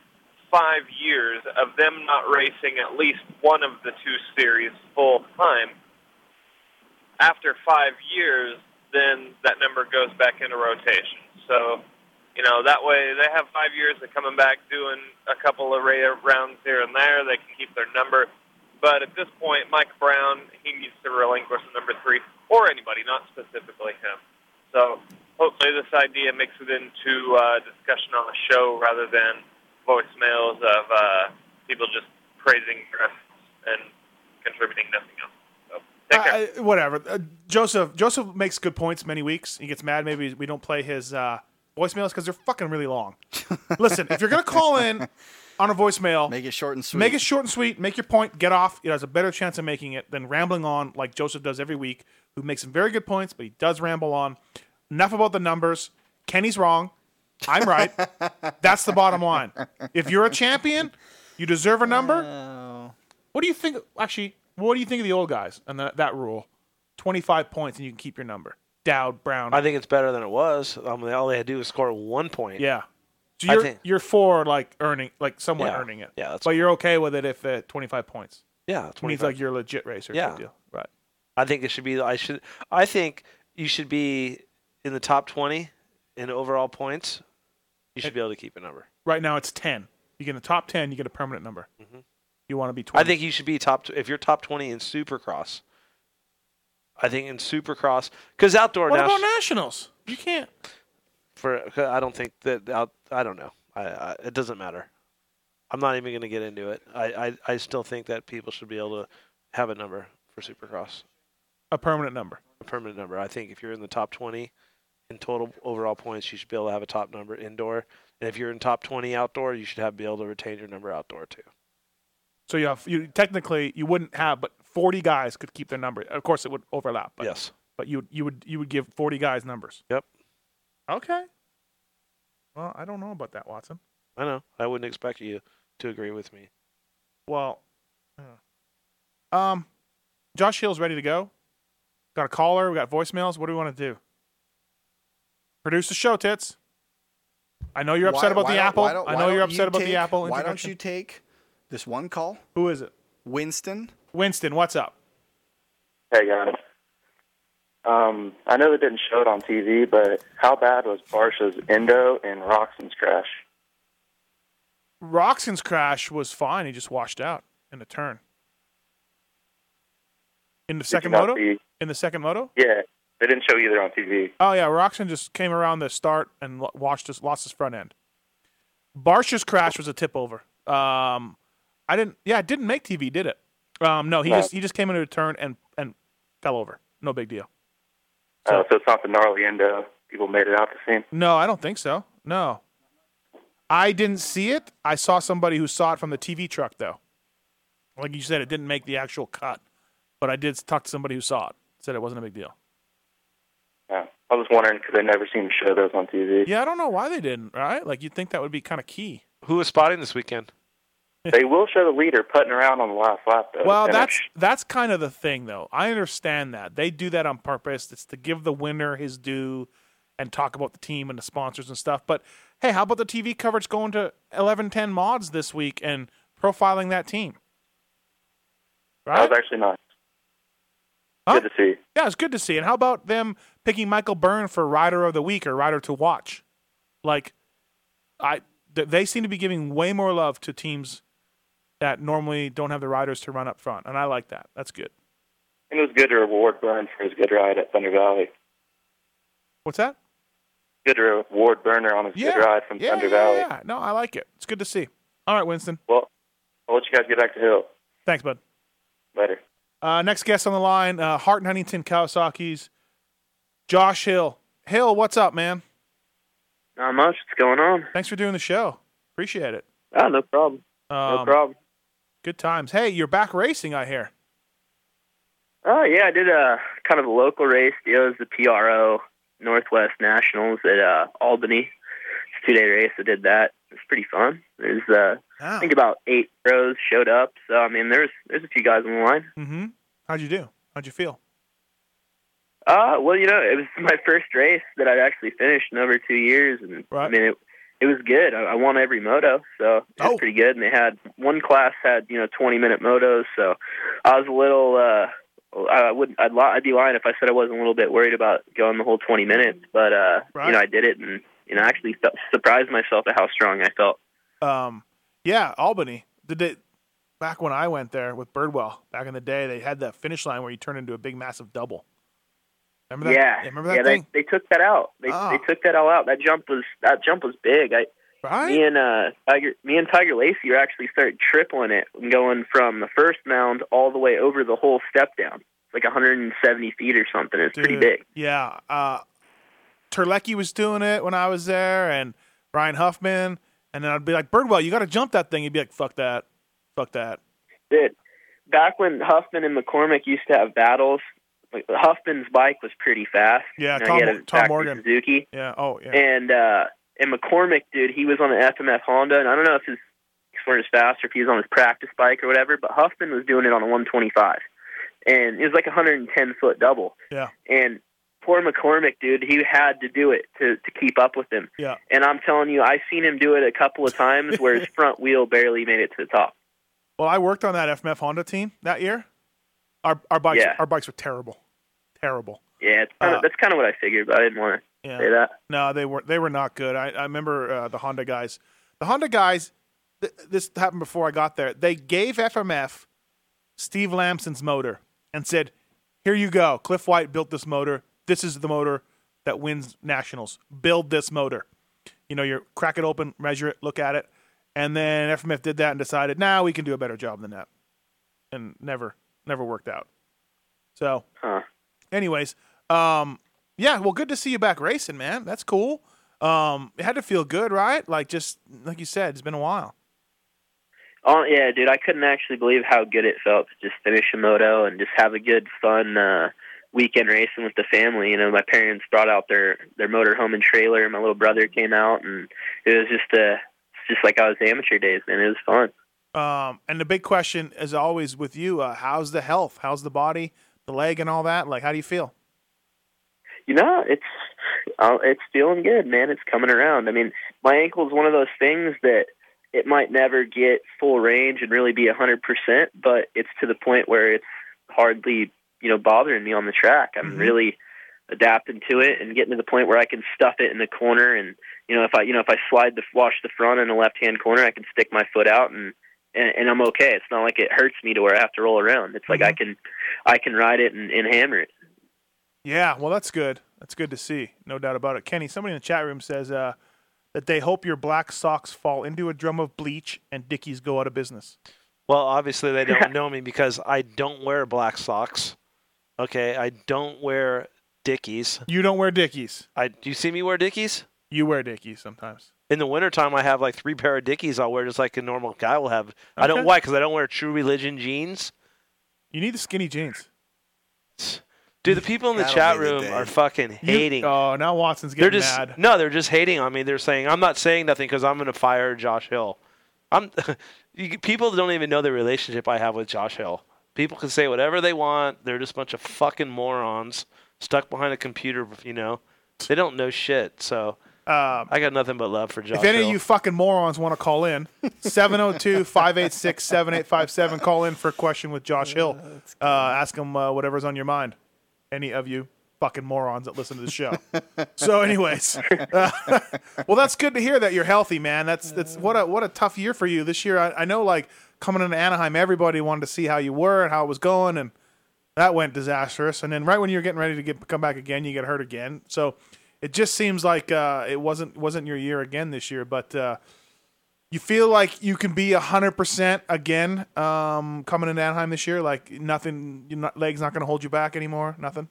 [SPEAKER 3] five years of them not racing at least one of the two series full time, after five years, then that number goes back into rotation. So, you know, that way they have five years of coming back doing a couple of ra- rounds here and there. They can keep their number. But at this point, Mike Brown, he needs to relinquish the number three, or anybody, not specifically him. So hopefully this idea makes it into uh, discussion on the show rather than voicemails of uh, people just praising dress and contributing nothing else.
[SPEAKER 4] I- I- whatever. Uh, Joseph Joseph makes good points many weeks. He gets mad. Maybe we don't play his uh, voicemails because they're fucking really long. Listen, if you're gonna call in on a voicemail, make
[SPEAKER 7] it short and sweet.
[SPEAKER 4] Make it short and sweet. Make your point. Get off. It has a better chance of making it than rambling on like Joseph does every week. Who makes some very good points, but he does ramble on. Enough about the numbers. Kenny's wrong. I'm right. That's the bottom line. If you're a champion, you deserve a number. What do you think? Actually, what do you think of the old guys and that, that rule? 25 points and you can keep your number. Dowd, Brown.
[SPEAKER 5] I think it's better than it was. Um, all they had to do was score one point.
[SPEAKER 4] Yeah. So
[SPEAKER 5] I
[SPEAKER 4] you're,
[SPEAKER 5] think-
[SPEAKER 4] you're for like earning, like someone
[SPEAKER 5] Yeah.
[SPEAKER 4] earning it.
[SPEAKER 5] Yeah, that's
[SPEAKER 4] but you're okay with it if uh, 25 points.
[SPEAKER 5] Yeah,
[SPEAKER 4] It means
[SPEAKER 5] 25.
[SPEAKER 4] like you're a legit racer. type
[SPEAKER 5] Yeah.
[SPEAKER 4] Deal. Right.
[SPEAKER 5] I think it should be. I should. I think you should be in the top twenty in overall points. You should be able to keep a number.
[SPEAKER 4] Right now it's 10. You get in the top 10, you get a permanent number. You want to be 20.
[SPEAKER 5] Mm-hmm. I think you should be top. If you're top twenty in Supercross, I think in Supercross because outdoor
[SPEAKER 4] What
[SPEAKER 5] now
[SPEAKER 4] about nationals? You can't.
[SPEAKER 5] for 'cause I don't think that out, I don't know. I, I it doesn't matter. I'm not even going to get into it. I, I I still think that people should be able to have a number for Supercross,
[SPEAKER 4] A permanent number.
[SPEAKER 5] a permanent number. I think if you're in the top 20 in total overall points, you should be able to have a top number indoor. And if you're in top 20 outdoor, you should have be able to retain your number outdoor too.
[SPEAKER 4] So you have you technically you wouldn't have, but forty guys could keep their number. Of course, it would overlap. But,
[SPEAKER 5] yes,
[SPEAKER 4] but you you would you would give forty guys numbers.
[SPEAKER 5] Yep.
[SPEAKER 4] Okay. Well, I don't know about that, Watson.
[SPEAKER 5] I know. I wouldn't expect you to agree with me.
[SPEAKER 4] Well, uh, um, Josh Hill's ready to go. Got a caller. We got voicemails. What do we want to do? Produce the show, tits. I know you're upset
[SPEAKER 7] Why-
[SPEAKER 4] about
[SPEAKER 7] why
[SPEAKER 4] the
[SPEAKER 7] don't-
[SPEAKER 4] apple.
[SPEAKER 7] why don't-
[SPEAKER 4] I
[SPEAKER 7] why
[SPEAKER 4] know you're
[SPEAKER 7] don't you
[SPEAKER 4] upset about
[SPEAKER 7] take-
[SPEAKER 4] the apple.
[SPEAKER 7] Why don't
[SPEAKER 4] introduction.
[SPEAKER 7] you take this one call?
[SPEAKER 4] Who is it?
[SPEAKER 7] Winston.
[SPEAKER 4] Winston, what's up?
[SPEAKER 6] Hey guys. Um, I know they didn't show it on TV, but how bad was Barsha's endo and Roxon's crash?
[SPEAKER 4] Roxon's crash was fine. He just washed out in the turn. In the
[SPEAKER 6] Did
[SPEAKER 4] second
[SPEAKER 6] you not
[SPEAKER 4] moto?
[SPEAKER 6] see-
[SPEAKER 4] In the second moto?
[SPEAKER 6] Yeah, they didn't show either on TV.
[SPEAKER 4] Oh yeah, Roxon just came around the start and lo- watched his lost his front end. Barsha's crash was a tip over. Um, I didn't. Yeah, it didn't make TV, did it? Um, no, he
[SPEAKER 6] No.
[SPEAKER 4] just he just came into a turn and and fell over. No big deal.
[SPEAKER 6] Uh, so it's not the gnarly endo people made it out to see.
[SPEAKER 4] No, I don't think so. No, I didn't see it. I saw somebody who saw it from the TV truck though. Like you said, it didn't make the actual cut, but I did talk to somebody who saw it. Said it wasn't a big deal.
[SPEAKER 6] Yeah. I was wondering because they never seem to show those on TV.
[SPEAKER 4] Yeah, I don't know why they didn't. Right? Like you'd think that would be kind of key.
[SPEAKER 5] Who was spotting this weekend?
[SPEAKER 6] they will show the leader putting around on the last lap though.
[SPEAKER 4] Well,
[SPEAKER 6] And
[SPEAKER 4] that's that's kind of the thing, though. I understand that they do that on purpose. It's to give the winner his due and talk about the team and the sponsors and stuff. But hey, how about the TV coverage going to eleven ten mods this week and profiling that team?
[SPEAKER 6] That was actually nice. Good to see.
[SPEAKER 4] Yeah, it's good to see. And how about them picking Michael Byrne for Rider of the Week or Rider to Watch? Like, I th- they seem to be giving way more love to teams that normally don't have the riders to run up front, and I like that. That's good.
[SPEAKER 6] And it was good to reward Burn for his good ride at Thunder Valley.
[SPEAKER 4] What's that?
[SPEAKER 6] Good to reward Burner on his good ride from
[SPEAKER 4] yeah,
[SPEAKER 6] Thunder
[SPEAKER 4] yeah,
[SPEAKER 6] Valley.
[SPEAKER 4] yeah. No, I like it. It's good to see. All right, Winston.
[SPEAKER 6] Well, I'll let you guys get back to Hill.
[SPEAKER 4] Thanks, bud.
[SPEAKER 6] Later.
[SPEAKER 4] Uh, next guest on the line, uh, Hart and Huntington Kawasaki's Josh Hill. Hill, what's up, man?
[SPEAKER 27] Not much. What's going on?
[SPEAKER 4] Thanks for doing the show. Appreciate it.
[SPEAKER 27] Oh, no problem.
[SPEAKER 4] Um,
[SPEAKER 27] problem.
[SPEAKER 4] Good times. Hey, you're back racing, I hear.
[SPEAKER 27] Oh yeah, I did a kind of a local race. It was the PRO Northwest Nationals at uh, Albany. It's a two day race. I did that. It was pretty fun. There's uh, I think about eight pros showed up. So I mean, there's there's a few guys on the line.
[SPEAKER 4] Mm-hmm. How'd you do? How'd you feel?
[SPEAKER 27] Uh, well, you know, it was my first race that I'd actually finished in over two years, and I mean, it it was good. I, I won every moto, so it
[SPEAKER 4] Oh.
[SPEAKER 27] was pretty good. And they had one class had you know twenty minute motos, so I was a little. uh I would I'd, li- I'd be lying if I said I wasn't a little bit worried about going the whole twenty minutes, but uh, you know I did it, and you know I actually felt, surprised myself at how strong I felt.
[SPEAKER 4] Um, yeah, Albany. Did it back when I went there with Birdwell back in the day? They had that finish line where you turn into a big, massive double. Remember that?
[SPEAKER 27] Yeah,
[SPEAKER 4] remember that
[SPEAKER 27] yeah.
[SPEAKER 4] thing?
[SPEAKER 27] They, they took that out. They
[SPEAKER 4] Ah.
[SPEAKER 27] they took that all out. That jump was that jump was big. I
[SPEAKER 4] right?
[SPEAKER 27] me and uh Tiger, me and Tiger Lacey were actually started tripling it and going from the first mound all the way over the whole step down. It's like 170 feet or something. It's pretty
[SPEAKER 4] Dude,
[SPEAKER 27] big.
[SPEAKER 4] Yeah. Uh, Terlecki was doing it when I was there, and Brian Huffman. And then I'd be like, Birdwell, you got to jump that thing. He'd be like, fuck that. Fuck that.
[SPEAKER 27] Dude, back when Huffman and McCormick used to have battles, like, Huffman's bike was pretty fast.
[SPEAKER 4] Yeah,
[SPEAKER 27] You know,
[SPEAKER 4] Tom,
[SPEAKER 27] he had
[SPEAKER 4] Mor-
[SPEAKER 27] a
[SPEAKER 4] Tom
[SPEAKER 27] factory
[SPEAKER 4] Morgan.
[SPEAKER 27] Suzuki.
[SPEAKER 4] Yeah. Oh, yeah.
[SPEAKER 27] And uh and McCormick, dude, he was on the FMF Honda, and I don't know if his for his fast or if he was on his practice bike or whatever, but Huffman was doing it on a 125, and it was like a 110 foot double.
[SPEAKER 4] Yeah.
[SPEAKER 27] And poor McCormick, dude, he had to do it to to keep up with him.
[SPEAKER 4] Yeah.
[SPEAKER 27] And I'm telling you, I've seen him do it a couple of times where his front wheel barely made it to the top.
[SPEAKER 4] Well, I worked on that FMF Honda team that year. Our our bikes
[SPEAKER 27] Yeah.
[SPEAKER 4] our bikes were terrible, terrible.
[SPEAKER 27] Yeah, it's kinda,
[SPEAKER 4] Uh,
[SPEAKER 27] that's kind of what I figured, but I didn't want to
[SPEAKER 4] Yeah.
[SPEAKER 27] say that.
[SPEAKER 4] No, they were they were not good. I, I remember uh, the Honda guys. The Honda guys. Th- this happened before I got there. They gave FMF Steve Lamson's motor and said, "Here you go. Cliff White built this motor. This is the motor that wins nationals. Build this motor. You know, you crack it open, measure it, look at it." And then FMF did that and decided, "Now nah, we can do a better job than that," and never never worked out. So
[SPEAKER 27] Huh.
[SPEAKER 4] anyways, um, yeah, well, good to see you back racing, man. That's cool. Um, it had to feel good, right? Like just like you said, it's been a while.
[SPEAKER 27] Oh yeah, dude, I couldn't actually believe how good it felt to just finish a moto and just have a good fun uh weekend racing with the family. You know, my parents brought out their their motor home and trailer and my little brother came out and it was just uh it's just like I was amateur days, man. It was fun.
[SPEAKER 4] Um, and the big question, as always, with you, uh, how's the health? How's the body, the leg, and all that? Like, how do you feel?
[SPEAKER 27] you know, it's uh, it's feeling good, man. It's coming around. I mean, my ankle's one of those things that it might never get full range and really be a hundred percent, but it's to the point where it's hardly you know bothering me on the track. I'm
[SPEAKER 8] Mhm.
[SPEAKER 27] really adapting to it and getting to the point where I can stuff it in the corner and you know if I you know if I slide the wash the front in the left hand corner I can stick my foot out and, and and I'm okay. It's not like it hurts me to where I have to roll around. It's like I can I can ride it and, and hammer it.
[SPEAKER 4] Yeah, well, that's good. That's good to see, no doubt about it. Kenny, somebody in the chat room says uh, that they hope your black socks fall into a drum of bleach and Dickies go out of business.
[SPEAKER 5] Well, obviously they don't know me because I don't wear black socks. Okay, I don't wear Dickies.
[SPEAKER 4] You don't wear Dickies.
[SPEAKER 5] I do you see me wear Dickies?
[SPEAKER 4] You wear Dickies sometimes.
[SPEAKER 5] In the wintertime, I have like three pair of Dickies I'll wear just like a normal guy will have. I
[SPEAKER 4] Okay.
[SPEAKER 5] don't why because I don't wear True Religion jeans.
[SPEAKER 4] You need the skinny jeans.
[SPEAKER 5] Dude, the people in the
[SPEAKER 4] That'll
[SPEAKER 5] chat
[SPEAKER 4] be the
[SPEAKER 5] room
[SPEAKER 4] day.
[SPEAKER 5] are fucking
[SPEAKER 4] You-
[SPEAKER 5] hating.
[SPEAKER 4] oh, now Watson's
[SPEAKER 5] they're
[SPEAKER 4] getting
[SPEAKER 5] just
[SPEAKER 4] mad.
[SPEAKER 5] no, they're just hating on me. They're saying I'm not saying nothing because I'm gonna fire Josh Hill. I'm you, people don't even know the relationship I have with Josh Hill. People can say whatever they want. They're just a bunch of fucking morons stuck behind a computer. You know, they don't know shit. So
[SPEAKER 4] Um,
[SPEAKER 5] I got nothing but love for Josh.
[SPEAKER 4] if any
[SPEAKER 5] Hill.
[SPEAKER 4] of you fucking morons want to call in, 702 586 7857, call in for a question with Josh Hill. Uh, ask him uh, whatever's on your mind. Any of you fucking morons that listen to the show. so, anyways, uh, well, that's good to hear that you're healthy, man. That's that's what a what a tough year for you this year. I, I know, like coming into Anaheim, everybody wanted to see how you were and how it was going, and that went disastrous. And then right when you're getting ready to get come back again, you get hurt again. So it just seems like uh, it wasn't wasn't your year again this year. But uh, you feel like you can be hundred percent again um, coming into Anaheim this year. Like nothing, your not, legs not going to hold you back anymore. Nothing.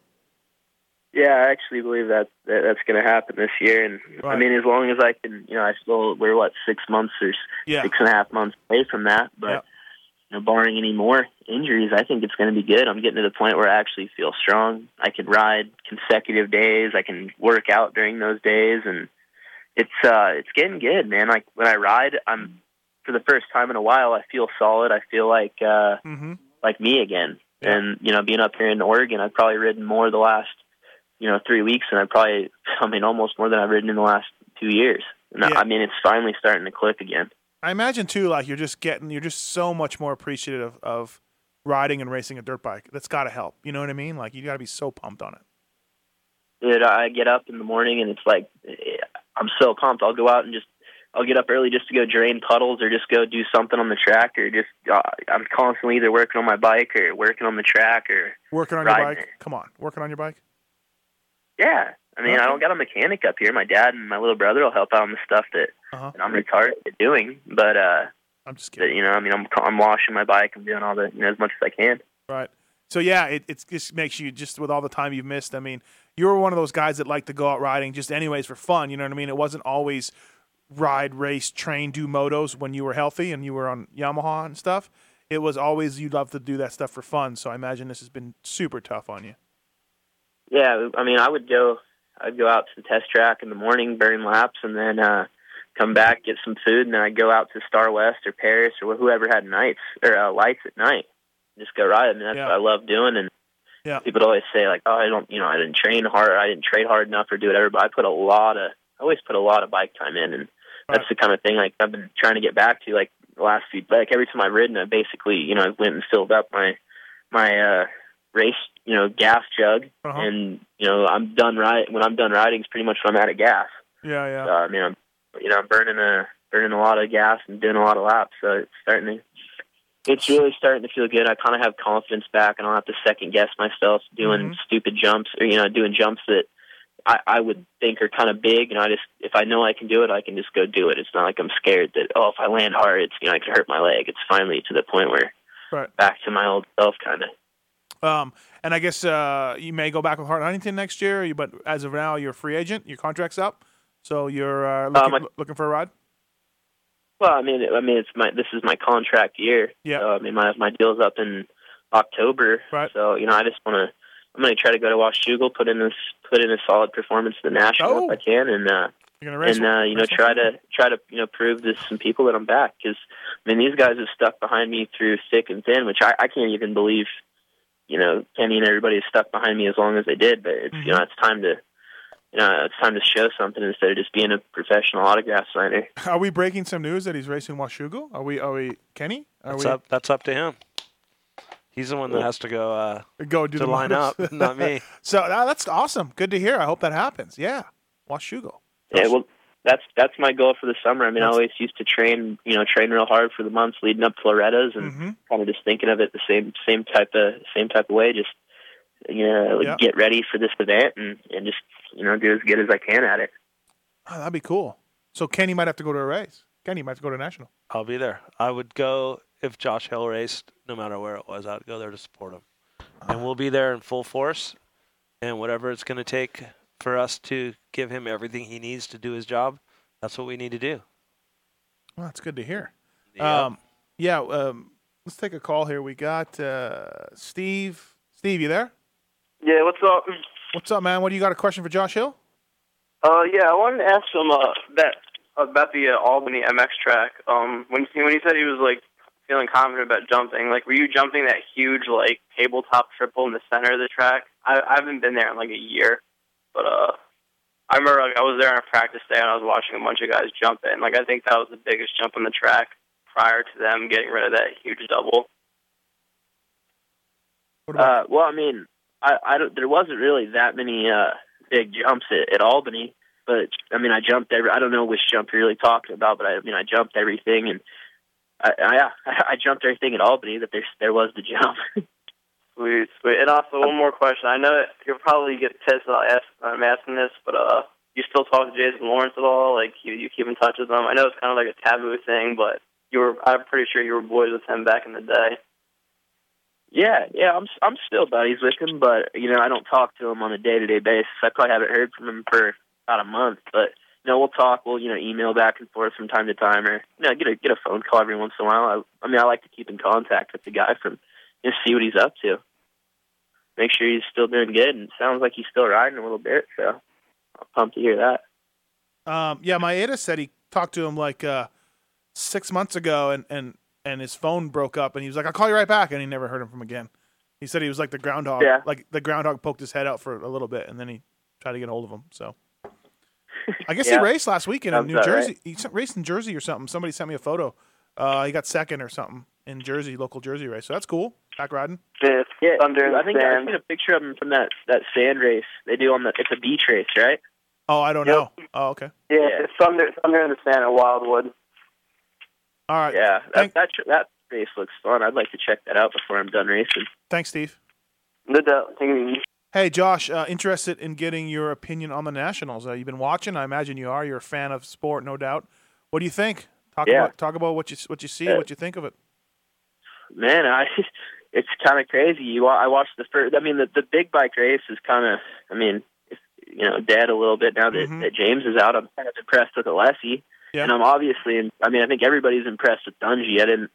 [SPEAKER 27] Yeah, I actually believe that, that that's going to happen this year. And I
[SPEAKER 4] Right.
[SPEAKER 27] mean, as long as I can, you know, I still we're what six months or s-
[SPEAKER 4] Yeah.
[SPEAKER 27] six and a half months away from that. But
[SPEAKER 4] Yeah.
[SPEAKER 27] you know, barring any more injuries, I think it's going to be good. I'm getting to the point where I actually feel strong. I can ride consecutive days. I can work out during those days, and it's uh it's getting good, man. Like when I ride, I'm for the first time in a while, I feel solid. I feel like. uh
[SPEAKER 4] Mm-hmm.
[SPEAKER 27] like me again. And you know, being up here in Oregon, I've probably ridden more the last you know three weeks, and I probably I mean almost more than I've ridden in the last two years. And I I mean it's finally starting to click again.
[SPEAKER 4] I imagine too, like you're just getting, you're just so much more appreciative of riding and racing a dirt bike. That's got to help. You know what I mean? Like you got to be so pumped on it.
[SPEAKER 27] Dude, I get up in the morning and it's like I'm so pumped. I'll go out and just I'll get up early just to go drain puddles or just go do something on the track or just uh, I'm constantly either working on my bike or working on the track or
[SPEAKER 4] Working on your
[SPEAKER 27] riding
[SPEAKER 4] bike.
[SPEAKER 27] it.
[SPEAKER 4] Come on, working on your bike.
[SPEAKER 27] Yeah, I mean I don't got a mechanic up here. My dad and my little brother will help out on the stuff that
[SPEAKER 4] Uh-huh.
[SPEAKER 27] that I'm retarded at doing. But uh,
[SPEAKER 4] I'm just
[SPEAKER 27] kidding. you know, I mean I'm I'm washing my bike. I'm doing all the you know, as much as I can.
[SPEAKER 4] Right. So yeah, it it just makes you just with all the time you've missed. I mean, you were one of those guys that liked to go out riding just anyways for fun. You know what I mean? It wasn't always ride, race, train, do motos when you were healthy and you were on Yamaha and stuff. It was always you love to do that stuff for fun. So I imagine this has been super tough on you.
[SPEAKER 27] Yeah, I mean, I would go, I'd go out to the test track in the morning, burn laps, and then uh, come back, get some food, and then I'd go out to Star West or Paris or whoever had nights or uh, lights at night. Just go ride. I mean, that's
[SPEAKER 4] Yeah.
[SPEAKER 27] what I love doing. And
[SPEAKER 4] Yeah.
[SPEAKER 27] people always say like, "Oh, I don't, you know, I didn't train hard, or I didn't train hard enough, or do whatever." But I put a lot of, I always put a lot of bike time in, and that's the kind of thing like I've been trying to get back to. Like the last few, like every time I've ridden, I basically, you know, I went and filled up my my uh race, you know, gas jug,
[SPEAKER 4] Uh-huh.
[SPEAKER 27] and you know, I'm done ride when I'm done riding is pretty much when I'm out of gas.
[SPEAKER 4] Yeah, yeah.
[SPEAKER 1] uh,
[SPEAKER 27] So, I mean, I'm you know, I'm burning a burning a lot of gas and doing a lot of laps, so it's starting to. It's really starting to feel good. I kind of have confidence back, and I don't have to second guess myself doing
[SPEAKER 8] Mhm.
[SPEAKER 27] stupid jumps or you know doing jumps that I, I would think are kind of big. And I just if I know I can do it, I can just go do it. It's not like I'm scared that oh if I land hard, it's you know I could hurt my leg. It's finally to the point where
[SPEAKER 4] Right.
[SPEAKER 27] back to my old self kind of.
[SPEAKER 4] Um, and I guess uh, you may go back with Hart Huntington next year, you- but as of now, you're a free agent. Your contract's up, so you're uh,
[SPEAKER 5] Um,
[SPEAKER 4] looking,
[SPEAKER 27] I-
[SPEAKER 4] looking for a ride.
[SPEAKER 27] Well, I mean, I mean, it's my this is my contract year.
[SPEAKER 4] Yeah.
[SPEAKER 27] So, I mean, my my deal's up in October. Right. So you know, I just want to. I'm going to try to go to Washougal, put in this, put in a solid performance at the national if I can, and uh,
[SPEAKER 4] You're gonna race
[SPEAKER 27] and uh, you know,
[SPEAKER 4] race
[SPEAKER 27] try to try to you know prove to some people that I'm back because I mean these guys have stuck behind me through thick and thin, which I, I can't even believe. You know, Kenny and everybody has stuck behind me as long as they did, but it's you know it's time to you know it's time to show something instead of just being a professional autograph signer.
[SPEAKER 4] Are we breaking some news that he's racing Washugo? Are we? Are we? Kenny? Are
[SPEAKER 5] That's
[SPEAKER 4] we?
[SPEAKER 5] up. That's up to him. He's the one that
[SPEAKER 4] Cool.
[SPEAKER 5] has to go. Uh,
[SPEAKER 4] Go do
[SPEAKER 5] to
[SPEAKER 4] the
[SPEAKER 5] line
[SPEAKER 4] motos.
[SPEAKER 5] up, not me.
[SPEAKER 4] so uh, that's awesome. Good to hear. I hope that happens. Yeah, Washugo.
[SPEAKER 27] Yeah, well, that's that's my goal for the summer. I mean, I
[SPEAKER 4] That's-
[SPEAKER 27] always used to train, you know, train real hard for the months leading up to Loretta's, and
[SPEAKER 4] Mhm.
[SPEAKER 27] kind of just thinking of it the same same type of same type of way. Just you know, like
[SPEAKER 4] Yeah.
[SPEAKER 27] get ready for this event and and just you know do as good as I can at it.
[SPEAKER 4] Oh, that'd be cool. So Kenny might have to go to a race. Kenny might have to go to a national.
[SPEAKER 5] I'll be there. I would go if Josh Hill raced, no matter where it was. I'd go there to support him, and we'll be there in full force, and whatever it's going to take for us to give him everything he needs to do his job. That's what we need to do.
[SPEAKER 4] Well, that's good to hear.
[SPEAKER 5] Yeah.
[SPEAKER 4] Um, yeah. Um, let's take a call here. We got uh, Steve. Steve, you there?
[SPEAKER 13] Yeah, what's up?
[SPEAKER 4] What's up, man? What do you got? A question for Josh Hill?
[SPEAKER 13] Uh, yeah, I wanted to ask him uh, that about the uh, Albany MX track. Um, when he, when he said he was like feeling confident about jumping, like were you jumping that huge like tabletop triple in the center of the track? I, I haven't been there in like a year, but uh, I remember like, I was there on a practice day and I was watching a bunch of guys jump it. And, like I think that was the biggest jump on the track prior to them getting rid of that huge double.
[SPEAKER 27] Uh, well, I mean, I, I don't, there wasn't really that many uh, big jumps at, at Albany, but I mean, I jumped every. I don't know which jump you're really talking about, but I, I mean, I jumped everything, and I, I I jumped everything at Albany that there there was the jump.
[SPEAKER 13] Sweet, sweet. And also one more question. I know you'll probably get pissed that I ask, I'm asking this, but uh, you still talk to Jason Lawrence at all? Like you, you keep in touch with him? I know it's kind of like a taboo thing, but you were I'm pretty sure you were boys with him back in the day.
[SPEAKER 27] Yeah, yeah, I'm I'm still buddies with him, but you know I don't talk to him on a day to day basis. I probably haven't heard from him for about a month, but you know we'll talk. We'll you know email back and forth from time to time, or you know get a get a phone call every once in a while. I, I mean I like to keep in contact with the guy from just see what he's up to, make sure he's still doing good, and it sounds like he's still riding a little bit. So I'm pumped to hear that.
[SPEAKER 4] Um, yeah, Maeda said he talked to him like uh, six months ago, and, and and his phone broke up, and he was like, "I'll call you right back," and he never heard him from again. He said he was like the groundhog,
[SPEAKER 27] Yeah.
[SPEAKER 4] like the groundhog poked his head out for a little bit, and then he try to get a hold of him. So I guess
[SPEAKER 8] Yeah.
[SPEAKER 4] he raced last weekend in
[SPEAKER 8] Sounds
[SPEAKER 4] New
[SPEAKER 8] about
[SPEAKER 4] Jersey.
[SPEAKER 8] right.
[SPEAKER 4] He s- raced in Jersey or something. Somebody sent me a photo. Uh, he got second or something in Jersey, local Jersey race. So that's cool. Back riding.
[SPEAKER 27] Fifth, yeah,
[SPEAKER 4] Thunder in
[SPEAKER 27] I
[SPEAKER 4] the
[SPEAKER 27] think I've
[SPEAKER 4] Sand.
[SPEAKER 27] seen a picture of him from that that sand race they do on the. It's a beach race, right?
[SPEAKER 4] Oh, I don't know. Oh, okay.
[SPEAKER 13] Yeah, It's thunder, thunder in the sand at Wildwood.
[SPEAKER 4] All right.
[SPEAKER 27] Yeah, that that, tr- that race looks fun. I'd like to check that out before I'm done racing.
[SPEAKER 4] Thanks, Steve.
[SPEAKER 13] No doubt. Take it easy.
[SPEAKER 4] Hey, Josh, uh, interested in getting your opinion on the Nationals. Uh, you've been watching. I imagine you are. You're a fan of sport, no doubt. What do you think? Talk
[SPEAKER 27] Yeah.
[SPEAKER 4] about talk about what you s- what you see,
[SPEAKER 27] Yeah.
[SPEAKER 4] what you think of it.
[SPEAKER 27] man, I it's kind of crazy. You, wa- I watched the first. I mean, the the big bike race is kind of. I mean, it's, you know, dead a little bit now that,
[SPEAKER 4] Mm-hmm.
[SPEAKER 27] that James is out. I'm kind of impressed with Alessi,
[SPEAKER 4] Yeah.
[SPEAKER 27] and I'm obviously. I mean, I think everybody's impressed with Dungy. I didn't.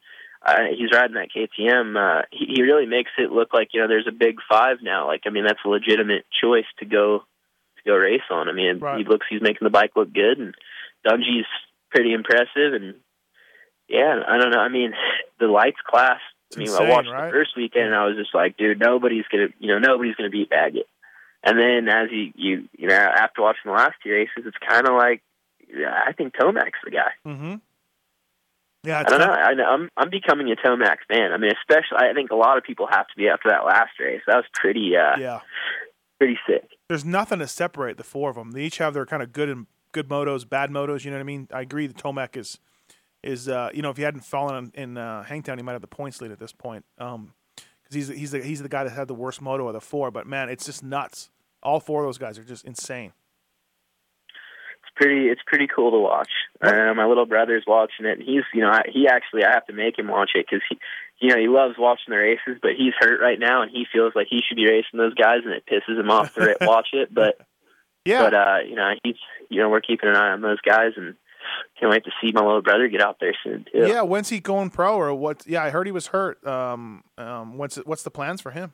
[SPEAKER 27] I, he's riding that KTM. Uh, he, he really makes it look like you know there's a big five now. Like I mean, that's a legitimate choice to go to go race on. I mean,
[SPEAKER 4] Right.
[SPEAKER 27] he looks. He's making the bike look good, and Dungy's pretty impressive. And yeah, I don't know. I mean, the lights class. I mean, I
[SPEAKER 8] insane,
[SPEAKER 27] watched
[SPEAKER 8] right?
[SPEAKER 27] the first weekend, and I was just like, dude, nobody's gonna, you know, nobody's gonna beat Baggett. And then as you you you know after watching the last two races, it's kind of like yeah, I think Tomac's the guy.
[SPEAKER 4] Mm-hmm. Yeah,
[SPEAKER 27] I don't know. I know. I'm I'm becoming a Tomac fan. I mean, especially I think a lot of people have to be after that last race. That was pretty uh
[SPEAKER 4] yeah.
[SPEAKER 27] pretty sick.
[SPEAKER 4] There's nothing to separate the four of them. They each have their kind of good and good motos, bad motos. You know what I mean? I agree. The Tomac is is uh, you know if he hadn't fallen in, in uh, Hangtown, he might have the points lead at this point. Um 'cause because he's he's the, he's the guy that had the worst moto of the four. But man, it's just nuts. All four of those guys are just insane.
[SPEAKER 27] It's pretty it's pretty cool to watch. Uh, my little brother's watching it, and he's you know I, he actually I have to make him watch it because he you know he loves watching the races, but he's hurt right now, and he feels like he should be racing those guys, and it pisses him off to ra- watch it. But
[SPEAKER 4] yeah,
[SPEAKER 27] but uh, you know he's you know we're keeping an eye on those guys, and can't wait to see my little brother get out there soon too.
[SPEAKER 4] Yeah. when's he going pro or what? Yeah, I heard he was hurt. Um, um, what's what's the plans for him?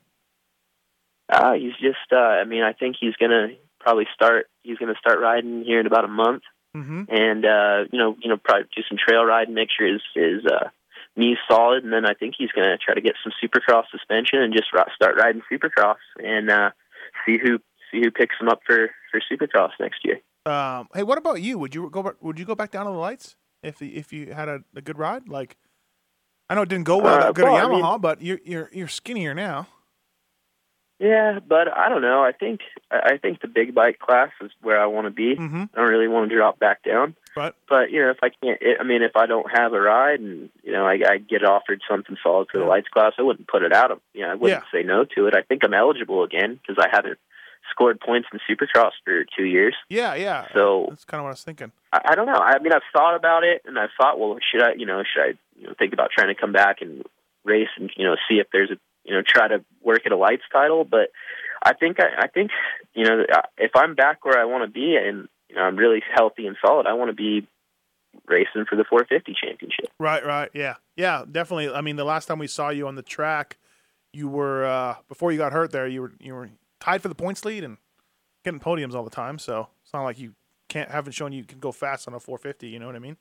[SPEAKER 27] Uh, he's just uh I mean, I think he's gonna probably start he's gonna start riding here in about a month
[SPEAKER 4] Mm-hmm.
[SPEAKER 27] and uh, you know, you know, probably do some trail riding, make sure his his uh knee's solid and then I think he's gonna try to get some supercross suspension and just ri- start riding supercross and uh see who see who picks him up for for supercross next year.
[SPEAKER 4] Um, hey, what about you? Would you go? back- Would you go back down to the lights if the, if you had a, a good ride? Like, I know it didn't go well
[SPEAKER 27] Uh,
[SPEAKER 4] that good
[SPEAKER 27] well,
[SPEAKER 4] at
[SPEAKER 27] I mean-
[SPEAKER 4] Yamaha, but you're you're you're skinnier now.
[SPEAKER 27] Yeah, but I don't know. I think I I think the big bike class is where I want to be.
[SPEAKER 4] Mhm.
[SPEAKER 27] I don't really want to drop back down.
[SPEAKER 4] But
[SPEAKER 27] but you know, if I can't, I mean, if I don't have a ride and you know I, I get offered something solid for the lights class, I wouldn't put it out. of- You know, I wouldn't say no to it. I think I'm eligible again because I haven't scored points in Supercross for two years.
[SPEAKER 4] Yeah, yeah.
[SPEAKER 27] So
[SPEAKER 4] That's kind of what I was thinking.
[SPEAKER 27] I, I don't know. I mean, I've thought about it and I've thought, well, should I, you know, should I you know, think about trying to come back and race and you know see if there's a you know try to work at a lights title, but I think I, I think you know if I'm back where I want to be and you know I'm really healthy and solid, I want to be racing for the 450 championship.
[SPEAKER 4] Right, right. Yeah, yeah. Definitely. I mean, the last time we saw you on the track, you were uh, before you got hurt. There, you were you were tied for the points lead and getting podiums all the time. So it's not like you can't haven't shown you can go fast on a 450. You know what I mean?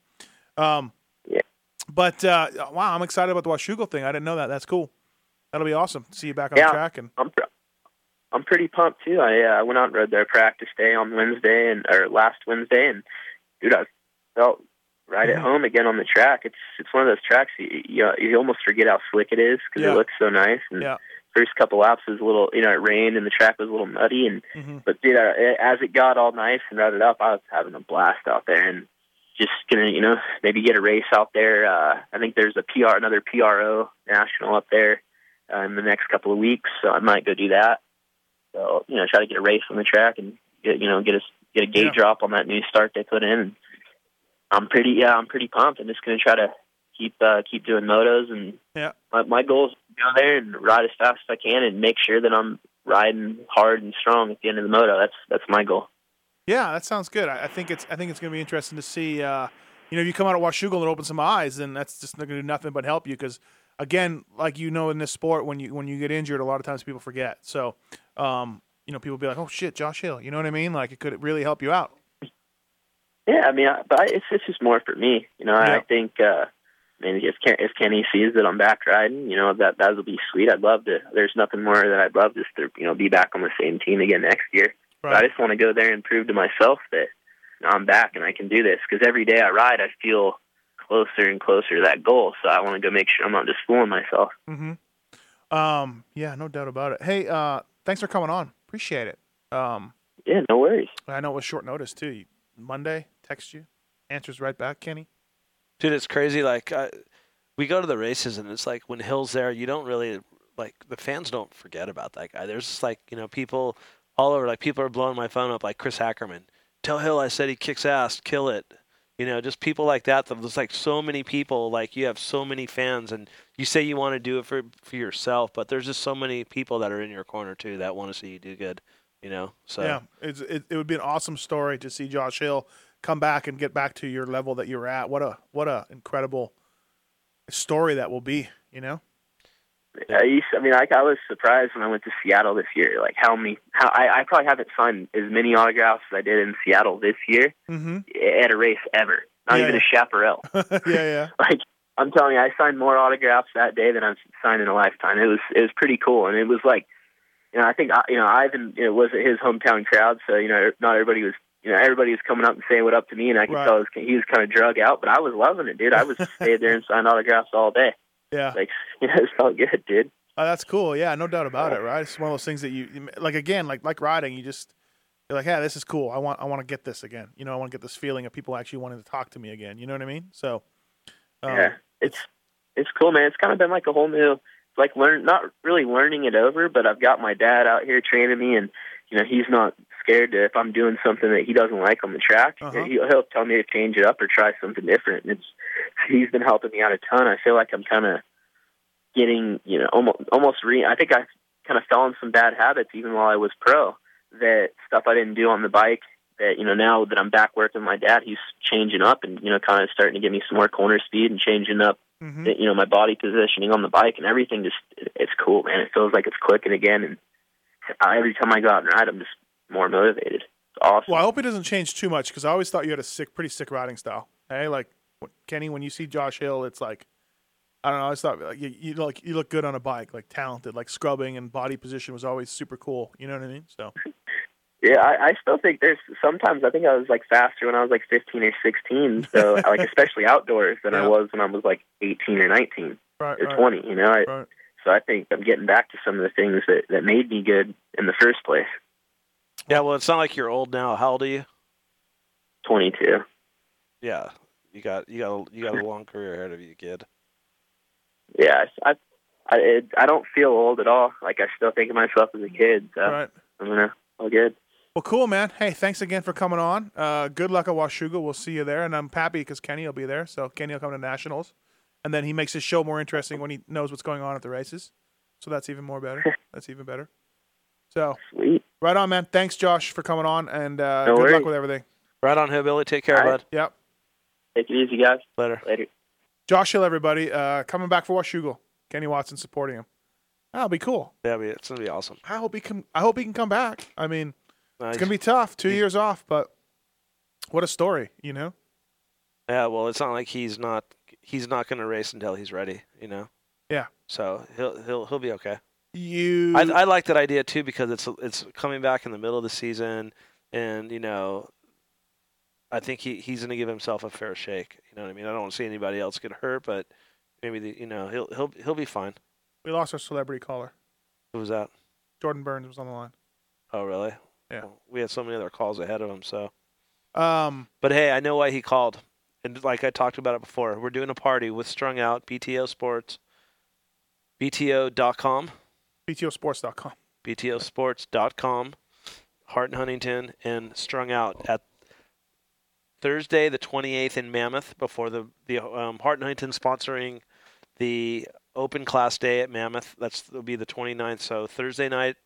[SPEAKER 4] Um,
[SPEAKER 27] yeah.
[SPEAKER 4] But uh, wow, I'm excited about the Washugo thing. I didn't know that. That's cool. That'll be awesome. See you back on
[SPEAKER 27] Yeah.
[SPEAKER 4] the track and
[SPEAKER 27] I'm pr- I'm pretty pumped too. I uh, went out and rode their practice day on Wednesday and or last Wednesday, and dude, I felt right at home again on the track. It's it's one of those tracks you you, you almost forget how slick it is because
[SPEAKER 4] Yeah.
[SPEAKER 27] it looks so nice. And
[SPEAKER 4] Yeah.
[SPEAKER 27] first couple laps was a little, you know, it rained and the track was a little muddy, and
[SPEAKER 4] Mm-hmm.
[SPEAKER 27] but dude, I, as it got all nice and rutted up, I was having a blast out there and just gonna, you know, maybe get a race out there. Uh, I think there's a PR, another PRO national up there uh, in the next couple of weeks, so I might go do that. So you know, try to get a race on the track and get, you know get a get a gate
[SPEAKER 4] Yeah.
[SPEAKER 27] drop on that new start they put in. I'm pretty yeah, I'm pretty pumped. I'm just gonna try to keep uh, keep doing motos and
[SPEAKER 4] yeah.
[SPEAKER 27] my, my goal is to go there and ride as fast as I can and make sure that I'm riding hard and strong at the end of the moto. That's that's my goal.
[SPEAKER 4] Yeah, that sounds good. I, I think it's I think it's going to be interesting to see. Uh, you know, if you come out at Washugal and open some eyes, then that's just not going to do nothing but help you. Because again, like you know, in this sport, when you when you get injured, a lot of times people forget. So, um, you know, people be like, "Oh shit, Josh Hill." You know what I mean? Like it could really help you out.
[SPEAKER 27] Yeah, I mean, I, but I, it's it's just more for me. You know, I
[SPEAKER 4] Yeah.
[SPEAKER 27] I think uh, I mean if Ken, if Kenny sees that I'm back riding, you know that that would be sweet. I'd love to. There's nothing more that I'd love just to you know be back on the same team again next year. But I just want to go there and prove to myself that you know, I'm back and I can do this. Because every day I ride, I feel closer and closer to that goal. So I want to go make sure I'm not just fooling myself.
[SPEAKER 4] Mm-hmm. Um, yeah, no doubt about it. Hey, uh, thanks for coming on. Appreciate it. Um,
[SPEAKER 27] yeah, no worries.
[SPEAKER 4] I know it was short notice too. You- Monday, text you, answers right back, Kenny.
[SPEAKER 5] Dude, it's crazy. Like, I, we go to the races, and it's like when Hill's there, you don't really like the fans don't forget about that guy. There's just like you know people all over. Like people are blowing my phone up. Like Chris Hackerman, tell Hill I said he kicks ass, kill it. You know, just people like that. that- There's like so many people. Like you have so many fans, and you say you want to do it for for yourself, but there's just so many people that are in your corner too that want to see you do good. You know, so
[SPEAKER 4] yeah, it's, it it would be an awesome story to see Josh Hill come back and get back to your level that you were at. What a what a incredible story that will be. You know.
[SPEAKER 27] I used, I mean, like I was surprised when I went to Seattle this year. Like how many? How I, I probably haven't signed as many autographs as I did in Seattle this year
[SPEAKER 4] Mm-hmm.
[SPEAKER 27] at a race ever. Not
[SPEAKER 4] Yeah,
[SPEAKER 27] even
[SPEAKER 4] yeah.
[SPEAKER 27] a chaparral.
[SPEAKER 4] yeah, yeah.
[SPEAKER 27] like I'm telling you, I signed more autographs that day than I've signed in a lifetime. It was it was pretty cool, and it was like, you know, I think I you know Ivan it was his hometown crowd, so you know not everybody was you know everybody was coming up and saying what up to me, and I could
[SPEAKER 4] Right.
[SPEAKER 27] tell it was, he was kind of drug out, but I was loving it, dude. I was stayed there and signed autographs all day.
[SPEAKER 4] Yeah.
[SPEAKER 27] Like you know, it felt good, dude.
[SPEAKER 4] Oh, that's cool. Yeah, no doubt about it. Right, it's one of those things that you you- like. Again, like like riding, you just you're like, yeah, this is cool. I want I want to get this again. You know, I want to get this feeling of people actually wanting to talk to me again. You know what I mean? So, um,
[SPEAKER 27] yeah, it's it's cool, man. It's kind of been like a whole new, like learn not really learning it over, but I've got my dad out here training me, and you know he's not scared to if I'm doing something that he doesn't like on the track,
[SPEAKER 4] Uh-huh.
[SPEAKER 27] he'll, he'll tell me to change it up or try something different. And it's he's been helping me out a ton. I feel like I'm kind of getting you know almost almost re. I think I kind of fell in some bad habits even while I was pro. That stuff I didn't do on the bike. That you know now that I'm back working with my dad, he's changing up and you know kind of starting to give me some more corner speed and changing up
[SPEAKER 4] Mhm.
[SPEAKER 27] you know my body positioning on the bike and everything. Just it- it's cool, man. It feels like it's clicking again. And I, every time I go out and ride, I'm just more motivated.
[SPEAKER 4] Well, I hope it doesn't change too much because I always thought you had a sick, pretty sick riding style. Hey, like what- Kenny, when you see Josh Hill, it's like I don't know. I always thought like you, you like you look good on a bike, like talented, like scrubbing and body position was always super cool. You know what I mean? So
[SPEAKER 27] Yeah, I, I still think there's sometimes I think I was like faster when I was like 15 or 16. So like especially outdoors than I was when I was like 18 or 19
[SPEAKER 4] right,
[SPEAKER 27] or 20. You know, I,
[SPEAKER 4] Right.
[SPEAKER 27] so I think I'm getting back to some of the things that that made me good in the first place.
[SPEAKER 5] yeah. Well, it's not like you're old now. How old are you?
[SPEAKER 27] 22.
[SPEAKER 5] Yeah, you got you got you got a long career ahead of you, kid.
[SPEAKER 27] Yeah, I I it, I don't feel old at all. Like I still think of myself as a kid. So
[SPEAKER 4] Right.
[SPEAKER 27] I'm gonna all good.
[SPEAKER 4] Well, cool, man. Hey, thanks again for coming on. Uh, good luck at Washuga. We'll see you there, and I'm happy because Kenny will be there. So Kenny will come to nationals, and then he makes his show more interesting when he knows what's going on at the races. So that's even more better. that's even better. So
[SPEAKER 27] Sweet.
[SPEAKER 4] right on, man. Thanks, Josh, for coming on, and uh,
[SPEAKER 5] No
[SPEAKER 4] good
[SPEAKER 5] worries.
[SPEAKER 4] luck with everything.
[SPEAKER 5] Right on, Hillbilly. Take care, bud.
[SPEAKER 4] Yep.
[SPEAKER 27] Take it easy, guys.
[SPEAKER 5] Later.
[SPEAKER 27] Later.
[SPEAKER 4] Josh Hill, everybody, uh, coming back for Washugal. Kenny Watson supporting him. That'll be cool.
[SPEAKER 5] Yeah, but it's gonna be awesome.
[SPEAKER 4] I hope he can. I hope he can come back. I mean,
[SPEAKER 5] Nice.
[SPEAKER 4] it's gonna be tough. Two years off, but what a story, you know.
[SPEAKER 5] Yeah, well, it's not like he's not he's not gonna race until he's ready. You know.
[SPEAKER 4] Yeah.
[SPEAKER 5] So he'll he'll he'll be okay.
[SPEAKER 4] You.
[SPEAKER 5] I, I like that idea too because it's it's coming back in the middle of the season, and you know, I think he, he's going to give himself a fair shake. You know what I mean? I don't want to see anybody else get hurt, but maybe the, you know he'll he'll he'll be fine.
[SPEAKER 4] We lost our celebrity caller.
[SPEAKER 5] Who was that?
[SPEAKER 4] Jordan Burns was on the line.
[SPEAKER 5] Oh, really?
[SPEAKER 4] Yeah.
[SPEAKER 5] we had so many other calls ahead of him, so.
[SPEAKER 4] Um,
[SPEAKER 5] But hey, I know why he called. And like I talked about it before, we're doing a party with Strung Out, BTO Sports, BTO.com,
[SPEAKER 4] BTOsports.com.
[SPEAKER 5] BTOsports.com, Hart and Huntington, and Strung Out at Thursday, the 28th in Mammoth, before the, the um, Hart and Huntington sponsoring the open class day at Mammoth. That's will be the 29th. So Thursday night,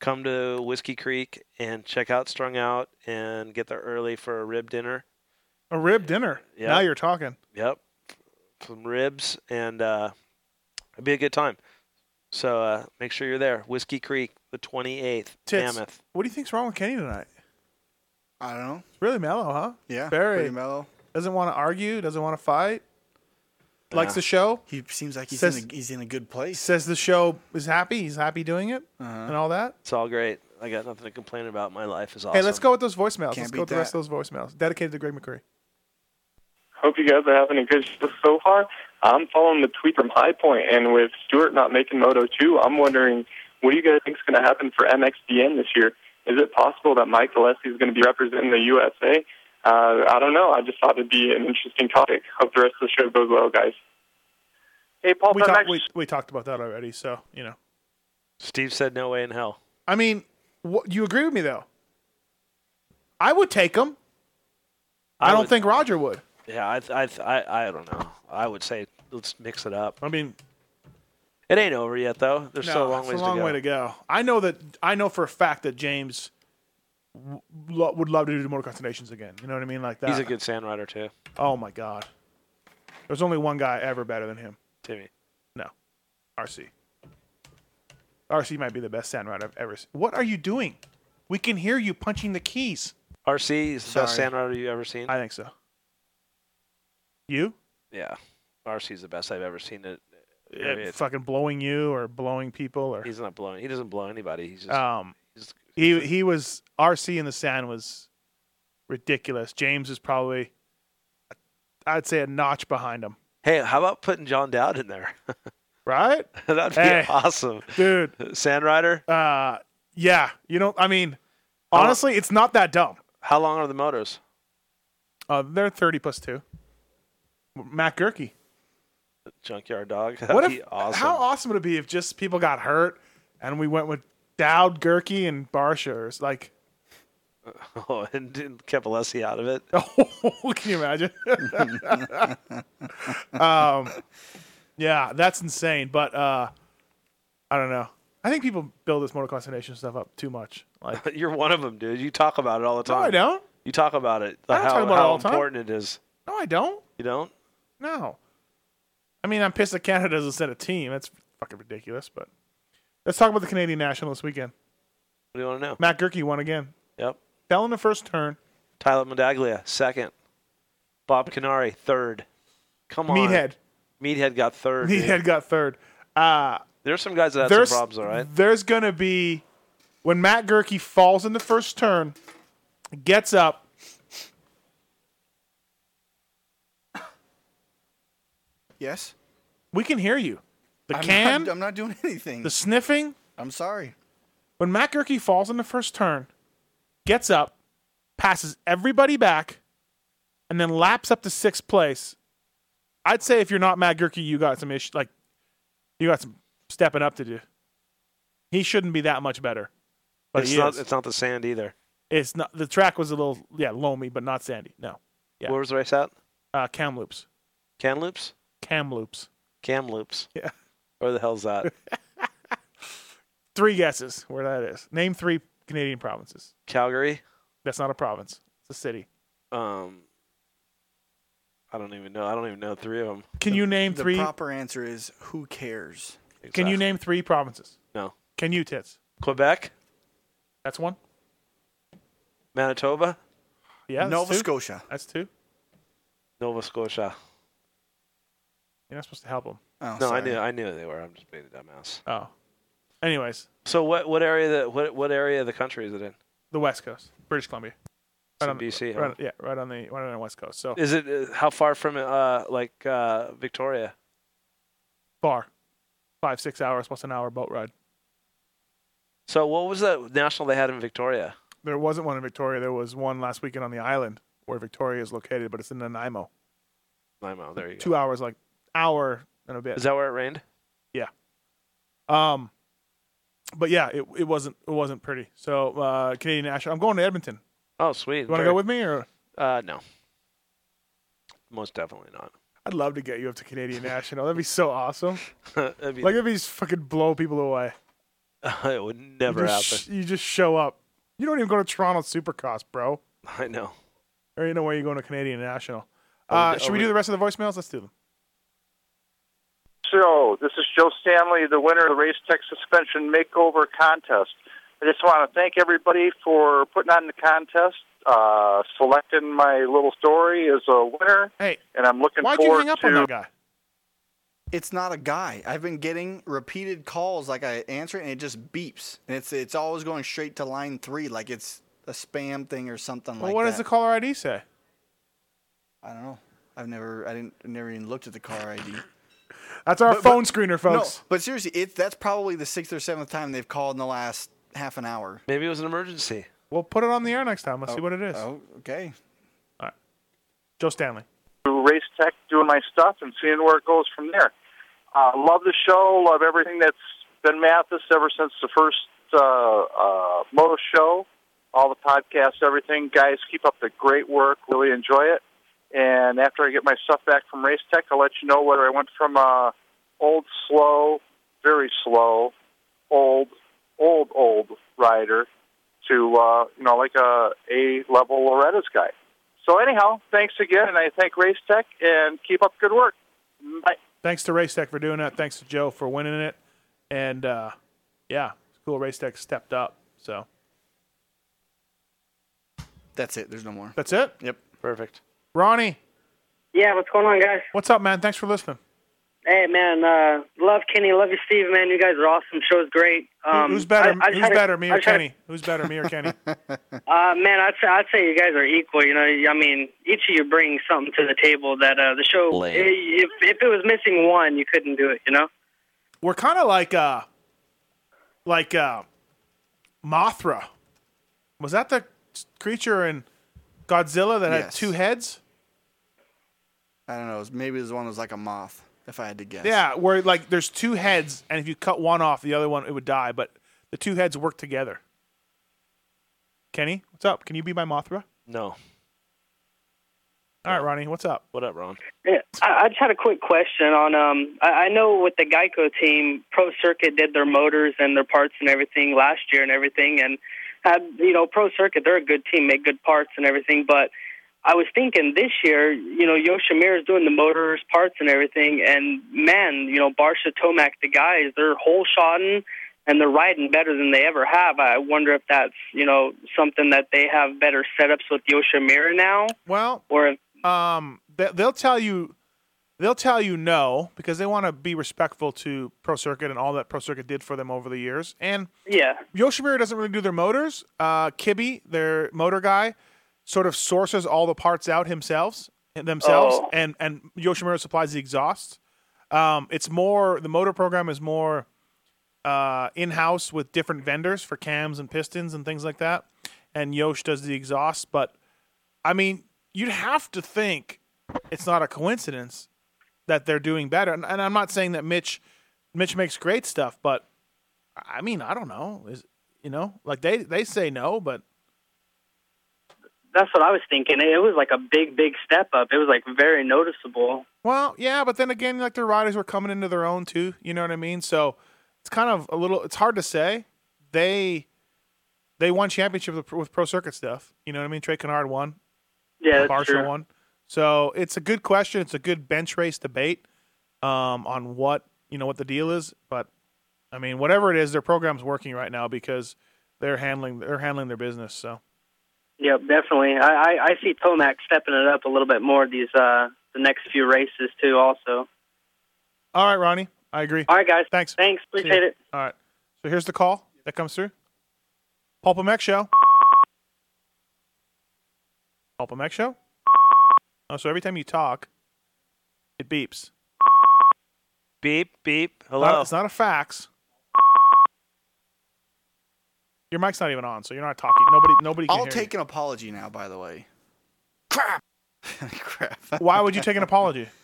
[SPEAKER 5] come to Whiskey Creek and check out Strung Out and get there early for a rib dinner.
[SPEAKER 4] A rib dinner.
[SPEAKER 5] Yeah.
[SPEAKER 4] Now you're talking.
[SPEAKER 5] Yep. Some ribs, and uh, it'd be a good time. So uh, make sure you're there. Whiskey Creek, the 28th,
[SPEAKER 4] Tits.
[SPEAKER 5] Mammoth.
[SPEAKER 4] What do you think's wrong with Kenny tonight?
[SPEAKER 7] I don't know.
[SPEAKER 4] It's really mellow, huh?
[SPEAKER 7] Yeah,
[SPEAKER 4] Very
[SPEAKER 7] pretty mellow.
[SPEAKER 4] Doesn't want to argue. Doesn't want to fight. Likes
[SPEAKER 7] Yeah.
[SPEAKER 4] the show.
[SPEAKER 7] He seems like he's
[SPEAKER 4] Says-
[SPEAKER 7] in a, he's in a good place. Uh-huh.
[SPEAKER 4] Says the show is happy. He's happy doing it and all that.
[SPEAKER 5] It's all great. I got nothing to complain about. My life is awesome.
[SPEAKER 4] Hey, let's go with those voicemails.
[SPEAKER 5] Can't
[SPEAKER 4] let's go with
[SPEAKER 5] beat
[SPEAKER 4] the rest
[SPEAKER 5] that.
[SPEAKER 4] of those voicemails. Dedicated to Greg McCree.
[SPEAKER 8] Hope you guys are having a good show so far. I'm following the tweet from High Point, and with Stewart not making Moto 2, I'm wondering what do you guys think is going to happen for MXDN this year? Is it possible that Mike Gillespie is going to be representing the USA? Uh, I don't know. I just thought it'd be an interesting topic. Hope the rest of the show goes well, guys.
[SPEAKER 4] Hey,
[SPEAKER 8] Paul,
[SPEAKER 4] we,
[SPEAKER 8] for
[SPEAKER 4] talked-
[SPEAKER 8] next-
[SPEAKER 4] we, we talked about that already, so you know.
[SPEAKER 5] Steve said no way in hell.
[SPEAKER 4] I mean, wh- you agree with me though. I would take him. I,
[SPEAKER 5] I
[SPEAKER 4] don't
[SPEAKER 5] would-
[SPEAKER 4] think Roger would.
[SPEAKER 5] Yeah, I, th- I, th- I, I don't know. I would say let's mix it up.
[SPEAKER 4] I mean,
[SPEAKER 5] it ain't over yet though. There's still a long
[SPEAKER 4] it's
[SPEAKER 5] ways
[SPEAKER 4] a long
[SPEAKER 5] to go.
[SPEAKER 4] way to go. I know that. I know for a fact that James w- lo- would love to do motocross nations again. You know what I mean? Like that.
[SPEAKER 5] He's a good sand rider too,
[SPEAKER 4] Oh my god. There's only one guy ever better than him.
[SPEAKER 5] Timmy.
[SPEAKER 4] No, RC. RC might be the best sand rider I've ever seen. What are you doing? We can hear you punching the keys.
[SPEAKER 5] RC is the best
[SPEAKER 4] Sorry.
[SPEAKER 5] sand rider you ever seen.
[SPEAKER 4] I think so. You?
[SPEAKER 5] Yeah, RC is the best I've ever seen. It.
[SPEAKER 4] Yeah, fucking blowing you or blowing people or
[SPEAKER 5] He's not blowing. He doesn't blow anybody. He's just.
[SPEAKER 4] um
[SPEAKER 5] he's-
[SPEAKER 4] he he was RC in the sand was ridiculous. James is probably I'd say a notch behind him.
[SPEAKER 5] hey, how about putting John Dowd in there?
[SPEAKER 4] Right?
[SPEAKER 5] That'd be
[SPEAKER 4] Hey,
[SPEAKER 5] awesome,
[SPEAKER 4] dude.
[SPEAKER 5] Sand rider.
[SPEAKER 4] Uh, yeah. You know, I mean, honestly, it's not that dumb.
[SPEAKER 5] How long are the motos?
[SPEAKER 4] Uh, they're 30 plus 2. Matt Gurkey.
[SPEAKER 5] Junkyard dog. That'd
[SPEAKER 4] What
[SPEAKER 5] be
[SPEAKER 4] if,
[SPEAKER 5] awesome.
[SPEAKER 4] How awesome would it be if just people got hurt and we went with Dowd, Gurkey, and Barsha? Or s- Like,
[SPEAKER 5] Oh, and, and kept Alessi out of it.
[SPEAKER 4] Oh, can you imagine? um, yeah, that's insane. But uh, I don't know. I think people build this motocross nation stuff up too much. Like-
[SPEAKER 5] You're one of them, dude. You talk about it all the
[SPEAKER 4] No,
[SPEAKER 5] time.
[SPEAKER 4] I don't.
[SPEAKER 5] You talk about it.
[SPEAKER 4] I don't
[SPEAKER 5] how,
[SPEAKER 4] talk about it
[SPEAKER 5] how
[SPEAKER 4] all the time.
[SPEAKER 5] important it is.
[SPEAKER 4] No, I don't.
[SPEAKER 5] You don't?
[SPEAKER 4] No. I mean, I'm pissed that Canada doesn't send a team. That's fucking ridiculous. But let's talk about the Canadian National this weekend.
[SPEAKER 5] What do you want to know?
[SPEAKER 4] Matt Gurkey won again.
[SPEAKER 5] Yep.
[SPEAKER 4] Fell in the first turn.
[SPEAKER 5] Tyler Medaglia, second. Bob Canary, third. Come on.
[SPEAKER 4] Meathead.
[SPEAKER 5] Meathead got third. dude.
[SPEAKER 4] Meathead got third. Uh,
[SPEAKER 5] There's some guys that have
[SPEAKER 4] there's
[SPEAKER 5] some problems, all right?
[SPEAKER 4] There's gonna be when Matt Gurkey falls in the first turn, gets up.
[SPEAKER 7] Yes.
[SPEAKER 4] We can hear you. The
[SPEAKER 7] I'm
[SPEAKER 4] can,
[SPEAKER 7] Not, I'm not doing anything.
[SPEAKER 4] the sniffing.
[SPEAKER 7] I'm sorry.
[SPEAKER 4] When Matt Gurkey falls in the first turn, gets up, passes everybody back, and then laps up to sixth place. I'd say if you're not Matt Gurkey, you got some issue. Like you got some stepping up to do. He shouldn't be that much better. But
[SPEAKER 5] it's
[SPEAKER 4] he
[SPEAKER 5] not
[SPEAKER 4] is.
[SPEAKER 5] it's not the sand either.
[SPEAKER 4] It's not the track was a little yeah loamy, but not sandy. No. Yeah.
[SPEAKER 5] Where was the race at?
[SPEAKER 4] Uh, Kamloops.
[SPEAKER 5] Kamloops?
[SPEAKER 4] Kamloops.
[SPEAKER 5] Kamloops.
[SPEAKER 4] Yeah.
[SPEAKER 5] Where the hell's that?
[SPEAKER 4] Three guesses where that is. Name three Canadian provinces.
[SPEAKER 5] Calgary.
[SPEAKER 4] That's not a province. It's a city.
[SPEAKER 5] Um I don't even know. I don't even know three of them.
[SPEAKER 4] Can you name
[SPEAKER 7] the
[SPEAKER 4] three?
[SPEAKER 7] proper answer is who cares?
[SPEAKER 4] Can you name three provinces?
[SPEAKER 5] No.
[SPEAKER 4] Can you tits?
[SPEAKER 5] Quebec,
[SPEAKER 4] That's one.
[SPEAKER 5] Manitoba,
[SPEAKER 4] Yeah. that's
[SPEAKER 5] Nova
[SPEAKER 4] two.
[SPEAKER 5] Scotia.
[SPEAKER 4] That's two.
[SPEAKER 5] Nova Scotia.
[SPEAKER 4] You're not supposed to help them.
[SPEAKER 5] no, I knew I knew they were. I'm just being a dumbass.
[SPEAKER 4] Oh. Anyways,
[SPEAKER 5] So what what area the what what area of the country is it in?
[SPEAKER 4] the West Coast, British Columbia.
[SPEAKER 5] It's in
[SPEAKER 4] on the-
[SPEAKER 5] BC, huh?
[SPEAKER 4] Right, Yeah, right on the right on the West Coast. So
[SPEAKER 5] Is it uh, how far from uh like uh Victoria?
[SPEAKER 4] far? Five six hours plus an hour boat ride.
[SPEAKER 5] So what was that national they had in Victoria?
[SPEAKER 4] There wasn't one in Victoria. There was one last weekend on the island where Victoria is located, but it's in Nanaimo.
[SPEAKER 5] Limo. Oh, There you go.
[SPEAKER 4] Two hours, like hour and a bit.
[SPEAKER 5] Is that where it rained?
[SPEAKER 4] Yeah. Um, but yeah, it it wasn't it wasn't pretty. So uh, Canadian National. I'm going to Edmonton.
[SPEAKER 5] Oh, sweet.
[SPEAKER 4] You want to go with me or?
[SPEAKER 5] Uh, no. Most definitely not.
[SPEAKER 4] I'd love to get you up to Canadian National. That'd be so awesome.
[SPEAKER 5] That'd be-
[SPEAKER 4] like if he's fucking blow people away.
[SPEAKER 5] it would never
[SPEAKER 4] you
[SPEAKER 5] happen.
[SPEAKER 4] just, sh- you just show up. You don't even go to Toronto Supercross, bro.
[SPEAKER 5] I know.
[SPEAKER 4] There ain't no way you're going to Canadian National.
[SPEAKER 14] I would-
[SPEAKER 4] Uh,
[SPEAKER 14] I
[SPEAKER 4] should we
[SPEAKER 14] would-
[SPEAKER 4] do the rest of the voicemails? Let's do them.
[SPEAKER 14] show. This is Joe Stanley, the winner of the Race Tech Suspension Makeover Contest. I just want to thank everybody for putting on the contest, uh, selecting my little story as a winner,
[SPEAKER 4] Hey,
[SPEAKER 14] and I'm looking
[SPEAKER 4] why'd you
[SPEAKER 14] forward
[SPEAKER 4] hang up
[SPEAKER 14] to.
[SPEAKER 4] on that guy?
[SPEAKER 7] it's not a guy. I've been getting repeated calls like I answer it and it just beeps. And it's it's always going straight to line 3 like it's a spam thing or something
[SPEAKER 4] Well,
[SPEAKER 7] like
[SPEAKER 4] what
[SPEAKER 7] that.
[SPEAKER 4] does the caller ID say?
[SPEAKER 7] I don't know. I've never I didn't I never even looked at the car ID.
[SPEAKER 4] That's our
[SPEAKER 7] But-
[SPEAKER 4] phone
[SPEAKER 7] but-
[SPEAKER 4] screener, folks.
[SPEAKER 7] No, but seriously, it that's probably the sixth or seventh time they've called in the last half an hour.
[SPEAKER 5] Maybe it was an emergency.
[SPEAKER 4] We'll put it on the air next time. Let's
[SPEAKER 7] Oh,
[SPEAKER 4] see what it is.
[SPEAKER 7] Oh, okay.
[SPEAKER 4] All right. Joe Stanley.
[SPEAKER 14] to race tech, doing my stuff, and seeing where it goes from there. Uh, love the show. Love everything that's been Mathis ever since the first uh, uh, moto show. All the podcasts, everything. Guys, keep up the great work. Really enjoy it. And after I get my stuff back from race tech, I'll let you know whether I went from uh, old slow, very slow, old, old, old rider to uh, you know like a A level Loretta's guy. So anyhow, thanks again, and I thank Race Tech, and keep up good work. Bye.
[SPEAKER 4] Thanks to Race Tech for doing that. Thanks to Joe for winning it. And uh, yeah, it's cool. Race Tech stepped up. So
[SPEAKER 7] That's it. There's no more.
[SPEAKER 4] that's it.
[SPEAKER 7] Yep.
[SPEAKER 5] Perfect.
[SPEAKER 4] Ronnie,
[SPEAKER 15] Yeah, what's going on, guys?
[SPEAKER 4] what's up, man? Thanks for listening.
[SPEAKER 15] Hey, man, uh, love Kenny, love you, Steve, man. You guys are awesome. Show's great.
[SPEAKER 4] Who-
[SPEAKER 15] Um,
[SPEAKER 4] who's better?
[SPEAKER 15] I- I just
[SPEAKER 4] who's
[SPEAKER 15] had a-
[SPEAKER 4] better, me
[SPEAKER 15] I
[SPEAKER 4] or
[SPEAKER 15] just had a-
[SPEAKER 4] Kenny? Who's better, me or Kenny?
[SPEAKER 15] Uh, man, I'd say, I'd say you guys are equal. You know, I mean, each of you bring something to the table that uh, the show.
[SPEAKER 4] Lame.
[SPEAKER 15] If, if it was missing one, you couldn't do it. You know.
[SPEAKER 4] We're kind of like uh, like uh, Mothra. Was that the creature in Godzilla that had
[SPEAKER 7] Yes.
[SPEAKER 4] two heads?
[SPEAKER 7] I don't know. It was, maybe this one was like a moth, if I had to guess.
[SPEAKER 4] Yeah, where like there's two heads, and if you cut one off, the other one it would die. But the two heads work together. Kenny, what's up? Can you be my Mothra?
[SPEAKER 5] No.
[SPEAKER 4] All right, Ronnie, what's up?
[SPEAKER 5] What up, Ron?
[SPEAKER 15] Yeah, I, I just had a quick question on. Um, I, I know with the Geico team, Pro Circuit did their motors and their parts and everything last year and everything, and had you know Pro Circuit, they're a good team, make good parts and everything. But I was thinking this year, you know, Yoshimura is doing the motors, parts and everything, and man, you know, Barsha Tomac, the guys, they're whole shotting and they're riding better than they ever have. I wonder if that's you know something that they have better setups with Yoshimura now,
[SPEAKER 4] Well,
[SPEAKER 15] or if
[SPEAKER 4] um, they, they'll tell you, they'll tell you no because they want to be respectful to Pro Circuit and all that Pro Circuit did for them over the years. And
[SPEAKER 15] yeah,
[SPEAKER 4] Yoshimura doesn't really do their motors. Uh, Kibby, their motor guy, sort of sources all the parts out himself, themselves,
[SPEAKER 15] Oh.
[SPEAKER 4] and and Yoshimura supplies the exhaust. Um, it's more the motor program is more uh, in house with different vendors for cams and pistons and things like that, and Yosh does the exhaust. But I mean, you'd have to think it's not a coincidence that they're doing better. And, and I'm not saying that Mitch Mitch makes great stuff, but I mean, I don't know. Is you know, like they they say no, but
[SPEAKER 15] That's what I was thinking. It was like a big, big step up. It was like very noticeable.
[SPEAKER 4] well, yeah, but then again, like their riders were coming into their own too. You know what I mean? So it's kind of a little. It's hard to say. They they won championships with, with pro circuit stuff. You know what I mean? Trey Kennard won.
[SPEAKER 15] Yeah, that's
[SPEAKER 4] Barcia
[SPEAKER 15] true.
[SPEAKER 4] won. So it's a good question. It's a good bench race debate um, on what you know what the deal is. But I mean, whatever it is, their program's working right now because they're handling they're handling their business. So.
[SPEAKER 15] Yep, definitely. I, I, I see Tomac stepping it up a little bit more these uh, the next few races too. Also,
[SPEAKER 4] All right, Ronnie. I agree.
[SPEAKER 15] All right, guys.
[SPEAKER 4] Thanks.
[SPEAKER 15] Thanks. Appreciate it.
[SPEAKER 4] All right. So here's the call that comes through. Pulp Mech Show. Pulp Mech Show. Oh, so every time you talk, it beeps.
[SPEAKER 5] Beep beep.
[SPEAKER 4] It's
[SPEAKER 5] Hello.
[SPEAKER 4] not- it's not a fax. Your mic's not even on, so you're not talking. Nobody, nobody can
[SPEAKER 7] I'll
[SPEAKER 4] hear
[SPEAKER 7] take an apology now, by the way. Crap.
[SPEAKER 4] you.
[SPEAKER 7] Crap.
[SPEAKER 4] Why would you take an apology?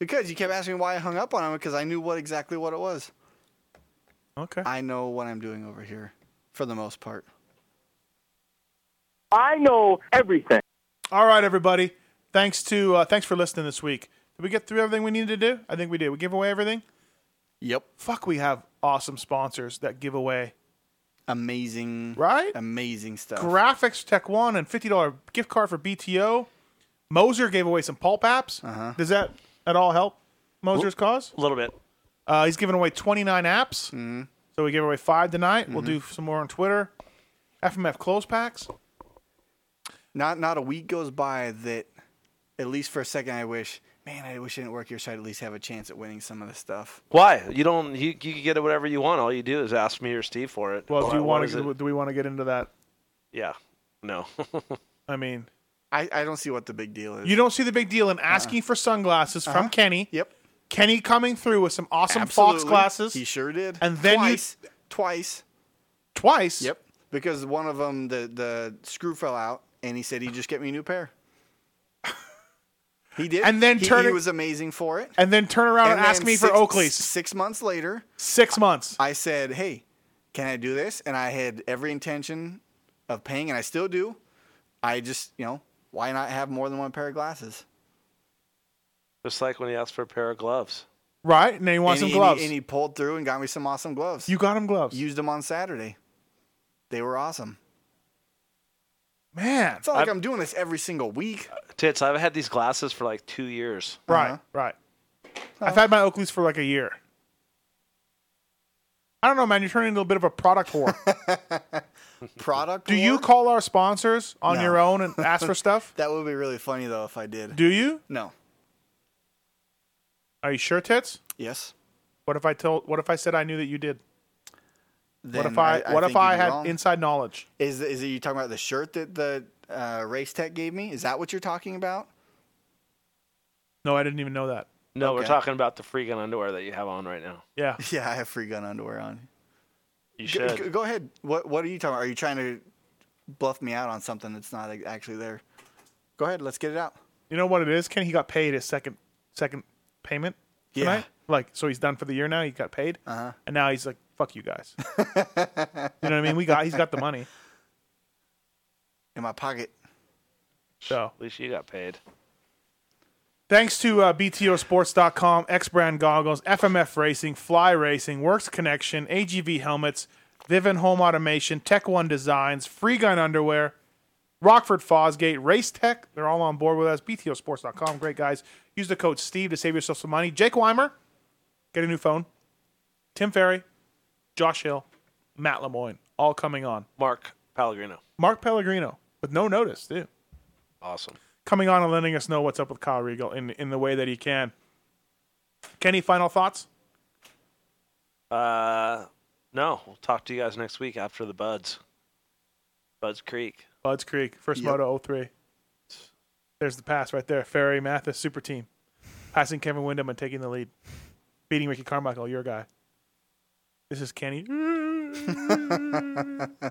[SPEAKER 7] Because you kept asking me why I hung up on him because I knew what exactly what it was.
[SPEAKER 4] Okay.
[SPEAKER 7] I know what I'm doing over here for the most part.
[SPEAKER 4] I know everything. All right, everybody. Thanks to uh, thanks for listening this week. Did we get through everything we needed to do? I think we did. We give away everything.
[SPEAKER 7] Yep.
[SPEAKER 4] Fuck, we have awesome sponsors that give away
[SPEAKER 7] amazing,
[SPEAKER 4] right?
[SPEAKER 7] Amazing stuff.
[SPEAKER 4] Graphics Tech One and fifty dollar gift card for BTO. Moser gave away some pulp apps. Uh-huh. Does that at all help Moser's cause?
[SPEAKER 5] A little bit.
[SPEAKER 4] Uh, he's giving away twenty nine apps. So we gave away five tonight. We'll do some more on Twitter. FMF close packs.
[SPEAKER 7] Not not a week goes by that, at least for a second, I wish man, I wish I didn't work here so I'd at least have a chance at winning some of this stuff.
[SPEAKER 5] Why? You don't. You, you can get it whatever you want. All you do is ask me or Steve for it.
[SPEAKER 4] Well,
[SPEAKER 5] Why-
[SPEAKER 4] do you
[SPEAKER 5] what
[SPEAKER 4] want
[SPEAKER 5] is
[SPEAKER 4] to?
[SPEAKER 5] it?
[SPEAKER 4] Do we want to get into that?
[SPEAKER 5] Yeah. No.
[SPEAKER 4] I mean,
[SPEAKER 7] I, I don't see what the big deal is. Uh-uh.
[SPEAKER 4] You don't see the big deal in asking for sunglasses
[SPEAKER 7] Uh-huh.
[SPEAKER 4] from Kenny.
[SPEAKER 7] Yep.
[SPEAKER 4] Kenny coming through with some awesome Fox
[SPEAKER 7] Absolutely.
[SPEAKER 4] glasses.
[SPEAKER 7] He sure did.
[SPEAKER 4] And then you-
[SPEAKER 7] twice, twice,
[SPEAKER 4] twice.
[SPEAKER 7] Yep, because one of them the the screw fell out, and he said he just get me a new pair. he did,
[SPEAKER 4] And then
[SPEAKER 7] he,
[SPEAKER 4] turn
[SPEAKER 7] he
[SPEAKER 4] it-
[SPEAKER 7] was amazing for it.
[SPEAKER 4] and then turn around and,
[SPEAKER 7] then
[SPEAKER 4] ask me for
[SPEAKER 7] six-
[SPEAKER 4] Oakley's.
[SPEAKER 7] Six months later,
[SPEAKER 4] six months.
[SPEAKER 7] I said, "Hey, can I do this?" And I had every intention of paying, and I still do. I just, you know, why not have more than one pair of glasses?
[SPEAKER 5] Just like when he asked for a pair of gloves.
[SPEAKER 4] Right, and then he wants
[SPEAKER 7] and
[SPEAKER 4] some
[SPEAKER 7] he, and he-
[SPEAKER 4] gloves.
[SPEAKER 7] And he, pulled through and got me some awesome gloves.
[SPEAKER 4] You got him gloves.
[SPEAKER 7] Used them on Saturday. They were awesome.
[SPEAKER 4] Man,
[SPEAKER 7] it's not like
[SPEAKER 5] I've-
[SPEAKER 7] I'm doing this every single week.
[SPEAKER 5] Uh,
[SPEAKER 7] Uh-huh.
[SPEAKER 5] Tits, I've had these glasses for like two years.
[SPEAKER 4] Right, right. I've had my Oakleys for like a year. I don't know, man. You're turning into a bit of a product whore.
[SPEAKER 7] Product.
[SPEAKER 4] Do you call our sponsors on
[SPEAKER 7] No.
[SPEAKER 4] your own and ask for stuff?
[SPEAKER 7] That would be really funny though if I did.
[SPEAKER 4] Do you?
[SPEAKER 7] No.
[SPEAKER 4] Are you sure, tits?
[SPEAKER 7] Yes.
[SPEAKER 4] What if I told? What if I said I knew that you did?
[SPEAKER 7] Then
[SPEAKER 4] what if I?
[SPEAKER 7] I- I
[SPEAKER 4] what if
[SPEAKER 7] think you'd
[SPEAKER 4] I
[SPEAKER 7] be
[SPEAKER 4] had
[SPEAKER 7] wrong.
[SPEAKER 4] inside knowledge?
[SPEAKER 7] Is is it you talking about the shirt that the uh, race tech gave me? Is that what you're talking about?
[SPEAKER 4] No, I didn't even know that.
[SPEAKER 5] No, we're
[SPEAKER 7] Okay.
[SPEAKER 5] talking about the freaking underwear that you have on right now.
[SPEAKER 4] Yeah.
[SPEAKER 7] Yeah, I have free gun underwear on.
[SPEAKER 5] You
[SPEAKER 7] Go-
[SPEAKER 5] should.
[SPEAKER 7] Go, go ahead. What What are you talking about? Are you trying to bluff me out on something that's not like, actually there? Go ahead. Let's get it out.
[SPEAKER 4] You know what it is, Ken? He got paid his second second payment
[SPEAKER 7] Yeah.
[SPEAKER 4] tonight. Like, so he's done for the year now. He got paid, uh-huh. and now he's like, "Fuck you guys." you know what I mean? We got. He's got the money.
[SPEAKER 7] In my pocket.
[SPEAKER 4] So
[SPEAKER 5] At least you got paid.
[SPEAKER 4] Thanks to uh, BTOsports.com, X Brand Goggles, FMF Racing, Fly Racing, Works Connection, AGV Helmets, Vivin Home Automation, Tech One Designs, Free Gun Underwear, Rockford Fosgate, Race Tech. They're all on board with us. BTOsports.com. Great guys. Use the code Steve to save yourself some money. Jake Weimer, get a new phone. Tim Ferry, Josh Hill, Matt Lemoyne, all coming on.
[SPEAKER 5] Mark Pellegrino.
[SPEAKER 4] Mark Pellegrino, with no notice, too
[SPEAKER 5] Awesome.
[SPEAKER 4] coming on and letting us know what's up with Kyle Regal in in the way that he can. Kenny, final thoughts?
[SPEAKER 5] Uh, no, we'll talk to you guys next week after the Buds. Buds Creek.
[SPEAKER 4] Buds Creek, first
[SPEAKER 5] Yep.
[SPEAKER 4] Moto 03. There's the pass right there. Ferry, Mathis, super team. Passing Kevin Windham and taking the lead. Beating Ricky Carmichael, your guy. This is Kenny. Mm,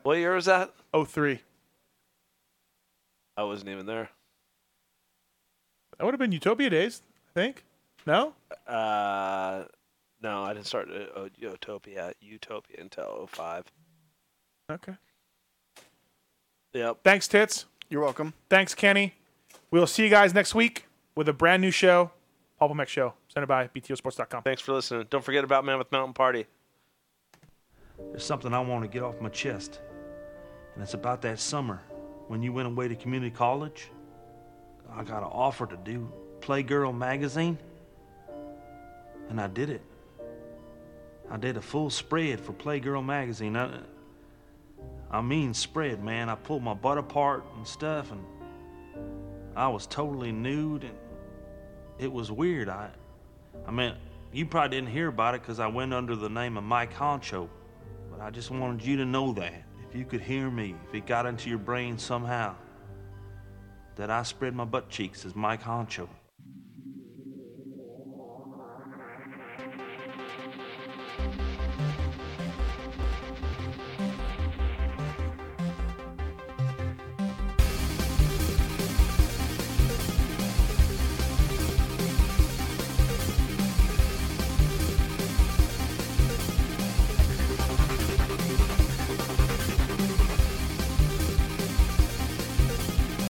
[SPEAKER 5] what year was that?
[SPEAKER 4] 03.
[SPEAKER 5] I wasn't even there.
[SPEAKER 4] That would have been Utopia days, I think. No?
[SPEAKER 5] Uh, no, I didn't start at O- Utopia, Utopia until 05.
[SPEAKER 4] Okay.
[SPEAKER 5] Yep.
[SPEAKER 4] Thanks, Tits.
[SPEAKER 7] You're welcome.
[SPEAKER 4] Thanks, Kenny. We'll see you guys next week with a brand new show, Paul Pomek Show, presented by BTOsports.com.
[SPEAKER 5] Thanks for listening. Don't forget about Mammoth Mountain Party.
[SPEAKER 16] There's something I want to get off my chest. And it's about that summer when you went away to community college. I got an offer to do Playgirl magazine. And I did it. I did a full spread for Playgirl magazine. I, I mean, spread, man. I pulled my butt apart and stuff, and I was totally nude, and it was weird. I, I mean, you probably didn't hear about it because I went under the name of Mike Honcho. But I just wanted you to know that if you could hear me, if it got into your brain somehow, that I spread my butt cheeks as Mike Honcho.